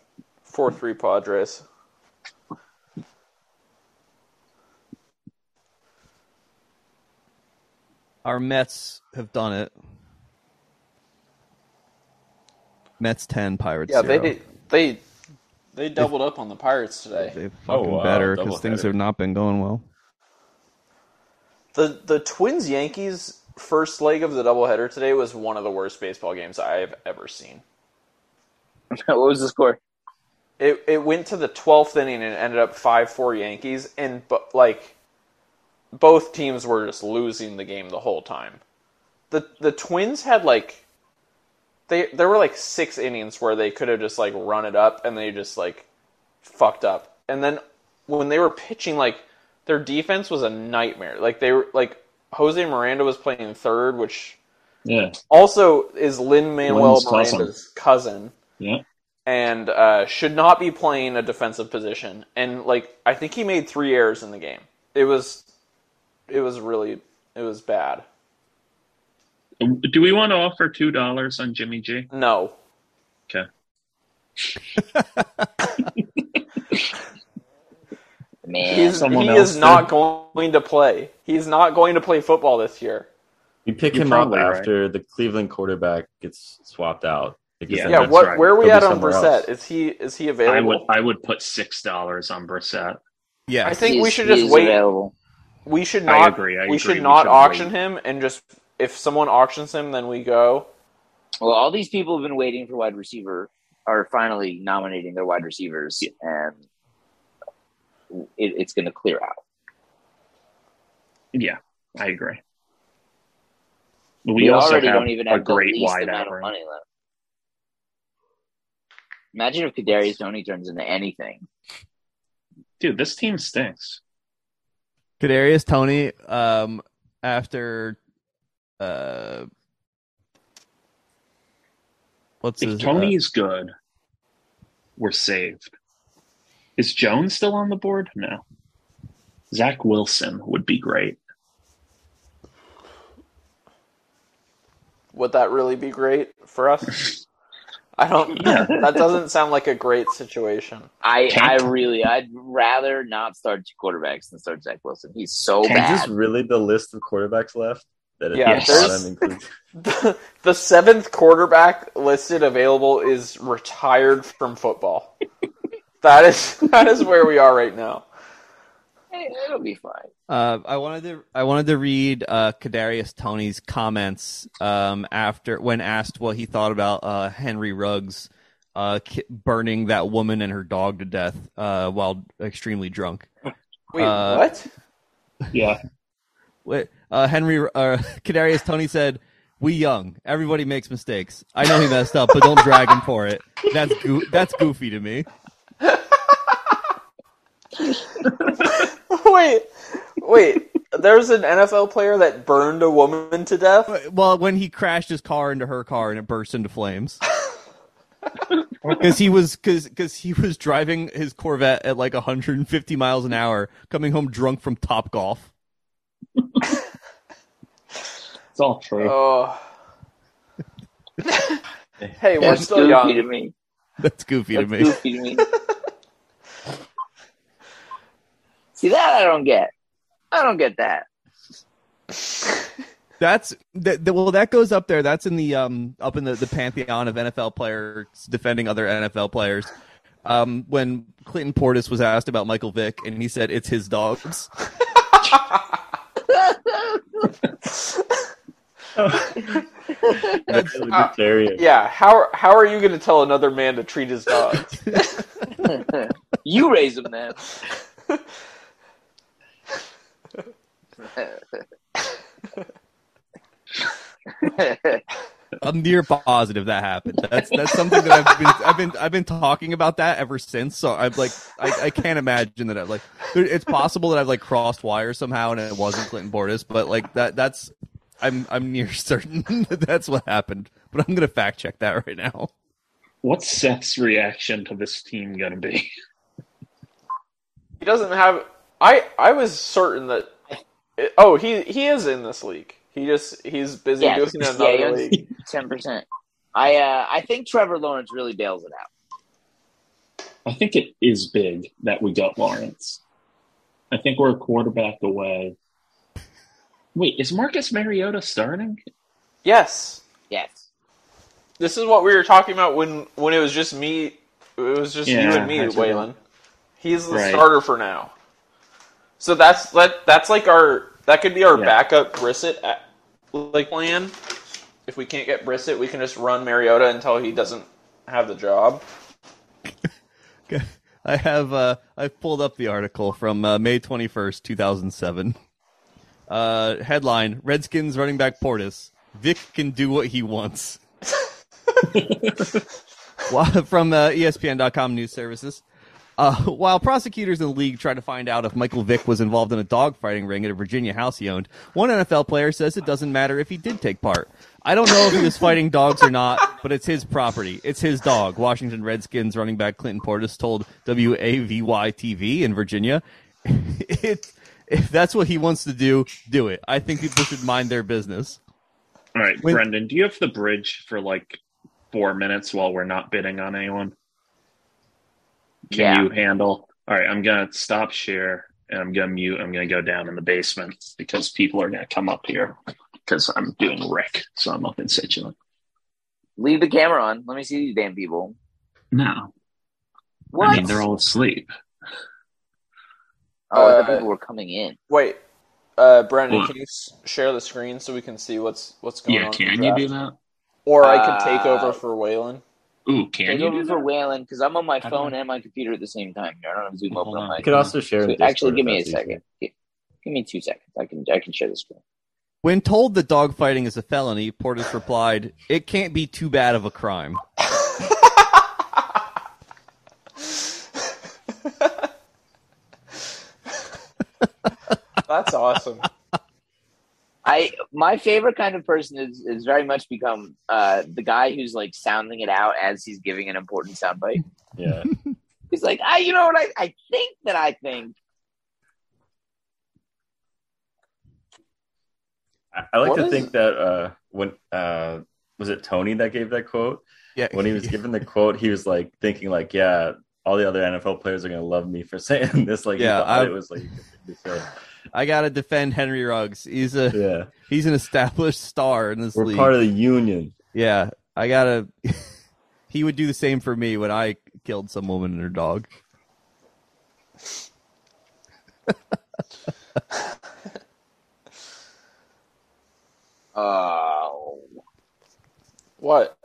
[SPEAKER 4] Four three Padres.
[SPEAKER 6] Our Mets have done it. Mets ten, Pirates
[SPEAKER 4] Yeah,
[SPEAKER 6] zero.
[SPEAKER 4] they did. They they doubled up on the Pirates today.
[SPEAKER 6] They've
[SPEAKER 7] Oh,
[SPEAKER 6] fucking
[SPEAKER 7] wow,
[SPEAKER 6] better because things
[SPEAKER 7] doubleheader.
[SPEAKER 6] have not been going well.
[SPEAKER 4] The the Twins Yankees first leg of the doubleheader today was one of the worst baseball games I've ever seen.
[SPEAKER 1] what was the score?
[SPEAKER 4] It it went to the twelfth inning and ended up five four Yankees, and but like both teams were just losing the game the whole time. The the Twins had like they there were like six innings where they could have just like run it up and they just like fucked up. And then when they were pitching like their defense was a nightmare. Like they were like Jose Miranda was playing third, which
[SPEAKER 3] Yeah.
[SPEAKER 4] also is Lin Manuel
[SPEAKER 3] Lin's cousin.
[SPEAKER 4] Miranda's cousin.
[SPEAKER 3] Yeah.
[SPEAKER 4] and uh, should not be playing a defensive position. And like I think he made three errors in the game. It was it was really it was bad.
[SPEAKER 3] Do we want to offer two dollars on Jimmy G?
[SPEAKER 4] No.
[SPEAKER 3] Okay.
[SPEAKER 1] Man,
[SPEAKER 4] He's,
[SPEAKER 3] someone
[SPEAKER 4] he
[SPEAKER 3] else
[SPEAKER 4] is not going to play. He's not going to play football this year.
[SPEAKER 7] You pick
[SPEAKER 3] You're
[SPEAKER 7] him up
[SPEAKER 3] probably right.
[SPEAKER 7] after the Cleveland quarterback gets swapped out. It gets
[SPEAKER 3] Yeah,
[SPEAKER 7] sent
[SPEAKER 4] yeah,
[SPEAKER 7] back.
[SPEAKER 4] what
[SPEAKER 3] right.
[SPEAKER 4] where are we
[SPEAKER 7] He'll be
[SPEAKER 4] at on
[SPEAKER 7] somewhere
[SPEAKER 4] Brissett?
[SPEAKER 7] else.
[SPEAKER 4] Is he is he
[SPEAKER 3] I
[SPEAKER 4] available?
[SPEAKER 3] would I would put six dollars on Brissett.
[SPEAKER 6] Yeah.
[SPEAKER 4] I think
[SPEAKER 1] He
[SPEAKER 4] we
[SPEAKER 1] is-
[SPEAKER 4] should
[SPEAKER 1] he
[SPEAKER 4] just
[SPEAKER 1] is
[SPEAKER 4] wait.
[SPEAKER 1] Available.
[SPEAKER 4] We should
[SPEAKER 3] I
[SPEAKER 4] not
[SPEAKER 3] agree, I
[SPEAKER 4] we
[SPEAKER 3] agree,
[SPEAKER 4] should
[SPEAKER 3] we
[SPEAKER 4] not
[SPEAKER 3] should
[SPEAKER 4] auction
[SPEAKER 3] wait.
[SPEAKER 4] him and just if someone auctions him then we go.
[SPEAKER 1] Well, all these people have been waiting for wide receiver are finally nominating their wide receivers, and it, it's going to clear out.
[SPEAKER 3] Yeah, I agree. We,
[SPEAKER 1] We,
[SPEAKER 3] also
[SPEAKER 1] already
[SPEAKER 3] have
[SPEAKER 1] don't even have
[SPEAKER 3] a great
[SPEAKER 1] the least
[SPEAKER 3] wide
[SPEAKER 1] amount of
[SPEAKER 3] out.
[SPEAKER 1] money left. Imagine if Kadarius Tony turns into anything.
[SPEAKER 3] Dude, this team stinks.
[SPEAKER 6] Kadarius Tony, um, after, uh, what's
[SPEAKER 3] If
[SPEAKER 6] his
[SPEAKER 3] Tony
[SPEAKER 6] uh,
[SPEAKER 3] is good, we're saved. Is Jones still on the board? No. Zach Wilson would be great.
[SPEAKER 4] Would that really be great for us? I don't
[SPEAKER 3] Yeah.
[SPEAKER 4] that doesn't sound like a great situation.
[SPEAKER 1] I, I
[SPEAKER 3] Can't-
[SPEAKER 1] really, I'd rather not start two quarterbacks than start Zach Wilson. He's so
[SPEAKER 3] Can't
[SPEAKER 1] bad.
[SPEAKER 7] Is this really the list of quarterbacks left? That it
[SPEAKER 4] Yeah,
[SPEAKER 7] yes.
[SPEAKER 3] there's-
[SPEAKER 7] includes
[SPEAKER 4] The, the seventh quarterback listed available is retired from football. that is that is where we are right now.
[SPEAKER 1] Hey, it'll be fine.
[SPEAKER 6] Uh, I wanted to I wanted to read uh, Kadarius Tony's comments um, after when asked what he thought about uh, Henry Ruggs uh, ki- burning that woman and her dog to death uh, while extremely drunk.
[SPEAKER 4] Wait,
[SPEAKER 6] Uh,
[SPEAKER 4] what?
[SPEAKER 3] Yeah.
[SPEAKER 6] Wait, uh, Henry uh, Kadarius Tony said, "We young, everybody makes mistakes. I know he messed up, but don't drag him for it. That's goo that's goofy to me."
[SPEAKER 4] Wait, wait. There's an NFL player that burned a woman to death.
[SPEAKER 6] Well, when he crashed his car into her car and it burst into flames. Because he was because he was driving his Corvette at like 150 miles an hour, coming home drunk from Top Golf.
[SPEAKER 3] It's all true.
[SPEAKER 4] Oh. hey, we're
[SPEAKER 1] That's
[SPEAKER 4] still
[SPEAKER 1] goofy to
[SPEAKER 4] young.
[SPEAKER 1] me.
[SPEAKER 6] That's goofy
[SPEAKER 1] That's
[SPEAKER 6] to me.
[SPEAKER 1] goofy to me. See that I don't get. I don't get that.
[SPEAKER 6] That's that, that- well, that goes up there. That's in the um up in the, the pantheon of NFL players defending other NFL players. Um, when Clinton Portis was asked about Michael Vick, and he said it's his dogs.
[SPEAKER 7] That's really Kadarius.
[SPEAKER 4] Yeah, how how are you going to tell another man to treat his dogs?
[SPEAKER 1] you raise them then.
[SPEAKER 6] I'm near positive that happened. That's that's something that I've been I've been I've been talking about that ever since. So I'm like I, I can't imagine that I've like there- it's possible that I've like crossed wires somehow and it wasn't Clinton Bortis, but like that that's I'm I'm near certain that that's what happened. But I'm gonna fact check that right now.
[SPEAKER 3] What's Seth's reaction to this team going to be?
[SPEAKER 4] He doesn't have. I I was certain that. Oh, he he is in this league. He just he's busy
[SPEAKER 1] Yes.
[SPEAKER 4] doing another
[SPEAKER 1] Yeah, he is.
[SPEAKER 4] league.
[SPEAKER 1] Ten percent. I uh, I think Trevor Lawrence really bails it out.
[SPEAKER 3] I think it is big that we got Lawrence. I think we're a quarterback away. Wait, is Marcus Mariota starting?
[SPEAKER 4] Yes,
[SPEAKER 1] Yes.
[SPEAKER 4] this is what we were talking about when when it was just me. It was just you
[SPEAKER 3] Yeah,
[SPEAKER 4] and me,
[SPEAKER 3] I forgot.
[SPEAKER 4] Waylon. He's the
[SPEAKER 3] Right.
[SPEAKER 4] starter for now. So that's that. That's like our that could be our
[SPEAKER 3] Yeah.
[SPEAKER 4] backup Brissett uh, like plan. If we can't get Brissett, we can just run Mariota until he doesn't have the job.
[SPEAKER 6] Okay. I have uh, I pulled up the article from uh, May 21st, 2007. Uh, headline: Redskins running back Portis Vic can do what he wants. E Wa- from uh, ESPN.com news services. Uh, while prosecutors in the league tried to find out if Michael Vick was involved in a dogfighting ring at a Virginia house he owned, one NFL player says it doesn't matter if he did take part. I don't know if he was fighting dogs or not, but it's his property. It's his dog. Washington Redskins running back Clinton Portis told WAVY TV in Virginia, it, if that's what he wants to do, do it. I think people should mind their business.
[SPEAKER 3] All right,
[SPEAKER 6] Wait.
[SPEAKER 3] Brendan, do you have the bridge for like four minutes while we're not bidding on anyone? Can
[SPEAKER 1] Yeah.
[SPEAKER 3] you handle? All right, I'm gonna stop share and I'm gonna mute. I'm gonna go down in the basement because people are gonna come up here because I'm doing Rick, so I'm up in Situate.
[SPEAKER 1] Leave the camera on. Let me see these damn people.
[SPEAKER 3] No,
[SPEAKER 1] What?
[SPEAKER 3] I mean they're all asleep.
[SPEAKER 1] oh, the
[SPEAKER 4] Uh,
[SPEAKER 1] people were coming in.
[SPEAKER 4] Wait, uh, Brandon,
[SPEAKER 3] What?
[SPEAKER 4] can you s- share the screen so we can see what's what's going
[SPEAKER 3] Yeah,
[SPEAKER 4] on?
[SPEAKER 3] can you do that?
[SPEAKER 4] Or I could take
[SPEAKER 1] Uh,
[SPEAKER 4] over for Waylon.
[SPEAKER 3] Ooh, can
[SPEAKER 1] Take
[SPEAKER 3] you
[SPEAKER 1] over
[SPEAKER 3] do
[SPEAKER 1] for
[SPEAKER 3] that?
[SPEAKER 1] Whalen because I'm on my
[SPEAKER 3] don't
[SPEAKER 1] phone
[SPEAKER 3] know.
[SPEAKER 1] and my computer at the same time. here. I don't have Zoom
[SPEAKER 3] Hold
[SPEAKER 1] open
[SPEAKER 3] on.
[SPEAKER 1] on my.
[SPEAKER 7] You could also share in
[SPEAKER 1] So,
[SPEAKER 7] Discord
[SPEAKER 1] actually,
[SPEAKER 7] if
[SPEAKER 1] give me a
[SPEAKER 7] that's easier.
[SPEAKER 1] second. Gi- Give me two seconds. I can I can share the screen.
[SPEAKER 6] When told that dogfighting is a felony, Portis replied, "It can't be too bad of a crime."
[SPEAKER 4] That's awesome.
[SPEAKER 1] I my favorite kind of person is is very much become uh, the guy who's like sounding it out as he's giving an important soundbite.
[SPEAKER 7] Yeah.
[SPEAKER 1] He's like, I you know what I I think that I think.
[SPEAKER 5] I, I like
[SPEAKER 4] What
[SPEAKER 5] to
[SPEAKER 4] is-
[SPEAKER 5] think that uh, when uh, was it Tony that gave that quote?
[SPEAKER 6] Yeah,
[SPEAKER 5] When he was given the quote, he was like thinking like, "Yeah, all the other NFL players are gonna love me for saying this." Like, he
[SPEAKER 6] Yeah,
[SPEAKER 5] thought
[SPEAKER 6] I-
[SPEAKER 5] it was like,
[SPEAKER 6] I gotta defend Henry Ruggs. He's a
[SPEAKER 5] yeah,
[SPEAKER 6] he's an established star in this
[SPEAKER 5] we're
[SPEAKER 6] league.
[SPEAKER 5] part of the union.
[SPEAKER 6] yeah, I gotta. he would do the same for me when I killed some woman and her dog.
[SPEAKER 1] Oh,
[SPEAKER 4] What?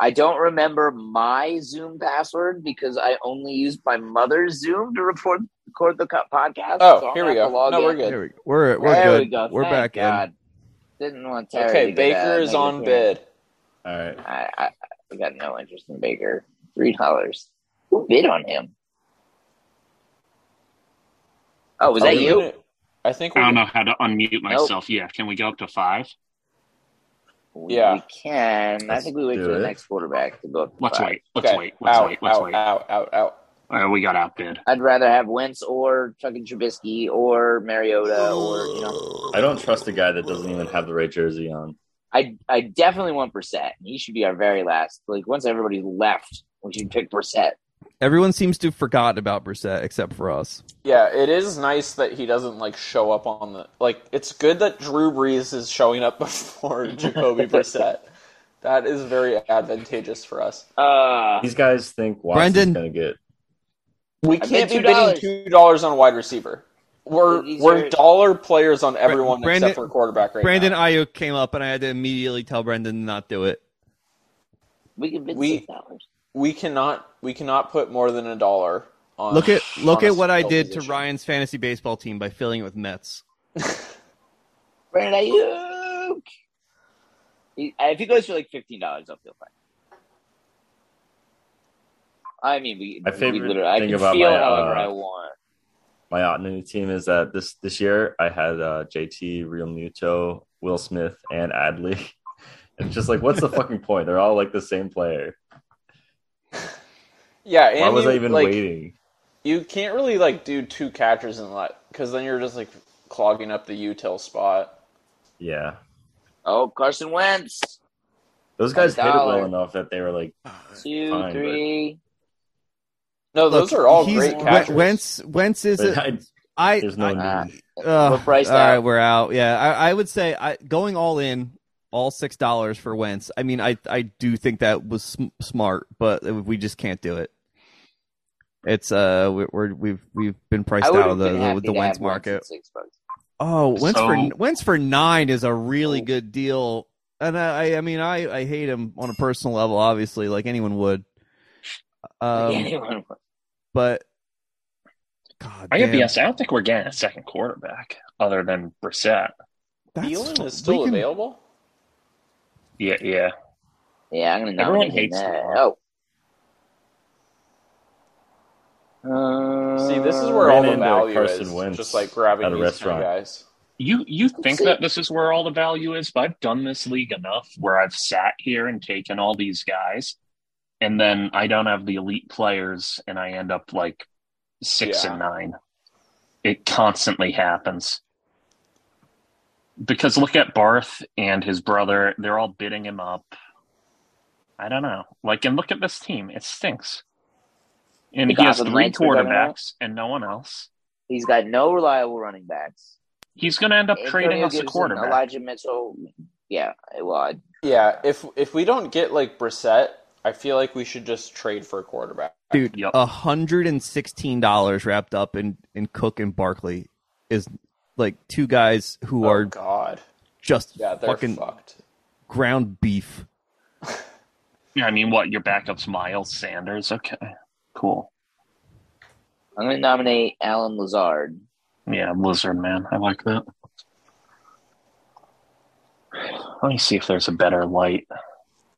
[SPEAKER 1] I don't remember my Zoom password because I only used my mother's Zoom to report record the co- podcast.
[SPEAKER 4] Oh,
[SPEAKER 1] so I'm
[SPEAKER 4] here we
[SPEAKER 1] gonna have to
[SPEAKER 4] go.
[SPEAKER 1] log
[SPEAKER 4] No,
[SPEAKER 1] in.
[SPEAKER 4] we're good.
[SPEAKER 6] There we go. We're we're
[SPEAKER 1] there
[SPEAKER 6] good.
[SPEAKER 1] we go.
[SPEAKER 6] We're
[SPEAKER 1] Thank
[SPEAKER 6] back. in.
[SPEAKER 1] God. Didn't want Terry
[SPEAKER 4] okay,
[SPEAKER 1] to get, uh,
[SPEAKER 4] Baker is
[SPEAKER 1] negative
[SPEAKER 4] on
[SPEAKER 1] here.
[SPEAKER 4] bid.
[SPEAKER 5] All right,
[SPEAKER 1] I, I I got no interest in Baker. Three dollars. Who bid on him? Oh, was
[SPEAKER 4] Are
[SPEAKER 1] that
[SPEAKER 4] we
[SPEAKER 1] you?
[SPEAKER 4] gonna- I think
[SPEAKER 3] I
[SPEAKER 4] we.
[SPEAKER 3] don't know how to unmute myself. Yeah, can we go up to five?
[SPEAKER 1] We,
[SPEAKER 4] Yeah.
[SPEAKER 1] we can. I
[SPEAKER 5] Let's
[SPEAKER 1] think we wait
[SPEAKER 5] do
[SPEAKER 1] for the
[SPEAKER 5] it.
[SPEAKER 1] next quarterback to go up. to
[SPEAKER 3] Let's
[SPEAKER 1] five.
[SPEAKER 3] wait. Let's
[SPEAKER 4] Okay.
[SPEAKER 3] wait. Let's
[SPEAKER 4] out,
[SPEAKER 3] wait. Let's
[SPEAKER 4] out,
[SPEAKER 3] wait.
[SPEAKER 4] out, out, out.
[SPEAKER 3] All right, we got outbid.
[SPEAKER 1] I'd rather have Wentz or fucking Trubisky or Mariota or you know.
[SPEAKER 5] I don't trust a guy that doesn't even have the right jersey on.
[SPEAKER 1] I I definitely want Brissett. He should be our very last. Like once everybody left, we should pick Brissett.
[SPEAKER 6] Everyone seems to have forgotten about Brissett except for us.
[SPEAKER 4] Yeah, it is nice that he doesn't like show up on the like. It's good that Drew Brees is showing up before Jacoby Brissett. That is very advantageous for us.
[SPEAKER 1] Uh,
[SPEAKER 5] These guys think Watson's
[SPEAKER 6] Brendan.
[SPEAKER 5] gonna get.
[SPEAKER 4] We
[SPEAKER 1] bet
[SPEAKER 4] can't be
[SPEAKER 1] $2.
[SPEAKER 4] bidding two dollars on wide receiver. We're
[SPEAKER 1] These
[SPEAKER 4] we're
[SPEAKER 1] are-
[SPEAKER 4] dollar players on everyone
[SPEAKER 6] Brandon-
[SPEAKER 4] except for quarterback right
[SPEAKER 6] Brandon
[SPEAKER 4] now.
[SPEAKER 6] Ayuk came up, and I had to immediately tell Brendan to not do it.
[SPEAKER 1] we can bid
[SPEAKER 4] We-
[SPEAKER 1] six dollars.
[SPEAKER 4] We cannot we cannot put more than a dollar on.
[SPEAKER 6] Look at look
[SPEAKER 4] on a
[SPEAKER 6] at what I
[SPEAKER 4] skill
[SPEAKER 6] did to
[SPEAKER 4] position.
[SPEAKER 6] Ryan's fantasy baseball team by filling it with Mets.
[SPEAKER 1] Brandon Ayuk. He- If he goes for like fifteen dollars, I'll feel fine. I mean, we,
[SPEAKER 5] My
[SPEAKER 1] we
[SPEAKER 5] favorite
[SPEAKER 1] literally I
[SPEAKER 5] thing
[SPEAKER 1] can
[SPEAKER 5] about
[SPEAKER 1] feel
[SPEAKER 5] my,
[SPEAKER 1] however
[SPEAKER 5] uh,
[SPEAKER 1] I want.
[SPEAKER 5] My Otnu team is that this this year I had uh, JT, Real Muto, Will Smith, and Adley. It's just like, what's the fucking point? They're all like the same player.
[SPEAKER 4] Yeah, and
[SPEAKER 5] Why was
[SPEAKER 4] you,
[SPEAKER 5] I even
[SPEAKER 4] like,
[SPEAKER 5] waiting?
[SPEAKER 4] You can't really like do two catchers in that because then you're just like clogging up the util spot.
[SPEAKER 5] Yeah,
[SPEAKER 1] Oh, Carson Wentz.
[SPEAKER 5] those guys hit it
[SPEAKER 1] dollar.
[SPEAKER 5] well enough that they were like,
[SPEAKER 1] Two,
[SPEAKER 5] Fine, but-
[SPEAKER 1] three.
[SPEAKER 4] No, those
[SPEAKER 6] Look,
[SPEAKER 4] are all
[SPEAKER 6] he's-
[SPEAKER 4] great
[SPEAKER 6] Wen-
[SPEAKER 4] catchers.
[SPEAKER 6] Wentz Wentz is a,
[SPEAKER 5] I-
[SPEAKER 6] I
[SPEAKER 5] there's no
[SPEAKER 6] I-
[SPEAKER 1] Ah.
[SPEAKER 5] need.
[SPEAKER 6] Ugh,
[SPEAKER 1] We're priced
[SPEAKER 6] all right,
[SPEAKER 1] out.
[SPEAKER 6] we're out. Yeah, I, I would say I, going all in, all six dollars for Wentz. I mean, I I do think that was sm- smart, but we just can't do it. It's uh, we- we're we've we've been priced
[SPEAKER 1] I would
[SPEAKER 6] out
[SPEAKER 1] have
[SPEAKER 6] of the
[SPEAKER 1] been happy
[SPEAKER 6] the, the
[SPEAKER 1] to
[SPEAKER 6] Wentz
[SPEAKER 1] have Wentz at
[SPEAKER 6] market.
[SPEAKER 1] Six bucks.
[SPEAKER 6] Oh, Wentz
[SPEAKER 3] So-
[SPEAKER 6] for Wentz for nine is a really
[SPEAKER 1] Oh.
[SPEAKER 6] good deal, and I I mean I I hate him on a personal level, obviously, like anyone would.
[SPEAKER 1] Like
[SPEAKER 6] Um,
[SPEAKER 1] anyone would.
[SPEAKER 6] but God,
[SPEAKER 3] I got
[SPEAKER 6] damn,
[SPEAKER 3] BS. I don't think we're getting a second quarterback other than Brissett.
[SPEAKER 6] that's-
[SPEAKER 4] Thielen is
[SPEAKER 6] we
[SPEAKER 4] still
[SPEAKER 6] can-
[SPEAKER 4] available.
[SPEAKER 3] Yeah, yeah.
[SPEAKER 1] yeah, I'm gonna nominate
[SPEAKER 3] Everyone
[SPEAKER 1] him
[SPEAKER 3] hates
[SPEAKER 1] that.
[SPEAKER 3] Lamar.
[SPEAKER 1] Oh,
[SPEAKER 4] See, this is where
[SPEAKER 5] Ran
[SPEAKER 4] all the
[SPEAKER 5] into
[SPEAKER 4] value
[SPEAKER 5] Uh, Carson
[SPEAKER 4] is.
[SPEAKER 5] Wentz
[SPEAKER 4] just like
[SPEAKER 5] at
[SPEAKER 4] grabbing
[SPEAKER 5] a
[SPEAKER 4] these two
[SPEAKER 5] restaurant.
[SPEAKER 4] guys.
[SPEAKER 3] You you think that this is where all the value is, but I've done this league enough where I've sat here and taken all these guys, and then I don't have the elite players, and I end up like six
[SPEAKER 4] Yeah.
[SPEAKER 3] and nine. It constantly happens. Because look at Barth and his brother; they're all bidding him up. I don't know. Like, and look at this team; it stinks. And
[SPEAKER 1] The
[SPEAKER 3] he has
[SPEAKER 1] Goblin
[SPEAKER 3] three
[SPEAKER 1] Knights we're talking about?
[SPEAKER 3] quarterbacks and no one else.
[SPEAKER 1] Uh, He's got no reliable running backs.
[SPEAKER 3] He's going to end up trading
[SPEAKER 1] Antonio
[SPEAKER 3] us a
[SPEAKER 1] Gibson,
[SPEAKER 3] quarterback.
[SPEAKER 1] Elijah Mitchell. Yeah, well, I-
[SPEAKER 4] Yeah, if if we don't get like Brissett, I feel like we should just trade for a quarterback.
[SPEAKER 6] dude.
[SPEAKER 3] Yep.
[SPEAKER 6] hundred and sixteen dollars wrapped up in in Cook and Barkley is like two guys who
[SPEAKER 4] Oh
[SPEAKER 6] are
[SPEAKER 4] God,
[SPEAKER 6] just
[SPEAKER 4] yeah, they're
[SPEAKER 6] fucking
[SPEAKER 4] fucked.
[SPEAKER 6] ground beef.
[SPEAKER 3] Yeah, I mean, what? Your backup's Miles Sanders. Okay, cool.
[SPEAKER 1] I'm going to nominate Alan Lazard.
[SPEAKER 3] Yeah, Lizard Man. I like that. Let me see if there's a better light.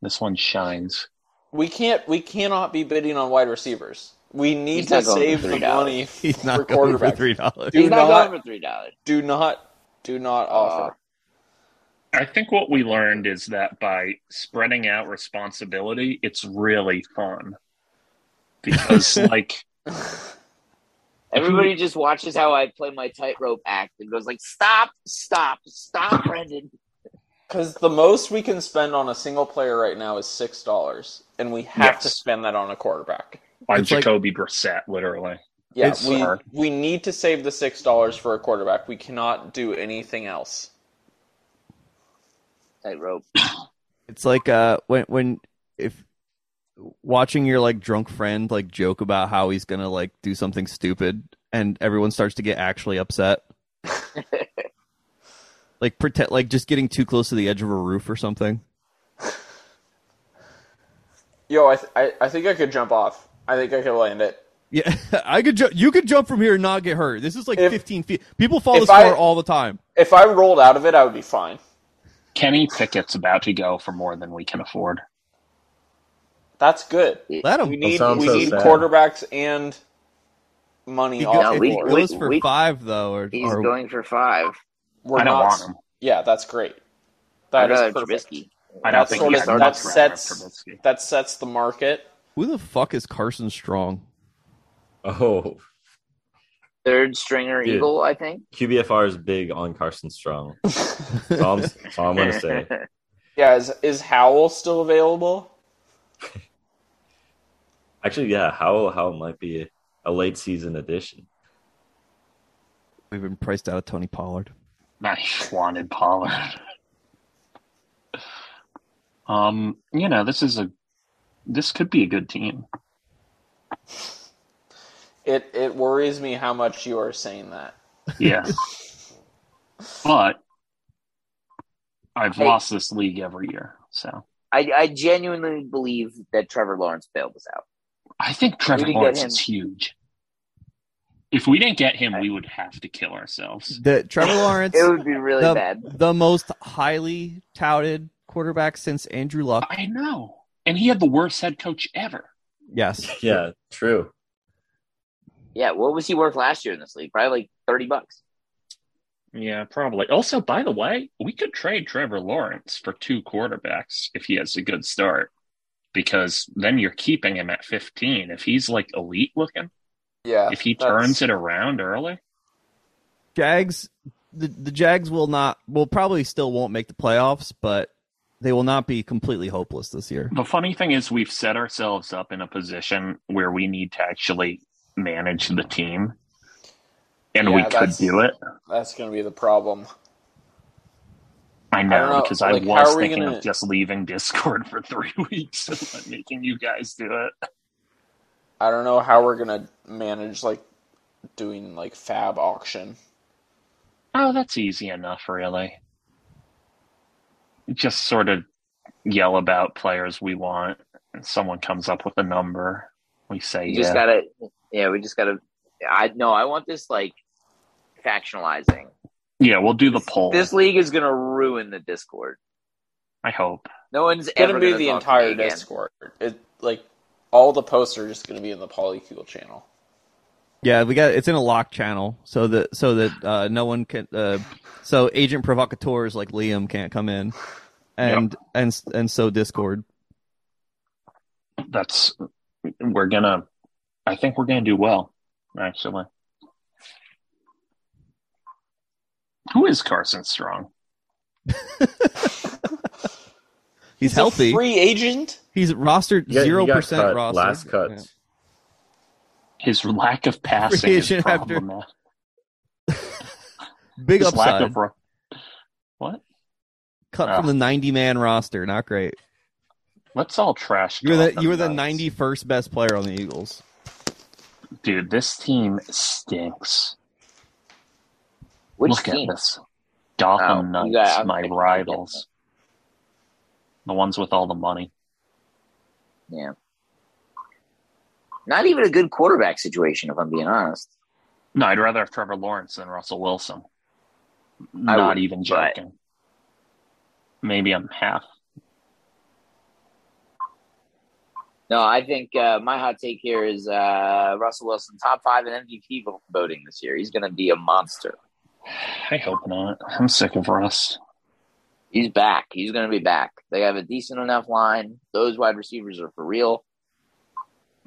[SPEAKER 3] This one shines.
[SPEAKER 4] We can't. We cannot be bidding on wide receivers. We need
[SPEAKER 1] He's
[SPEAKER 4] to
[SPEAKER 1] not going
[SPEAKER 4] save
[SPEAKER 1] for
[SPEAKER 4] the
[SPEAKER 1] $3.
[SPEAKER 4] money
[SPEAKER 6] He's
[SPEAKER 4] for
[SPEAKER 6] not going for
[SPEAKER 4] quarterback.
[SPEAKER 6] three dollars.
[SPEAKER 4] Do
[SPEAKER 1] He's not,
[SPEAKER 4] not-
[SPEAKER 1] going for three dollars.
[SPEAKER 4] Do not. Do
[SPEAKER 1] Uh.
[SPEAKER 4] not offer.
[SPEAKER 3] I think what we learned is that by spreading out responsibility, it's really fun. Because, like,
[SPEAKER 1] Everybody just watches how I play my tightrope act and goes like, "Stop, stop, stop, Brendan."
[SPEAKER 4] Because the most we can spend on a single player right now is six dollars, and we have to
[SPEAKER 3] Yes.
[SPEAKER 4] spend that on a quarterback.
[SPEAKER 3] by
[SPEAKER 6] It's like-
[SPEAKER 3] Jacoby Brissett, literally.
[SPEAKER 4] Yeah,
[SPEAKER 6] It's
[SPEAKER 4] we
[SPEAKER 3] hard.
[SPEAKER 4] we need to save the six dollars for a quarterback. We cannot do anything else.
[SPEAKER 1] Tightrope.
[SPEAKER 6] It's like uh when when if watching your like drunk friend like joke about how he's gonna like do something stupid and everyone starts to get actually upset. like pretend like just getting too close to the edge of a roof or something.
[SPEAKER 4] Yo, I, th- I I think I could jump off. I think I could land it.
[SPEAKER 6] Yeah, I could jump. You could jump from here and not get hurt. This is like
[SPEAKER 4] If-
[SPEAKER 6] 15 feet. People fall this
[SPEAKER 4] if I-
[SPEAKER 6] far all the time.
[SPEAKER 4] If I rolled out of it, I would be fine.
[SPEAKER 3] Kenny Pickett's about to go for more than we can afford.
[SPEAKER 4] That's good.
[SPEAKER 6] Let
[SPEAKER 4] We
[SPEAKER 6] him.
[SPEAKER 4] need
[SPEAKER 5] sounds
[SPEAKER 4] we
[SPEAKER 5] so
[SPEAKER 4] need
[SPEAKER 5] sad.
[SPEAKER 4] quarterbacks and money
[SPEAKER 6] He,
[SPEAKER 4] off
[SPEAKER 6] go,
[SPEAKER 1] No,
[SPEAKER 4] the
[SPEAKER 6] if
[SPEAKER 1] we-
[SPEAKER 6] he
[SPEAKER 4] board.
[SPEAKER 1] we-
[SPEAKER 6] goes for
[SPEAKER 1] we-
[SPEAKER 6] five though, or,
[SPEAKER 1] He's
[SPEAKER 6] or-
[SPEAKER 1] going for five.
[SPEAKER 4] We're
[SPEAKER 3] I don't
[SPEAKER 4] not.
[SPEAKER 3] want him.
[SPEAKER 4] Yeah, that's great.
[SPEAKER 1] I'd
[SPEAKER 4] That is
[SPEAKER 1] rather
[SPEAKER 4] perfect.
[SPEAKER 1] Trubisky.
[SPEAKER 3] I
[SPEAKER 4] That
[SPEAKER 3] don't think
[SPEAKER 4] sort
[SPEAKER 3] he's
[SPEAKER 4] of-
[SPEAKER 3] much
[SPEAKER 4] that
[SPEAKER 3] rather
[SPEAKER 4] sets-
[SPEAKER 3] Trubisky.
[SPEAKER 4] That sets the market.
[SPEAKER 6] who the fuck is Carson Strong?
[SPEAKER 5] Oh,
[SPEAKER 1] Third stringer
[SPEAKER 5] Dude.
[SPEAKER 1] eagle, I think.
[SPEAKER 5] QBFR is big on Carson Strong. That's all I'm, that's all I'm gonna say.
[SPEAKER 4] Yeah, is is Howell still available?
[SPEAKER 5] Actually, yeah, Howell Howell might be a late season addition.
[SPEAKER 6] We've been priced out of Tony Pollard.
[SPEAKER 3] I wanted Pollard. Um, you know, this is a this could be a good team.
[SPEAKER 4] It it worries me how much you are saying that.
[SPEAKER 3] Yeah. but I've
[SPEAKER 1] Hey.
[SPEAKER 3] lost this league every year. So
[SPEAKER 1] I, I genuinely believe that Trevor Lawrence bailed us out.
[SPEAKER 3] I think Trevor
[SPEAKER 1] didn't get
[SPEAKER 3] Lawrence
[SPEAKER 1] him.
[SPEAKER 3] is huge. If we didn't get him, we would have to kill ourselves.
[SPEAKER 6] The Trevor Lawrence,
[SPEAKER 1] It would be really
[SPEAKER 6] the,
[SPEAKER 1] bad.
[SPEAKER 6] the most highly touted quarterback since Andrew Luck.
[SPEAKER 3] I know. And he had the worst head coach ever.
[SPEAKER 6] Yes,
[SPEAKER 5] Yeah, true.
[SPEAKER 1] Yeah, what was he worth last year in this league? Probably like thirty bucks.
[SPEAKER 3] Yeah, probably. Also, by the way, we could trade Trevor Lawrence for two quarterbacks if he has a good start, because then you're keeping him at 15. If he's like elite looking,
[SPEAKER 4] Yeah.
[SPEAKER 3] if he
[SPEAKER 4] that's-
[SPEAKER 3] turns it around early,
[SPEAKER 6] Jags. The, the Jags will not, will probably still won't make the playoffs, but they will not be completely hopeless this year.
[SPEAKER 3] the funny thing is we've set ourselves up in a position where we need to actually manage the team, and we
[SPEAKER 4] Yeah,
[SPEAKER 3] could
[SPEAKER 4] that's-
[SPEAKER 3] do it.
[SPEAKER 4] That's going to be the problem.
[SPEAKER 3] I know,
[SPEAKER 4] don't know,
[SPEAKER 3] because
[SPEAKER 4] like,
[SPEAKER 3] I
[SPEAKER 4] how
[SPEAKER 3] was
[SPEAKER 4] are we
[SPEAKER 3] thinking
[SPEAKER 4] gonna-
[SPEAKER 3] of just leaving Discord for three weeks and then making you guys do it.
[SPEAKER 4] I don't know how we're going to manage like doing like fab auction.
[SPEAKER 3] Oh, that's easy enough, really. Just sort of yell about players we want, and someone comes up with a number. We say,
[SPEAKER 1] You
[SPEAKER 3] yeah,
[SPEAKER 1] just gotta, yeah, we just gotta. I no, I want this like factionalizing.
[SPEAKER 3] yeah, we'll do the poll.
[SPEAKER 1] This league is gonna ruin the Discord.
[SPEAKER 3] I hope.
[SPEAKER 1] No one's
[SPEAKER 4] It's going
[SPEAKER 1] ever
[SPEAKER 4] to be
[SPEAKER 1] gonna
[SPEAKER 4] the
[SPEAKER 1] talk to me
[SPEAKER 4] entire
[SPEAKER 1] again.
[SPEAKER 4] Discord. It like all the posts are just going to be in the Polycule channel.
[SPEAKER 6] Yeah, we got it's in a lock channel so that so that uh, no one can uh, so agent provocateurs like Liam can't come in, and and and so Discord.
[SPEAKER 3] That's we're gonna. I think we're gonna do well. Actually, who is Carson Strong?
[SPEAKER 6] He's healthy.
[SPEAKER 4] free agent.
[SPEAKER 6] He's rostered
[SPEAKER 5] He got- he
[SPEAKER 6] zero
[SPEAKER 5] got
[SPEAKER 6] percent
[SPEAKER 5] cut,
[SPEAKER 6] roster.
[SPEAKER 5] Last cut.
[SPEAKER 6] Yeah.
[SPEAKER 3] His lack of passing
[SPEAKER 6] Free
[SPEAKER 3] is
[SPEAKER 6] agent after-
[SPEAKER 3] problematic.
[SPEAKER 6] Big
[SPEAKER 3] His lack
[SPEAKER 6] upside.
[SPEAKER 3] of ru- what?
[SPEAKER 6] cut
[SPEAKER 3] Ah.
[SPEAKER 6] from the ninety man roster. Not great.
[SPEAKER 3] Let's all trash.
[SPEAKER 6] You were
[SPEAKER 3] talk
[SPEAKER 6] the you were the
[SPEAKER 3] them, guys.
[SPEAKER 6] ninety first best player on the Eagles.
[SPEAKER 3] dude. This team stinks.
[SPEAKER 1] Which
[SPEAKER 3] Look
[SPEAKER 1] team?
[SPEAKER 3] at this. Gotham
[SPEAKER 1] Oh, you
[SPEAKER 3] Knights,
[SPEAKER 1] got- I'm
[SPEAKER 3] my
[SPEAKER 1] thinking of
[SPEAKER 3] rivals. The ones with all the money.
[SPEAKER 1] Yeah. Not even a good quarterback situation, if I'm being honest.
[SPEAKER 3] No, I'd rather have Trevor Lawrence than Russell Wilson.
[SPEAKER 1] I
[SPEAKER 3] Not
[SPEAKER 1] would,
[SPEAKER 3] even
[SPEAKER 1] but-
[SPEAKER 3] joking. Maybe I'm half.
[SPEAKER 1] No, I think uh, my hot take here is uh, Russell Wilson top five in MVP vo- voting this year. He's going to be a monster.
[SPEAKER 3] I hope not. I'm sick of Russ.
[SPEAKER 1] He's back. He's going to be back. They have a decent enough line. Those wide receivers are for real.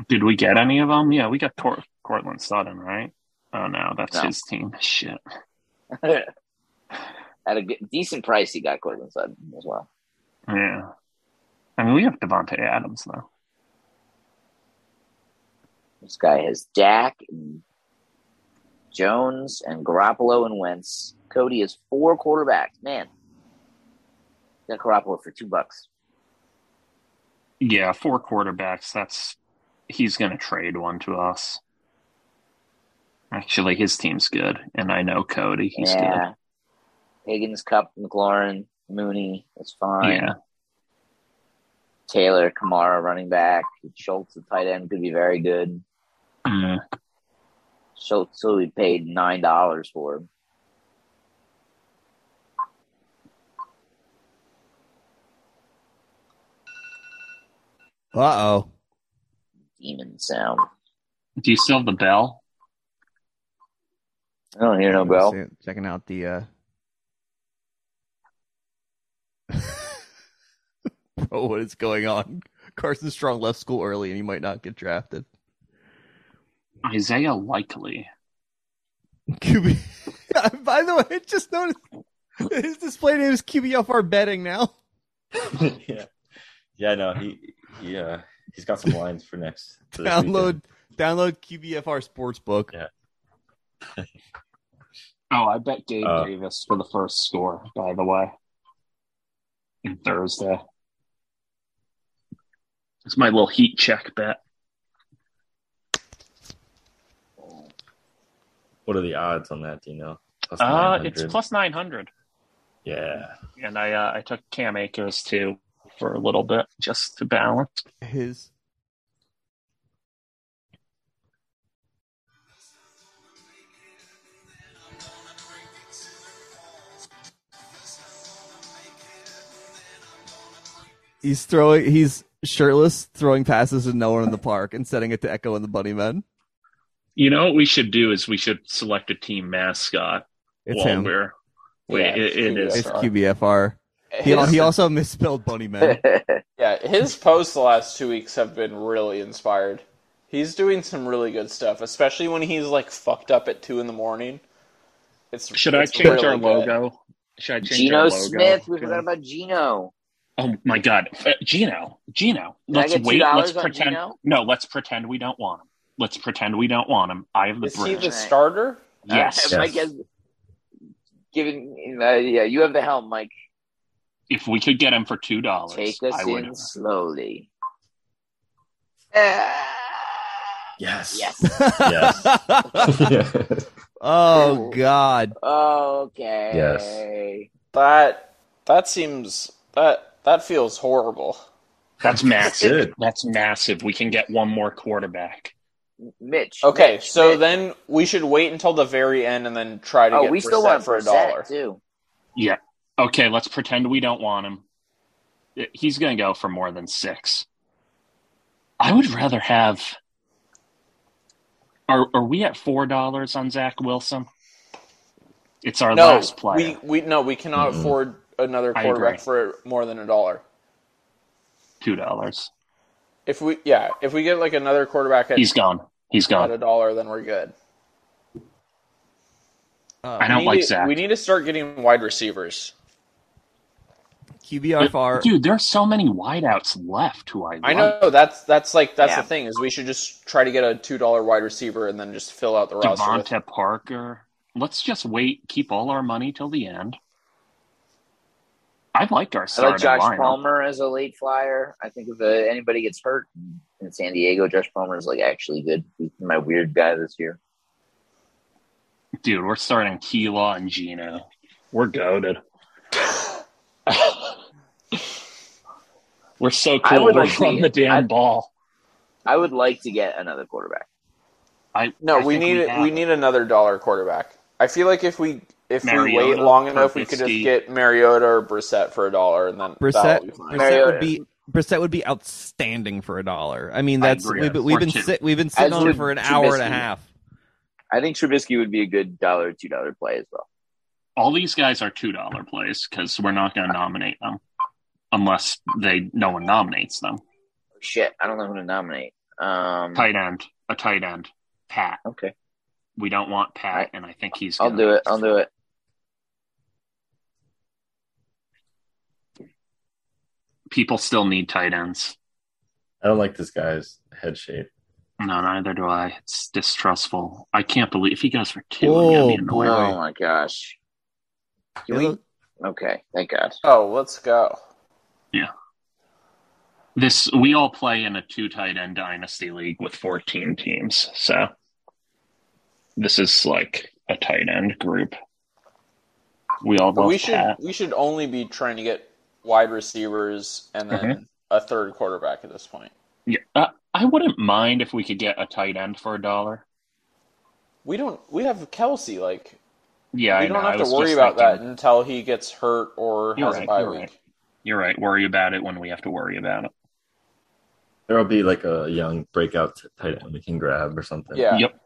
[SPEAKER 3] Did we get any of them? Yeah, we got Tor- Cortland Sutton, right? Oh no, that's
[SPEAKER 1] No.
[SPEAKER 3] his team. Shit.
[SPEAKER 1] At a good, decent price, he got Cortland Sutton as well.
[SPEAKER 3] Yeah. I mean, we have Devonte Adams though.
[SPEAKER 1] This guy has Dak and Jones and Garoppolo and Wentz. Cody is four quarterbacks. Man, got Garoppolo for two bucks.
[SPEAKER 3] Yeah, four quarterbacks. That's he's going to trade one to us. Actually, his team's good, and I know Cody. He's
[SPEAKER 1] yeah. Higgins, Cup, McLaurin, Mooney. That's
[SPEAKER 3] good.
[SPEAKER 1] fine.
[SPEAKER 3] Yeah,
[SPEAKER 1] Taylor, Kamara, running back. Schultz, the tight end, could be very good.
[SPEAKER 3] Mm.
[SPEAKER 1] Schultz, who we paid nine dollars for.
[SPEAKER 6] Uh oh.
[SPEAKER 1] Demon sound.
[SPEAKER 3] Do you still have the bell?
[SPEAKER 1] I don't hear no bell.
[SPEAKER 6] Checking out the uh Bro, what is going on? Carson Strong left school early and he might not get drafted.
[SPEAKER 3] Isaiah Likely.
[SPEAKER 6] QB by the way, I just noticed his display name is QBFR betting now.
[SPEAKER 5] yeah, yeah. No, he he uh, he's got some lines for next. for this
[SPEAKER 6] Download
[SPEAKER 5] weekend.
[SPEAKER 6] download QBFR sportsbook.
[SPEAKER 3] Oh, I bet Gabe
[SPEAKER 5] Uh.
[SPEAKER 3] Davis for the first score. By the way, on Thursday. It's my little heat check bet.
[SPEAKER 5] What are the odds on that? Do you know? Plus
[SPEAKER 3] Uh, it's
[SPEAKER 5] 900.
[SPEAKER 3] plus nine hundred,
[SPEAKER 5] Yeah,
[SPEAKER 3] and I uh, I took Cam Akers too for a little bit just to balance.
[SPEAKER 6] His He's throwing. He's shirtless, throwing passes to no one in the park, and setting it to Echo and the Bunny Men.
[SPEAKER 3] You know what we should do is we should select a team mascot
[SPEAKER 6] It's
[SPEAKER 3] while
[SPEAKER 6] him.
[SPEAKER 3] we're. Wait,
[SPEAKER 4] Yeah,
[SPEAKER 3] it, it
[SPEAKER 4] it's
[SPEAKER 3] is.
[SPEAKER 6] It's QBFR. He,
[SPEAKER 4] His-
[SPEAKER 6] he also misspelled Bunny Man.
[SPEAKER 4] Yeah, his posts the last two weeks have been really inspired. He's doing some really good stuff, especially when he's like fucked up at two in the morning. It's
[SPEAKER 3] Should I
[SPEAKER 4] it's
[SPEAKER 3] change
[SPEAKER 4] really
[SPEAKER 3] our
[SPEAKER 4] good.
[SPEAKER 3] logo? Should I change our
[SPEAKER 1] Geno
[SPEAKER 3] logo?
[SPEAKER 1] Smith. We forgot about Geno.
[SPEAKER 3] Oh my god, uh, Gino, Gino.
[SPEAKER 1] Can I
[SPEAKER 3] Let's
[SPEAKER 1] get
[SPEAKER 3] wait. Let's
[SPEAKER 1] $2 on
[SPEAKER 3] pretend.
[SPEAKER 1] Gino?
[SPEAKER 3] No, let's pretend we don't want him. Let's pretend we don't want him. I have the
[SPEAKER 4] Is he
[SPEAKER 3] British.
[SPEAKER 4] the starter?
[SPEAKER 3] yes.
[SPEAKER 1] Mike has given. Uh, yeah, you have the helm, Mike.
[SPEAKER 3] If we could get him for two dollars,
[SPEAKER 1] Take us
[SPEAKER 3] I
[SPEAKER 1] in
[SPEAKER 3] would.
[SPEAKER 1] slowly. Ah,
[SPEAKER 5] yes,
[SPEAKER 1] yes.
[SPEAKER 5] Yes. yeah.
[SPEAKER 6] oh God!
[SPEAKER 1] Okay.
[SPEAKER 4] That that seems that that feels horrible.
[SPEAKER 3] That's massive.
[SPEAKER 5] Good.
[SPEAKER 3] That's massive. We can get one more quarterback.
[SPEAKER 1] Mitch.
[SPEAKER 4] Okay,
[SPEAKER 1] Mitch,
[SPEAKER 4] so
[SPEAKER 1] Mitch.
[SPEAKER 4] then we should wait until the very end and then try to
[SPEAKER 1] oh,
[SPEAKER 4] get
[SPEAKER 1] we still
[SPEAKER 4] Brissett
[SPEAKER 1] want
[SPEAKER 4] for a
[SPEAKER 1] Brissett,
[SPEAKER 4] dollar.
[SPEAKER 1] too.
[SPEAKER 3] Yeah. Okay. Let's pretend we don't want him. I- He's going to go for more than six. I would rather have. Are are we at four dollars on Zach Wilson? It's our
[SPEAKER 4] No,
[SPEAKER 3] last player. Mm-hmm.
[SPEAKER 4] we we no, we cannot afford another
[SPEAKER 3] I
[SPEAKER 4] quarterback
[SPEAKER 3] agree.
[SPEAKER 4] for more than a dollar.
[SPEAKER 3] Two dollars.
[SPEAKER 4] If we yeah, if we get like another quarterback at,
[SPEAKER 3] He's gone. He's
[SPEAKER 4] at a
[SPEAKER 3] gone.
[SPEAKER 4] dollar, then we're good.
[SPEAKER 3] I don't
[SPEAKER 4] We
[SPEAKER 3] like
[SPEAKER 4] need-
[SPEAKER 3] Zach.
[SPEAKER 4] We need to start getting wide receivers.
[SPEAKER 6] QBR.
[SPEAKER 3] Dude, there's so many wideouts left who I love.
[SPEAKER 4] I know that's that's like that's
[SPEAKER 1] Yeah.
[SPEAKER 4] the thing is we should just try to get a two dollar wide receiver and then just fill out the roster. with-
[SPEAKER 3] Devonta Parker. Let's just wait, keep all our money till the end. I like our
[SPEAKER 1] I like
[SPEAKER 3] starting
[SPEAKER 1] Josh
[SPEAKER 3] lineup.
[SPEAKER 1] Palmer as a late flyer. I think if uh, anybody gets hurt in San Diego, Josh Palmer is like actually good. He's my weird guy this year.
[SPEAKER 3] Dude, we're starting Keela and Gino. We're goaded. we're so
[SPEAKER 1] I
[SPEAKER 3] cool.
[SPEAKER 1] would
[SPEAKER 3] We're
[SPEAKER 1] like to
[SPEAKER 3] from
[SPEAKER 1] be-
[SPEAKER 3] the damn
[SPEAKER 1] I-
[SPEAKER 3] ball.
[SPEAKER 1] I would like to get another quarterback.
[SPEAKER 3] I
[SPEAKER 4] No,
[SPEAKER 3] I
[SPEAKER 4] we
[SPEAKER 3] think
[SPEAKER 4] need we,
[SPEAKER 3] have it.
[SPEAKER 4] need another dollar quarterback. I feel like if we if we wait
[SPEAKER 3] Mariota,
[SPEAKER 4] long enough, we could just
[SPEAKER 3] Trubisky.
[SPEAKER 4] get Mariota or Brissett for a dollar, and then that'll
[SPEAKER 6] Brissett,
[SPEAKER 4] be fine.
[SPEAKER 6] Brissett
[SPEAKER 1] Mariota.
[SPEAKER 6] would be Brissett would be outstanding for a dollar. I mean,
[SPEAKER 3] I
[SPEAKER 6] that's
[SPEAKER 3] agree.
[SPEAKER 6] we've, been- we've
[SPEAKER 3] Or
[SPEAKER 6] been
[SPEAKER 3] two.
[SPEAKER 6] sit, we've been sitting
[SPEAKER 1] As
[SPEAKER 6] on it
[SPEAKER 1] would
[SPEAKER 6] for an hour and a
[SPEAKER 1] Trubisky.
[SPEAKER 6] half.
[SPEAKER 1] I think Trubisky would be a good dollar, two dollar play as well.
[SPEAKER 3] all these guys are two dollar plays because we're not going to nominate them unless they no one nominates them.
[SPEAKER 1] Shit, I don't know who to nominate. Um,
[SPEAKER 3] Tight end, a tight end, Pat.
[SPEAKER 1] okay,
[SPEAKER 3] We don't want Pat, and I think he's.
[SPEAKER 1] I'll
[SPEAKER 3] gonna-
[SPEAKER 1] do it. I'll do it.
[SPEAKER 3] People still need tight ends.
[SPEAKER 7] I don't like this guy's head shape.
[SPEAKER 3] No, neither do I. It's distrustful. I can't believe if he goes for two.
[SPEAKER 6] Oh,
[SPEAKER 3] I'm gonna be annoyed.
[SPEAKER 1] Oh my gosh. Can
[SPEAKER 6] It
[SPEAKER 1] we-
[SPEAKER 6] look-
[SPEAKER 1] Okay, thank God.
[SPEAKER 4] Oh, let's go.
[SPEAKER 3] This we all play in a two tight end dynasty league with 14 teams, so this is like a tight end group. We all
[SPEAKER 4] But
[SPEAKER 3] love
[SPEAKER 4] we should
[SPEAKER 3] Pat.
[SPEAKER 4] we should only be trying to get wide receivers and
[SPEAKER 3] Mm-hmm.
[SPEAKER 4] then a third quarterback at this point.
[SPEAKER 3] Yeah, uh, I wouldn't mind if we could get a tight end for a dollar.
[SPEAKER 4] We don't we have Kelsey like
[SPEAKER 3] Yeah,
[SPEAKER 4] we
[SPEAKER 3] I
[SPEAKER 4] don't
[SPEAKER 3] know. I
[SPEAKER 4] have
[SPEAKER 3] was
[SPEAKER 4] to worry
[SPEAKER 3] just
[SPEAKER 4] about that
[SPEAKER 3] thinking-
[SPEAKER 4] until he gets hurt or
[SPEAKER 3] You're
[SPEAKER 4] has a
[SPEAKER 3] right,
[SPEAKER 4] bye
[SPEAKER 3] you're
[SPEAKER 4] week.
[SPEAKER 3] right. You're right. Worry about it when we have to worry about it.
[SPEAKER 7] There'll be like a young breakout t- tight end we can grab or something.
[SPEAKER 4] Yeah.
[SPEAKER 3] Yep.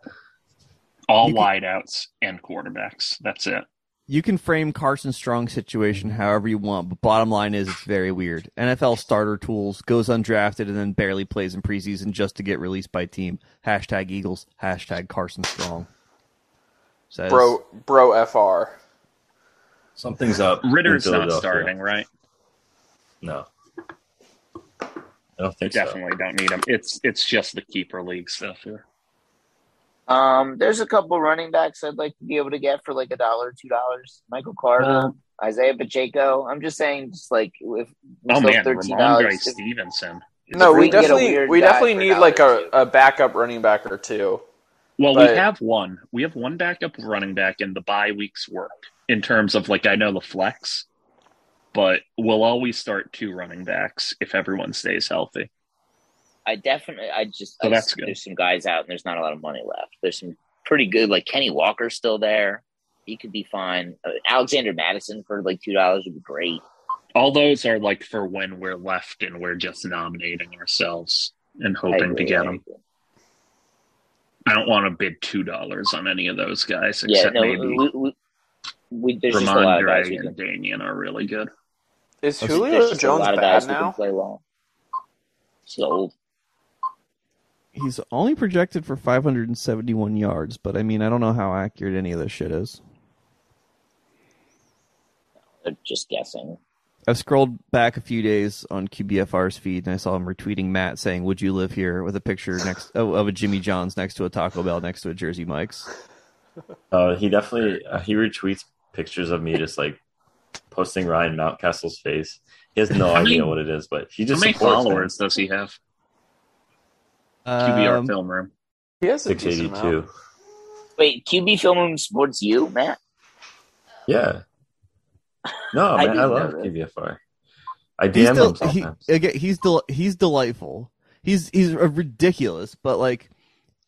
[SPEAKER 3] All
[SPEAKER 6] You could-
[SPEAKER 3] wideouts and quarterbacks. That's it.
[SPEAKER 6] you can frame Carson Strong's situation however you want, but bottom line is it's very weird. NFL starter tools goes undrafted and then barely plays in preseason just to get released by team. Hashtag Eagles. Hashtag Carson Strong. Says,
[SPEAKER 4] Bro bro FR.
[SPEAKER 7] Something's up. in
[SPEAKER 3] Ritter's not
[SPEAKER 7] Philadelphia.
[SPEAKER 3] starting, right?
[SPEAKER 7] No. I don't think so.
[SPEAKER 3] Definitely don't need him. It's it's just the keeper league stuff here.
[SPEAKER 1] Um, there's a couple running backs I'd like to be able to get for like a dollar, two dollars. Michael Carter,
[SPEAKER 3] Uh,
[SPEAKER 1] Isaiah Pacheco. I'm just saying, just like if
[SPEAKER 3] oh
[SPEAKER 1] those
[SPEAKER 3] man, Ramondre
[SPEAKER 1] if-
[SPEAKER 3] Stevenson.
[SPEAKER 4] No,
[SPEAKER 1] if
[SPEAKER 4] we
[SPEAKER 1] can get a
[SPEAKER 4] definitely
[SPEAKER 1] weird
[SPEAKER 4] we
[SPEAKER 1] guy
[SPEAKER 4] definitely
[SPEAKER 1] for
[SPEAKER 4] need like
[SPEAKER 1] dollar,
[SPEAKER 4] a,
[SPEAKER 1] too.
[SPEAKER 4] a backup running back or two.
[SPEAKER 3] Well,
[SPEAKER 4] But-
[SPEAKER 3] we have one. We have one backup running back in the bye week's work in terms of like I know the flex, but we'll always start two running backs if everyone stays healthy.
[SPEAKER 1] I definitely, I just,
[SPEAKER 3] Oh,
[SPEAKER 1] I
[SPEAKER 3] that's
[SPEAKER 1] just-
[SPEAKER 3] good.
[SPEAKER 1] there's some guys out and there's not a lot of money left. There's some pretty good, like Kenny Walker's still there. He could be fine. Uh, Alexander Madison for like two dollars would be great.
[SPEAKER 3] All those are like for when we're left and we're just nominating ourselves and
[SPEAKER 1] I
[SPEAKER 3] hoping to
[SPEAKER 1] agree,
[SPEAKER 3] get
[SPEAKER 1] I
[SPEAKER 3] them.
[SPEAKER 1] agree.
[SPEAKER 3] I don't want to bid two dollars on any of those guys
[SPEAKER 1] Yeah,
[SPEAKER 3] except
[SPEAKER 1] no,
[SPEAKER 3] maybe
[SPEAKER 1] we, we, we, there's just a lot of guys we
[SPEAKER 3] Ramondre and
[SPEAKER 1] can.
[SPEAKER 3] Damien are really good.
[SPEAKER 4] Is
[SPEAKER 6] Let's-
[SPEAKER 1] Oh, There's
[SPEAKER 4] Julio
[SPEAKER 1] just
[SPEAKER 4] Jones
[SPEAKER 1] a lot of
[SPEAKER 4] bad
[SPEAKER 1] guys who
[SPEAKER 4] now?
[SPEAKER 1] can play long. So
[SPEAKER 6] He's only projected for 571 yards, but I mean, I don't know how accurate any of this shit is.
[SPEAKER 1] they're just guessing.
[SPEAKER 6] I've scrolled back a few days on QBFR's feed and I saw him retweeting Matt saying, "Would you live here?" with a picture next of of a Jimmy John's next to a Taco Bell next to a Jersey Mike's.
[SPEAKER 7] Uh, he definitely uh, he retweets pictures of me just like posting Ryan Mountcastle's face. He has no
[SPEAKER 3] many-
[SPEAKER 7] idea what it is, but he
[SPEAKER 3] How
[SPEAKER 7] just
[SPEAKER 3] many
[SPEAKER 7] supports me.
[SPEAKER 3] followers does he have? QBR
[SPEAKER 6] Um,
[SPEAKER 3] Film Room.
[SPEAKER 4] He has a decent amount.
[SPEAKER 7] 682.
[SPEAKER 1] Wait, QB Film Room supports you, Matt?
[SPEAKER 7] Yeah. No,
[SPEAKER 1] I
[SPEAKER 7] man, I,
[SPEAKER 1] didn't
[SPEAKER 7] love
[SPEAKER 1] know
[SPEAKER 7] KBFR. I
[SPEAKER 6] he's
[SPEAKER 7] DM him
[SPEAKER 6] del- he,
[SPEAKER 7] sometimes.
[SPEAKER 6] again, he's del- he's delightful. He's he's a ridiculous, but like,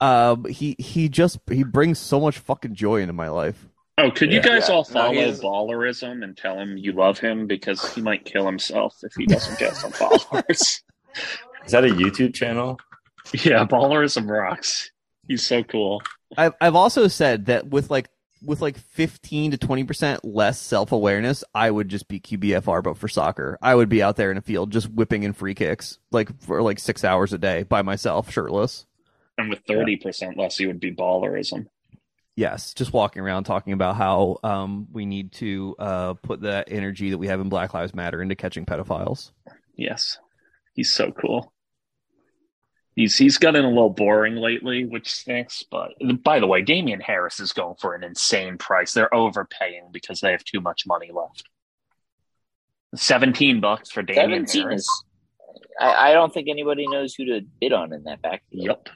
[SPEAKER 6] um, he he just he brings so much fucking joy into my life.
[SPEAKER 3] Oh, could you
[SPEAKER 7] Yeah.
[SPEAKER 3] guys
[SPEAKER 4] Yeah.
[SPEAKER 3] all
[SPEAKER 4] No,
[SPEAKER 3] follow
[SPEAKER 4] he's-
[SPEAKER 3] Ballerism and tell him you love him because he might kill himself if he doesn't get some followers.
[SPEAKER 7] Is that a YouTube channel?
[SPEAKER 3] yeah, Ballerism rocks. He's so cool.
[SPEAKER 6] I've I've also said that with like with like fifteen to twenty percent less self awareness, I would just be QBFR, but for soccer, I would be out there in a field just whipping in free kicks like for like six hours a day by myself, shirtless.
[SPEAKER 3] And with thirty percent less, he would be ballerism.
[SPEAKER 6] Yes, just walking around talking about how um, we need to uh, put that energy that we have in Black Lives Matter into catching pedophiles.
[SPEAKER 3] Yes, he's so cool. He's he's gotten a little boring lately, which stinks. But by the way, Damian Harris is going for an insane price. They're overpaying because they have too much money left. Seventeen bucks for Damian
[SPEAKER 1] Seventeen
[SPEAKER 3] Harris.
[SPEAKER 1] is. I, I don't think anybody knows who to bid on in that backfield.
[SPEAKER 3] Yep.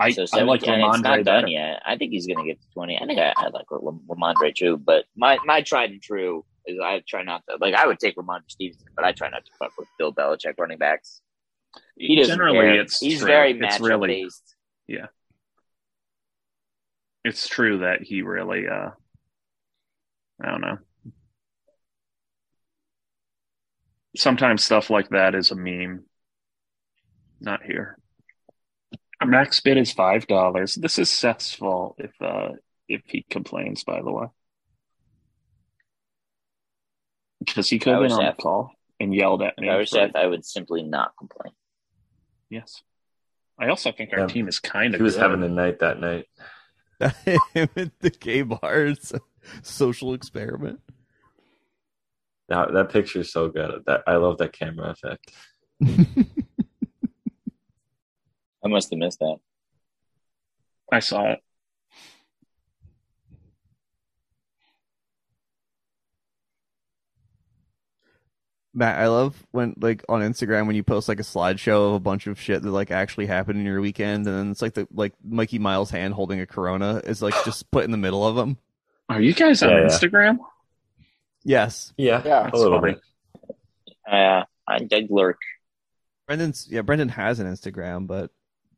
[SPEAKER 3] I,
[SPEAKER 1] so
[SPEAKER 3] I
[SPEAKER 1] 17,
[SPEAKER 3] like
[SPEAKER 1] and it's not
[SPEAKER 3] Ramondre
[SPEAKER 1] done
[SPEAKER 3] better.
[SPEAKER 1] yet. I think he's going to get to twenty. I think I, I like Ram- Ramondre too, but my my tried and true is I try not to like. I would take Ramondre Stevenson, but I try not to fuck with Bill Belichick running backs. He doesn't
[SPEAKER 3] Generally,
[SPEAKER 1] care.
[SPEAKER 3] it's
[SPEAKER 1] he's
[SPEAKER 3] true.
[SPEAKER 1] very
[SPEAKER 3] it's
[SPEAKER 1] matchup
[SPEAKER 3] really
[SPEAKER 1] based.
[SPEAKER 3] it's true that he really uh I don't know. Sometimes stuff like that is a meme. Not here. Our max bid is five dollars. This is Seth's fault if uh if he complains, by the way. Because he could
[SPEAKER 1] I
[SPEAKER 3] have been
[SPEAKER 1] was
[SPEAKER 3] on
[SPEAKER 1] Seth.
[SPEAKER 3] the call and yelled at me.
[SPEAKER 1] If I were
[SPEAKER 3] for it.
[SPEAKER 1] Seth, I would simply not complain.
[SPEAKER 3] Yes. I also think our
[SPEAKER 5] Yeah.
[SPEAKER 3] team is kind of
[SPEAKER 5] He was
[SPEAKER 3] good.
[SPEAKER 5] having the night that night.
[SPEAKER 6] Him at the gay bars, social experiment.
[SPEAKER 5] That, that picture is so good. That I love that camera effect.
[SPEAKER 1] I must have missed that.
[SPEAKER 3] I saw it.
[SPEAKER 6] Matt, I love when like on Instagram when you post like a slideshow of a bunch of shit that like actually happened in your weekend, and then it's like the like Mikey Miles hand holding a Corona is like just put in the middle of them.
[SPEAKER 3] Are you guys on
[SPEAKER 5] Yeah, yeah.
[SPEAKER 3] Instagram?
[SPEAKER 6] Yes,
[SPEAKER 5] Yeah,
[SPEAKER 4] Yeah.
[SPEAKER 5] a little
[SPEAKER 3] That's
[SPEAKER 5] bit.
[SPEAKER 1] Uh, I did lurk.
[SPEAKER 6] Brendan's yeah, Brendan has an Instagram, but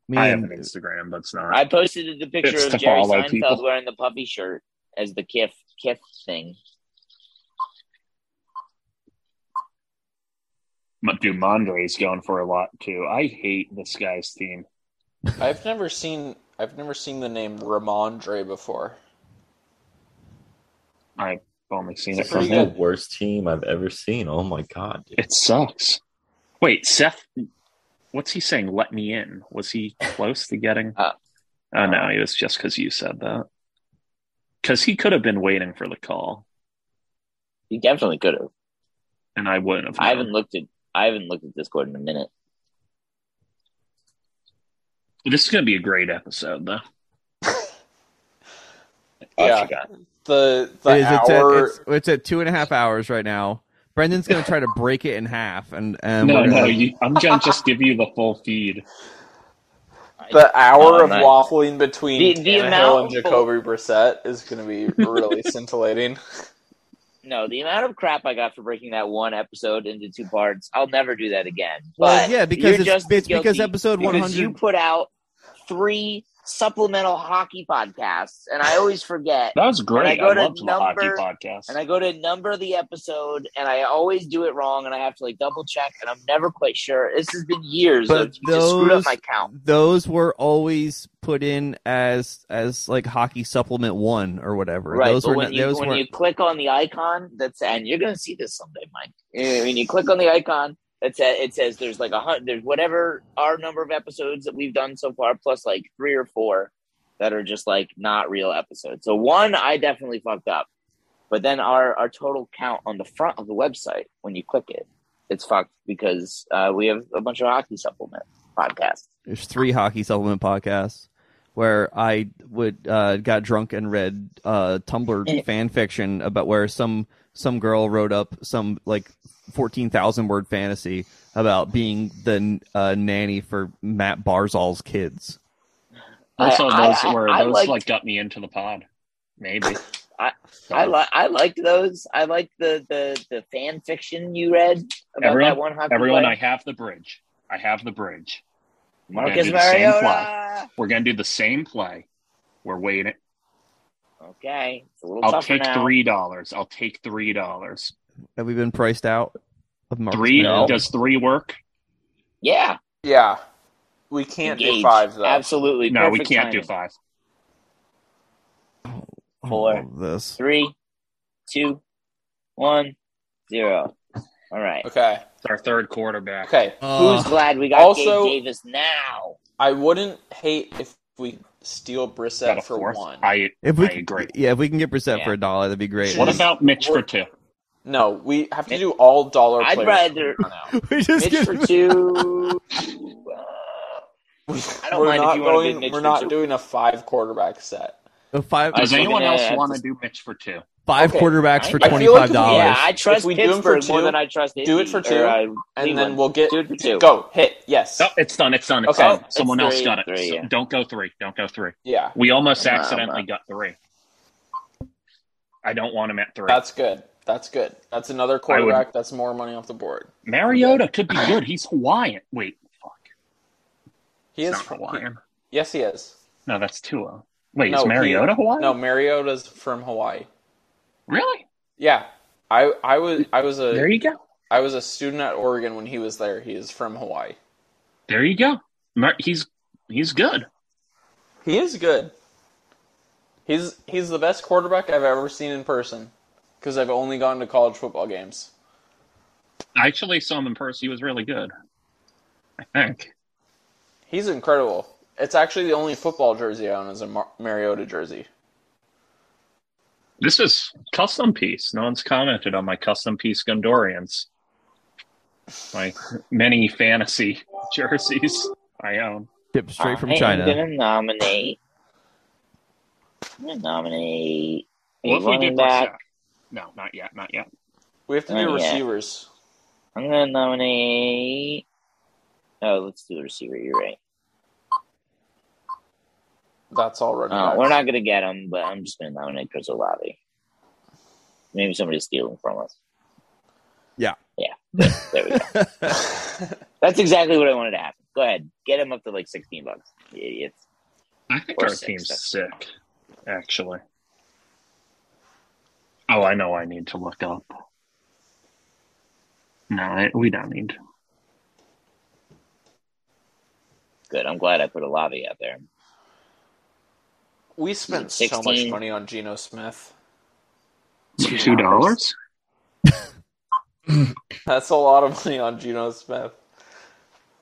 [SPEAKER 6] me
[SPEAKER 3] I have
[SPEAKER 6] and
[SPEAKER 3] an Instagram, but it's not.
[SPEAKER 1] I posted the picture
[SPEAKER 3] It's
[SPEAKER 1] of
[SPEAKER 3] to
[SPEAKER 1] Jerry
[SPEAKER 3] follow
[SPEAKER 1] Seinfeld
[SPEAKER 3] people.
[SPEAKER 1] wearing the puppy shirt as the kiff kiff thing.
[SPEAKER 3] But Dumondre's going for a lot too. I hate this guy's team.
[SPEAKER 4] I've never seen I've never seen the name Ramondre before.
[SPEAKER 3] I've only seen it
[SPEAKER 5] This
[SPEAKER 3] from
[SPEAKER 5] is
[SPEAKER 4] pretty
[SPEAKER 5] the
[SPEAKER 3] him.
[SPEAKER 4] good.
[SPEAKER 5] worst team I've ever seen. Oh my god, dude.
[SPEAKER 3] It sucks. Wait, Seth, what's he saying? Let me in. Was he close to getting?
[SPEAKER 1] Uh,
[SPEAKER 3] oh no, it was just because you said that. Because he could have been waiting for the call,
[SPEAKER 1] You definitely could have.
[SPEAKER 3] and I wouldn't have.
[SPEAKER 1] I
[SPEAKER 3] known.
[SPEAKER 1] haven't looked at I haven't looked at Discord in a minute.
[SPEAKER 3] This is going to be a great episode, though.
[SPEAKER 4] Yeah.
[SPEAKER 3] I forgot.
[SPEAKER 4] The the
[SPEAKER 6] it is, it's, at,
[SPEAKER 4] hour
[SPEAKER 6] it's, it's at two and a half hours right now. Brendan's gonna try to break it in half, and and
[SPEAKER 3] No,
[SPEAKER 6] we're gonna-
[SPEAKER 3] no, you, I'm going to just give you the full feed.
[SPEAKER 4] the hour
[SPEAKER 1] Oh,
[SPEAKER 4] of
[SPEAKER 1] nice.
[SPEAKER 4] waffling between
[SPEAKER 1] The- the
[SPEAKER 4] Tannehill
[SPEAKER 1] amount
[SPEAKER 4] and
[SPEAKER 1] of-
[SPEAKER 4] Jacoby Brissett is going to be really scintillating.
[SPEAKER 1] No, the amount of crap I got for breaking that one episode into two parts, I'll never do that again.
[SPEAKER 6] Well,
[SPEAKER 1] But
[SPEAKER 6] yeah, because
[SPEAKER 1] you're
[SPEAKER 6] it's-
[SPEAKER 1] just as
[SPEAKER 6] it's because
[SPEAKER 1] guilty
[SPEAKER 6] episode
[SPEAKER 1] because
[SPEAKER 6] 100
[SPEAKER 1] you put out three supplemental hockey podcasts, and I always forget.
[SPEAKER 3] That was great.
[SPEAKER 1] And I go to
[SPEAKER 3] I, loved the hockey
[SPEAKER 1] number-
[SPEAKER 3] podcast.
[SPEAKER 1] And I go to number the episode, and I always do it wrong, and I have to like double check, and I'm never quite sure. This has been years
[SPEAKER 6] But
[SPEAKER 1] of you just screwed up
[SPEAKER 6] those-
[SPEAKER 1] my count.
[SPEAKER 6] those were always put in as as like hockey supplement one or whatever.
[SPEAKER 1] Right,
[SPEAKER 6] those
[SPEAKER 1] but
[SPEAKER 6] were
[SPEAKER 1] when
[SPEAKER 6] not,
[SPEAKER 1] you
[SPEAKER 6] those
[SPEAKER 1] when
[SPEAKER 6] were
[SPEAKER 1] you click on the icon, that's and you're gonna see this someday, Mike. Uh, When you click on the icon, it says it says there's like a hundred, there's whatever our number of episodes that we've done so far, plus like three or four that are just like not real episodes. So one I definitely fucked up, but then our our total count on the front of the website when you click it, it's fucked because uh, we have a bunch of hockey supplement podcasts.
[SPEAKER 6] there's three hockey supplement podcasts where I would uh, got drunk and read uh,
[SPEAKER 4] Eh.
[SPEAKER 6] Tumblr fan fiction about where some some girl wrote up some like fourteen thousand word fantasy about being the uh, nanny for Matt Barzal's kids.
[SPEAKER 3] also,
[SPEAKER 1] I-
[SPEAKER 3] those
[SPEAKER 1] I-
[SPEAKER 3] were
[SPEAKER 1] I
[SPEAKER 3] those
[SPEAKER 1] liked-
[SPEAKER 3] like got me into the pod. Maybe.
[SPEAKER 1] I like I liked those. I liked the the the fan fiction you read about
[SPEAKER 3] Everyone-
[SPEAKER 1] that one hockey
[SPEAKER 3] Everyone,
[SPEAKER 1] player.
[SPEAKER 3] I have the bridge. I have the bridge. We're gonna
[SPEAKER 1] Marcus
[SPEAKER 3] do the same
[SPEAKER 1] Mariota.
[SPEAKER 3] We're gonna do the same play. We're waiting.
[SPEAKER 1] Okay, it's a little
[SPEAKER 3] I'll
[SPEAKER 1] tougher
[SPEAKER 3] take
[SPEAKER 1] now.
[SPEAKER 3] three dollars. I'll take three dollars.
[SPEAKER 6] Have we been priced out of Marcus
[SPEAKER 3] Three
[SPEAKER 6] Mariota?
[SPEAKER 3] does three work?
[SPEAKER 1] Yeah,
[SPEAKER 4] yeah. We can't
[SPEAKER 1] Gage.
[SPEAKER 4] do five though.
[SPEAKER 1] Absolutely.
[SPEAKER 3] No, we
[SPEAKER 1] perfect
[SPEAKER 3] can't do
[SPEAKER 1] timing.
[SPEAKER 3] five.
[SPEAKER 1] Four.
[SPEAKER 6] All of this.
[SPEAKER 1] Three, two, one, zero. All right.
[SPEAKER 4] Okay.
[SPEAKER 3] It's our third quarterback.
[SPEAKER 4] Okay.
[SPEAKER 6] Uh,
[SPEAKER 1] Who's glad we got
[SPEAKER 4] also-
[SPEAKER 1] Gabe Davis now?
[SPEAKER 4] I wouldn't hate if we steal
[SPEAKER 3] Got a
[SPEAKER 4] Brissett for
[SPEAKER 3] fourth.
[SPEAKER 4] one.
[SPEAKER 3] I
[SPEAKER 6] if we
[SPEAKER 3] I agree.
[SPEAKER 6] yeah, if we can get Brissett
[SPEAKER 1] Yeah.
[SPEAKER 6] for a dollar, that'd be great.
[SPEAKER 3] What about Mitch for two?
[SPEAKER 4] No, we have to do all dollar
[SPEAKER 1] I'd
[SPEAKER 4] players.
[SPEAKER 1] rather-
[SPEAKER 4] from now.
[SPEAKER 6] we just
[SPEAKER 1] Mitch
[SPEAKER 6] give
[SPEAKER 1] for two. Uh, I don't
[SPEAKER 4] we're
[SPEAKER 1] mind if
[SPEAKER 4] not
[SPEAKER 1] you wanna do
[SPEAKER 4] going,
[SPEAKER 1] Mitch
[SPEAKER 4] We're
[SPEAKER 1] for
[SPEAKER 4] not
[SPEAKER 1] two.
[SPEAKER 4] doing a five quarterback set.
[SPEAKER 6] a five
[SPEAKER 1] I
[SPEAKER 3] Does
[SPEAKER 1] think
[SPEAKER 3] anyone
[SPEAKER 1] I
[SPEAKER 3] else
[SPEAKER 1] have
[SPEAKER 3] want
[SPEAKER 1] to-
[SPEAKER 3] to do Mitch for two?
[SPEAKER 6] five
[SPEAKER 4] okay.
[SPEAKER 6] quarterbacks for
[SPEAKER 4] I
[SPEAKER 6] twenty
[SPEAKER 4] feel like if
[SPEAKER 6] five
[SPEAKER 4] we-
[SPEAKER 1] Yeah,
[SPEAKER 6] dollars.
[SPEAKER 1] I trust
[SPEAKER 4] If we do 'em for
[SPEAKER 1] Pittsburgh more
[SPEAKER 4] two,
[SPEAKER 1] than I trust Indy.
[SPEAKER 4] do it for two,
[SPEAKER 1] or, uh,
[SPEAKER 4] And then
[SPEAKER 1] Cleveland.
[SPEAKER 4] we'll get
[SPEAKER 1] do it for two.
[SPEAKER 4] go hit yes.
[SPEAKER 3] No, Oh, it's done. It's done. It's
[SPEAKER 4] Okay.
[SPEAKER 3] done. Someone
[SPEAKER 1] It's
[SPEAKER 3] else
[SPEAKER 1] three,
[SPEAKER 3] got it.
[SPEAKER 1] three,
[SPEAKER 3] So-
[SPEAKER 1] yeah.
[SPEAKER 3] Don't go three. Don't go three.
[SPEAKER 4] Yeah,
[SPEAKER 3] We almost
[SPEAKER 1] No,
[SPEAKER 3] accidentally
[SPEAKER 1] no.
[SPEAKER 3] got three. I don't want him at three.
[SPEAKER 4] that's good. That's good. That's another quarterback. That's more money off the board.
[SPEAKER 3] Mariota could be good. He's Hawaiian. Wait, fuck.
[SPEAKER 4] He
[SPEAKER 3] He's
[SPEAKER 4] is
[SPEAKER 3] not Hawaiian.
[SPEAKER 4] Yes, he is.
[SPEAKER 3] No, that's Tua. Wait,
[SPEAKER 4] No,
[SPEAKER 3] is
[SPEAKER 4] he-
[SPEAKER 3] Mariota Hawaiian?
[SPEAKER 4] No, Mariota's from Hawaii.
[SPEAKER 3] Really?
[SPEAKER 4] Yeah, I I was I was
[SPEAKER 3] There
[SPEAKER 4] a
[SPEAKER 3] you go.
[SPEAKER 4] I was a student at Oregon when he was there. He is from Hawaii.
[SPEAKER 3] There you go. Mar- he's he's good.
[SPEAKER 4] He is good. He's he's the best quarterback I've ever seen in person because I've only gone to college football games.
[SPEAKER 3] I actually saw him in person. He was really good. I think.
[SPEAKER 4] He's incredible. It's actually the only football jersey I own is a Mar- Mariota jersey.
[SPEAKER 3] This is custom piece. No one's commented on my custom piece Gondorians. My many fantasy jerseys I own.
[SPEAKER 6] Tip straight from
[SPEAKER 1] I
[SPEAKER 6] China.
[SPEAKER 1] am gonna nominate. I'm gonna nominate a
[SPEAKER 3] What if we
[SPEAKER 1] running
[SPEAKER 3] did
[SPEAKER 1] back.
[SPEAKER 3] Brissett? No, not yet, not yet.
[SPEAKER 4] We have to do
[SPEAKER 1] Oh, yeah.
[SPEAKER 4] receivers.
[SPEAKER 1] I'm gonna nominate. Oh, let's do a receiver. You're right.
[SPEAKER 4] That's all
[SPEAKER 3] Oh,
[SPEAKER 4] running.
[SPEAKER 1] Uh,
[SPEAKER 4] backs.
[SPEAKER 1] we're not gonna get him, but I'm just gonna nominate Chris Olave. Maybe somebody's stealing from us.
[SPEAKER 6] Yeah.
[SPEAKER 1] Yeah. Good. There we go. That's exactly what I wanted to happen. Go ahead, get him up to like 16 bucks. You Idiots.
[SPEAKER 3] I think
[SPEAKER 1] Or
[SPEAKER 3] our
[SPEAKER 1] six,
[SPEAKER 3] team's
[SPEAKER 1] that's-
[SPEAKER 3] sick, actually. Oh, I know. I need to look up. No, I, we don't need.
[SPEAKER 1] Good. I'm glad I put Olave out there.
[SPEAKER 4] We spent so
[SPEAKER 1] 16.
[SPEAKER 4] much money on Geno Smith.
[SPEAKER 3] Two dollars?
[SPEAKER 4] That's a lot of money on Geno Smith.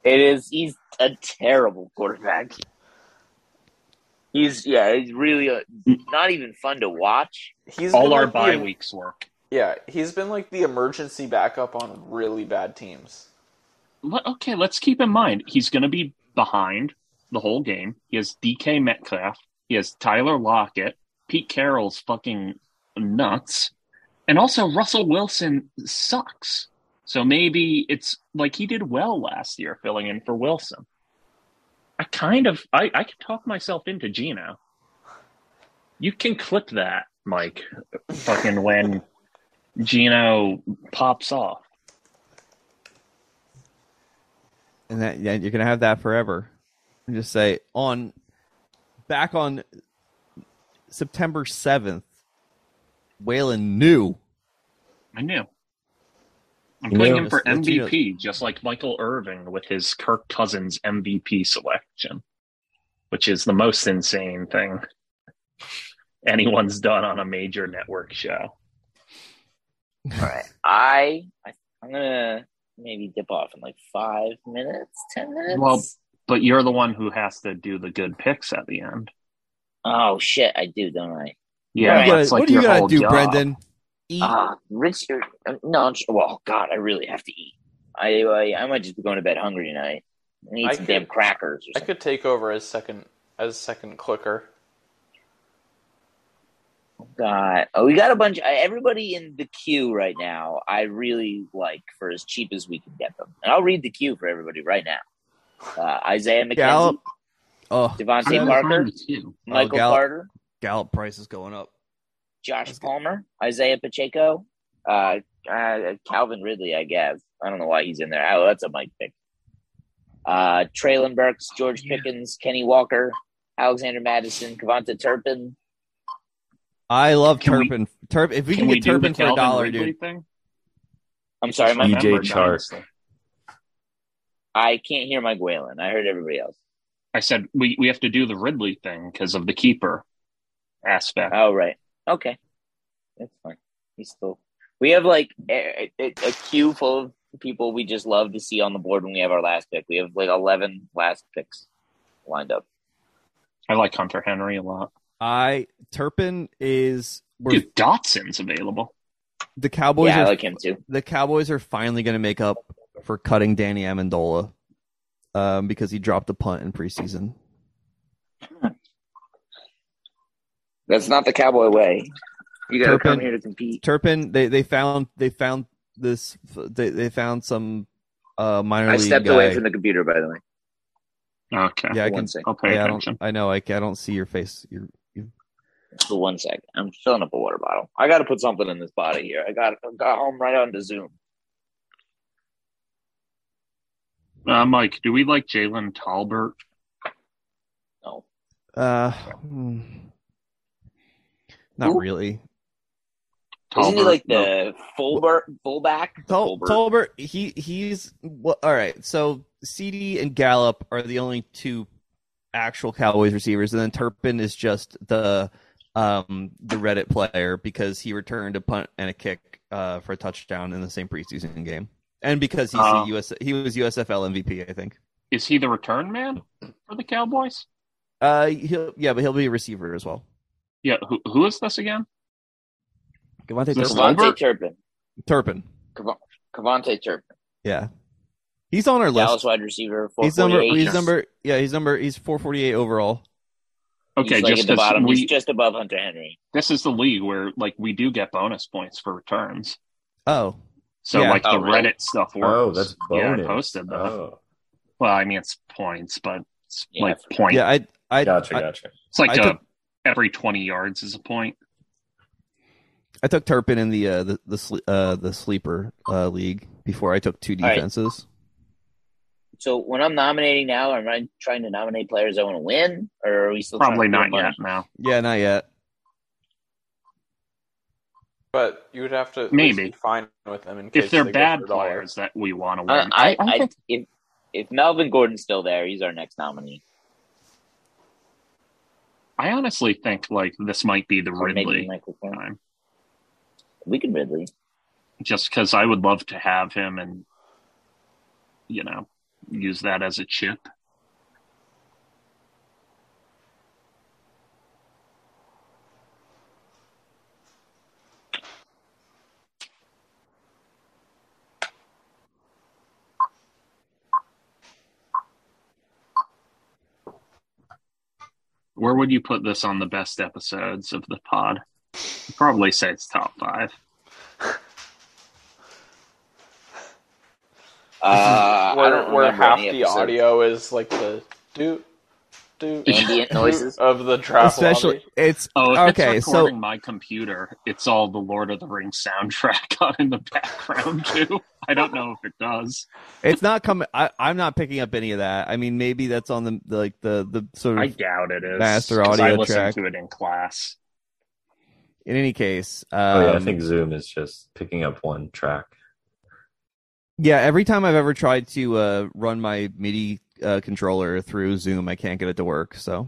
[SPEAKER 1] It is. He's a terrible quarterback. He's yeah. He's really uh not even fun to watch.
[SPEAKER 4] He's been
[SPEAKER 3] All our
[SPEAKER 4] like the-
[SPEAKER 3] bye weeks work.
[SPEAKER 4] Yeah, he's been like the emergency backup on really bad teams.
[SPEAKER 3] Let- okay, let's keep in mind he's going to be behind the whole game. He has DK Metcalf. He has Tyler Lockett. Pete Carroll's fucking nuts, and also Russell Wilson sucks. So maybe it's like he did well last year filling in for Wilson. I kind of I I can talk myself into Gino. You can clip that, Mike. Fucking when Gino pops off.
[SPEAKER 6] and that yeah, you're gonna have that forever. And just say on back on September seventh, Whalen knew
[SPEAKER 3] I knew. I'm
[SPEAKER 5] You
[SPEAKER 3] putting
[SPEAKER 5] knew.
[SPEAKER 3] him for
[SPEAKER 6] Let's- let's do
[SPEAKER 3] MVP, just like Michael Irvin with his Kirk Cousins MVP selection, which is the most insane thing anyone's done on a major network show.
[SPEAKER 1] I, I I'm gonna maybe dip off in like five minutes, ten minutes.
[SPEAKER 3] Well- But you're the one who has to do the good picks at the end.
[SPEAKER 1] oh shit, I do, don't I?
[SPEAKER 3] Yeah,
[SPEAKER 1] Right.
[SPEAKER 6] What,
[SPEAKER 3] that's like
[SPEAKER 6] what are you
[SPEAKER 3] your
[SPEAKER 6] gonna
[SPEAKER 3] whole
[SPEAKER 6] do,
[SPEAKER 3] job. Uh-huh.
[SPEAKER 6] Brendan? Eat.
[SPEAKER 1] Ah, Richard. uh, No, I'm, su- well, God, I really have to eat. I, I I might just be going to bed hungry tonight. I need
[SPEAKER 4] I
[SPEAKER 1] some
[SPEAKER 4] could-
[SPEAKER 1] damn crackers.
[SPEAKER 4] I
[SPEAKER 1] Or something.
[SPEAKER 4] could take over as second as second clicker.
[SPEAKER 1] God, oh, we got a bunch. I- Everybody in the queue right now. I really like for as cheap as we can get them, and I'll read the queue for everybody right now. Uh, Isaiah McKenzie,
[SPEAKER 6] Gallup. Oh,
[SPEAKER 3] I'm
[SPEAKER 1] Devontae
[SPEAKER 3] gonna
[SPEAKER 1] Parker,
[SPEAKER 3] find two.
[SPEAKER 1] Michael
[SPEAKER 6] Gallup.
[SPEAKER 1] Carter,
[SPEAKER 6] Gallup price is going up.
[SPEAKER 1] Josh Palmer, Isaiah Pacheco, uh, uh, Calvin Ridley, I guess. I don't know why he's in there. Oh, that's a Mike pick. Uh, Traylon Burks, George Pickens, Kenny Walker, Alexander Madison, Kavanta Turpin.
[SPEAKER 6] I love
[SPEAKER 3] Can we-
[SPEAKER 6] Turpin. Turpin. If we can,
[SPEAKER 3] we
[SPEAKER 6] get
[SPEAKER 3] do the
[SPEAKER 6] Turpin for a
[SPEAKER 3] Calvin
[SPEAKER 6] dollar,
[SPEAKER 3] Ridley
[SPEAKER 6] dude.
[SPEAKER 3] Thing?
[SPEAKER 1] I'm sorry, my
[SPEAKER 5] You- EJ
[SPEAKER 3] Remember
[SPEAKER 5] Chark.
[SPEAKER 3] Dynasty.
[SPEAKER 1] I can't hear Mike Whalen. I heard everybody else.
[SPEAKER 3] I said we, we have to do the Ridley thing because of the keeper aspect.
[SPEAKER 1] Oh right. Okay. That's fine. He's still. We have like a, a, a queue full of people we just love to see on the board when we have our last pick. We have like eleven last picks lined up. Oh.
[SPEAKER 3] I like Hunter Henry a lot.
[SPEAKER 6] I Turpin is we're,
[SPEAKER 3] Dude, Dotson's available.
[SPEAKER 6] the Cowboys.
[SPEAKER 1] yeah,
[SPEAKER 6] are,
[SPEAKER 1] I like him too.
[SPEAKER 6] The Cowboys are finally going to make up for cutting Danny Amendola um, because he dropped the punt in preseason.
[SPEAKER 1] That's not the cowboy way. You gotta
[SPEAKER 6] Turpin.
[SPEAKER 1] come here to compete.
[SPEAKER 6] Turpin, they they found they found this they they found some uh minor
[SPEAKER 1] I
[SPEAKER 6] league
[SPEAKER 1] stepped
[SPEAKER 6] guy.
[SPEAKER 1] away from the computer, by the way.
[SPEAKER 3] Okay.
[SPEAKER 6] yeah, I
[SPEAKER 1] for
[SPEAKER 6] can.
[SPEAKER 1] one second.
[SPEAKER 3] I'll pay
[SPEAKER 6] yeah, I don't.
[SPEAKER 3] attention.
[SPEAKER 6] I know. I, I don't see your face. Your you
[SPEAKER 1] For one second, I'm filling up a water bottle. I got to put something in this body here. I got I got home right onto Zoom.
[SPEAKER 3] Uh, Mike, do we like Jalen Talbert?
[SPEAKER 1] No,
[SPEAKER 6] uh, hmm. not
[SPEAKER 1] Who?
[SPEAKER 6] really.
[SPEAKER 1] isn't he
[SPEAKER 3] Talbert,
[SPEAKER 1] like
[SPEAKER 3] no.
[SPEAKER 1] the fullback? Fullback?
[SPEAKER 6] Tol-
[SPEAKER 1] Tolbert.
[SPEAKER 6] Tolbert, he he's well, all right. So CD and Gallup are the only two actual Cowboys receivers, and then Turpin is just the um the Reddit player because he returned a punt and a kick uh, for a touchdown in the same preseason game, and because he's
[SPEAKER 3] Oh.
[SPEAKER 6] the US he was USFL MVP, I think.
[SPEAKER 3] Is he the return man for the Cowboys?
[SPEAKER 6] Uh, he'll, yeah, but he'll be a receiver as well.
[SPEAKER 3] Yeah. Who, who is this again?
[SPEAKER 6] Devontae
[SPEAKER 3] This
[SPEAKER 6] Turpin.
[SPEAKER 3] one?
[SPEAKER 1] Cavante
[SPEAKER 3] Tolbert?
[SPEAKER 1] Turpin.
[SPEAKER 6] Turpin,
[SPEAKER 1] Cav- Cavante Turpin.
[SPEAKER 6] yeah, he's on our list.
[SPEAKER 1] Dallas wide receiver.
[SPEAKER 6] He's number.
[SPEAKER 1] 448.
[SPEAKER 6] He's number. Yeah, he's number. He's four forty eight overall.
[SPEAKER 3] Okay,
[SPEAKER 1] he's like
[SPEAKER 3] just
[SPEAKER 1] at the
[SPEAKER 3] because
[SPEAKER 1] bottom.
[SPEAKER 3] we
[SPEAKER 1] He's just above Hunter Henry.
[SPEAKER 3] this is the league where like we do get bonus points for returns.
[SPEAKER 6] Oh,
[SPEAKER 3] So
[SPEAKER 6] Yeah.
[SPEAKER 3] like the
[SPEAKER 1] Oh, really?
[SPEAKER 3] Reddit stuff works.
[SPEAKER 7] Oh, that's bonus.
[SPEAKER 3] Yeah, I posted that.
[SPEAKER 7] Oh,
[SPEAKER 3] Well, I mean it's points, but it's
[SPEAKER 1] Yeah,
[SPEAKER 3] like
[SPEAKER 1] I
[SPEAKER 3] point.
[SPEAKER 6] yeah. I I
[SPEAKER 7] gotcha,
[SPEAKER 6] I-
[SPEAKER 7] gotcha.
[SPEAKER 3] It's like
[SPEAKER 6] I
[SPEAKER 3] a,
[SPEAKER 6] took-
[SPEAKER 3] every twenty yards is a point.
[SPEAKER 6] I took Turpin in the uh, the the, sle- uh, the sleeper uh, league before I took two
[SPEAKER 1] All right.
[SPEAKER 6] defenses.
[SPEAKER 1] So when I'm nominating now, am I trying to nominate players I want to win, or are we still
[SPEAKER 3] Probably
[SPEAKER 1] trying to
[SPEAKER 3] not
[SPEAKER 1] do a
[SPEAKER 3] yet
[SPEAKER 1] bunch?
[SPEAKER 3] now.
[SPEAKER 6] Yeah, not yet.
[SPEAKER 4] But you would have to at
[SPEAKER 3] Maybe.
[SPEAKER 4] least be fine with them in case
[SPEAKER 3] If they're
[SPEAKER 4] they go
[SPEAKER 3] bad
[SPEAKER 4] for a dollar.
[SPEAKER 3] players that we want to
[SPEAKER 1] Uh,
[SPEAKER 3] win.
[SPEAKER 1] I,
[SPEAKER 3] I
[SPEAKER 1] I,
[SPEAKER 3] think-
[SPEAKER 1] if if Melvin Gordon's still there, he's our next nominee.
[SPEAKER 3] I honestly think like this might be the
[SPEAKER 1] Or maybe
[SPEAKER 3] Ridley
[SPEAKER 1] Michael Clark.
[SPEAKER 3] time.
[SPEAKER 1] We can Ridley.
[SPEAKER 3] Just because I would love to have him and you know, use that as a chip. Where would you put this on the best episodes of the pod? I'd probably say it's top five.
[SPEAKER 1] Uh, I
[SPEAKER 4] where,
[SPEAKER 1] don't
[SPEAKER 4] where
[SPEAKER 1] remember
[SPEAKER 4] half
[SPEAKER 1] any
[SPEAKER 4] the
[SPEAKER 1] episodes.
[SPEAKER 4] audio is like the do do
[SPEAKER 1] Ambient noises.
[SPEAKER 4] of the travel
[SPEAKER 6] Especially,
[SPEAKER 4] lobby.
[SPEAKER 6] it's
[SPEAKER 3] Oh, if
[SPEAKER 6] Okay,
[SPEAKER 3] it's
[SPEAKER 6] so-
[SPEAKER 3] recording my computer, it's all the Lord of the Rings soundtrack on in the background too. I don't know if it does.
[SPEAKER 6] it's not coming. I, I'm not picking up any of that. I mean, maybe that's on the, the like the the sort of.
[SPEAKER 3] I doubt it is.
[SPEAKER 6] Master
[SPEAKER 3] 'cause I
[SPEAKER 6] audio
[SPEAKER 3] listened
[SPEAKER 6] track.
[SPEAKER 3] to it in class.
[SPEAKER 6] in any case, um,
[SPEAKER 7] Oh, yeah, I think Zoom is just picking up one track.
[SPEAKER 6] yeah, Every time I've ever tried to uh, run my MIDI uh, controller through Zoom, I can't get it to work. So,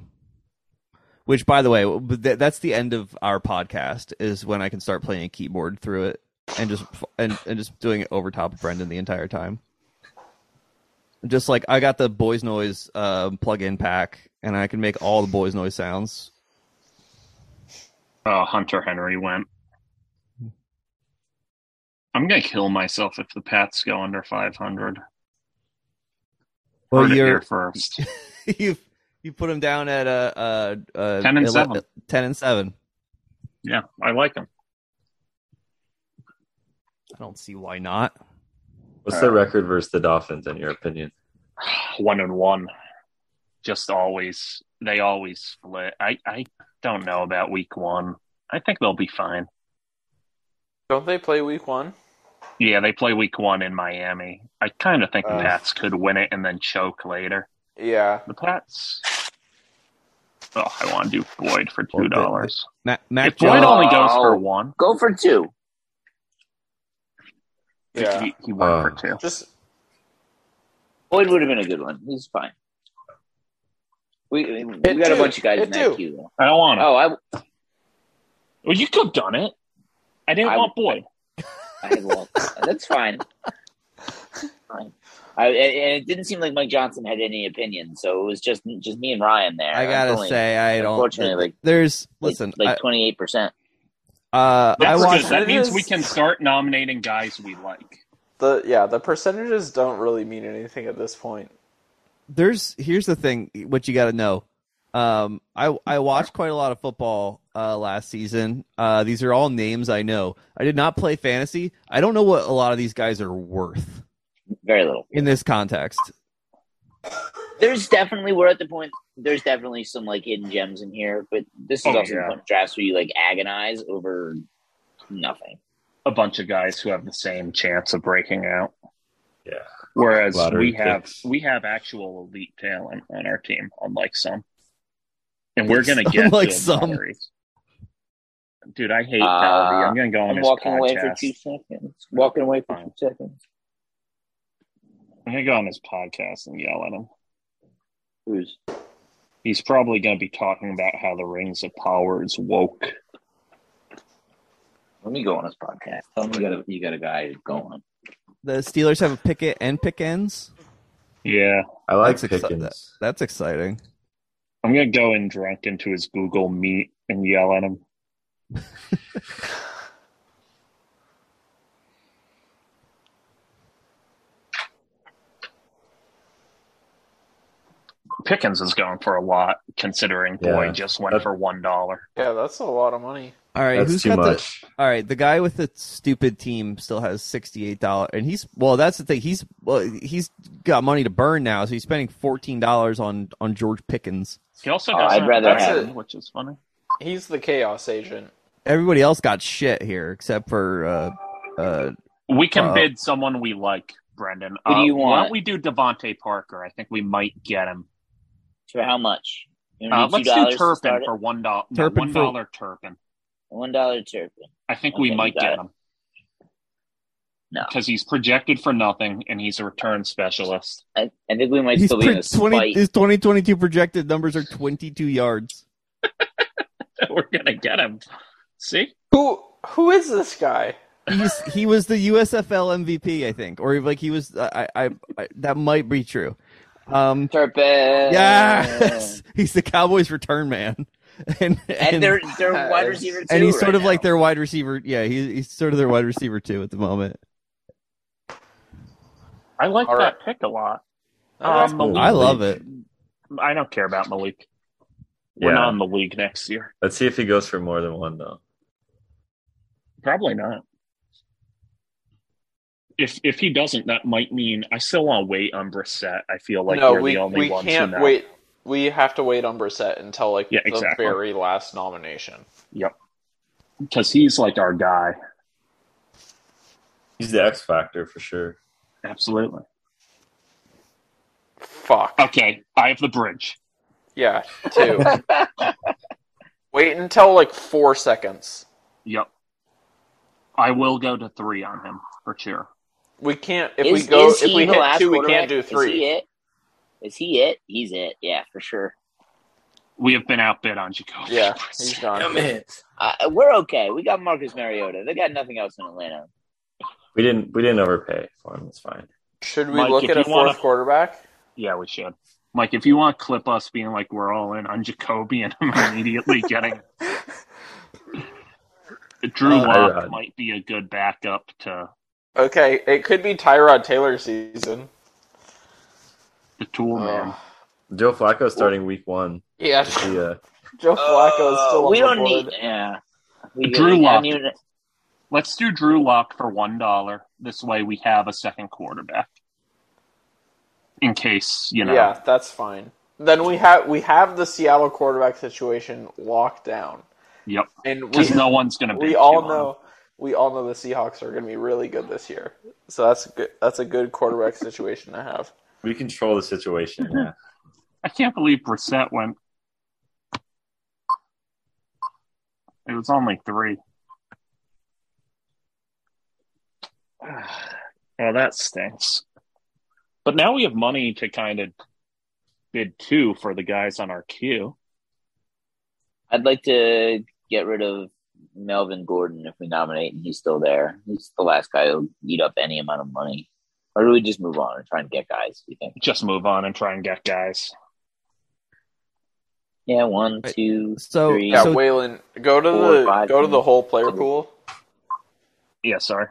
[SPEAKER 6] which, by the way, th- that's the end of our podcast is when I can start playing a keyboard through it and just and, and just doing it over top of Brendan the entire time. Just like I got the Boys Noise uh, plug-in pack, and I can make all the Boys Noise sounds.
[SPEAKER 3] Oh, Hunter Henry went. I'm gonna kill myself if the Pats go under 500.
[SPEAKER 6] Well,
[SPEAKER 3] Heard it here
[SPEAKER 6] you're
[SPEAKER 3] first.
[SPEAKER 6] you you put them down at uh, uh, uh,
[SPEAKER 3] 10 and
[SPEAKER 6] ele-
[SPEAKER 3] seven.
[SPEAKER 6] ten and seven.
[SPEAKER 3] Yeah, I like them.
[SPEAKER 6] I don't see why not.
[SPEAKER 7] What's the record versus the Dolphins in your opinion?
[SPEAKER 3] One and one. Just always, they always split. I, I don't know about week one. I think they'll be fine.
[SPEAKER 4] Don't they play week one?
[SPEAKER 3] Yeah, they play week one in Miami. I kind of think the
[SPEAKER 4] Uh.
[SPEAKER 3] Pats could win it and then choke later.
[SPEAKER 4] Yeah.
[SPEAKER 3] The Pats. Oh, I want to do Boyd for two dollars.
[SPEAKER 6] Ma-
[SPEAKER 3] If
[SPEAKER 6] Mac
[SPEAKER 3] Boyd
[SPEAKER 6] Jones,
[SPEAKER 3] only goes for
[SPEAKER 1] Oh.
[SPEAKER 3] one,
[SPEAKER 1] Go for two.
[SPEAKER 4] Yeah.
[SPEAKER 3] he, he went
[SPEAKER 7] Uh.
[SPEAKER 3] for two.
[SPEAKER 4] Just
[SPEAKER 1] Boyd would have been a good one. He's fine. We, we got
[SPEAKER 4] It
[SPEAKER 1] a
[SPEAKER 4] do.
[SPEAKER 1] bunch of guys
[SPEAKER 4] It
[SPEAKER 1] in that
[SPEAKER 4] do.
[SPEAKER 1] queue. Though.
[SPEAKER 3] I don't want to.
[SPEAKER 1] Oh, I,
[SPEAKER 3] Well, you could have done it. I didn't
[SPEAKER 1] I-
[SPEAKER 3] want Boyd.
[SPEAKER 1] I well, that's fine. Fine. I, and and it didn't seem like Mike Johnson had any opinion, so it was just just me and Ryan there.
[SPEAKER 6] I gotta say, I don't.
[SPEAKER 1] unfortunately, like-
[SPEAKER 6] there's listen.
[SPEAKER 1] like twenty eight percent.
[SPEAKER 6] I, uh, I
[SPEAKER 3] That's
[SPEAKER 4] watched-
[SPEAKER 3] good.
[SPEAKER 6] watch.
[SPEAKER 3] That means
[SPEAKER 4] It
[SPEAKER 3] we
[SPEAKER 4] is-
[SPEAKER 3] can start nominating guys we like.
[SPEAKER 4] The yeah, the percentages don't really mean anything at this point.
[SPEAKER 6] There's here's the thing. What you gotta know. Um, I I watched quite a lot of football uh, last season. Uh, these are all names I know. I did not play fantasy. I don't know what a lot of these guys are worth
[SPEAKER 1] Very little.
[SPEAKER 6] in this context.
[SPEAKER 1] There's definitely we're at the point. There's definitely some like hidden gems in here, but this is
[SPEAKER 3] Oh,
[SPEAKER 1] also
[SPEAKER 3] yeah.
[SPEAKER 1] one of drafts where you like agonize over nothing.
[SPEAKER 3] A bunch of guys who have the same chance of breaking out.
[SPEAKER 7] Yeah.
[SPEAKER 3] Whereas
[SPEAKER 7] Lottery
[SPEAKER 3] we have
[SPEAKER 7] picks.
[SPEAKER 3] we have actual elite talent on our team, unlike some. And we're gonna get
[SPEAKER 6] Unlike
[SPEAKER 3] good
[SPEAKER 6] some.
[SPEAKER 3] lotteries. Dude, I hate
[SPEAKER 1] Uh,
[SPEAKER 3] Valerie. I'm gonna go on
[SPEAKER 1] I'm
[SPEAKER 3] his
[SPEAKER 1] walking
[SPEAKER 3] podcast.
[SPEAKER 1] away for two seconds. Walking away for
[SPEAKER 3] Fine.
[SPEAKER 1] two seconds.
[SPEAKER 3] I'm gonna go on his podcast and yell at him.
[SPEAKER 1] Who's
[SPEAKER 3] He's probably gonna be talking about how the rings of power is woke.
[SPEAKER 1] let me go on this podcast. Tell me you got a you got a guy going.
[SPEAKER 6] The Steelers have a Pickett and Pickens.
[SPEAKER 3] Yeah.
[SPEAKER 7] I like
[SPEAKER 6] That's exci-
[SPEAKER 7] Pickens.
[SPEAKER 6] That's exciting.
[SPEAKER 3] I'm gonna go in drunk into his Google Meet and yell at him. Pickens is going for a lot, considering
[SPEAKER 7] Yeah.
[SPEAKER 3] Boyd just went
[SPEAKER 7] That-
[SPEAKER 3] for one dollar.
[SPEAKER 4] Yeah, that's a lot of money.
[SPEAKER 6] All right,
[SPEAKER 7] That's
[SPEAKER 6] who's
[SPEAKER 7] too
[SPEAKER 6] got the
[SPEAKER 7] much.
[SPEAKER 6] All right, the guy with the stupid team still has sixty eight dollars, and he's well. That's the thing. He's well, he's got money to burn now, so he's spending fourteen dollars on on George Pickens.
[SPEAKER 3] He also
[SPEAKER 1] Oh,
[SPEAKER 3] does
[SPEAKER 1] I'd
[SPEAKER 3] have
[SPEAKER 1] rather
[SPEAKER 3] Benson,
[SPEAKER 4] have-
[SPEAKER 3] which is funny.
[SPEAKER 4] He's the chaos agent.
[SPEAKER 6] Everybody else got shit here except for uh, uh,
[SPEAKER 3] We can
[SPEAKER 6] Uh,
[SPEAKER 3] bid someone we like, Brendan.
[SPEAKER 1] Who do
[SPEAKER 3] Uh,
[SPEAKER 1] you
[SPEAKER 3] Why
[SPEAKER 1] want?
[SPEAKER 3] don't we do Devonte Parker? I think we might get him.
[SPEAKER 1] For how much? You
[SPEAKER 3] Uh,
[SPEAKER 1] need
[SPEAKER 3] let's
[SPEAKER 1] $2
[SPEAKER 3] do
[SPEAKER 1] to
[SPEAKER 3] Turpin
[SPEAKER 1] start it?
[SPEAKER 3] for one dollar. No,
[SPEAKER 6] Turpin
[SPEAKER 3] one
[SPEAKER 6] for-
[SPEAKER 3] dollar Turpin.
[SPEAKER 1] one dollar Turpin.
[SPEAKER 3] I think
[SPEAKER 1] Okay,
[SPEAKER 3] we
[SPEAKER 1] you
[SPEAKER 3] might
[SPEAKER 1] got
[SPEAKER 3] get
[SPEAKER 1] it.
[SPEAKER 3] him.
[SPEAKER 1] No.
[SPEAKER 3] Because he's projected for nothing and he's a return specialist.
[SPEAKER 1] I, I think we might
[SPEAKER 6] he's
[SPEAKER 1] still be in
[SPEAKER 6] pre-
[SPEAKER 1] a
[SPEAKER 6] twenty.
[SPEAKER 1] spite.
[SPEAKER 6] His twenty twenty two projected numbers are twenty two yards.
[SPEAKER 3] We're going to get him. See?
[SPEAKER 4] Who who is this guy?
[SPEAKER 6] He's he was the USFL MVP, I think, or like he was. I I, I that might be true. Um,
[SPEAKER 1] Turpin.
[SPEAKER 6] yes, he's the Cowboys return man, and
[SPEAKER 1] And they're they're wide
[SPEAKER 4] Yes.
[SPEAKER 1] receiver too.
[SPEAKER 6] and he's sort
[SPEAKER 1] right
[SPEAKER 6] of like
[SPEAKER 1] now.
[SPEAKER 6] their wide receiver. Yeah, he, he's sort of their wide receiver too at the moment.
[SPEAKER 3] I like
[SPEAKER 4] All Oh,
[SPEAKER 3] that pick a lot.
[SPEAKER 4] That's
[SPEAKER 3] Um,
[SPEAKER 4] cool.
[SPEAKER 6] I love it.
[SPEAKER 3] I don't care about Malik. We're
[SPEAKER 7] Yeah.
[SPEAKER 3] not in the league next year.
[SPEAKER 7] Let's see if he goes for more than one though.
[SPEAKER 3] Probably not. If if he doesn't, that might mean I still want to wait on Brissett. I feel like
[SPEAKER 4] no,
[SPEAKER 3] we're
[SPEAKER 4] we
[SPEAKER 3] the only
[SPEAKER 4] we
[SPEAKER 3] ones who
[SPEAKER 4] can't
[SPEAKER 3] know.
[SPEAKER 4] wait. We have to wait on Brissett until like
[SPEAKER 3] Yeah,
[SPEAKER 4] the
[SPEAKER 3] exactly.
[SPEAKER 4] very last nomination.
[SPEAKER 3] Because he's like our guy.
[SPEAKER 7] He's the X factor for sure.
[SPEAKER 3] Absolutely.
[SPEAKER 4] Fuck.
[SPEAKER 3] Okay, I have the bridge.
[SPEAKER 4] Yeah, two. Wait until like four seconds.
[SPEAKER 3] Yep. I will go to three on him for sure.
[SPEAKER 4] We can't if
[SPEAKER 1] Is-
[SPEAKER 4] we go
[SPEAKER 1] is
[SPEAKER 4] if
[SPEAKER 1] he
[SPEAKER 4] we
[SPEAKER 1] the
[SPEAKER 4] hit
[SPEAKER 1] last
[SPEAKER 4] two, we
[SPEAKER 1] quarterback?
[SPEAKER 4] can't do
[SPEAKER 1] Is he
[SPEAKER 4] three.
[SPEAKER 1] it? Is he it? He's it. Yeah, for sure.
[SPEAKER 3] We have been outbid on Jacoby.
[SPEAKER 4] Yeah,
[SPEAKER 3] Brissett.
[SPEAKER 4] he's gone.
[SPEAKER 8] Damn it.
[SPEAKER 1] Uh, we're okay. We got Marcus Mariota. They got nothing else in Atlanta.
[SPEAKER 7] We didn't we didn't overpay for him. It's fine.
[SPEAKER 4] Should we
[SPEAKER 3] Mike,
[SPEAKER 4] look
[SPEAKER 3] if
[SPEAKER 4] at a
[SPEAKER 3] you
[SPEAKER 4] 4th
[SPEAKER 3] wanna-
[SPEAKER 4] quarterback?
[SPEAKER 3] Yeah, we should. Mike, if you want to clip us being like we're all in on Jacoby and I'm immediately getting
[SPEAKER 4] Oh,
[SPEAKER 3] Drew
[SPEAKER 7] Uh,
[SPEAKER 3] Lock
[SPEAKER 7] Tyrod.
[SPEAKER 3] might be a good backup to
[SPEAKER 4] Okay, it could be Tyrod Taylor season.
[SPEAKER 3] the tool Oh, man.
[SPEAKER 4] Ugh.
[SPEAKER 7] Joe Flacco starting week one.
[SPEAKER 4] yeah,
[SPEAKER 7] He, uh,
[SPEAKER 4] Joe Flacco is
[SPEAKER 1] Uh,
[SPEAKER 4] still Oh, on
[SPEAKER 1] we
[SPEAKER 4] the
[SPEAKER 1] don't
[SPEAKER 4] board.
[SPEAKER 1] need. Yeah. We-
[SPEAKER 3] Drew
[SPEAKER 1] we
[SPEAKER 3] Lock.
[SPEAKER 1] don't even-
[SPEAKER 3] Let's do Drew Lock for one dollar. This way we have a second quarterback. In case, you know
[SPEAKER 4] Yeah, that's fine. Then we have we have the Seattle quarterback situation locked down,
[SPEAKER 3] Yep.
[SPEAKER 4] and we
[SPEAKER 3] Because no one's gonna
[SPEAKER 4] we
[SPEAKER 3] bitch
[SPEAKER 4] all
[SPEAKER 3] you on him.
[SPEAKER 4] know we all know the Seahawks are going to be really good this year. So that's a good that's a good quarterback situation to have.
[SPEAKER 7] we control the situation. Yeah.
[SPEAKER 3] I can't believe Brissett went It was only three. well that Oh, stinks. But now we have money to kind of bid two for the guys on our queue.
[SPEAKER 1] I'd like to get rid of Melvin Gordon if we nominate and he's still there. He's the last guy who'll eat up any amount of money. Or do we just move on and try and get guys, you think?
[SPEAKER 3] Just move on and try and get guys.
[SPEAKER 1] Yeah, one,
[SPEAKER 6] Right.
[SPEAKER 1] two,
[SPEAKER 6] So-
[SPEAKER 1] three.
[SPEAKER 4] Yeah, Waylon, go to
[SPEAKER 1] Four,
[SPEAKER 4] the
[SPEAKER 1] five,
[SPEAKER 4] go to the
[SPEAKER 1] six,
[SPEAKER 4] whole player pool.
[SPEAKER 3] Yeah, sorry.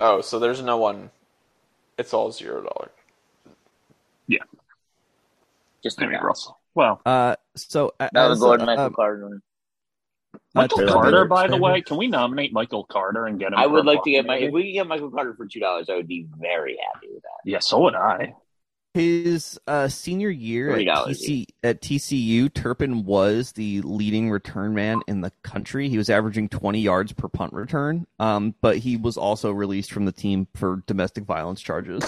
[SPEAKER 4] Oh, so there's no one. It's all zero dollar.
[SPEAKER 1] just
[SPEAKER 3] There we go,
[SPEAKER 1] enough.
[SPEAKER 3] Russell. Well,
[SPEAKER 6] Uh, so uh,
[SPEAKER 1] Melvin
[SPEAKER 6] as a-
[SPEAKER 1] Gordon, Michael
[SPEAKER 6] um,
[SPEAKER 1] Carter.
[SPEAKER 3] Michael
[SPEAKER 5] Taylor
[SPEAKER 3] Carter,
[SPEAKER 5] Miller,
[SPEAKER 3] by the
[SPEAKER 5] Taylor.
[SPEAKER 3] way, can we nominate Michael Carter and get him?
[SPEAKER 1] I
[SPEAKER 3] for
[SPEAKER 1] would
[SPEAKER 3] a
[SPEAKER 1] like
[SPEAKER 3] buck,
[SPEAKER 1] to get my.
[SPEAKER 3] maybe?
[SPEAKER 1] If we could get Michael Carter for two dollars, I would be very happy with that.
[SPEAKER 3] Yeah, so would I.
[SPEAKER 6] His uh, senior year at,
[SPEAKER 1] $30
[SPEAKER 6] TC, at TCU, Turpin was the leading return man in the country. He was averaging 20 yards per punt return, um, but he was also released from the team for domestic violence charges.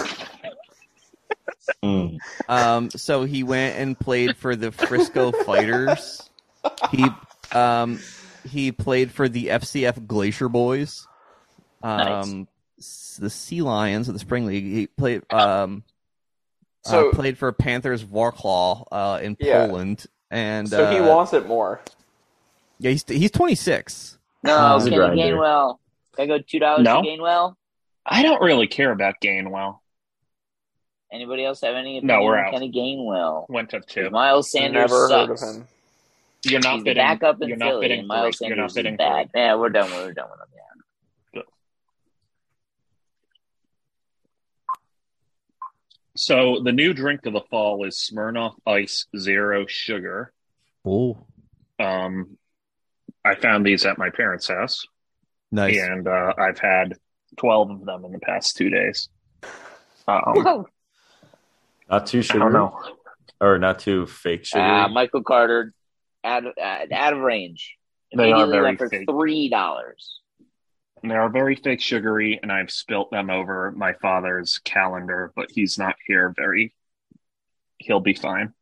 [SPEAKER 5] Mm.
[SPEAKER 6] Um, so he went and played for the Frisco Fighters. He um, he played for the FCF Glacier Boys, um, s- the Sea Lions of the Spring League. He played um,
[SPEAKER 4] So
[SPEAKER 6] uh, played for Panthers Warclaw uh, in
[SPEAKER 4] Yeah.
[SPEAKER 6] Poland, and
[SPEAKER 4] so he
[SPEAKER 6] uh,
[SPEAKER 4] wants it more.
[SPEAKER 6] Yeah, he's he's 26.
[SPEAKER 1] No,
[SPEAKER 5] He's a
[SPEAKER 1] Kenny
[SPEAKER 5] grinder.
[SPEAKER 1] Gainwell. Can I go two dollars
[SPEAKER 3] No.
[SPEAKER 1] to Gainwell?
[SPEAKER 3] I don't really care about Gainwell.
[SPEAKER 1] Anybody else have any?
[SPEAKER 3] No,
[SPEAKER 1] opinion
[SPEAKER 3] we're
[SPEAKER 1] on
[SPEAKER 3] out.
[SPEAKER 1] Kenny Gainwell.
[SPEAKER 3] Went up two.
[SPEAKER 1] Miles Sanders
[SPEAKER 4] Never
[SPEAKER 1] sucks.
[SPEAKER 4] heard of him.
[SPEAKER 3] You're not
[SPEAKER 1] He's
[SPEAKER 3] bidding.
[SPEAKER 1] back up in
[SPEAKER 3] you're
[SPEAKER 1] Philly,
[SPEAKER 3] not bidding.
[SPEAKER 1] and Miles
[SPEAKER 3] three.
[SPEAKER 1] Sanders
[SPEAKER 3] You're not bidding.
[SPEAKER 1] is bad. Yeah, we're done. with- We're done with him. Yeah.
[SPEAKER 3] three. So the new drink of the fall is Smirnoff Ice Zero Sugar.
[SPEAKER 6] Oh,
[SPEAKER 3] Um, I found these at my parents' house,
[SPEAKER 6] nice.
[SPEAKER 3] and uh, I've had twelve of them in the past two days. Um,
[SPEAKER 5] Not too
[SPEAKER 3] I don't
[SPEAKER 5] sugary,
[SPEAKER 3] know.
[SPEAKER 5] or not too fake sugary.
[SPEAKER 1] Uh, Michael Carter out of, uh, out of range.
[SPEAKER 3] They are
[SPEAKER 1] Immediately
[SPEAKER 3] very
[SPEAKER 1] went for
[SPEAKER 3] fake.
[SPEAKER 1] three dollars.
[SPEAKER 3] And They are very fake sugary, and I've spilt them over my father's calendar, but he's not here. Very, he'll be fine.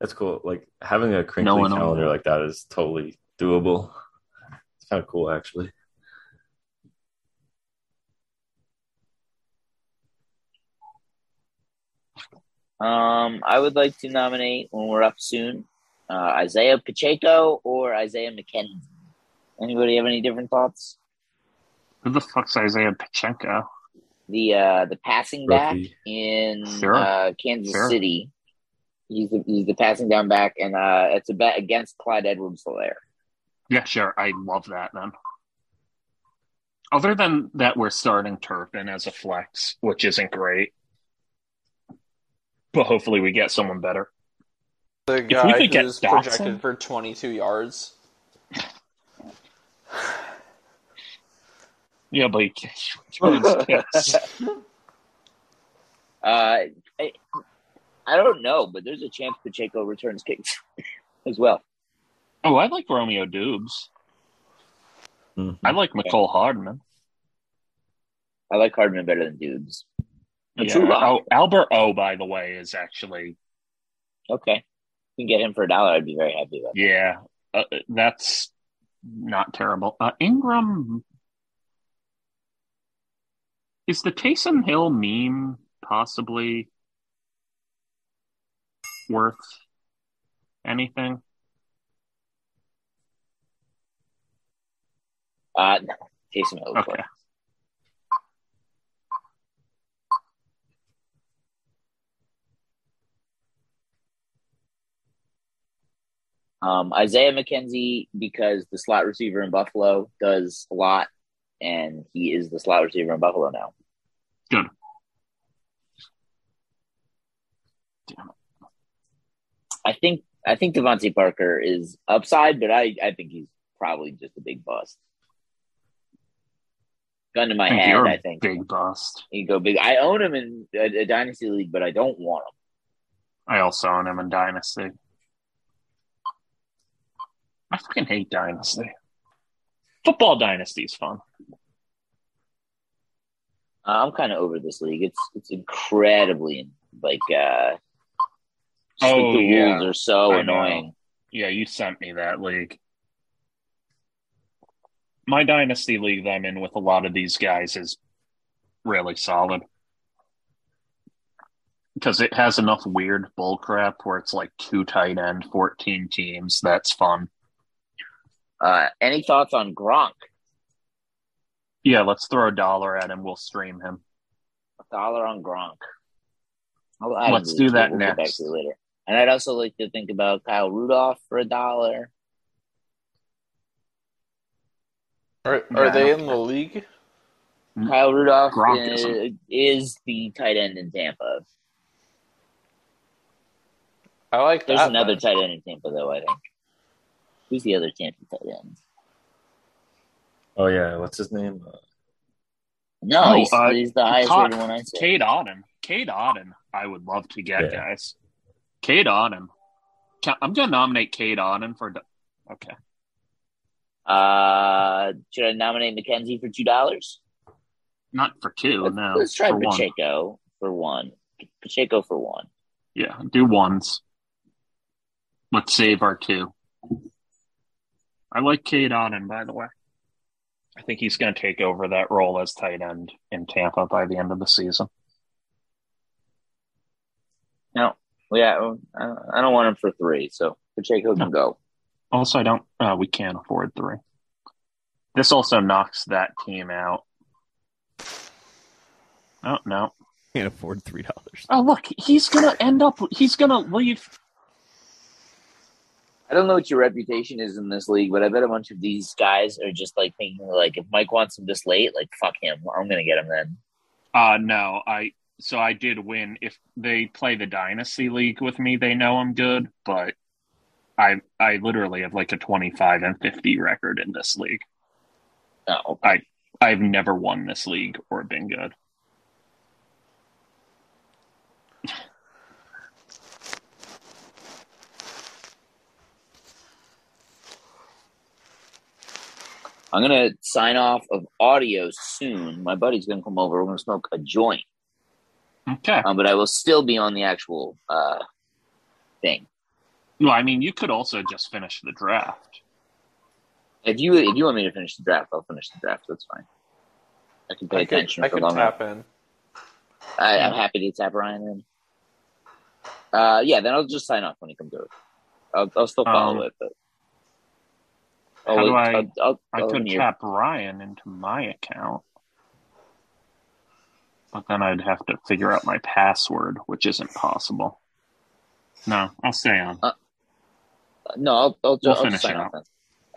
[SPEAKER 5] That's cool. Like having a crinkly
[SPEAKER 3] No one on
[SPEAKER 5] calendar
[SPEAKER 3] that.
[SPEAKER 5] like that is totally doable. It's kind of cool, actually.
[SPEAKER 1] Um, I would like to nominate when we're up soon, uh, Isaiah Pacheco or Isaiah McKenzie. Anybody have any different thoughts?
[SPEAKER 3] Who the fuck's Isaiah Pachenko?
[SPEAKER 1] The uh, the passing back
[SPEAKER 5] Rookie.
[SPEAKER 1] in
[SPEAKER 3] Sure.
[SPEAKER 1] uh, Kansas
[SPEAKER 3] Sure.
[SPEAKER 1] City. He's the, he's the passing down back, and uh, it's a bet against Clyde edwards helaire
[SPEAKER 3] Yeah, sure. I love that then. Other than that, we're starting Turpin as a flex, which isn't great. But hopefully we get someone better.
[SPEAKER 4] The
[SPEAKER 3] we
[SPEAKER 4] guy
[SPEAKER 3] could get
[SPEAKER 4] who's
[SPEAKER 3] Dotson-
[SPEAKER 4] projected for 22 yards.
[SPEAKER 3] Yeah, but he can't- yes.
[SPEAKER 1] Uh, I, I don't know, but there's a chance Pacheco returns kicks as well.
[SPEAKER 3] Oh, I like Romeo Dubes.
[SPEAKER 5] Mhm.
[SPEAKER 3] I like McCole Hardman.
[SPEAKER 1] I like Hardman better than Dudes. That's
[SPEAKER 3] Yeah.
[SPEAKER 1] a lot.
[SPEAKER 3] Oh, Albert O, by the way, is actually
[SPEAKER 1] Okay. If you can get him for a dollar, I'd be very happy about it.
[SPEAKER 3] Yeah, uh, that's not terrible. Uh, Ingram is the Taysom Hill meme possibly worth anything?
[SPEAKER 1] Uh, no. Jason Hill.
[SPEAKER 3] Okay.
[SPEAKER 1] Um, Isaiah McKenzie, because the slot receiver in Buffalo does a lot, and he is the slot receiver in Buffalo now. I think I think Devontae Parker is upside, but I, I think he's probably just a big bust. Gun to my
[SPEAKER 3] I think
[SPEAKER 1] head,
[SPEAKER 3] you're a
[SPEAKER 1] I think.
[SPEAKER 3] big bust.
[SPEAKER 1] You go big. I own him in a, a dynasty league, but I don't want him.
[SPEAKER 3] I also own him in Dynasty. I fucking hate Dynasty. Football Dynasty is fun.
[SPEAKER 1] Uh, I'm kind of over this league. It's it's incredibly like uh, just like
[SPEAKER 3] Oh,
[SPEAKER 1] the
[SPEAKER 3] yeah.
[SPEAKER 1] rules are so
[SPEAKER 3] I know.
[SPEAKER 1] annoying.
[SPEAKER 3] Yeah, you sent me that league. my dynasty league that I'm in with a lot of these guys is really solid because it has enough weird bull crap where it's like two tight end, fourteen teams. That's fun.
[SPEAKER 1] Uh, any thoughts on Gronk?
[SPEAKER 3] Yeah, let's throw a dollar at him. We'll stream him.
[SPEAKER 1] A dollar on Gronk. I'll add
[SPEAKER 3] Let's
[SPEAKER 1] him to
[SPEAKER 3] do
[SPEAKER 1] the-
[SPEAKER 3] that
[SPEAKER 1] we'll get back
[SPEAKER 3] next.
[SPEAKER 1] to it later. And I'd also like to think about Kyle Rudolph for a dollar.
[SPEAKER 4] Are,
[SPEAKER 3] Yeah,
[SPEAKER 4] are
[SPEAKER 3] I
[SPEAKER 4] they
[SPEAKER 3] don't
[SPEAKER 4] in the league?
[SPEAKER 1] Kyle Rudolph
[SPEAKER 3] Mm-hmm. Gronk
[SPEAKER 1] is, is the tight end in Tampa.
[SPEAKER 4] I like
[SPEAKER 3] Uh,
[SPEAKER 1] There's
[SPEAKER 4] that.
[SPEAKER 1] another
[SPEAKER 4] then.
[SPEAKER 1] tight end in Tampa, though. I think. Who's the other Tampa tight end?
[SPEAKER 5] Oh yeah, what's his name? Uh,
[SPEAKER 1] No,
[SPEAKER 3] Oh,
[SPEAKER 1] he's,
[SPEAKER 3] uh,
[SPEAKER 1] he's the highest
[SPEAKER 3] Todd-
[SPEAKER 1] rated one I said.
[SPEAKER 3] Kate Auden. Kate Auden. I would love to get
[SPEAKER 5] Yeah.
[SPEAKER 3] guys. Kate Auden. Ca- I'm gonna nominate Kate Auden for. do- Okay.
[SPEAKER 1] Uh, should I nominate McKenzie for two dollars?
[SPEAKER 3] Not for two.
[SPEAKER 1] Let's,
[SPEAKER 3] no.
[SPEAKER 1] let's try
[SPEAKER 3] for one.
[SPEAKER 1] Pacheco for one. Pacheco for one.
[SPEAKER 3] Yeah, do ones. Let's save our two. I like Kate Otten, by the way. I think he's going to take over that role as tight end in Tampa by the end of the season.
[SPEAKER 1] Yeah, I I don't want him for three, so Pacheco can go.
[SPEAKER 3] Also, I don't. Uh, we can't afford three. This also knocks that team out. Oh no!
[SPEAKER 6] Can't afford three dollars.
[SPEAKER 3] Oh look, he's going to end up. He's going to leave.
[SPEAKER 1] I don't know what your reputation is in this league, but I bet a bunch of these guys are just like thinking like, if Mike wants him this late, like fuck him, I'm gonna get him then.
[SPEAKER 3] Uh no, I. So I did win. If they play the dynasty league with me, they know I'm good. But I I literally have like a 25 and 50 record in this league.
[SPEAKER 1] No,
[SPEAKER 3] I've never won this league or been good.
[SPEAKER 1] I'm gonna sign off of audio soon. My buddy's gonna come over. We're gonna smoke a joint,
[SPEAKER 3] Okay.
[SPEAKER 1] um, but I will still be on the actual uh, thing.
[SPEAKER 3] Well, I mean, you could also just finish the draft.
[SPEAKER 1] If you if you want me to finish the draft, I'll finish the draft. That's fine. I can pay
[SPEAKER 4] I could,
[SPEAKER 1] attention
[SPEAKER 4] I
[SPEAKER 1] for
[SPEAKER 4] could
[SPEAKER 1] longer.
[SPEAKER 4] tap in.
[SPEAKER 1] I, I'm happy to tap Ryan in. Uh, yeah, then I'll just sign off when he comes over. I'll, I'll still follow
[SPEAKER 3] Um,
[SPEAKER 1] it, but
[SPEAKER 3] how
[SPEAKER 1] wait,
[SPEAKER 3] do I-
[SPEAKER 1] I'll, I'll,
[SPEAKER 3] I
[SPEAKER 1] I'll
[SPEAKER 3] could
[SPEAKER 1] mute.
[SPEAKER 3] tap Ryan into my account, but then I'd have to figure out my password, which isn't possible. No, I'll stay on.
[SPEAKER 1] No, I'll, I'll,
[SPEAKER 3] We'll
[SPEAKER 1] I'll
[SPEAKER 3] finish
[SPEAKER 1] just sign
[SPEAKER 3] it
[SPEAKER 1] off
[SPEAKER 3] out.
[SPEAKER 1] then.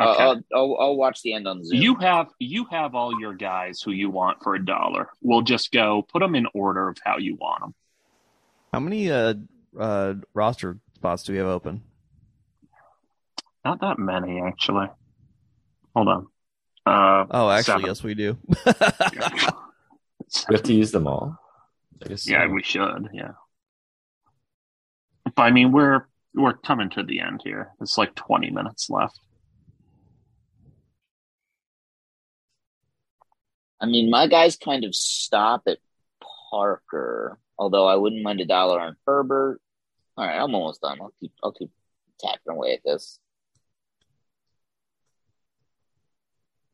[SPEAKER 3] Okay.
[SPEAKER 1] I'll, I'll, I'll, I'll watch the end on Zoom.
[SPEAKER 3] You have you have all your guys who you want for a dollar. We'll just go put them in order of how you want them.
[SPEAKER 6] How many uh uh roster spots do we have open?
[SPEAKER 3] Not that many actually. Hold on. Uh,
[SPEAKER 6] Oh, actually,
[SPEAKER 3] Seven.
[SPEAKER 6] yes, we do.
[SPEAKER 5] we have to use them all. I guess
[SPEAKER 3] Yeah,
[SPEAKER 5] so.
[SPEAKER 3] we should. Yeah. But I mean, we're we're coming to the end here. It's like twenty minutes left.
[SPEAKER 1] I mean, my guys kind of stop at Parker, although I wouldn't mind a dollar on Herbert. All right, I'm almost done. I'll keep I'll keep tapping away at this.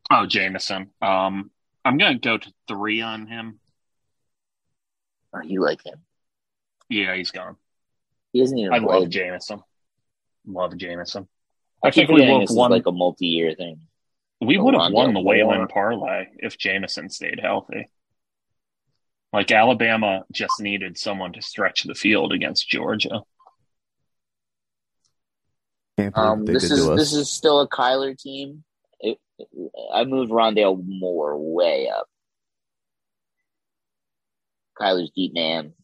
[SPEAKER 3] Oh, Jameson. Um, I'm gonna go to three on him.
[SPEAKER 1] Oh, you like him?
[SPEAKER 3] Yeah, he's gone.
[SPEAKER 1] He isn't even.
[SPEAKER 3] I
[SPEAKER 1] played.
[SPEAKER 3] love Jameson. Love Jameson.
[SPEAKER 1] I,
[SPEAKER 3] I
[SPEAKER 1] keep
[SPEAKER 3] think we
[SPEAKER 1] forgetting
[SPEAKER 3] would
[SPEAKER 1] this
[SPEAKER 3] have
[SPEAKER 1] is
[SPEAKER 3] won.
[SPEAKER 1] like a multi-year thing.
[SPEAKER 3] we
[SPEAKER 1] a
[SPEAKER 3] would have
[SPEAKER 1] Rondo
[SPEAKER 3] won the
[SPEAKER 1] war.
[SPEAKER 3] Wayland parlay if Jameson stayed healthy. Like Alabama just needed someone to stretch the field against Georgia.
[SPEAKER 1] Um, this is this is still a Kyler team. It, I moved Rondale Moore way up. Kyler's deep man.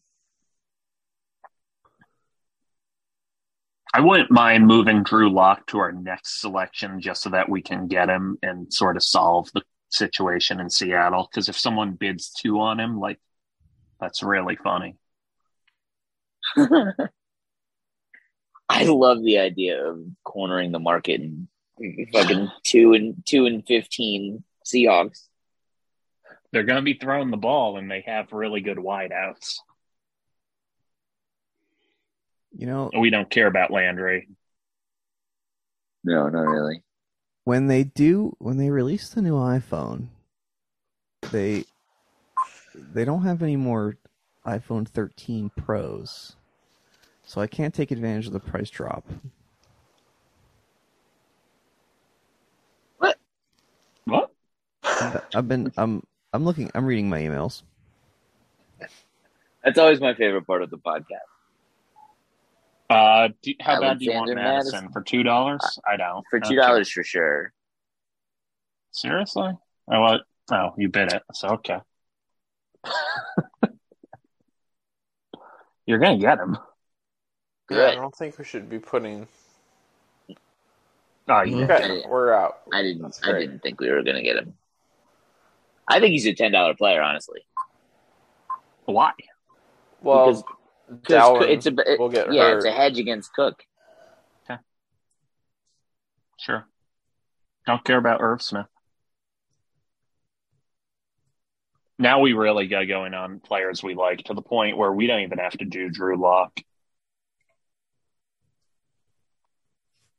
[SPEAKER 3] I wouldn't mind moving Drew Lock to our next selection just so that we can get him and sort of solve the situation in Seattle. Because if someone bids two on him, like that's really funny.
[SPEAKER 1] I love the idea of cornering the market and fucking two and two and fifteen Seahawks.
[SPEAKER 3] They're going to be throwing the ball, and they have really good wideouts.
[SPEAKER 6] you know
[SPEAKER 3] We don't care about Landry.
[SPEAKER 1] No, not really.
[SPEAKER 6] when they do when they release the new iPhone, they they don't have any more iPhone 13 Pros, so I can't take advantage of the price drop.
[SPEAKER 3] What?
[SPEAKER 6] I've been I'm I'm looking I'm reading my emails.
[SPEAKER 1] That's always my favorite part of the podcast.
[SPEAKER 3] Uh, do, how bad do you want
[SPEAKER 1] Alexander
[SPEAKER 3] Madison,
[SPEAKER 1] Madison.
[SPEAKER 3] for two dollars? I don't
[SPEAKER 1] For
[SPEAKER 3] Okay.
[SPEAKER 1] two dollars for sure.
[SPEAKER 3] Seriously? Oh, what? Oh, you bid it. So okay. You're gonna get him.
[SPEAKER 4] Yeah, I
[SPEAKER 1] Good.
[SPEAKER 4] don't think we should be putting.
[SPEAKER 3] Oh, you
[SPEAKER 4] Okay,
[SPEAKER 1] Yeah.
[SPEAKER 4] we're out.
[SPEAKER 1] I didn't
[SPEAKER 4] That's
[SPEAKER 1] I
[SPEAKER 4] great.
[SPEAKER 1] didn't think we were gonna get him. I think he's a ten dollar player, honestly.
[SPEAKER 3] why?
[SPEAKER 4] Well,
[SPEAKER 1] Because- 'Cause
[SPEAKER 4] Dowling
[SPEAKER 1] it's a it-
[SPEAKER 4] will get
[SPEAKER 1] yeah,
[SPEAKER 4] hurt.
[SPEAKER 1] it's a hedge against Cook.
[SPEAKER 3] Sure. Don't care about Irv Smith. Now we really got going on players we like to the point where we don't even have to do Drew Lock.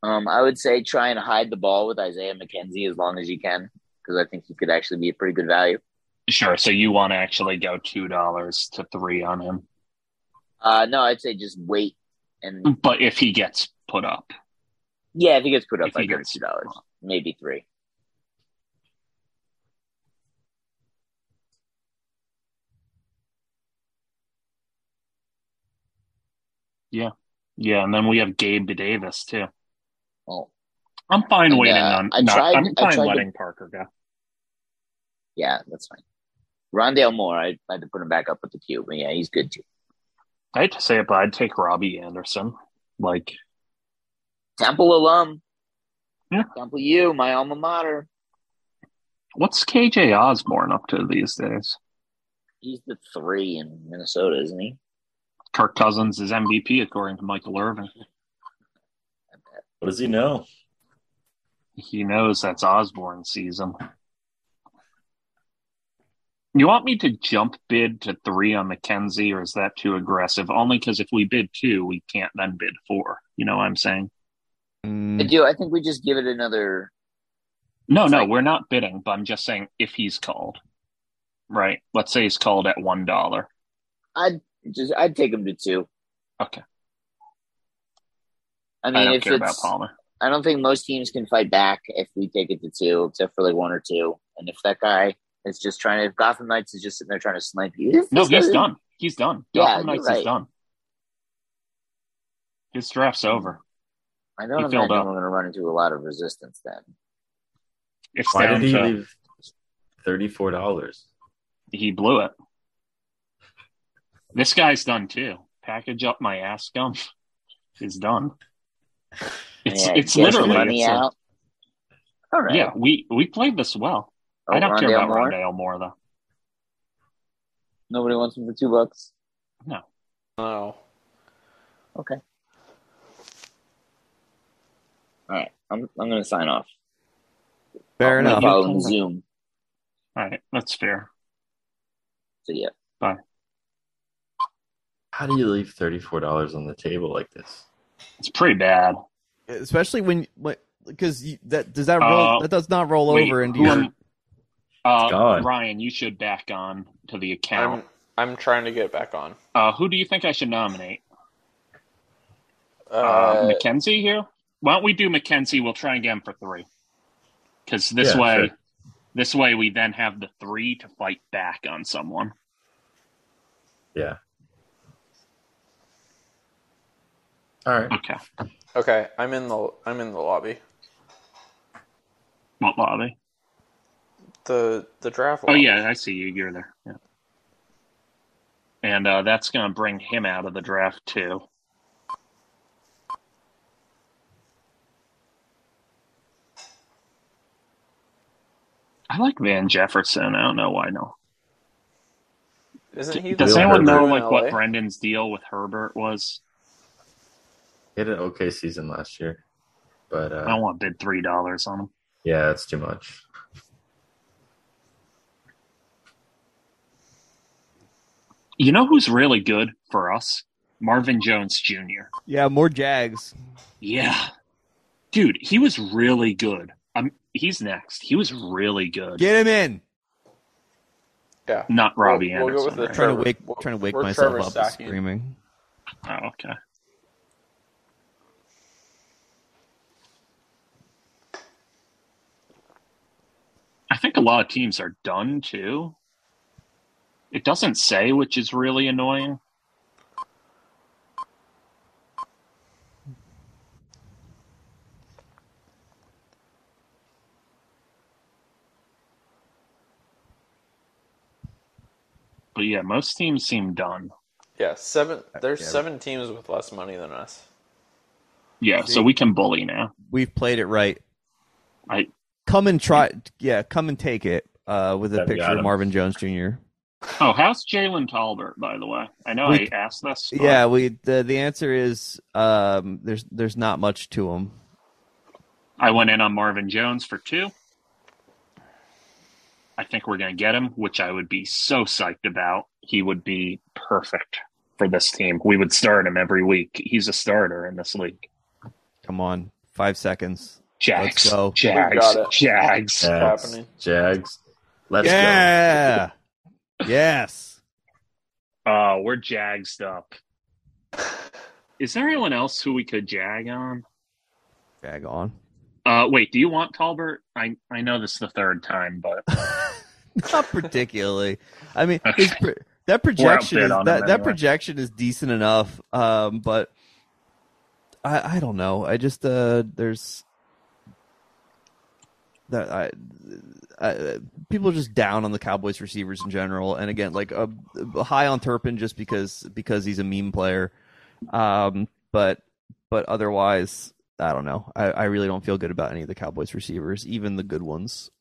[SPEAKER 1] Um, I would say try and hide the ball with Isaiah McKenzie as long as you can, because I think he could actually be a pretty good value.
[SPEAKER 3] Sure. So you want to actually go two dollars to three on him,
[SPEAKER 1] Uh, no, I'd say just wait and
[SPEAKER 3] but if he gets put up,
[SPEAKER 1] yeah, if he gets put up,
[SPEAKER 3] If he
[SPEAKER 1] I give it
[SPEAKER 3] gets-
[SPEAKER 1] two dollars, maybe three.
[SPEAKER 3] yeah. And then we have Gabe Davis too.
[SPEAKER 1] Oh,
[SPEAKER 3] I'm fine
[SPEAKER 1] And,
[SPEAKER 3] waiting
[SPEAKER 1] uh,
[SPEAKER 3] on.
[SPEAKER 1] I
[SPEAKER 3] no,
[SPEAKER 1] tried-
[SPEAKER 3] I'm
[SPEAKER 1] I
[SPEAKER 3] fine
[SPEAKER 1] tried to-
[SPEAKER 3] letting Parker go.
[SPEAKER 1] yeah, that's fine. Rondale Moore, I, I had to put him back up with the cube, but yeah, he's good too.
[SPEAKER 3] I hate to say it, but I'd take Robbie Anderson. Like,
[SPEAKER 1] Temple alum,
[SPEAKER 3] Yeah.
[SPEAKER 1] Temple U, my alma mater.
[SPEAKER 3] what's KJ Osborne up to these days?
[SPEAKER 1] He's the three in Minnesota, isn't he?
[SPEAKER 3] Kirk Cousins is MVP according to Michael Irvin.
[SPEAKER 7] What does he know?
[SPEAKER 3] He knows that's Osborne season. You want me to jump bid to three on McKenzie, or is that too aggressive? Only because if we bid two, we can't then bid four. You know what I'm saying?
[SPEAKER 1] I
[SPEAKER 6] Mm,
[SPEAKER 1] do. I think we just give it another.
[SPEAKER 3] No,
[SPEAKER 1] It's
[SPEAKER 3] no,
[SPEAKER 1] like-
[SPEAKER 3] we're not bidding, but I'm just saying if he's called, right? Let's say he's called at one dollar.
[SPEAKER 1] I'd just I'd take him to two.
[SPEAKER 3] Okay,
[SPEAKER 1] I
[SPEAKER 3] I,
[SPEAKER 1] mean,
[SPEAKER 3] don't
[SPEAKER 1] if
[SPEAKER 3] care about
[SPEAKER 1] it's
[SPEAKER 3] Palmer.
[SPEAKER 1] I don't think most teams can fight back if we take it to two, except for like one or two. And if that guy is just trying to, if Gotham Knights is just sitting there trying to snipe you, this-
[SPEAKER 3] No,
[SPEAKER 1] this
[SPEAKER 3] he's
[SPEAKER 1] guy-
[SPEAKER 3] done. He's done.
[SPEAKER 1] Yeah,
[SPEAKER 3] Gotham
[SPEAKER 1] you're
[SPEAKER 3] Knights
[SPEAKER 1] right.
[SPEAKER 3] is done. His draft's over.
[SPEAKER 1] I don't
[SPEAKER 3] He
[SPEAKER 1] imagine
[SPEAKER 3] filled
[SPEAKER 1] we're
[SPEAKER 3] up.
[SPEAKER 1] going to run into a lot of resistance then.
[SPEAKER 3] If
[SPEAKER 7] Why
[SPEAKER 3] down
[SPEAKER 7] did he
[SPEAKER 3] to-
[SPEAKER 7] leave thirty-four dollars?
[SPEAKER 3] he blew it. This guy's done too. Package up my ass gum is done. It's
[SPEAKER 1] Yeah,
[SPEAKER 3] it's
[SPEAKER 1] get his
[SPEAKER 3] literally
[SPEAKER 1] money
[SPEAKER 3] it's a-
[SPEAKER 1] out. All right.
[SPEAKER 3] yeah. We we played this well.
[SPEAKER 1] Oh,
[SPEAKER 3] I don't care
[SPEAKER 1] Rondale
[SPEAKER 3] about
[SPEAKER 1] Moore?
[SPEAKER 3] Rondale Moore though.
[SPEAKER 1] Nobody wants him for two bucks.
[SPEAKER 4] no.
[SPEAKER 1] All right, I'm I'm going to sign off.
[SPEAKER 6] fair
[SPEAKER 1] I'm gonna
[SPEAKER 6] enough.
[SPEAKER 1] Follow
[SPEAKER 3] You
[SPEAKER 1] in
[SPEAKER 3] can.
[SPEAKER 1] Zoom.
[SPEAKER 3] All right, that's fair.
[SPEAKER 1] So yeah,
[SPEAKER 7] How do you leave thirty-four dollars on the table like this?
[SPEAKER 3] It's pretty bad.
[SPEAKER 6] Especially when because that does that roll
[SPEAKER 3] Uh,
[SPEAKER 6] that does not roll
[SPEAKER 3] Wait,
[SPEAKER 6] over into
[SPEAKER 3] who
[SPEAKER 6] your
[SPEAKER 3] am- uh,
[SPEAKER 7] gone.
[SPEAKER 3] Ryan, you should back on to the
[SPEAKER 4] I'm
[SPEAKER 3] account.
[SPEAKER 4] I'm trying to get back on.
[SPEAKER 3] Uh, who do you think I should nominate?
[SPEAKER 4] Uh,
[SPEAKER 3] uh, Mackenzie here. Why don't we do Mackenzie? We'll try and get him for three, because this
[SPEAKER 7] Yeah,
[SPEAKER 3] way,
[SPEAKER 7] sure.
[SPEAKER 3] this way we then have the three to fight back on someone.
[SPEAKER 7] Yeah. All right.
[SPEAKER 3] Okay,
[SPEAKER 4] okay, I'm in the I'm in the lobby.
[SPEAKER 3] what lobby?
[SPEAKER 4] The the draft.
[SPEAKER 3] Oh
[SPEAKER 4] lobby.
[SPEAKER 3] yeah, I see you. You're there. Yeah. And uh, that's going to bring him out of the draft too. I like Van Jefferson. I don't know why. No.
[SPEAKER 4] Isn't he?
[SPEAKER 3] Does
[SPEAKER 4] the
[SPEAKER 7] Will
[SPEAKER 3] anyone know
[SPEAKER 4] in
[SPEAKER 3] like what
[SPEAKER 4] LA?
[SPEAKER 3] Brendan's deal with Herbert was?
[SPEAKER 7] He had an okay season last year, but
[SPEAKER 3] I don't
[SPEAKER 7] uh,
[SPEAKER 3] want to bid three dollars on him.
[SPEAKER 7] yeah, it's too much.
[SPEAKER 3] You know who's really good for us? Marvin Jones Jr.
[SPEAKER 6] yeah more Jags.
[SPEAKER 3] Yeah. Dude, he was really good I'm, he's next. He was really good.
[SPEAKER 6] Get him in.
[SPEAKER 4] Yeah.
[SPEAKER 3] Not Robbie
[SPEAKER 4] We'll- we'll go
[SPEAKER 3] Anderson.
[SPEAKER 4] with
[SPEAKER 3] right?
[SPEAKER 4] the-
[SPEAKER 6] Trying to
[SPEAKER 4] Trevor-
[SPEAKER 6] wake,
[SPEAKER 4] we're-
[SPEAKER 6] trying to wake
[SPEAKER 4] we're
[SPEAKER 6] myself
[SPEAKER 4] Trevor
[SPEAKER 6] up, and
[SPEAKER 4] Sakian.
[SPEAKER 6] screaming.
[SPEAKER 3] Oh, okay. I think a lot of teams are done too. It doesn't say, which is really annoying. But yeah, most teams seem done.
[SPEAKER 4] Yeah, seven. There's
[SPEAKER 6] Yeah.
[SPEAKER 4] seven teams with less money than us.
[SPEAKER 3] Yeah, so we can bully now.
[SPEAKER 6] We've played it right.
[SPEAKER 3] I-
[SPEAKER 6] come and try. Yeah, come and take it uh, with a
[SPEAKER 7] I've
[SPEAKER 6] picture
[SPEAKER 7] got
[SPEAKER 6] of
[SPEAKER 7] him.
[SPEAKER 6] Marvin Jones Jr.
[SPEAKER 3] Oh, how's Jalen Talbert, by the way? I know
[SPEAKER 6] We-
[SPEAKER 3] I asked this. but-
[SPEAKER 6] Yeah, we the the answer is um, there's there's not much to him.
[SPEAKER 3] I went in on Marvin Jones for two. I think we're going to get him, which I would be so psyched about. He would be perfect for this team. We would start him every week. He's a starter in this league.
[SPEAKER 6] Come on, five seconds.
[SPEAKER 3] Jags,
[SPEAKER 6] Let's go.
[SPEAKER 4] We
[SPEAKER 3] Jags,
[SPEAKER 4] got it.
[SPEAKER 3] Jags.
[SPEAKER 4] It's
[SPEAKER 7] Jags,
[SPEAKER 4] happening.
[SPEAKER 7] Jags. Let's go.
[SPEAKER 6] yeah. yes.
[SPEAKER 3] Oh, we're jagsed up. Is there anyone else who we could jag on?
[SPEAKER 6] Drag on.
[SPEAKER 3] Uh, wait, do you want Talbert? I I know this is the third time, but
[SPEAKER 6] not particularly. I mean, his pro- that projection
[SPEAKER 3] outbid
[SPEAKER 6] is,
[SPEAKER 3] on him
[SPEAKER 6] that, that
[SPEAKER 3] anyway.
[SPEAKER 6] projection is decent enough, um, but I I don't know. I just uh, there's that I, I people are just down on the Cowboys receivers in general, and again, like uh, high on Turpin just because because he's a meme player, um, but but otherwise. I don't know. I, I really don't feel good about any of the Cowboys receivers, even the good ones.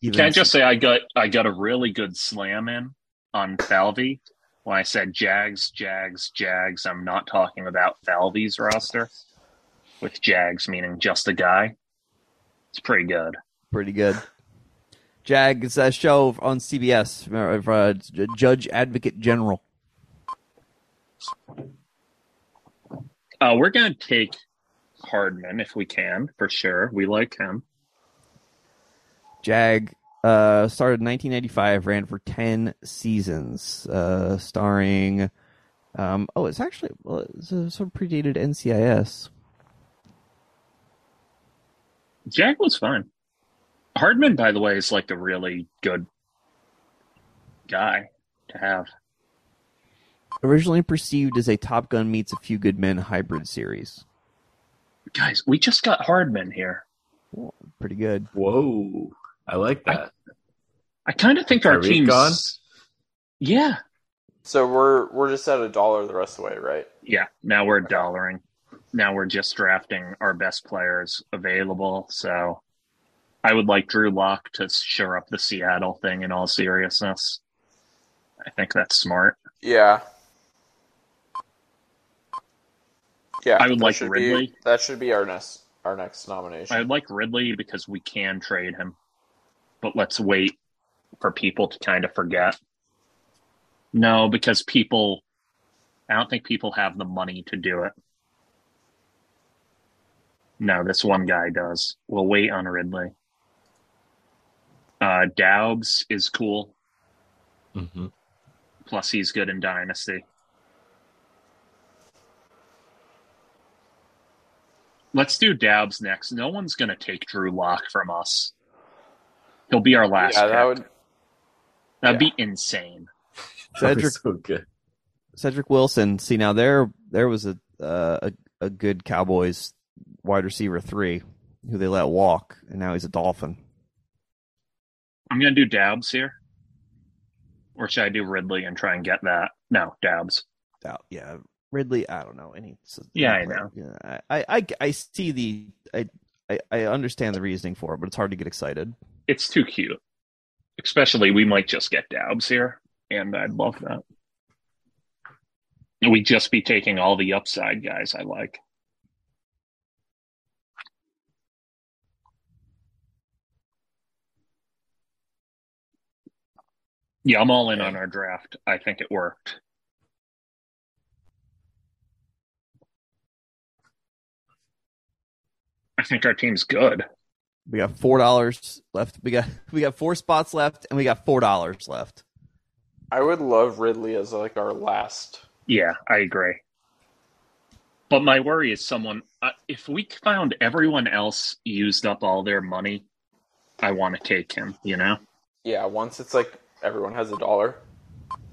[SPEAKER 6] Even
[SPEAKER 3] Can I just say I got I got a really good slam in on Falvey when I said Jags, Jags, Jags. I'm not talking about Falvey's roster with Jags meaning just a guy. It's pretty good.
[SPEAKER 6] pretty good. Jag, it's a show on CBS. uh, of, uh, J- Judge Advocate General.
[SPEAKER 3] Uh, we're gonna take Hardman if we can for sure. We like him.
[SPEAKER 6] Jag uh, started in 1995, ran for 10 seasons, uh, starring. Um, oh, it's actually well, it's, uh, sort of predated NCIS.
[SPEAKER 3] Jag was fine. Hardman, by the way, is like a really good guy to have.
[SPEAKER 6] Originally perceived as a Top Gun meets a Few Good Men hybrid series.
[SPEAKER 3] Guys, we just got Hardman here.
[SPEAKER 6] Pretty good.
[SPEAKER 7] Whoa. I like that.
[SPEAKER 3] I kind of think our
[SPEAKER 7] Are we
[SPEAKER 3] team's
[SPEAKER 7] gone?
[SPEAKER 3] Yeah.
[SPEAKER 4] So we're we're just at a dollar the rest of the way, right?
[SPEAKER 3] Yeah, now we're dollaring. Now we're just drafting our best players available. So I would like Drew Lock to shore up the Seattle thing in all seriousness. I think that's smart.
[SPEAKER 4] Yeah. Yeah.
[SPEAKER 3] I would
[SPEAKER 4] that
[SPEAKER 3] like
[SPEAKER 4] should
[SPEAKER 3] Ridley.
[SPEAKER 4] Be, that should be our next our next
[SPEAKER 3] I
[SPEAKER 4] nomination.
[SPEAKER 3] would like Ridley because we can trade him. But let's wait for people to kind of forget. No, because people, I don't think people have the money to do it. No, this one guy does. We'll wait on Ridley. Uh, Daubs is cool.
[SPEAKER 6] Mm-hmm.
[SPEAKER 7] Mhm.
[SPEAKER 3] Plus, he's good in Dynasty. Let's do Daubs next. No one's going to take Drew Lock from us. He'll be our last.
[SPEAKER 4] yeah,
[SPEAKER 3] pick.
[SPEAKER 4] that would.
[SPEAKER 3] That'd be insane.
[SPEAKER 7] That
[SPEAKER 6] Cedric
[SPEAKER 7] was so good.
[SPEAKER 6] Cedric Wilson. See now there there was a uh, a, a good Cowboys wide receiver three who they let walk, and now he's a Dolphin.
[SPEAKER 3] I'm going to do Daubs here. Or should I do Ridley and try and get that? No, Daubs.
[SPEAKER 6] Out, yeah, Ridley. I don't know any. so-
[SPEAKER 3] Yeah, I know.
[SPEAKER 6] Yeah, I, I I see the I, I I understand the reasoning for it, but it's hard to get excited.
[SPEAKER 3] It's too cute. Especially, we might just get Daubs here, and I'd love that. We'd just be taking all the upside guys I like. Yeah, I'm all in on our draft. I think it worked. I think our team's good.
[SPEAKER 6] We got four dollars left. We got we got four spots left, and we got four dollars left.
[SPEAKER 4] I would love Ridley as like our last.
[SPEAKER 3] Yeah, I agree. But my worry is someone, uh, if we found everyone else used up all their money, I want to take him, you know?
[SPEAKER 4] Yeah, once it's like everyone has a dollar.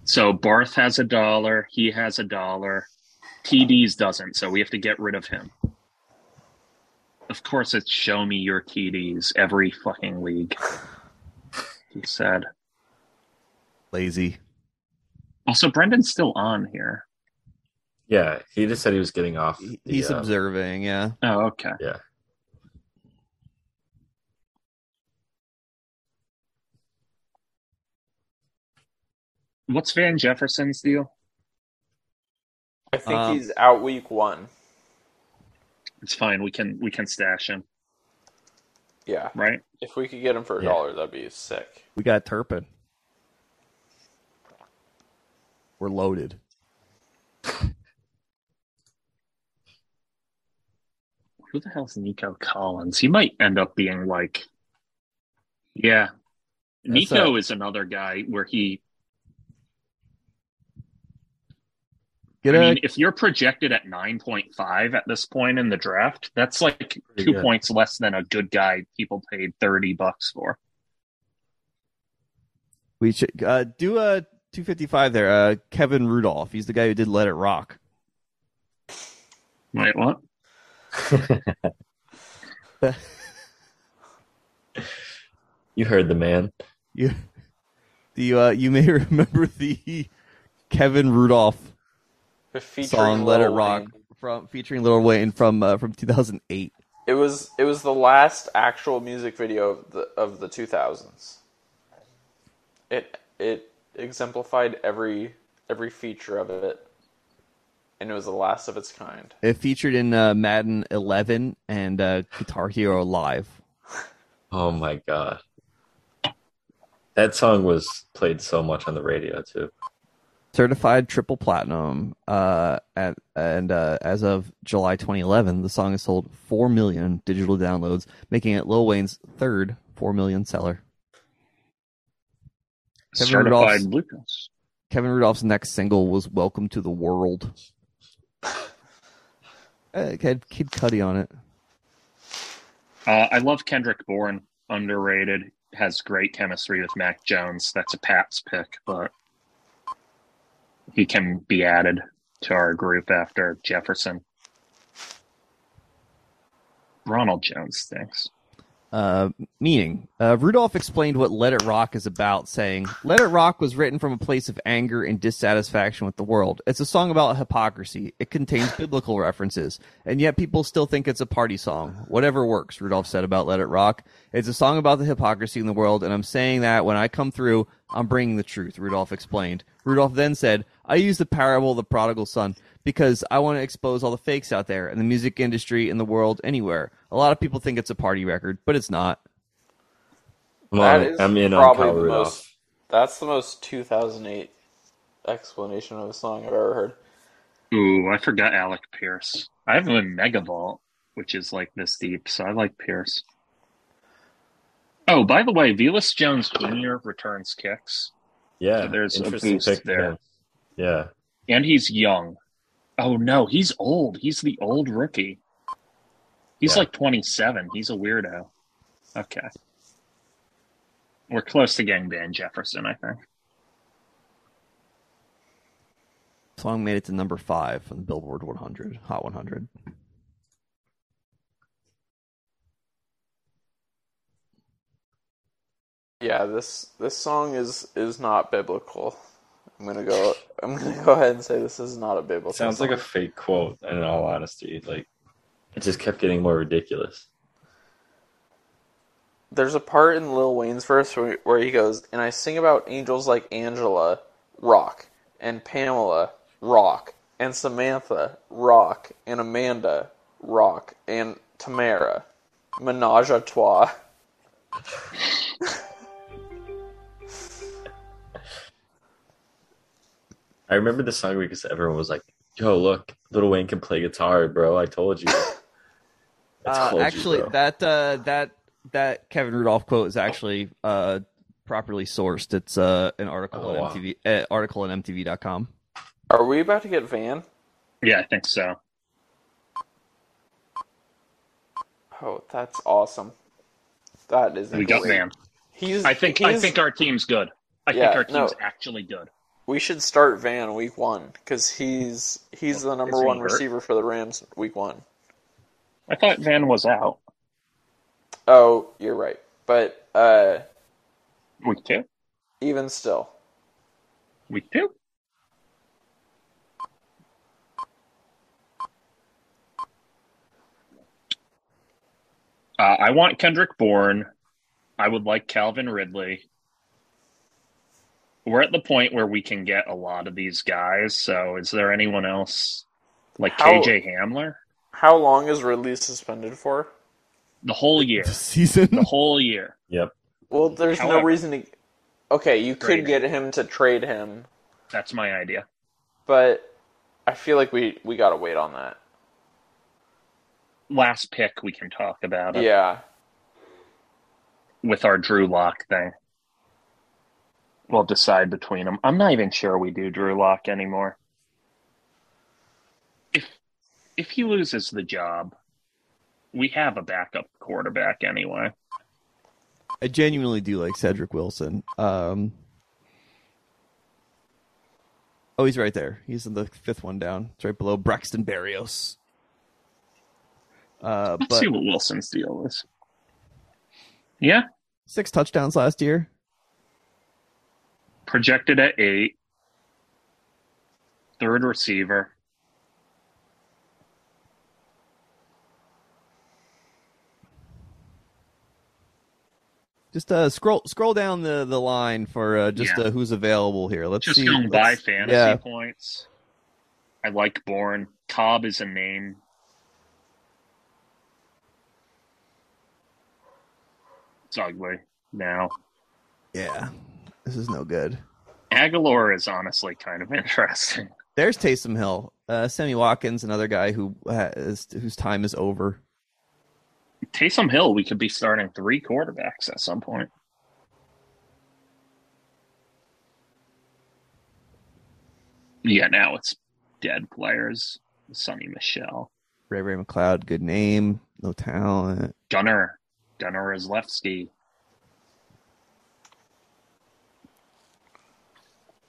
[SPEAKER 3] So Barth has a dollar, he has a dollar, TDs doesn't, so we have to get rid of him. Of course, it's show me your TDs every fucking league. He said.
[SPEAKER 6] Lazy.
[SPEAKER 3] Also, Brendan's still on here.
[SPEAKER 7] Yeah, he just said he was getting off.
[SPEAKER 6] He-
[SPEAKER 7] the,
[SPEAKER 6] He's
[SPEAKER 7] uh,
[SPEAKER 6] observing. Yeah.
[SPEAKER 3] Oh, okay.
[SPEAKER 7] yeah.
[SPEAKER 3] What's Van Jefferson's deal?
[SPEAKER 4] I think
[SPEAKER 6] Um,
[SPEAKER 4] he's out week one.
[SPEAKER 3] It's fine. We can we can stash him,
[SPEAKER 4] Yeah,
[SPEAKER 3] right?
[SPEAKER 4] if we could get him for a
[SPEAKER 7] Yeah.
[SPEAKER 4] dollar, that'd be sick.
[SPEAKER 6] We got Turpin. We're loaded.
[SPEAKER 3] Who the hell's Nico Collins? He might end up being like, yeah.
[SPEAKER 6] That's
[SPEAKER 3] Nico is another guy where he
[SPEAKER 6] Get
[SPEAKER 3] I
[SPEAKER 6] a
[SPEAKER 3] mean, if you're projected at 9.5 at this point in the draft, that's like two
[SPEAKER 7] good.
[SPEAKER 3] points less than a good guy people paid 30 bucks for.
[SPEAKER 6] we should uh, do a two fifty five there. Uh, Kevin Rudolph. He's the guy who did Let It Rock.
[SPEAKER 3] Wait, what?
[SPEAKER 7] You heard the man.
[SPEAKER 6] You, the uh, you may remember the Kevin Rudolph
[SPEAKER 4] Featuring
[SPEAKER 6] song "Let It
[SPEAKER 4] Lil
[SPEAKER 6] Rock"
[SPEAKER 4] Wayne.
[SPEAKER 6] from featuring Little Wayne from uh, from 2008.
[SPEAKER 4] It was it was the last actual music video of the of the two thousands. It it exemplified every every feature of it, and it was the last of its kind.
[SPEAKER 6] It featured in uh, Madden 11 and uh, Guitar Hero Live.
[SPEAKER 7] Oh my god. That song was played so much on the radio too.
[SPEAKER 6] Certified triple platinum. Uh, at, and uh, as of July 2011, the song has sold 4 million digital downloads, making it Lil Wayne's third 4 million seller. Kevin Rudolph's-
[SPEAKER 3] Certified Lucas.
[SPEAKER 6] Kevin Rudolph's next single was "Welcome to the World." Uh, it had Kid Cudi on it.
[SPEAKER 3] Uh, I love Kendrick Bourne, underrated, has great chemistry with Mac Jones. That's a Pats pick, but he can be added to our group after Jefferson. Ronald Jones stinks.
[SPEAKER 6] Uh, meaning, uh, Rudolph explained what "Let It Rock" is about, saying, "Let It Rock" was written from a place of anger and dissatisfaction with the world. It's a song about hypocrisy. It contains biblical references, and yet people still think it's a party song. Whatever works, Rudolph said about "Let It Rock." It's a song about the hypocrisy in the world, and I'm saying that when I come through, I'm bringing the truth. Rudolph explained. Rudolph then said, "I use the parable of the prodigal son." because I want to expose all the fakes out there in the music industry, in the world, anywhere. A lot of people think it's a party record, but it's not.
[SPEAKER 7] I'm,
[SPEAKER 4] That
[SPEAKER 7] on-
[SPEAKER 4] is
[SPEAKER 7] I'm in on
[SPEAKER 4] probably
[SPEAKER 7] Kyle
[SPEAKER 4] the
[SPEAKER 7] Rudolph.
[SPEAKER 4] most- That's the most two thousand eight explanation of a song I've ever heard.
[SPEAKER 3] Ooh, I forgot Alec Pierce. I have him in Megavolt, which is like this deep, so I like Pierce. Oh, by the way, Velas Jones Jr. returns kicks,
[SPEAKER 7] Yeah,
[SPEAKER 3] So there's a
[SPEAKER 7] interesting
[SPEAKER 3] boost
[SPEAKER 7] pick
[SPEAKER 3] there.
[SPEAKER 7] there. Yeah,
[SPEAKER 3] and he's young. Oh no, he's old. He's the old rookie. He's
[SPEAKER 7] Yeah.
[SPEAKER 3] like 27. He's a weirdo. Okay. We're close to getting Van Jefferson, I think.
[SPEAKER 6] Song made it to number five on the Billboard 100, Hot 100.
[SPEAKER 4] Yeah, this this song is is not biblical. I'm gonna go. I'm gonna go ahead and say this is not a biblical.
[SPEAKER 7] sounds like a fake quote. In all honesty, like it just kept getting more ridiculous.
[SPEAKER 4] There's a part in Lil Wayne's verse where, where he goes, and I sing about angels like Angela, rock, and Pamela, rock, and Samantha, rock, and Amanda, rock, and Tamara, menage a trois.
[SPEAKER 7] I remember the song because everyone was like, "Yo, look, Little Wayne can play guitar, bro. I told you." I
[SPEAKER 6] Uh,
[SPEAKER 7] told you,
[SPEAKER 6] actually,
[SPEAKER 7] bro."
[SPEAKER 6] that uh, that that Kevin Rudolph quote is actually uh, properly sourced. It's uh, an article
[SPEAKER 3] Oh,
[SPEAKER 6] on
[SPEAKER 3] wow.
[SPEAKER 6] MTV uh, article on MTV.com.
[SPEAKER 4] Are we about to get Van?
[SPEAKER 3] Yeah, I think so.
[SPEAKER 4] Oh, that's awesome. That is
[SPEAKER 3] We got
[SPEAKER 4] great.
[SPEAKER 3] Van.
[SPEAKER 4] He's.
[SPEAKER 3] I think I
[SPEAKER 4] he's-
[SPEAKER 3] think our team's good. I
[SPEAKER 4] Yeah,
[SPEAKER 3] think our team's
[SPEAKER 4] no.
[SPEAKER 3] actually good.
[SPEAKER 4] we should start Van week one because he's he's the number
[SPEAKER 3] Is he
[SPEAKER 4] one
[SPEAKER 3] hurt?
[SPEAKER 4] receiver for the Rams week one.
[SPEAKER 3] I thought Van was out
[SPEAKER 4] Oh, you're right. But uh,
[SPEAKER 3] week two.
[SPEAKER 4] even still,
[SPEAKER 3] Week two. Uh, I want Kendrick Bourne. I would like Calvin Ridley. We're at the point where we can get a lot of these guys. So, is there anyone else like
[SPEAKER 4] How-
[SPEAKER 3] KJ Hamler?
[SPEAKER 4] how long is Ridley suspended for?
[SPEAKER 3] The whole year.
[SPEAKER 6] This season,
[SPEAKER 3] The whole year.
[SPEAKER 4] Well, there's no
[SPEAKER 3] However-
[SPEAKER 4] reason to. Okay, you
[SPEAKER 3] Trade
[SPEAKER 4] could get him to trade him,
[SPEAKER 3] That's my idea.
[SPEAKER 4] but I feel like we we gotta wait on that.
[SPEAKER 3] Last pick we can talk about it
[SPEAKER 4] Yeah,
[SPEAKER 3] with our Drew Lock thing. We'll decide between them. I'm not even sure we do Drew Lock anymore. If if he loses the job, we have a backup quarterback anyway.
[SPEAKER 6] I genuinely do like Cedric Wilson. Um, oh, he's right there. He's in the fifth one down. It's right below Braxton Berrios. Uh,
[SPEAKER 3] Let's
[SPEAKER 6] but
[SPEAKER 3] see what Wilson's deal is. Yeah,
[SPEAKER 6] six touchdowns last year.
[SPEAKER 3] projected at eight. Third receiver.
[SPEAKER 6] Just uh, scroll scroll down the, the line for uh, just
[SPEAKER 3] Yeah.
[SPEAKER 6] uh, who's available here. Let's
[SPEAKER 3] Just
[SPEAKER 6] see.
[SPEAKER 3] going by
[SPEAKER 6] let's-
[SPEAKER 3] fantasy
[SPEAKER 6] Yeah,
[SPEAKER 3] points. I like Bourne. Cobb is a name. It's ugly now.
[SPEAKER 6] yeah. This is no good.
[SPEAKER 3] Aguilar is honestly kind of interesting.
[SPEAKER 6] There's Taysom Hill. Uh, Sammy Watkins, another guy who has, whose time is over.
[SPEAKER 3] Taysom Hill, we could be starting three quarterbacks at some point. Yeah, now it's dead players. Sonny Michelle.
[SPEAKER 6] Ray Ray McLeod, good name, no talent.
[SPEAKER 3] Gunner. Gunner is Lefsky.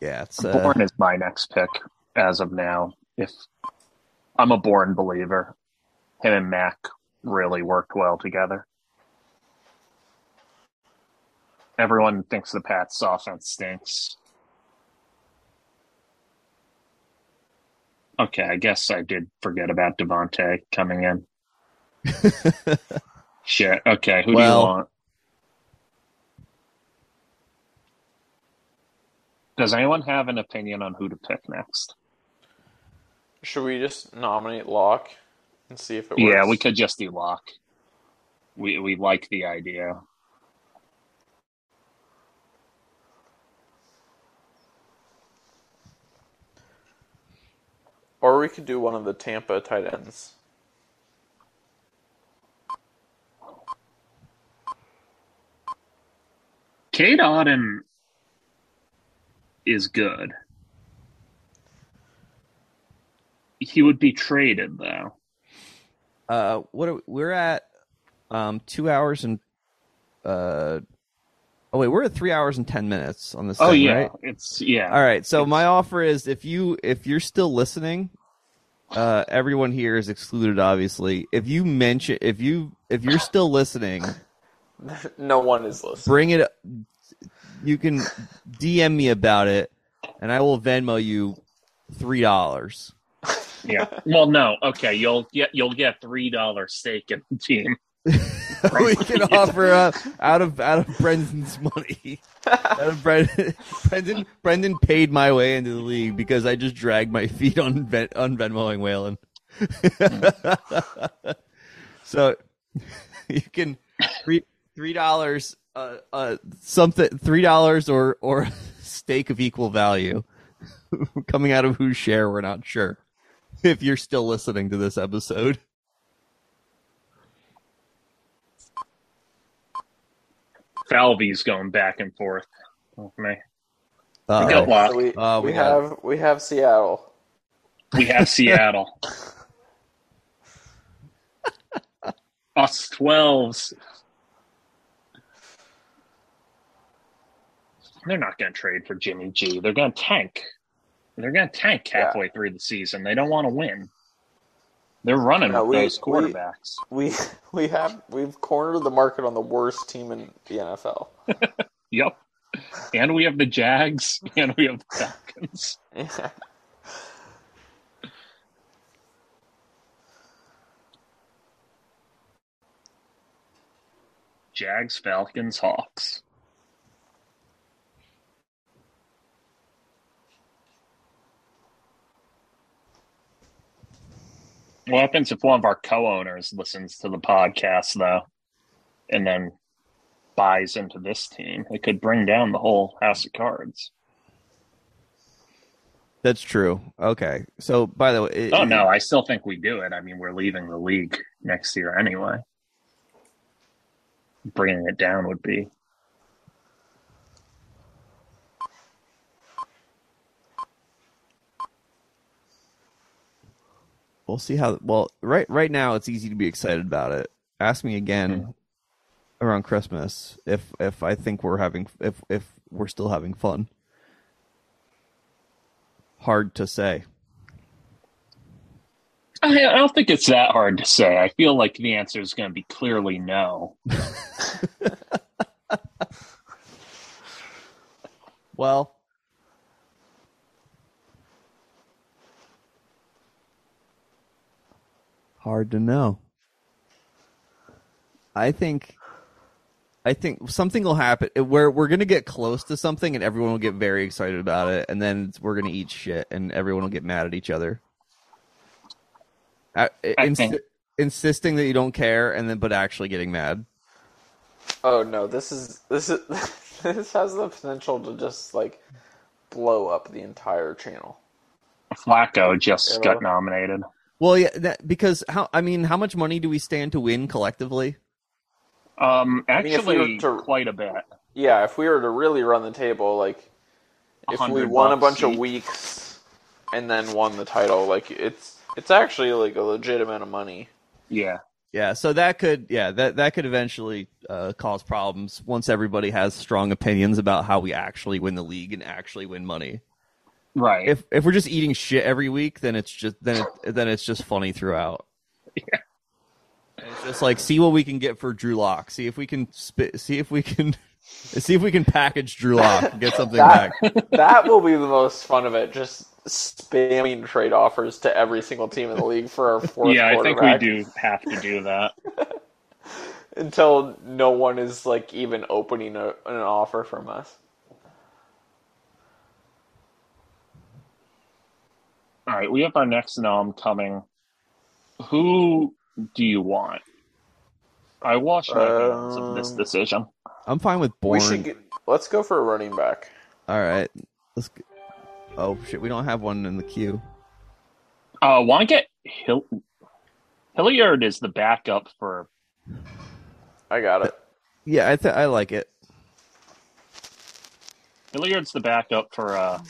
[SPEAKER 6] Yeah, it's uh,
[SPEAKER 3] Born is my next pick as of now. If I'm a born believer, him and Mac really worked well together. Everyone thinks the Pats offense stinks. Okay, I guess I did forget about Devontae coming in. Shit. Okay, who
[SPEAKER 6] Well-
[SPEAKER 3] do you want? Does anyone have an opinion on who to pick next?
[SPEAKER 4] should we just nominate Locke and see if it works?
[SPEAKER 3] Yeah, we could just do lock. We we like the idea.
[SPEAKER 4] Or we could do one of the Tampa tight ends.
[SPEAKER 3] Kate Auden is good. He would be traded though.
[SPEAKER 6] uh, what are we, we're at um two hours and uh oh wait we're at three hours and ten minutes on this
[SPEAKER 3] Oh
[SPEAKER 6] thing,
[SPEAKER 3] yeah,
[SPEAKER 6] right
[SPEAKER 3] it's yeah.
[SPEAKER 6] all right so my offer is if you if you're still listening uh everyone here is excluded obviously if you mention if you if you're still listening
[SPEAKER 4] No one is listening.
[SPEAKER 6] bring it you can dm me about it and i will venmo you three dollars
[SPEAKER 3] Yeah. Well, no. Okay, you'll get you'll get three dollar stake in the team.
[SPEAKER 6] we can offer up out of out of Brendan's money. out of Brendan, Brendan, Brendan paid my way into the league because I just dragged my feet on Ven- on Venmoing Whalen. so you can three three dollars uh, uh something three dollars or or stake of equal value coming out of whose share we're not sure if you're still listening to this episode
[SPEAKER 3] Falvey's going back and forth. with me.
[SPEAKER 6] Uh-oh.
[SPEAKER 3] Good luck.
[SPEAKER 4] So we,
[SPEAKER 6] Oh,
[SPEAKER 4] we,
[SPEAKER 6] we got
[SPEAKER 4] have we have Seattle.
[SPEAKER 3] We have Seattle. Us 12s. They're not going to trade for Jimmy G. They're going to tank. They're going to tank
[SPEAKER 4] Yeah.
[SPEAKER 3] halfway through the season. They don't want to win. They're running
[SPEAKER 4] No,
[SPEAKER 3] with
[SPEAKER 4] we-
[SPEAKER 3] those
[SPEAKER 4] we-
[SPEAKER 3] quarterbacks.
[SPEAKER 4] We we have we've cornered the market on the worst team in the NFL.
[SPEAKER 3] Yep. And we have the Jags and we have the Falcons. Jags, Falcons, Hawks. What happens if one of our co owners listens to the podcast, though, and then buys into this team? It could bring down the whole house of cards.
[SPEAKER 6] That's true. Okay. So, by the way, it-
[SPEAKER 3] Oh, no, I still think we do it. I mean, we're leaving the league next year anyway. Bringing it down would be
[SPEAKER 6] we'll see how. Well, right right now, it's easy to be excited about it. Ask me again around Christmas if if I think we're having if if we're still having fun. Hard to say.
[SPEAKER 3] I, I don't think it's that hard to say. I feel like the answer is going to be clearly no.
[SPEAKER 6] Well, hard to know. I think I think something will happen where we're going to get close to something and everyone will get very excited about it and then it's- we're going to eat shit and everyone will get mad at each other. I,
[SPEAKER 3] I
[SPEAKER 6] ins-
[SPEAKER 3] think-
[SPEAKER 6] insisting that you don't care and then but actually getting mad.
[SPEAKER 4] oh no, this is this is this has the potential to just like blow up the entire channel.
[SPEAKER 3] Flacco just
[SPEAKER 4] Yeah.
[SPEAKER 3] got nominated.
[SPEAKER 6] Well, yeah, that, because how I mean, how much money do we stand to win collectively?
[SPEAKER 3] Um,
[SPEAKER 4] mean, if
[SPEAKER 3] actually,
[SPEAKER 4] we were to-
[SPEAKER 3] quite a bit.
[SPEAKER 4] Yeah, if we were to really run the table, like if we
[SPEAKER 3] 100
[SPEAKER 4] won a
[SPEAKER 3] bucks
[SPEAKER 4] bunch of
[SPEAKER 3] each.
[SPEAKER 4] weeks and then won the title, like it's it's actually like a legit amount of money.
[SPEAKER 3] Yeah,
[SPEAKER 6] Yeah, so that could yeah that that could eventually uh, cause problems once everybody has strong opinions about how we actually win the league and actually win money.
[SPEAKER 3] right.
[SPEAKER 6] If if we're just eating shit every week, then it's just then it, then it's just funny throughout. Yeah. It's just like see what we can get for Drew Lock. See if we can spit. See if we can. See if we can package Drew Lock and get something back.
[SPEAKER 4] That- that will be the most fun of it. Just spamming trade offers to every single team in the league for our fourth
[SPEAKER 3] yeah, I think we
[SPEAKER 4] quarterback
[SPEAKER 3] do have to do that.
[SPEAKER 4] until no one is like even opening a, an offer from us.
[SPEAKER 3] All right, we have our next nom coming. Who do you want? I wash my hands of this
[SPEAKER 4] Um,
[SPEAKER 3] decision.
[SPEAKER 6] I'm fine with Bourne.
[SPEAKER 4] We should get, let's go for a running back.
[SPEAKER 6] All right, let's. Go. Oh shit, we don't have one in the queue.
[SPEAKER 3] Uh, want to get Hill- Hilliard is the backup for
[SPEAKER 4] I got it.
[SPEAKER 6] Yeah, I th- I like it.
[SPEAKER 3] Hilliard's the backup for uh,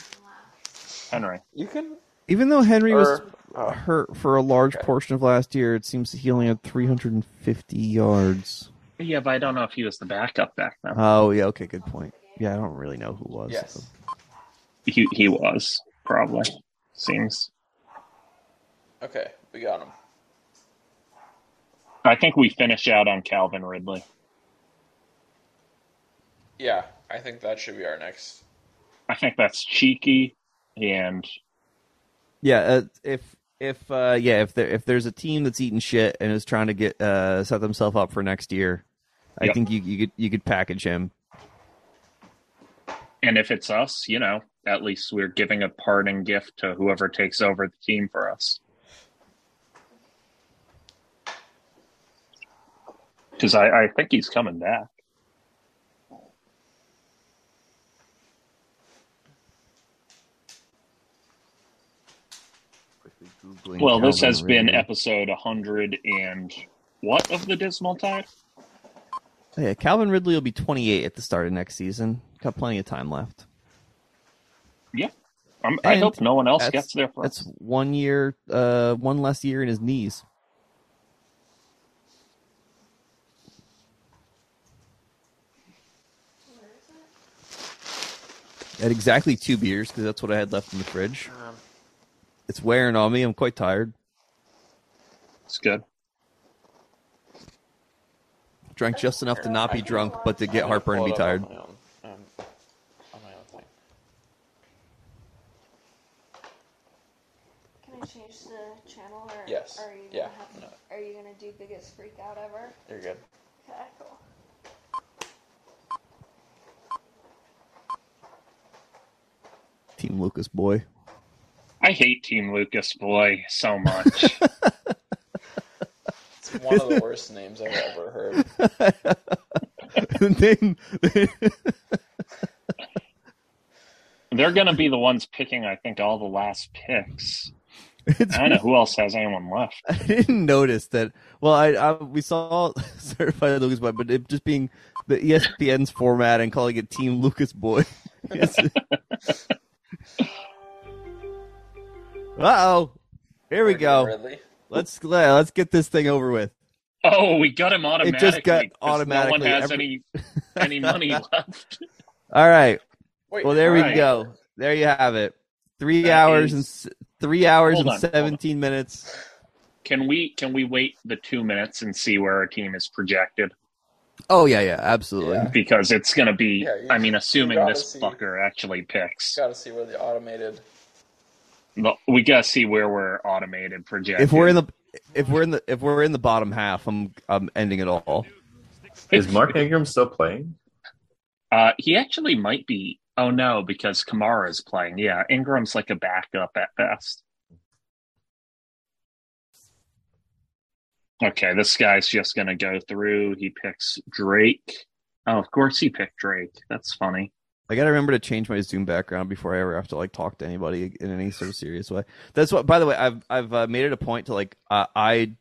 [SPEAKER 3] Henry.
[SPEAKER 4] You can
[SPEAKER 6] Even though Henry was
[SPEAKER 4] or oh,
[SPEAKER 6] hurt for a large portion of last year, it seems that he only had 350 yards.
[SPEAKER 3] Yeah, but I don't know if he was the backup back then.
[SPEAKER 6] Oh, yeah. Okay, good point. Yeah, I don't really know who was.
[SPEAKER 4] yes.
[SPEAKER 3] he he was probably seems.
[SPEAKER 4] Okay, we got him.
[SPEAKER 3] I think we finish out on Calvin Ridley.
[SPEAKER 4] Yeah, I think that should be our next.
[SPEAKER 3] I think that's cheeky, and
[SPEAKER 6] Yeah, uh, if if uh, yeah, if there if there's a team that's eating shit and is trying to get uh, set themselves up for next year, I
[SPEAKER 3] Yep.
[SPEAKER 6] think you you could you could package him.
[SPEAKER 3] and if it's us, you know, at least we're giving a parting gift to whoever takes over the team for us. Because I, I think he's coming back. Well, this has been episode 100 and what of the Dismal Tide?
[SPEAKER 6] Oh, yeah, Calvin Ridley will be 28 at the start of next season. Got plenty of time left.
[SPEAKER 3] I'm, I
[SPEAKER 6] And
[SPEAKER 3] hope no one else
[SPEAKER 6] that's-
[SPEAKER 3] gets there first.
[SPEAKER 6] That's one year, uh, one less year in his knees. At exactly two beers because that's what I had left in the fridge. It's wearing on me. I'm quite tired.
[SPEAKER 3] It's good.
[SPEAKER 6] Drank just enough to not be drunk, but to get heartburn and be tired.
[SPEAKER 4] On my own, um, on my own thing.
[SPEAKER 8] Can I change the channel or
[SPEAKER 4] Yes.
[SPEAKER 8] are you gonna
[SPEAKER 4] Yeah.
[SPEAKER 8] have,
[SPEAKER 4] No.
[SPEAKER 8] are you gonna do biggest freak out ever?
[SPEAKER 4] You're good.
[SPEAKER 8] Okay, cool.
[SPEAKER 6] Team Lucas boy.
[SPEAKER 3] I hate Team Lucas Boy so much.
[SPEAKER 4] It's one of the worst names I've ever heard.
[SPEAKER 6] the name.
[SPEAKER 3] They're going to be the ones picking, I think, all the last picks.
[SPEAKER 6] it's
[SPEAKER 3] I don't know who else has anyone left.
[SPEAKER 6] I didn't notice that. Well, I, I we saw certified Lucas Boy, but it just being the E ESPN's format and calling it Team Lucas Boy. uh oh, here we
[SPEAKER 4] Freaking
[SPEAKER 6] go.
[SPEAKER 4] Ridley.
[SPEAKER 6] Let's let's get this thing over with.
[SPEAKER 3] Oh, we got him automatically.
[SPEAKER 6] just got
[SPEAKER 3] 'cause No one
[SPEAKER 6] automatically.
[SPEAKER 3] has
[SPEAKER 6] Every-
[SPEAKER 3] any any money left.
[SPEAKER 6] All right.
[SPEAKER 4] Wait,
[SPEAKER 6] Well, there we
[SPEAKER 3] Right.
[SPEAKER 6] go. There you have it. Three
[SPEAKER 3] That is-
[SPEAKER 6] hours and s- three hours
[SPEAKER 3] Hold
[SPEAKER 6] and
[SPEAKER 3] on, hold on.
[SPEAKER 6] seventeen minutes.
[SPEAKER 3] Can we can we wait the two minutes and see where our team is projected?
[SPEAKER 6] Oh yeah, yeah, absolutely.
[SPEAKER 4] Yeah.
[SPEAKER 3] Because it's going to be.
[SPEAKER 4] Yeah, you-
[SPEAKER 3] I mean, assuming
[SPEAKER 4] gotta
[SPEAKER 3] this
[SPEAKER 4] see.
[SPEAKER 3] fucker actually picks,
[SPEAKER 4] Got to see where the automated.
[SPEAKER 3] The- we got to see where we're automated projected.
[SPEAKER 6] If we're in the if we're in the if we're in the bottom half, I'm I'm ending it all.
[SPEAKER 7] Is Mark Ingram still playing?
[SPEAKER 3] Uh, he actually might be. Oh no, because Kamara's playing. Yeah, Ingram's like a backup at best. Okay, this guy's just gonna go through. He picks Drake. Oh, of course he picked Drake. That's funny.
[SPEAKER 6] I gotta remember to change my Zoom background before I ever have to like talk to anybody in any sort of serious way. That's what. By the way, I've I've uh, made it a point to like uh, I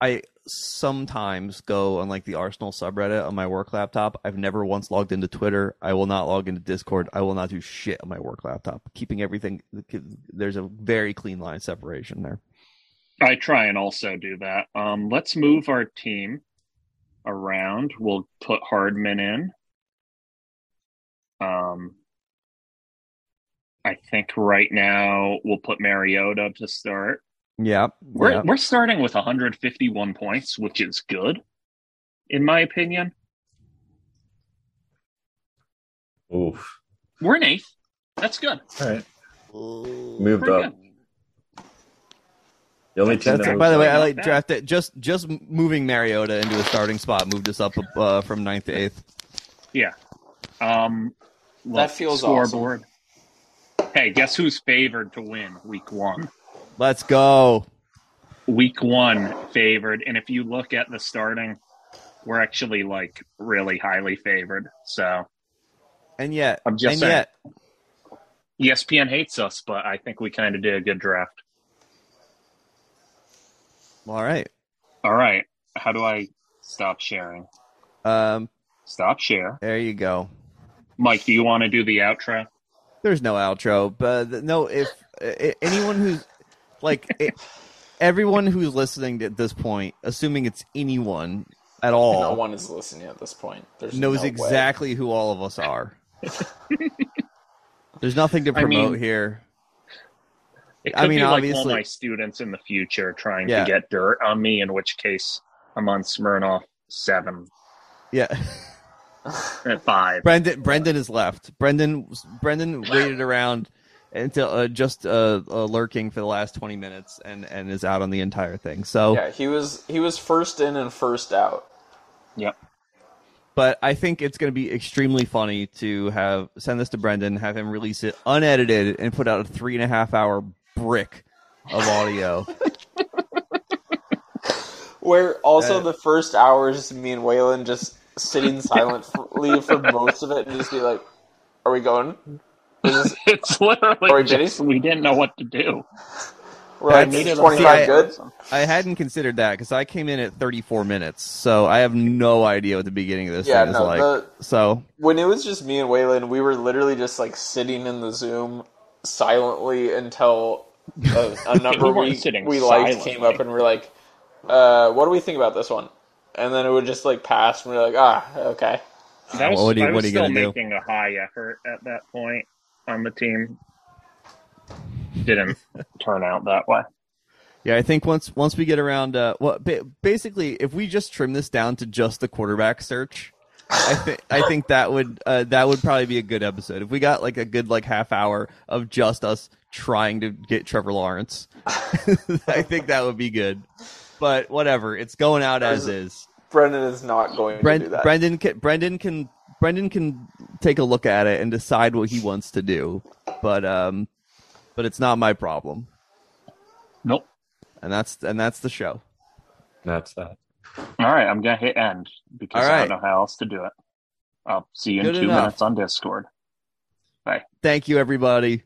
[SPEAKER 6] I sometimes go on like the Arsenal subreddit on my work laptop. I've never once logged into Twitter. I will not log into Discord. I will not do shit on my work laptop. Keeping everything there's a very clean line separation there.
[SPEAKER 3] I try and also do that. Um, let's move our team around. We'll put Hardman in. Um, I think right now we'll put Mariota to start.
[SPEAKER 6] Yeah,
[SPEAKER 3] We're
[SPEAKER 6] yeah.
[SPEAKER 3] we're starting with 151 points, which is good, in my opinion.
[SPEAKER 7] Oof.
[SPEAKER 3] We're in eighth. That's good.
[SPEAKER 7] All right. Moved
[SPEAKER 3] Pretty
[SPEAKER 7] up. The only team
[SPEAKER 6] That's
[SPEAKER 7] that
[SPEAKER 6] by the way, I
[SPEAKER 3] not
[SPEAKER 6] like
[SPEAKER 3] bad.
[SPEAKER 6] drafted just just moving Mariota into a starting spot moved us up uh, from ninth to eighth.
[SPEAKER 3] good. Um,
[SPEAKER 4] That feels
[SPEAKER 3] scoreboard. Hey, guess who's favored to win week one?
[SPEAKER 6] Let's go.
[SPEAKER 3] Week one favored, and if you look at the starting, we're actually like really highly favored. So
[SPEAKER 6] And yet,
[SPEAKER 3] I'm just
[SPEAKER 6] and
[SPEAKER 3] saying.
[SPEAKER 6] yet,
[SPEAKER 3] ESPN hates us, but I think we kind of did a good draft.
[SPEAKER 6] all right.
[SPEAKER 3] All right, how do I stop sharing?
[SPEAKER 6] Um,
[SPEAKER 3] Stop share.
[SPEAKER 6] there you go.
[SPEAKER 3] Mike, do you want to do the outro?
[SPEAKER 6] There's no outro, but th- no. If i- anyone who's like i everyone who's listening at this point, assuming it's anyone at
[SPEAKER 4] No
[SPEAKER 6] all,
[SPEAKER 4] one is listening at this point. There's
[SPEAKER 6] knows
[SPEAKER 4] no way.
[SPEAKER 6] exactly who all of us are. There's nothing to
[SPEAKER 3] I mean-
[SPEAKER 6] promote here.
[SPEAKER 3] It
[SPEAKER 6] I
[SPEAKER 3] could
[SPEAKER 6] mean,
[SPEAKER 3] be like all
[SPEAKER 6] obviously-
[SPEAKER 3] my students in the future trying
[SPEAKER 6] Yeah.
[SPEAKER 3] to get dirt on me, in which case I'm on Smirnoff seven
[SPEAKER 6] Yeah.
[SPEAKER 3] at five.
[SPEAKER 6] Brendan Brendan is left. Brendan Brendan waited around until uh, just uh, uh, lurking for the last twenty minutes and and is out on the entire thing. So,
[SPEAKER 4] Yeah, he was he was first in and first out.
[SPEAKER 3] Yep.
[SPEAKER 6] but I think it's going to be extremely funny to have send this to Brendan, have him release it unedited, and put out a three and a half hour brick of audio.
[SPEAKER 4] Where also
[SPEAKER 6] Uh,
[SPEAKER 4] the first hour is me and Waylon just sitting silently for most of it and just be like, "Are we going? Is this,
[SPEAKER 3] It's
[SPEAKER 4] Sorry,
[SPEAKER 3] literally
[SPEAKER 4] Jenny?
[SPEAKER 3] just, we didn't know what to do.
[SPEAKER 4] Right,
[SPEAKER 6] That's-
[SPEAKER 4] needs
[SPEAKER 6] see, I-
[SPEAKER 4] 25 good.
[SPEAKER 6] I hadn't considered that because I came in at 34 minutes, so I have no idea what the beginning of this
[SPEAKER 4] Yeah,
[SPEAKER 6] thing is
[SPEAKER 4] no,
[SPEAKER 6] like.
[SPEAKER 4] the-
[SPEAKER 6] So
[SPEAKER 4] When it was just me and Waylon, we were literally just like sitting in the Zoom silently until a, a number
[SPEAKER 3] We weren't
[SPEAKER 4] we,
[SPEAKER 3] sitting
[SPEAKER 4] we liked
[SPEAKER 3] silently.
[SPEAKER 4] came up and we are like, uh, what do we think about this one? And then it would just like pass and we are like, ah, okay.
[SPEAKER 3] That was,
[SPEAKER 6] What are you-
[SPEAKER 3] I was
[SPEAKER 6] what are you
[SPEAKER 3] still
[SPEAKER 6] gonna do?
[SPEAKER 3] making a high effort at that point on the team. Didn't turn out that way.
[SPEAKER 6] yeah, I think once once we get around, uh, well, ba- basically, if we just trim this down to just the quarterback search, I think I think that would uh, that would probably be a good episode. If we got like a good like half hour of just us trying to get Trevor Lawrence, I think that would be good. But whatever, it's going out as is.
[SPEAKER 4] Brendan is not going to do
[SPEAKER 6] Brent,
[SPEAKER 4] that.
[SPEAKER 6] Brendan can Brendan can Brendan can take a look at it and decide what he wants to do, but um, but it's not my problem,
[SPEAKER 3] Nope.
[SPEAKER 6] and that's and that's the show.
[SPEAKER 7] That's that.
[SPEAKER 3] All right, I'm gonna hit end because
[SPEAKER 6] All
[SPEAKER 3] I don't know how else to do it. I'll see you in
[SPEAKER 6] Good
[SPEAKER 3] two
[SPEAKER 6] enough.
[SPEAKER 3] minutes on Discord.
[SPEAKER 6] Thank you, everybody.